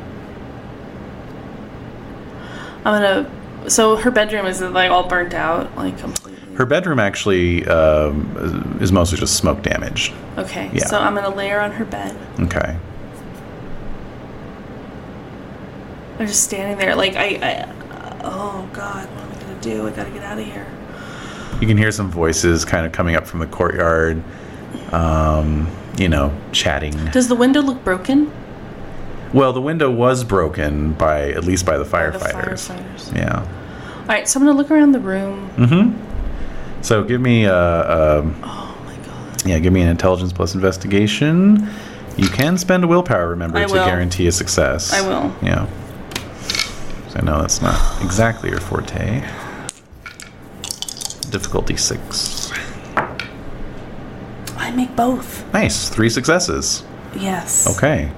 I'm gonna. So her bedroom is like all burnt out, like completely.
Her bedroom actually um, is mostly just smoke damage.
okay.
yeah.
So I'm gonna lay her on her bed.
Okay.
I'm just standing there, like I. I oh God, what am do. I gotta get out of here.
You can hear some voices kind of coming up from the courtyard, um, you know, chatting.
Does the window look broken?
Well, the window was broken by at least by the
The
firefighters.
firefighters.
Yeah.
All right, so I'm gonna look around the room.
Mm. So give me a, a
Oh my god.
yeah, give me an intelligence plus investigation. You can spend a willpower, remember,
I
to
will.
guarantee a success.
I will.
Yeah. So no, that's not exactly your forte. Difficulty six.
I make both.
Nice, three successes.
Yes.
Okay.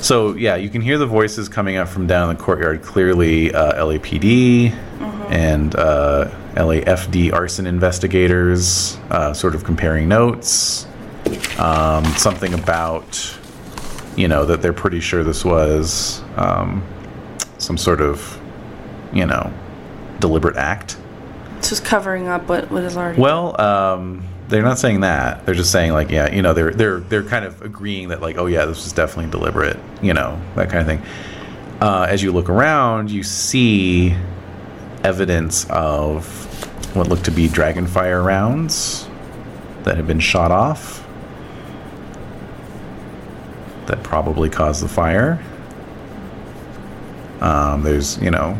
So yeah, you can hear the voices coming up from down in the courtyard. Clearly, uh, LAPD and uh, LAFD arson investigators, uh, sort of comparing notes. Um, something about, you know, that they're pretty sure this was um, some sort of, you know, deliberate act.
It's just covering up what, what is already.
Well, um, they're not saying that. They're just saying like, yeah, you know, they're they're they're kind of agreeing that like, oh yeah, this was definitely deliberate, you know, that kind of thing. Uh, as you look around, you see evidence of what looked to be dragonfire rounds that had been shot off. That probably caused the fire. Um, there's, you know,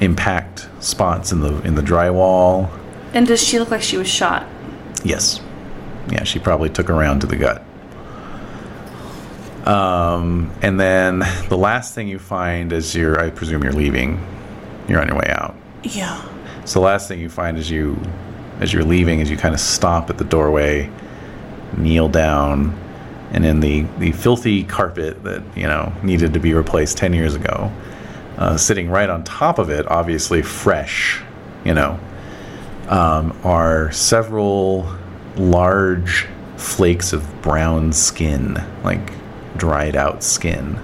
impact spots in the in the drywall.
and does she look like she was shot?
Yes. Yeah, she probably took a round to the gut. Um, and then the last thing you find is you're, I presume you're leaving. You're on your way out.
Yeah.
So the last thing you find is you, as you're leaving, is you kind of stop at the doorway, kneel down, and in the, the filthy carpet that, you know, needed to be replaced 10 years ago, uh, sitting right on top of it, obviously fresh, you know, um, are several large flakes of brown skin, like dried out skin.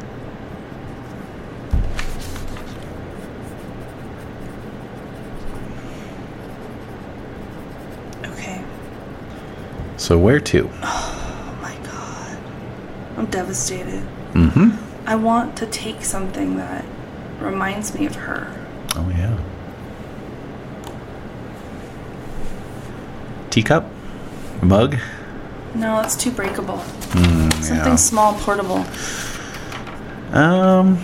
Okay.
So where to?
Oh my god. I'm devastated. Mm-hmm. I want to take something that reminds me of her.
Oh yeah. Teacup? Mug?
No, it's too breakable.
Mm,
Something small, portable.
Um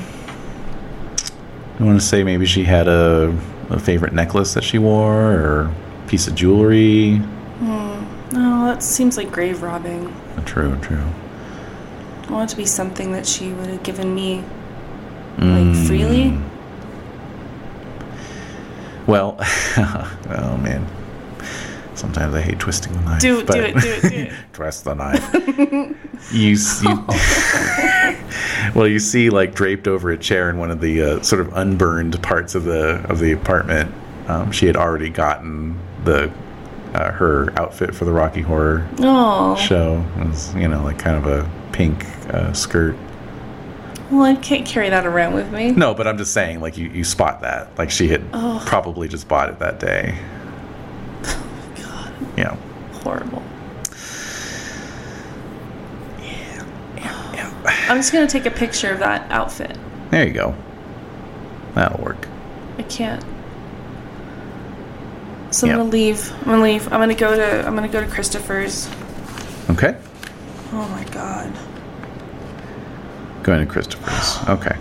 I wanna say maybe she had a, a favorite necklace that she wore or piece of jewelry.
No, that seems like grave robbing.
True, true.
I want it to be something that she would have given me,
Mm.
like
Hmm.
freely.
Well oh man. Sometimes I hate twisting the knife.
Do it, do
but-
it, do it, do it.
Twist the knife. you see,
Oh.
well, you see, like draped over a chair in one of the uh, sort of unburned parts of the of the apartment. Um, she had already gotten the uh, her outfit for the Rocky Horror
Oh,
show. It was, you know, like kind of a pink uh, skirt.
well, I can't carry that around with me.
No, but I'm just saying, like you you spot that. Like she had
Oh.
probably just bought it that day.
God,
Yeah.
horrible. I'm just gonna take a picture of that outfit.
There you go. That'll work.
I can't. So I'm
Yeah.
gonna leave. I'm gonna leave. I'm gonna go to. I'm gonna go to Christopher's.
Okay.
Oh my god.
Going to Christopher's. Okay.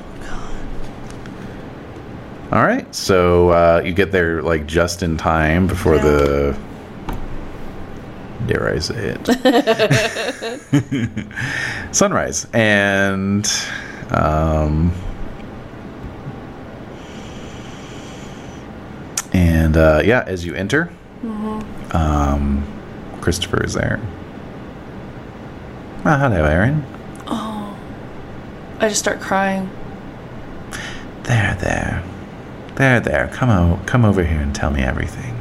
All right. So uh, you get there like just in time before
Yeah.
the. Dare I say it? Sunrise and. Um, and uh, yeah, as you enter, um, Christopher is there. Ah, hello, Aaron.
I just start crying.
There, there. There, there. Come, o- come over here and tell me everything.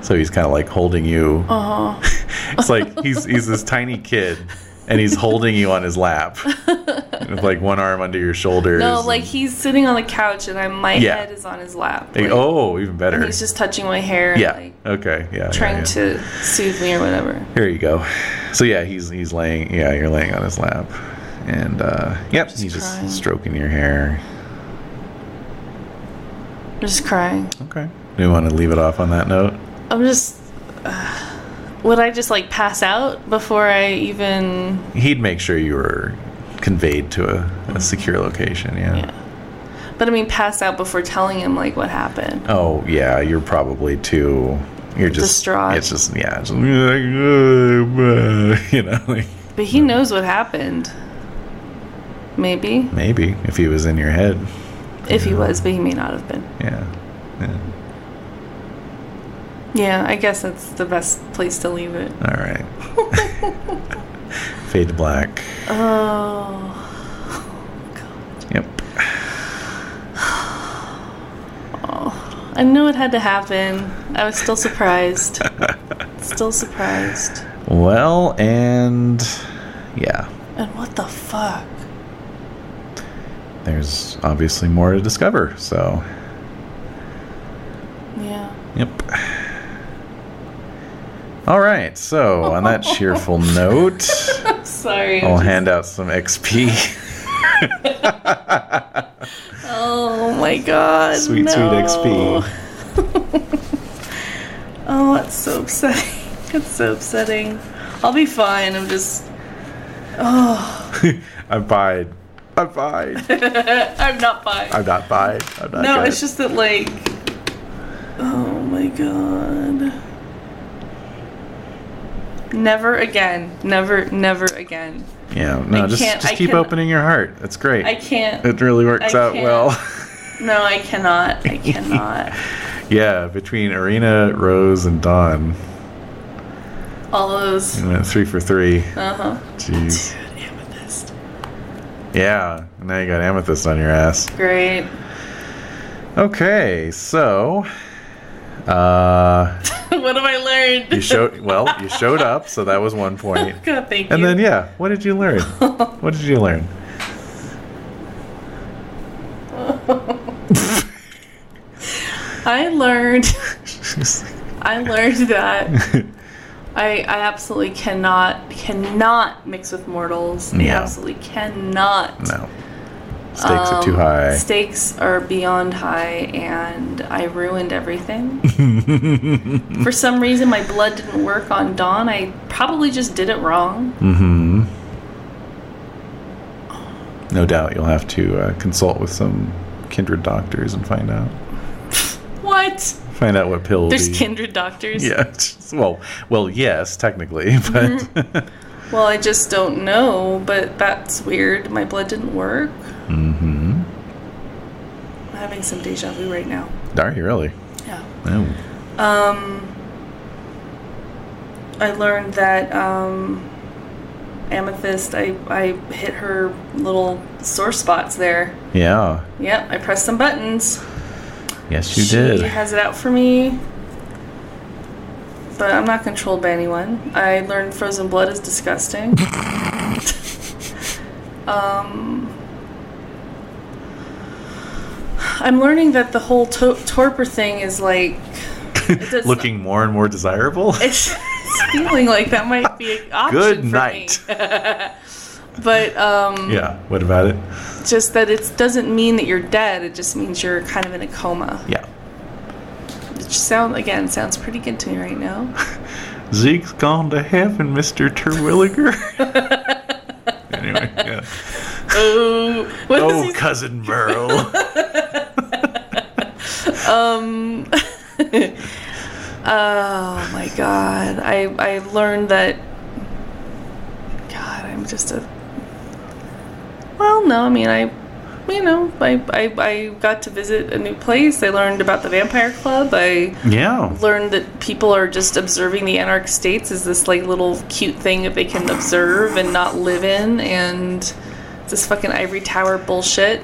So he's kind of like holding you.
Uh-huh.
it's like he's he's this tiny kid, and he's holding you on his lap, with like one arm under your shoulders.
No, like he's sitting on the couch and I, my
Yeah.
head is on his lap.
Like,
like,
oh, even better.
and he's just touching my hair.
yeah.
And, like,
okay. Yeah. yeah,
trying
yeah.
to soothe me or whatever.
Here you go. So yeah, he's he's laying. Yeah, you're laying on his lap, and uh, yep, he's
crying.
just stroking your hair.
I'm just crying.
Okay. Do you want to leave it off on that note?
I'm just. uh, would I just like pass out before I even?
He'd make sure you were conveyed to a, a secure location. Yeah.
Yeah. But I mean, pass out before telling him like what happened.
Oh yeah, you're probably too. You're just
Distraught.
It's just yeah, it's just, you know, like,
But he knows what happened. Maybe
maybe if he was in your head,
if he was, but he may not have been.
yeah. yeah.
Yeah, I guess that's the best place to leave it.
All right. Fade to black.
Oh,
Yep.
I knew it had to happen. I was still surprised. still surprised.
Well, and yeah,
And what the fuck?
there's obviously more to discover. So,
Yeah.
yep. All right. So, on that cheerful note,
I'm sorry.
I'll hand out some XP.
oh my god.
Sweet,
no.
sweet XP.
Oh, it's so upsetting. It's so upsetting. I'll be fine. I'm just.
I'm fine. I'm fine.
uh, I'm not fine.
I'm not fine. I'm not
no,
good.
it's just that, like. Oh my god. Never again. Never, never again.
yeah. No,
I
just
can't-
just
I
keep
can-
opening your heart. That's great.
I can't.
it really works
I
out
can't.
well.
No, I cannot. I cannot.
yeah, between Arena, Rose, and Dawn.
All those.
You went three for three.
Uh huh.
Jeez.
Amethyst.
Yeah, now you got amethyst on your ass.
Great.
Okay, so uh
what have I learned?
you showed well, you showed up, so that was one point.
God, thank
And
you.
then yeah, what did you learn? What did you learn?
I learned. I learned that I I absolutely cannot cannot mix with mortals. I
Yeah.
absolutely cannot.
no. Stakes are too
Um,
high.
Stakes are beyond high, and I ruined everything. For some reason, my blood didn't work on Dawn. I probably just did it wrong.
mm-hmm. No doubt you'll have to uh, consult with some kindred doctors and find out.
What?
Find out what pill
There's
the-
kindred doctors.
Mm. Yeah. Well, well, yes, technically, but
Mm-hmm. Well, I just don't know, but that's weird. My blood didn't work. Mm-hmm. I'm having some deja vu right now.
Are you really? Oh,
Yeah.
No.
Um, I learned that um, Amethyst, I, I hit her little sore spots there.
Yeah.
Yep, I pressed some buttons.
Yes, you
she
did.
has it out for me. But I'm not controlled by anyone. I learned frozen blood is disgusting. um, I'm learning that the whole to- torpor thing is like. It does-
Looking more and more desirable.
It's, it's feeling like that might be an option
Good
for
night.
me. But um,
yeah. What about it?
just that it doesn't mean that you're dead. It just means you're kind of in a coma.
Yeah.
Which sound again sounds pretty good to me right now.
Zeke's gone to heaven, Mister Terwilliger. anyway. Yeah.
oh, what is
Oh,
he-
cousin Merle.
Oh my god! I I learned that. God, I'm just a. Well, no, I mean I, you know, I I I got to visit a new place. I learned about the vampire club. I
yeah.
learned that people are just observing the anarch states as this like little cute thing that they can observe and not live in and this fucking ivory tower bullshit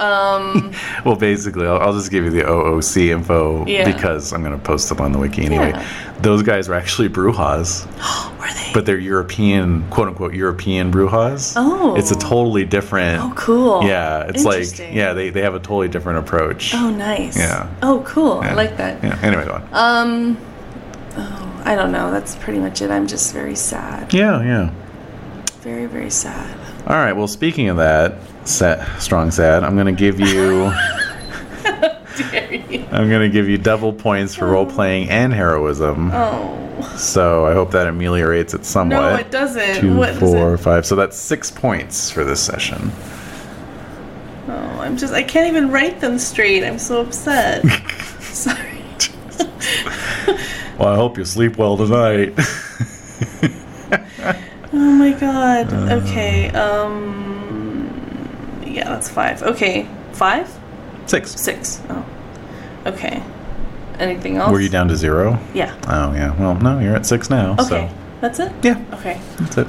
um
Well, basically, I'll, I'll just give you the OOC info
Yeah.
because I'm going to post them on the wiki anyway. Those guys are actually Brujas.
were they
but they're European, quote unquote European brewhas.
Oh.
it's a totally different.
oh cool
Yeah, it's like
Interesting.
yeah, they, they have a totally different approach.
oh nice
Yeah.
oh cool
Yeah.
i like that
Yeah. Anyway, go on.
um oh i don't know that's pretty much it i'm just very sad
yeah, yeah.
very very sad
All right. Well, speaking of that, set strong sad. I'm gonna give you.
dare you?
I'm going to give you double points for role playing and heroism.
Oh.
So I hope that ameliorates it somewhat.
No, it doesn't.
Two,
What is
four,
it?
five. So that's six points for this session.
Oh, I'm just, I can't even write them straight. I'm so upset. Sorry.
Well, I hope you sleep well tonight.
Oh my god. Okay. Um. Yeah, that's five. Okay. Five?
six.
Six. Oh. Okay. Anything else?
Were you down to zero?
Yeah.
Oh, yeah. Well, no, you're at six now.
Okay.
So,
That's it?
yeah,
Okay.
that's it.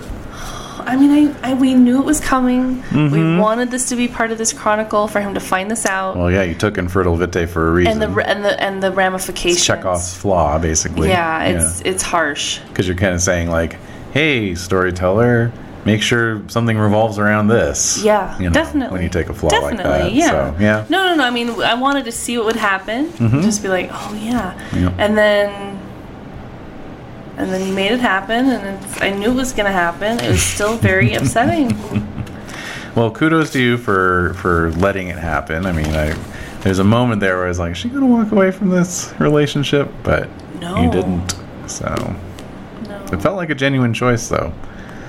I mean, I, I we knew it was coming. We wanted this to be part of this chronicle for him to find this out,
Mm-hmm. Well, yeah, you took Infertile Vitae for a
and
reason.
the ra- and the and the ramifications.
It's Chekhov's flaw, basically.
Yeah, it's it's harsh.
because you're kind of saying like, "Hey, storyteller, make sure something revolves around this."
Yeah,
You know,
definitely.
When you take a flaw
definitely,
like that,
yeah.
So, yeah. Mm-hmm.
No, no, no. I mean, I wanted to see what would happen. Just be like, oh yeah,
Yeah.
and then. And then he made it happen, and it's, I knew it was going to happen. It was still very upsetting.
Well, kudos to you for for letting it happen. I mean, I there's a moment there where I was like, "Is she gonna walk away from this relationship?" But
No.
you didn't. So
No.
it felt like a genuine choice, though.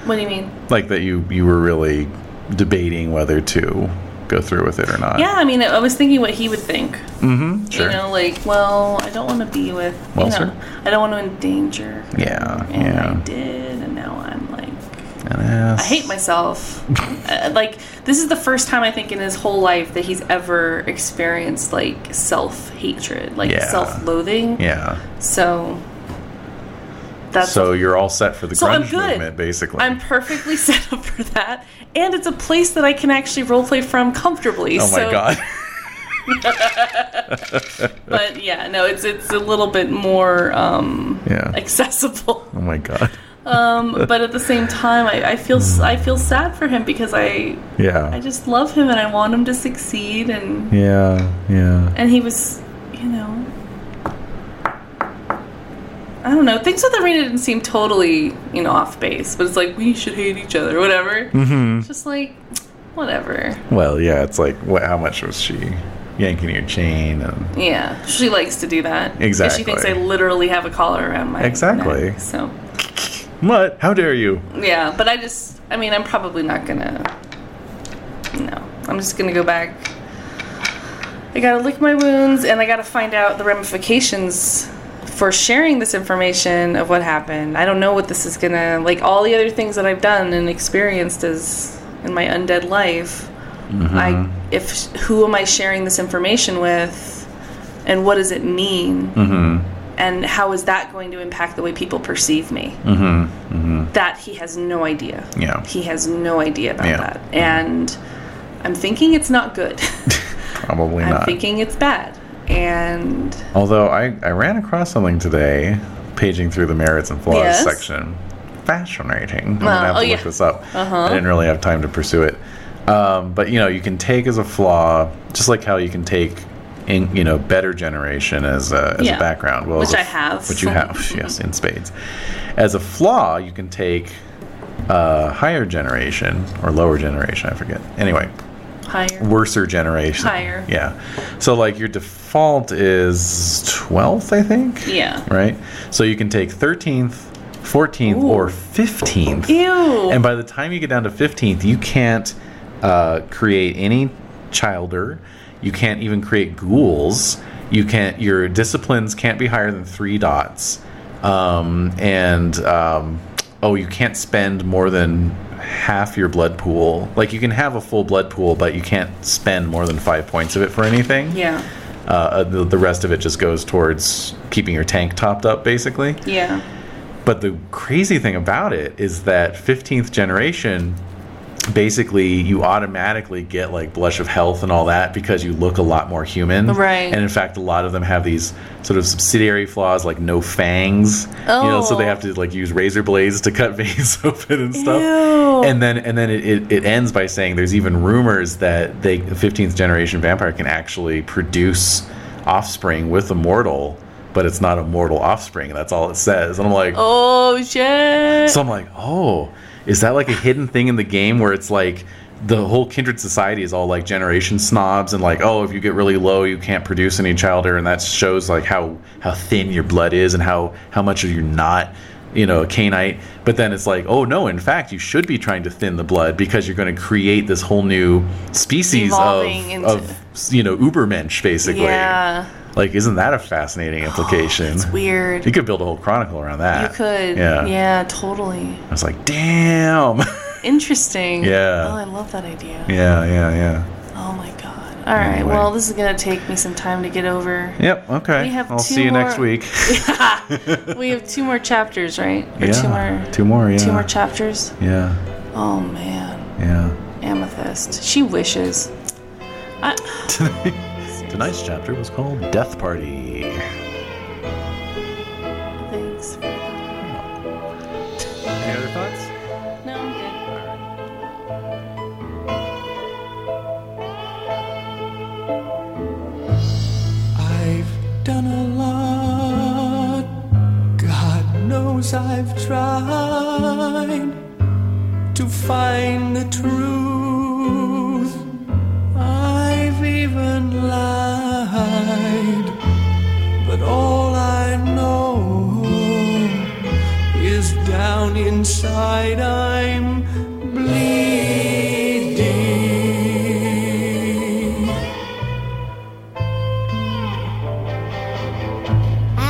What do you mean?
Like that you you were really debating whether to go through with it or not.
Yeah, I mean, I was thinking what he would think.
Mm-hmm. Sure.
You know, like, well, I don't want to be with,
Well,
you know,
sir.
I don't want to endanger. her.
Yeah,
And
yeah.
I did, and now I'm like,
An ass.
I hate myself. uh, like, this is the first time I think in his whole life that he's ever experienced like self hatred, like
Yeah.
self loathing.
Yeah.
So that's
so you're all set for the
So I'm
grunge
good.
movement, basically.
I'm perfectly set up for that, and it's a place that I can actually roleplay from comfortably.
oh my
so,
god.
But yeah, no, it's it's a little bit more um,
yeah.
accessible.
oh my god.
Um, but at the same time, I, I feel I feel sad for him because I
Yeah.
I just love him and I want him to succeed and
yeah. Yeah.
and he was you know I don't know things with Arena didn't seem totally you know off base but it's like we should hate each other whatever mm-hmm. just like whatever
Well, yeah. It's like, what? How much was she yanking your chain? Um, And
yeah she likes to do that 'Cause she thinks I
Exactly.
literally have a collar around my
Exactly.
neck, so
what? How dare you?
Yeah, but I just, I mean, I'm probably not gonna. No. I'm just gonna go back. I gotta lick my wounds and I gotta find out the ramifications for sharing this information of what happened. I don't know what this is gonna, like, all the other things that I've done and experienced as in my undead life. I, if, who am I sharing this information with and what does it mean? And how is that going to impact the way people perceive me? that he has no idea.
Yeah.
He has no idea about
Yeah.
that. And I'm thinking it's not good.
Probably
I'm
not.
thinking it's bad. And
Although I, I ran across something today, paging through the merits and flaws
Yes.
section. Fascinating. I'm
Wow.
gonna have
Oh,
to
yeah.
look this up. I didn't really have time to pursue it. Um, but you know, you can take as a flaw, just like how you can take, in, you know, better generation as a, as
Yeah.
a background. Well,
Which
as a
I
f-
have.
Which you have, yes, in spades. As a flaw, you can take uh, higher generation or lower generation. I forget. Anyway,
higher.
worser generation.
Higher.
Yeah. So like your default is 12th, I think.
Yeah.
Right? So you can take 13th, 14th,
Ooh.
or 15th.
Ew.
And by the time you get down to 15th, you can't uh, create any childer. You can't even create ghouls. You can't. Your disciplines can't be higher than three dots. Um, and um, oh, you can't spend more than half your blood pool. Like you can have a full blood pool, but you can't spend more than five points of it for anything.
yeah.
Uh, Uh, the, the rest of it just goes towards keeping your tank topped up, basically.
Yeah.
But the crazy thing about it is that 15th generation, basically, you automatically get like blush of health and all that because you look a lot more human.
Right.
And in fact, a lot of them have these sort of subsidiary flaws like no fangs. You know, so they
Oh.
have to like use razor blades to cut veins open and stuff.
Ew.
And then and then it, it, it ends by saying there's even rumors that they the 15th generation vampire can actually produce offspring with a mortal. But it's not a mortal offspring. That's all it says. And I'm like,
Oh shit.
so I'm like, oh, is that like a hidden thing in the game where it's like the whole kindred society is all like generation snobs and like oh if you get really low you can't produce any childer and that shows like how how thin your blood is and how how much are you not you know a canite but then it's like oh no in fact you should be trying to thin the blood because you're going to create this whole new species of,
Evolving into-
of you know ubermensch basically
Yeah.
like isn't that a fascinating implication
It's weird.
you could build a whole chronicle around that
You could.
yeah
Yeah, totally.
i was like damn
Interesting.
Yeah.
Oh, I love that idea.
yeah yeah yeah
Oh my god. All right.
Anyway.
Well, this is gonna take me some time to get over.
Yep. Okay.
We have
I'll
two
see you next
more-
week.
We have two more chapters, right? Or
yeah.
two more.
Two more. Yeah.
Two more chapters.
yeah.
Oh man,
Yeah.
Amethyst. She wishes. I,
Tonight's chapter was called Death Party.
thanks.
Any other thoughts?
No, I'm good.
I've done a lot. God knows I've tried to find the truth. I've even lied. But all I know is down inside I'm bleeding.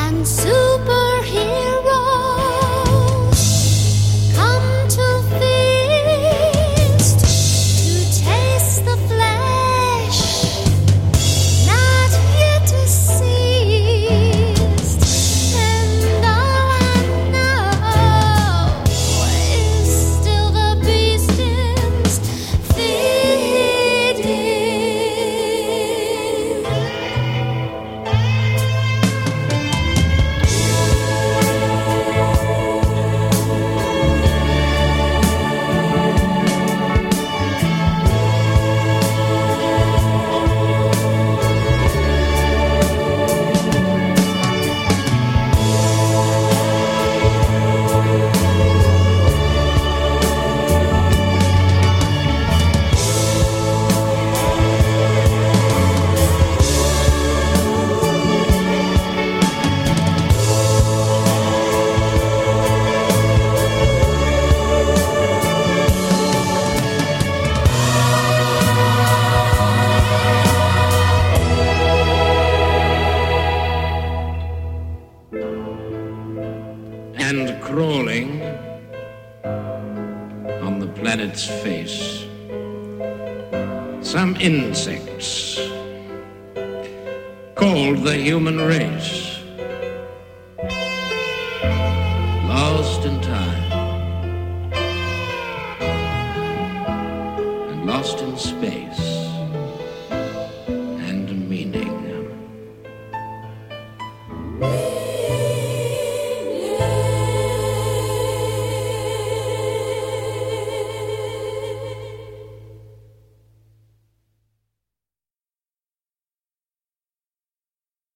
and superheroes come to feast to taste the flesh not yet deceased. And all I know is still the beast is feeding.
and crawling on the planet's face. Some insects called the human race, lost in time and lost in space.